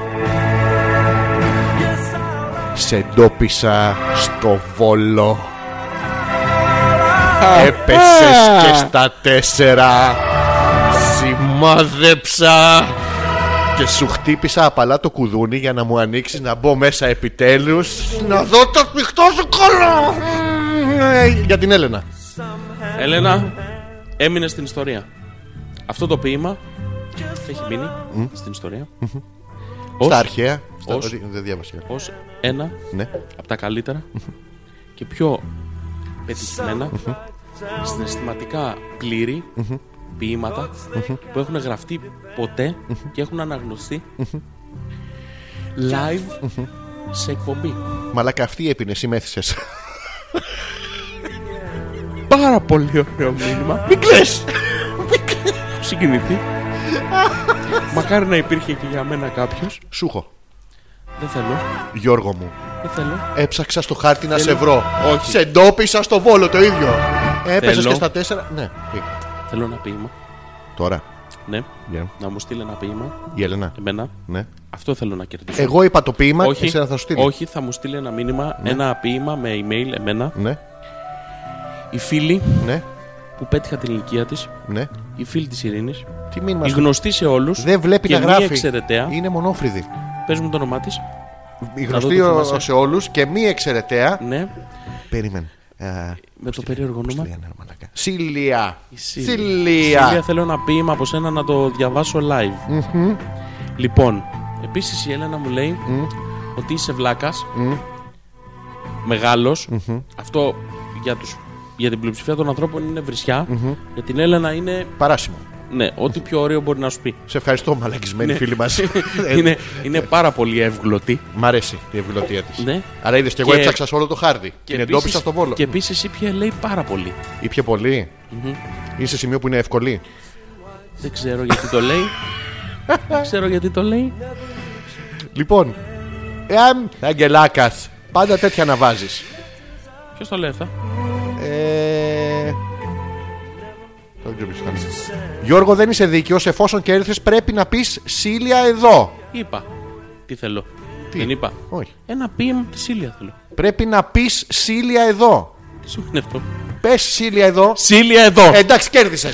Σε εντόπισα στο βόλο Έπεσες και στα τέσσερα Σημάδεψα
Και σου χτύπησα απαλά το κουδούνι για να μου ανοίξεις να μπω μέσα επιτέλους Να δω το σφιχτό σου κόλλο Ε, Για την Έλενα
Έλενα, έμεινες στην ιστορία. Αυτό το ποίημα έχει μείνει στην ιστορία. Ως-
Στα αρχαία στα-
Ως.
Δεν διάβασα
ως ένα
Ναι.
από τα καλύτερα και πιο πετυχημένα συναισθηματικά πλήρη ποίηματα που έχουν γραφτεί ποτέ και έχουν αναγνωριστεί live σε εκπομπή.
Μαλάκα αυτή έπινε, εσύ μέθησες
Πάρα πολύ ωραίο μήνυμα. [LAUGHS] Μην κλαις! Μην κλαις. Έχω συγκινηθεί. Μακάρι να υπήρχε και για μένα κάποιος.
Σούχο,
Δεν θέλω.
Γιώργο μου
Δεν θέλω.
Έψαξα στο χάρτη να σε
Θέλω-
βρω
Όχι.
Σε εντόπισα στο βόλο το ίδιο Έπεσες
Θέλω-
και στα τέσσερα Ναι, τι.
Θέλω ένα ποίημα.
τώρα
Ναι.
για-
Να μου στείλει ένα ποίημα.
η Έλενα
Εμένα.
ναι.
Αυτό θέλω να κερδίσω.
Εγώ είπα το ποίημα και
όχι,
εσένα θα σου στείλεις
όχι, θα μου στείλει ένα μήνυμα, ένα ποίημα με email εμένα.
Ναι,
Η φίλη
ναι,
που πέτυχα την ηλικία της,
ναι
η φίλη της Ειρήνης,
Τι μήνυμα
η
σου-
γνωστή σε όλους.
Δεν βλέπει
και
να
μη
γράφει.
εξαιρεταία.
Είναι μονόφρυδη.
Πες μου το όνομά της.
Η
Να δω
γνωστή
το
ο-
θυμάσαι.
σε όλους και μη εξαιρεταία.
Ναι,
Περίμενε. Α,
με το περίεργο
τι
όνομα.
λένε, ρε μαλάκα. Σίλια.
Η Σίλια. Σίλια,
Σίλια.
θέλω ένα ποίημα από σένα να το διαβάσω live. Λοιπόν, επίσης η Έλενα μου λέει ότι είσαι βλάκας. μεγάλος. Αυτό για, τους, για την πλειοψηφία των ανθρώπων είναι βρισιά. Για την Έλενα είναι
Παράσιμο.
ναι, ό,τι πιο ωραίο μπορεί να σου πει.
Σε ευχαριστώ, μαλακισμένοι φίλοι μας.
Ναι. [LAUGHS]
Ε,
είναι, είναι πάρα πολύ εύγλωτη.
Μ' αρέσει η ευγλωτία της.
Ναι.
Άρα είδες και εγώ
Και-
έψαξα σε όλο το χάρτη. Και την εντόπισα
επίσης-
στο βόλο.
Και επίσης ήπια λέει πάρα πολύ.
Ή πιο πολύ. Είναι σε σημείο που είναι ευκολή.
Δεν ξέρω γιατί το λέει. Δεν ξέρω γιατί το λέει.
Λοιπόν, εάν Αγγελάκας, πάντα τέτοια να βάζεις.
Ποιος το λέει αυτά.
Ε... Δεν ξέρω ποιος ήταν. Γιώργο, δεν είσαι δίκαιος. Εφόσον και έρθεις, πρέπει να πεις Σίλια εδώ.
Είπα. Τι θέλω. Δεν είπα.
Όχι.
Ένα ποίημα τη Ήλια θέλω.
Πρέπει να πεις Σίλια εδώ.
Τι σημαίνει αυτό.
Πες Σίλια εδώ.
Σίλια εδώ.
Ε, εντάξει, κέρδισες.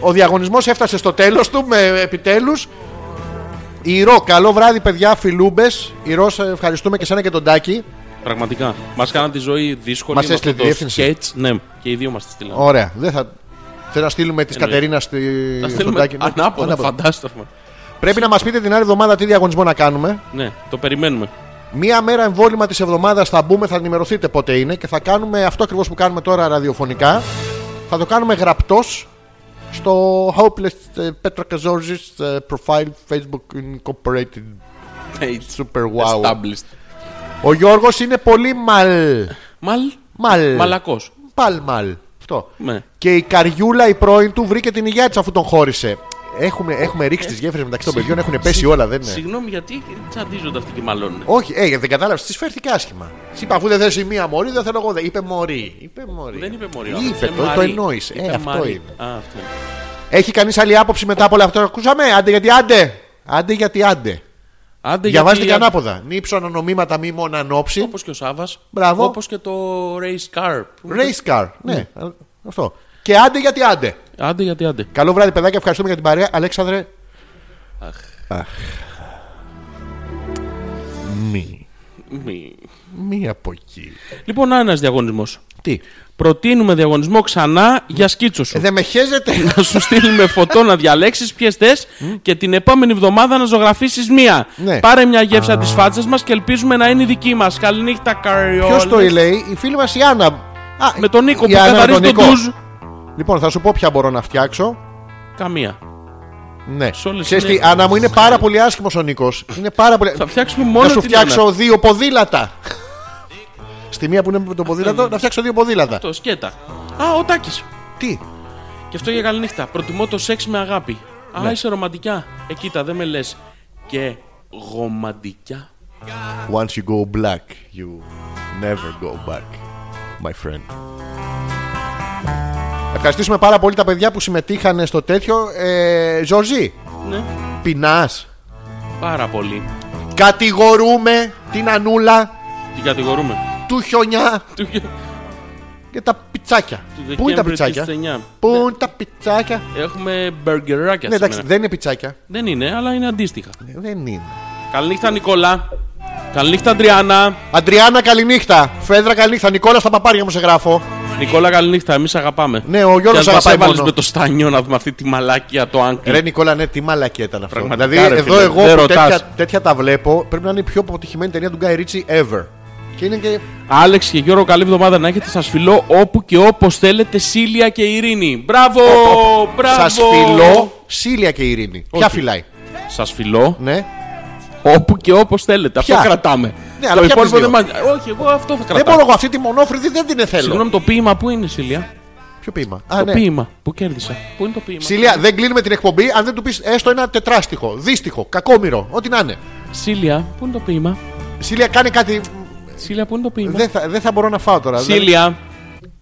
Ο διαγωνισμός έφτασε στο τέλος του με επιτέλους. Ηρώ, καλό βράδυ, παιδιά, φιλούμπες. Ηρώ, σε ευχαριστούμε και σένα και τον Τάκη.
Πραγματικά. Μας κάναν τη ζωή δύσκολη.
Μας
με αυτό
έστειλε τη
το
διεύθυνση.
σκέτς. Ναι, και οι δύο μας τη στείλαν.
Ωραία. Δεν θα... Θέλω να στείλουμε της
Εννοείται.
Κατερίνας στη...
Τα
στον
στέλνουμε
Τάκη. Ναι,
ανάποδα, φαντάστορμα.
Πρέπει να μας πείτε την άλλη εβδομάδα τι διαγωνισμό να κάνουμε.
Ναι, το περιμένουμε.
Μία μέρα εμβόλυμα της εβδομάδας θα μπούμε, θα ενημερωθείτε πότε είναι και θα κάνουμε αυτό ακριβώς που κάνουμε τώρα ραδιοφωνικά. Θα το κάνουμε γραπτός στο Hopeless ε, Petra Kazorgis ε, Profile Facebook Incorporated Ε,
Page.
Super Wow.
Established.
Ο Γιώργος είναι πολύ μαλ.
Μαλ.
Μαλ. Ναι.
Μαλακός.
Παλ μαλ. Αυτό.
Ναι.
Και η Καριούλα η πρώην του βρήκε την υγεία της αφού τον χώρισε. Έχουμε, έχουμε ρίξει τις γέφυρες μεταξύ των παιδιών, έχουν πέσει όλα, δεν είναι.
Συγγνώμη, γιατί τσαντίζονται αυτοί και μαλώνουν.
Όχι, ε, δεν κατάλαβες, τη φέρθηκε άσχημα. Της είπα, αφού δεν θες η μία μωρή, δεν θέλω εγώ. δε- Είπε μωρή. Είπε μωρή.
Δεν είπε μωρή. ο άνθρωπος,
Είπε,
είπε
το, το
Μαρή.
εννοείς. Ε,
Είπε
αυτό
Μαρή.
είναι.
Α, αυτό.
Έχει κανείς άλλη άποψη μετά από όλα αυτά. που Ακούσαμε, άντε γιατί άντε. Άντε γιατί άντε.
Άντε,
Διαβάζετε και
γιατί-
ανάποδα. Νύψω ανωνομήματα μη μόνο ανόψη.
Όπως και ο Σάβα.
Μπράβο.
Όπως και το Race Car. που-
Race car. Ναι, α, αυτό. Και άντε γιατί άντε.
Άντε, γιατί, άντε.
Καλό βράδυ, παιδάκια. Ευχαριστούμε για την παρέα. Αλέξανδρε. Αχ. Μη.
Μη.
Μη από εκεί.
Λοιπόν, ένας διαγωνισμός.
Τι.
Προτείνουμε διαγωνισμό ξανά για σκίτσο σου.
Ε, δεν με χέζετε.
να σου στείλουμε φωτό να διαλέξεις ποιες θες και την επόμενη εβδομάδα να ζωγραφίσεις μία.
Ναι.
Πάρε μια γεύσα τη φάτσα μας και ελπίζουμε να είναι η δική μας. Καληνύχτα, Καριόλ.
Ποιος το λέει, η φίλη μας η Άννα. Α,
Με τον Νίκο
η
που
Άννα με
καθαρίζει τον
Νίκο.
ντουζ.
Λοιπόν, θα σου πω ποια μπορώ να φτιάξω.
Καμία.
Ναι.
Σε όλες
Ξέρεις τι,
είναι-
Άννα μου, είναι πάρα πολύ άσχημος ο Νίκος. Είναι πάρα πολύ.
Θα φτιάξουμε μόνο
Να σου
την
φτιάξω
Άννα.
δύο ποδήλατα. Στη μία που είναι με το ποδήλατο, να φτιάξω δύο ποδήλατα.
Το σκέτα. Α, ο Τάκης.
Τι.
Και αυτό για καλή νύχτα. Προτιμώ το σεξ με αγάπη.
Ναι.
Α, είσαι ρομαντικά. Ε, κοίτα, δεν με λες. Και γομαντικά.
Once you go black, you never go back, my friend. Ευχαριστήσουμε πάρα πολύ τα παιδιά που συμμετείχαν στο τέτοιο. Ε, Ζορζή,
Ναι.
πεινάς.
Πάρα πολύ.
Κατηγορούμε την Ανούλα
Την κατηγορούμε.
του χιονιά
Του-
για τα πιτσάκια.
του
Πού είναι τα
Δεκέμβρη της
πιτσάκια.
9.
Πού είναι τα πιτσάκια.
Έχουμε μπεργκεράκια
Ναι, εντάξει,
σήμερα.
δεν είναι πιτσάκια.
Δεν είναι, αλλά είναι αντίστοιχα.
Ε, Δεν είναι.
Καληνύχτα, Νικόλα. Καληνύχτα, Αντριάννα.
Αντριάννα, καληνύχτα. Φέδρα, καληνύχτα. Νικόλα, στα παπάρια μου σε γράφω.
Νικόλα, καληνύχτα. Εμείς αγαπάμε.
Ναι, ο Γιώργος
Και ας μας
αγαπάει
έβαλες
μόνο.
με το στάνιο να δούμε αυτή τη μαλάκια το άγκρι.
Ρε Νικόλα, ναι, τι μαλακία ήταν αυτό.
Ε, Πραγματικά,
δηλαδή,
ρε,
εδώ
φίλε,
εγώ
δεν
που
ρωτάς.
τέτοια, τέτοια, τα βλέπω, πρέπει να είναι η πιο αποτυχημένη ταινία του Guy Ritchie ever. Και είναι και.
Άλεξ και Γιώργο, καλή εβδομάδα να έχετε. Σας φιλώ όπου και όπως θέλετε, Σίλια και Ειρήνη. Μπράβο! μπράβο!
Σας φιλώ, Σίλια και Ειρήνη. Ποια φυλάει.
Σας φιλώ
Ναι.
όπου και όπως θέλετε.
Ποια?
Αυτό κρατάμε.
Ναι, αλλά
το
ποια από τις
υπόλοιπο
δύο?
δεν μα. Όχι, εγώ αυτό θα κρατάω.
Δεν μπορώ εγώ αυτή τη μονόφρυδη, δεν την θέλω.
Συγγνώμη, το ποίημα που είναι, Σίλια.
Ποιο ποίημα. Α,
το
ναι.
ποίημα που κέρδισα. Πού είναι το ποίημα.
Σίλια, δεν κλείνουμε την εκπομπή αν δεν του πεις έστω ένα τετράστιχο, δύστιχο, κακόμοιρο, ό,τι να είναι.
Σίλια, πού είναι το ποίημα.
Σίλια, κάνε κάτι.
Σίλια, πού είναι το ποίημα.
Δεν θα, δεν θα μπορώ να φάω τώρα. Δηλαδή.
Σίλια,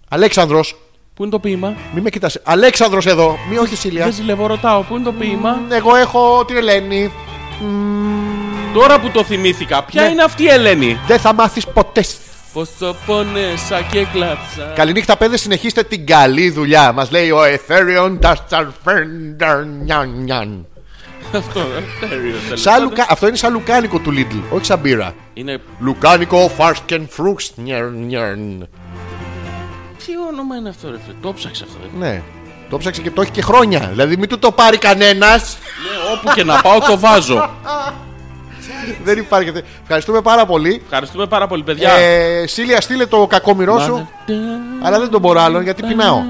Αλέξανδρος,
πού είναι το ποίημα.
μη με κοιτάς. Αλέξανδρος εδώ, μη όχι Σίλια. Ναι,
Δεν ζηλεύω, ρωτάω, πού είναι το ποίημα.
Εγώ έχω την Ελένη.
Τώρα που το θυμήθηκα, ποια
Ναι.
είναι αυτή η Ελένη.
Δεν θα μάθεις ποτέ.
Πώ το πόνεσα και κλάψα.
Καληνύχτα, παιδε, συνεχίστε την καλή δουλειά. Μας λέει ο Ethereum Dastarfendernian.
Αυτό, ε, τέλειος, τέλος.
Σαν λουκα... Αυτό είναι σαν λουκάνικο του Lidl, όχι σαν μπύρα.
Είναι.
Λουκάνικο Farkenfruchtnian.
Τι όνομα είναι αυτό, ρε φίλε. Το ψάξε αυτό. ρε.
Ναι. Το ψάξε και το έχει και χρόνια. Δηλαδή, μην του το πάρει κανένας.
Ναι, όπου και να πάω, το βάζω.
Δεν υπάρχει. Ευχαριστούμε πάρα πολύ.
Ευχαριστούμε πάρα πολύ, παιδιά.
Ε, Σίλια, στείλε το κακόμοιρό σου. Αλλά δεν τον μπορώ άλλον γιατί πεινάω.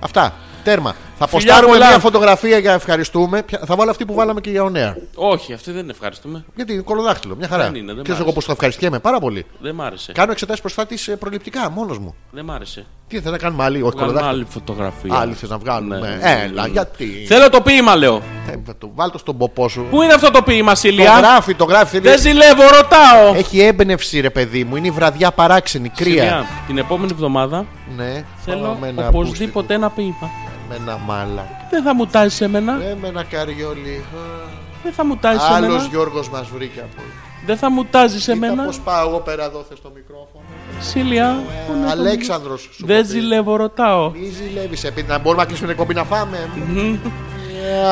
Αυτά. Τέρμα. Θα αποστάρουμε
πολλά.
μια φωτογραφία για ευχαριστούμε. Ποια- Θα βάλω αυτή που βάλαμε και για ο νέα.
Όχι, αυτή δεν είναι ευχαριστούμε.
Γιατί είναι κολοδάχτυλο, μια χαρά.
Δεν είναι, δεν
Ξέρεις
μ' Ναι.
εγώ πώ το ευχαριστιέμαι πάρα πολύ.
Δεν μ' άρεσε.
Κάνω εξετάσεις προστάτη προληπτικά μόνος μου.
Δεν μ' άρεσε.
Τι θα τα κάνουμε άλλοι, όχι
Βγάλουμε
κολοδάχτυλο.
άλλη φωτογραφία.
Άλλοι θες να βγάλουμε.
Ναι.
Έλα, γιατί.
Θέλω το ποίημα, λέω.
Ε, θα το βάλω στον ποπό σου.
Πού είναι αυτό το ποίημα,
Το Ε,
Σίλια.
γράφει, το γράφει.
Δεν
Θέλει...
ζηλεύω, ρωτάω.
Έχει έμπνευση, ρε παιδί μου. Είναι η βραδιά παράξενη, κρύα.
Σιλιά, την επόμενη εβδομάδα
Ναι,
θέλω
Πάμε ένα
οπωσδήποτε ένα ποίημα.
ακούστη- Με ένα μάλα.
Δεν θα μου τάζει σε μένα.
Ε, με ένα καριόλι.
Δεν θα μου τάζει Ε, σε
Άλλο
μένα.
Γιώργος μας βρήκε από εκεί.
Δεν θα μου τάζεις σε μένα.
Πώς πάω εγώ πέρα εδώ, θες το μικρόφωνο. Ε,
Σίλια, πού είναι το-
Αλέξανδρος σου
Δεν
το πει.
ζηλεύω, ρωτάω.
Μη ζηλεύεις, επειδή να μπορούμε να κλείσουμε την εκπομπή να φάμε.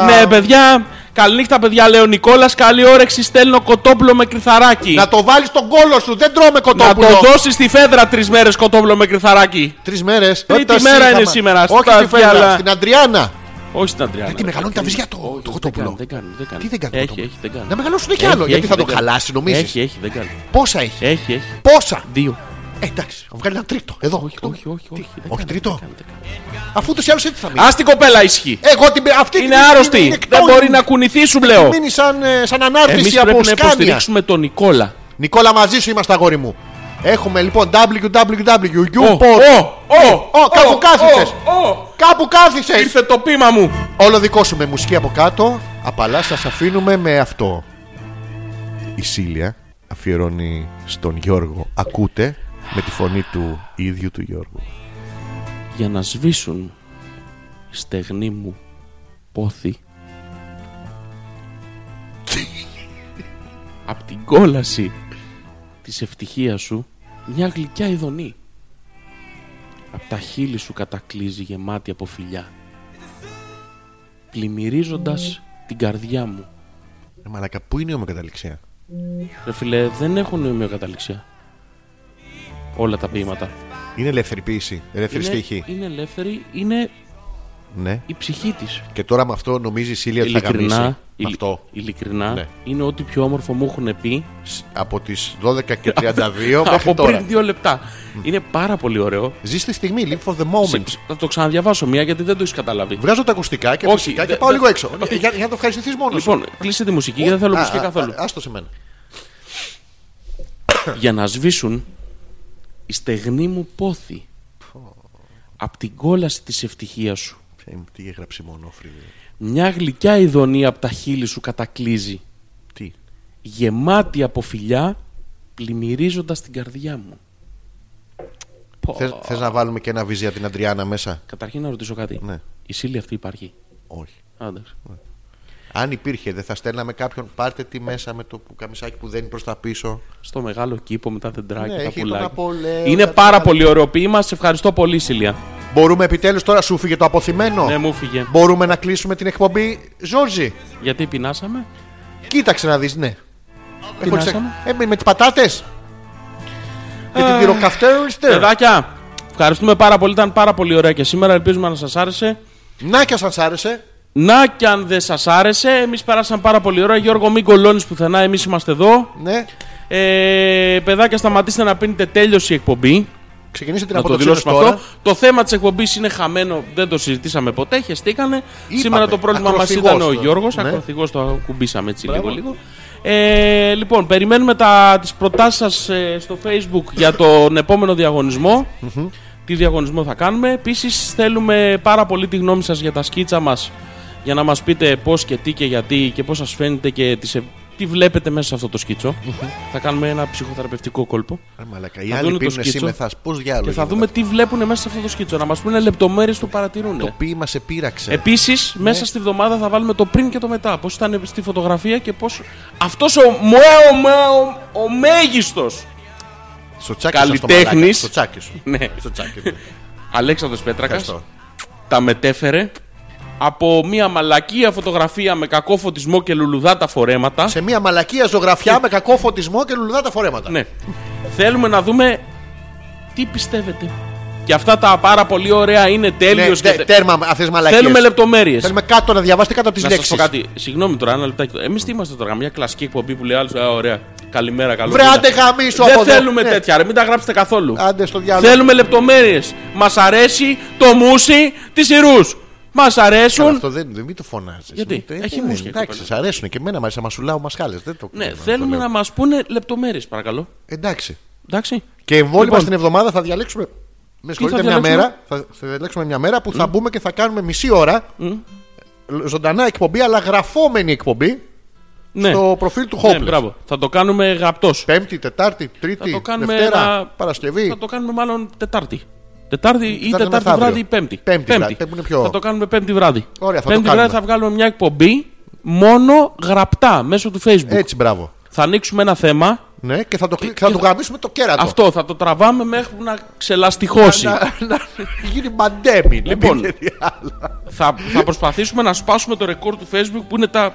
Ναι, παιδιά. Καληνύχτα, παιδιά, λέει ο Νικόλας. Καλή όρεξη. Στέλνω κοτόπουλο με κρυθαράκι.
Να το βάλεις στον κόλο σου, δεν τρώμε
Να
κοτόπουλο.
το δώσεις στη φέδρα τρεις μέρες κοτόπουλο με κρυθαράκι.
Τρεις μέρες.
Τρίτη μέρα είναι σήμερα,
Όχι
στα
στη Φέδρα,
Φιάλα.
στην Αντριάννα.
Όχι στην Αντριάννα.
Γιατί μεγαλώνει τα βυζιά το-
Όχι,
το
δεν
κοτόπουλο.
κάνει, Δεν κάνει, δεν κάνει.
Τι δεν κάνει το
Έχει,
κοτόπουλο?
έχει, δεν κάνει.
Να μεγαλώσουν κι
Έχει,
άλλο. γιατί
έχει,
θα το
δεν κάνει.
χαλάσει, νομίζεις.
Έχει, έχει, δεν κάνει.
Πόσα έχει.
Έχει, έχει.
Πόσα.
Δύο.
Ε, εντάξει, θα βγάλει ένα τρίτο. Εδώ.
Όχι,
Το-
όχι, όχι.
Τι,
δεν
όχι
κάνει,
τρίτο.
δεν κάνει, δεν κάνει.
Αφού του ή άλλως έτσι θα μείνει.
Ας την κοπέλα ισχύει.
Εγώ την αυτή
Είναι άρρωστη. Δεν μπορεί να κουνηθεί, σου λέω.
μείνει σαν, ε, σαν
Εμεί
ανάρτηση από
πρέπει να
σκάνια.
υποστηρίξουμε τον Νικόλα.
Νικόλα, μαζί σου είμαστε αγόρι μου. Έχουμε λοιπόν
Ω,
www.youpod.
ω, ω,
Ω, κάπου
ω,
κάθισες.
ω, ω.
Κάπου κάθισες.
Ήρθε το πείμα μου.
Όλο δικό σου με μουσική από κάτω. Απαλά σας αφήνουμε με αυτό. Η Σίλια αφιερώνει στον Γιώργο. Ακούτε με τη φωνή του ίδιου του Γιώργου.
για να σβήσουν στεγνή μου πόθη απ' την κόλαση της ευτυχίας σου μια γλυκιά ειδονή απ' τα χείλη σου κατακλίζει γεμάτη από φιλιά πλημμυρίζοντας την καρδιά μου
Ε, Μαλακα, πού είναι η ομοκαταληξία.
Ρε φίλε δεν έχουν ομοιοκαταληξία όλα τα ποίηματα
Είναι ελεύθερη ποιήση, ελεύθερη στοίχη.
είναι ελεύθερη, είναι
Ναι.
η ψυχή της
Και τώρα με αυτό νομίζει η Σίλια ότι θα γαμίσει.
ειλικρινά, ειλ-
Αυτό.
ειλικρινά
Ναι.
είναι ό,τι πιο όμορφο μου έχουν πει
Σ- Από τις 12 και 32
από
μέχρι τώρα.
πριν δύο λεπτά. είναι πάρα πολύ ωραίο.
Ζεις τη στιγμή, live for the moment.
Σε- θα το ξαναδιαβάσω μία γιατί δεν το έχεις καταλάβει.
Βγάζω τα ακουστικά και τα
Όχι,
φυσικά
δε-
και πάω
δε-
λίγο έξω. Ε, Για, για να το ευχαριστηθείς μόνος.
Λοιπόν, κλείσε τη μουσική γιατί δεν θέλω μουσική καθόλου.
Άστο σε μένα.
Για να σβήσουν η στεγνή μου πόθη απ' την κόλαση της ευτυχίας σου.
Ποια είναι- Τι έγραψε η μονόφρυδη.
Μια γλυκιά ειδονή από τα χείλη σου κατακλίζει.
Τι.
Γεμάτη από φιλιά πλημμυρίζοντας την καρδιά μου. Πω.
Θες, θες να βάλουμε και ένα βίζι για την Αντριάννα μέσα.
Καταρχήν να ρωτήσω κάτι.
Ναι.
Η Σίλη αυτή υπάρχει.
Όχι.
Άντε.
Αν υπήρχε, δεν θα στέλναμε κάποιον. Πάρτε τη μέσα με το που, καμισάκι που δένει προς τα πίσω.
Στο μεγάλο κήπο με τα δεντράκια,
Ναι,
τα
έχει τον
πουλάκια.
Απολέοντα,
Είναι
τα
πάρα
πάντα.
πολύ ωραίο ποίημα. Σε ευχαριστώ πολύ, Σίλια.
Μπορούμε επιτέλους τώρα σου φύγε το αποθυμένο.
Ναι, μου φύγε.
Μπορούμε να κλείσουμε την εκπομπή, Ζόρζι.
Γιατί πεινάσαμε.
Κοίταξε να δεις, ναι. Έχω
να
ξε-
κάνω? Ε,
Ε, με τις πατάτες. Με την πυροκαυτέρωστε.
Παιδάκια, ευχαριστούμε πάρα πολύ. Ήταν πάρα πολύ ωραία και σήμερα. Ελπίζουμε να σας άρεσε.
Να και αν σας άρεσε.
Να κι αν δεν σας άρεσε, εμείς περάσαμε πάρα πολύ ωραία. Γιώργο, μην κολώνεις πουθενά. Εμείς είμαστε εδώ.
Ναι.
Ε, παιδάκια, σταματήστε να πίνετε. Τέλειωσε η εκπομπή.
Ξεκινήστε την
Να το
αποτοξίνωση
δηλώσουμε
τώρα.
αυτό. Το θέμα της εκπομπής είναι χαμένο, δεν το συζητήσαμε ποτέ, χεστήκανε.
Είπαμε,
Σήμερα το πρόβλημα μας
ακροθυγός
ήταν ο
το-
Γιώργος.
ναι.
Ακροθυγός το κουμπίσαμε έτσι λίγο λίγο. Ε, λοιπόν, περιμένουμε τα, τις προτάσεις σας ε, στο facebook για τον επόμενο διαγωνισμό. Τι διαγωνισμό θα κάνουμε. Επίσης θέλουμε πάρα πολύ τη γνώμη σας για τα σκίτσα μας. Για να μας πείτε πώς και τι και γιατί και πώς σας φαίνεται και τις, ε- τι βλέπετε μέσα σε αυτό το σκίτσο. θα κάνουμε ένα ψυχοθεραπευτικό κόλπο.
Ρε μαλακα,
Θα
οι
δούνε
άλλοι
το
πίνουν εσύ
σκίτσο.
μεθάς. Πώς διάλογο.
Και θα δούμε τι βλέπουν μέσα σε αυτό το σκίτσο. Να μας πούνε λεπτομέρειες που παρατηρούν.
Το ποίημα σε πείραξε.
Επίσης, μέσα στη βδομάδα θα βάλουμε το πριν και το μετά. Πώς ήταν στη φωτογραφία και πώς. Αυτός ο, μουέ- ο, μουέ- ο, ο μέγιστος
Στο τσάκι σου. αυτό,
καλλιτέχνης.
μαλάκα, Στο τσάκι σου.
Ναι.
Στο τσάκι σου.
Αλέξανδρος Πέτρακας
Ευχαριστώ.
τα μετέφερε από μια μαλακία φωτογραφία με κακό φωτισμό και λουλουδά τα φορέματα.
Σε μια μαλακία ζωγραφιά με κακό φωτισμό και λουλουδά τα
[LAUGHS]
φορέματα.
Ναι. Θέλουμε να δούμε τι πιστεύετε. Και αυτά τα πάρα πολύ ωραία είναι τέλειος.
Ναι, τε- τέρμα αυτές μαλακίες.
Θέλουμε λεπτομέρειες.
Θέλουμε κάτω να διαβάσετε κάτω από τις
Να σας πω
λέξει.
κάτι. Συγγνώμη τώρα, ένα λεπτάκι. Εμείς τι είμαστε τώρα, μια κλασική εκπομπή που λέει άλλος. Α, ωραία. Καλημέρα, καλό.
Βρε,
μήνα».
άντε γαμίσου
Δεν
από εδώ.
θέλουμε
Ναι.
τέτοια, ρε. Μην τα γράψετε καθόλου.
Άντε στο διάλογο.
Θέλουμε λεπτομέρειες. Μας αρέσει το μουσι της Ιρούς. Μας αρέσουν.
Καλά, Αυτό δεν, δεν μην το φωνάζεις.
Γιατί? Έχει μουσια η
Εντάξει,
κοπέλα.
σα αρέσουν και εμένα, μα αρέσει να μασουλάω μασχάλες. Δεν το
Ναι,
το
θέλουμε
λέω.
να μας πούνε λεπτομέρειες, παρακαλώ.
Εντάξει.
Εντάξει.
Και εμβόλυμα
Λοιπόν.
στην εβδομάδα θα διαλέξουμε. Με συγχωρείτε,
θα
μια
διαλέξουμε?
μέρα. Θα, θα διαλέξουμε μια μέρα που θα μπούμε και θα κάνουμε μισή ώρα. Ζωντανά εκπομπή, αλλά γραφόμενη εκπομπή
Ναι.
στο προφίλ του
ναι,
Hopeless.
μπράβο. Θα το κάνουμε γαπτό.
Πέμπτη, Τετάρτη,
Θα το
Τρίτη,
κάνουμε
Δευτέρα,
ένα-
Παρασκευή.
Θα το κάνουμε μάλλον Τετάρτη. Τετάρτη ή
Τετάρτη
Τετάρτη
μεθαύριο.
βράδυ ή Πέμπτη.
Πέμπτη βράδυ, πέμπτη είναι πιο-
Θα το κάνουμε Πέμπτη βράδυ.
Ωραία, θα το
πέμπτη βράδυ
κάνουμε.
θα βγάλουμε μια εκπομπή μόνο γραπτά μέσω του Facebook.
Έτσι, μπράβο.
Θα ανοίξουμε ένα θέμα.
Ναι, και θα το, κλει- θα το γαμίσουμε το κέρατο.
Αυτό θα το τραβάμε μέχρι να ξελαστιχώσει.
Να, να γίνει μαντέμι. να
Λοιπόν.
μην γίνει άλλο.
θα, θα προσπαθήσουμε να σπάσουμε το ρεκόρ του Facebook που είναι τα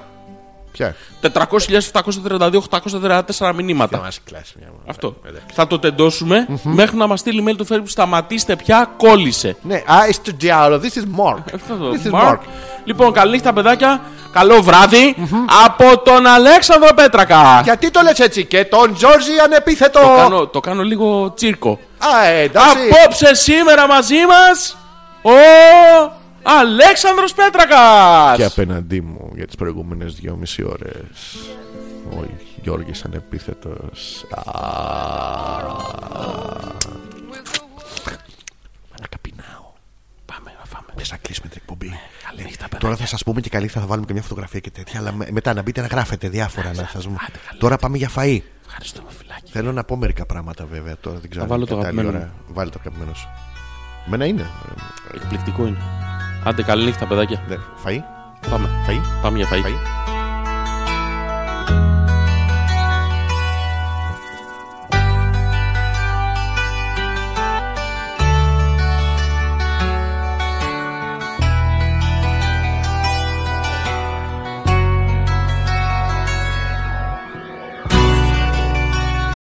Ποια.
400.732.834 μηνύματα.
Μας κλάσεις μια μάνα.
Αυτό. Θα το τεντώσουμε μέχρι να μας στείλει mail του Facebook. Σταματήστε πια, κόλλησε.
Ναι, I to diablo. This is Mark.
Αυτό το
This is
Mark.
Mark.
Λοιπόν, καλή νύχτα, παιδάκια. Καλό βράδυ
Mm-hmm.
από τον Αλέξανδρο Πέτρακα.
Γιατί το λες έτσι και τον Τζόρζι ανεπίθετο.
Το κάνω, το κάνω λίγο τσίρκο.
Α, ε, εντάξει.
Απόψε σήμερα μαζί μας ο Αλέξανδρος Πέτρακας.
Και απέναντί μου για τις προηγούμενες δυόμιση ώρες ο Γιώργης ανεπίθετος. Α. Μαλάκα, πεινάω.
Πάμε να φάμε.
Πες να Ε, κλείσουμε την εκπομπή.
Καλή νύχτα, παιδάκια.
Τώρα θα σας πούμε και καλή θα βάλουμε και μια φωτογραφία και τέτοια αλλά με- μετά να μπείτε να γράφετε διάφορα να σας... Τώρα πάμε για φαΐ.
Ευχαριστούμε, φιλάκι.
Θέλω να πω μερικά πράγματα βέβαια τώρα δεν ξέρω.
Θα βάλω το αγαπημένο
Βάλει το αγαπημένο σου. Μένα είναι. ε,
Εκπληκτικό είναι. Άντε, καλή νύχτα, παιδάκια.
ναι. Φαΐ.
Πάμε.
Φαΐ.
Πάμε για φαΐ.
Φαΐ.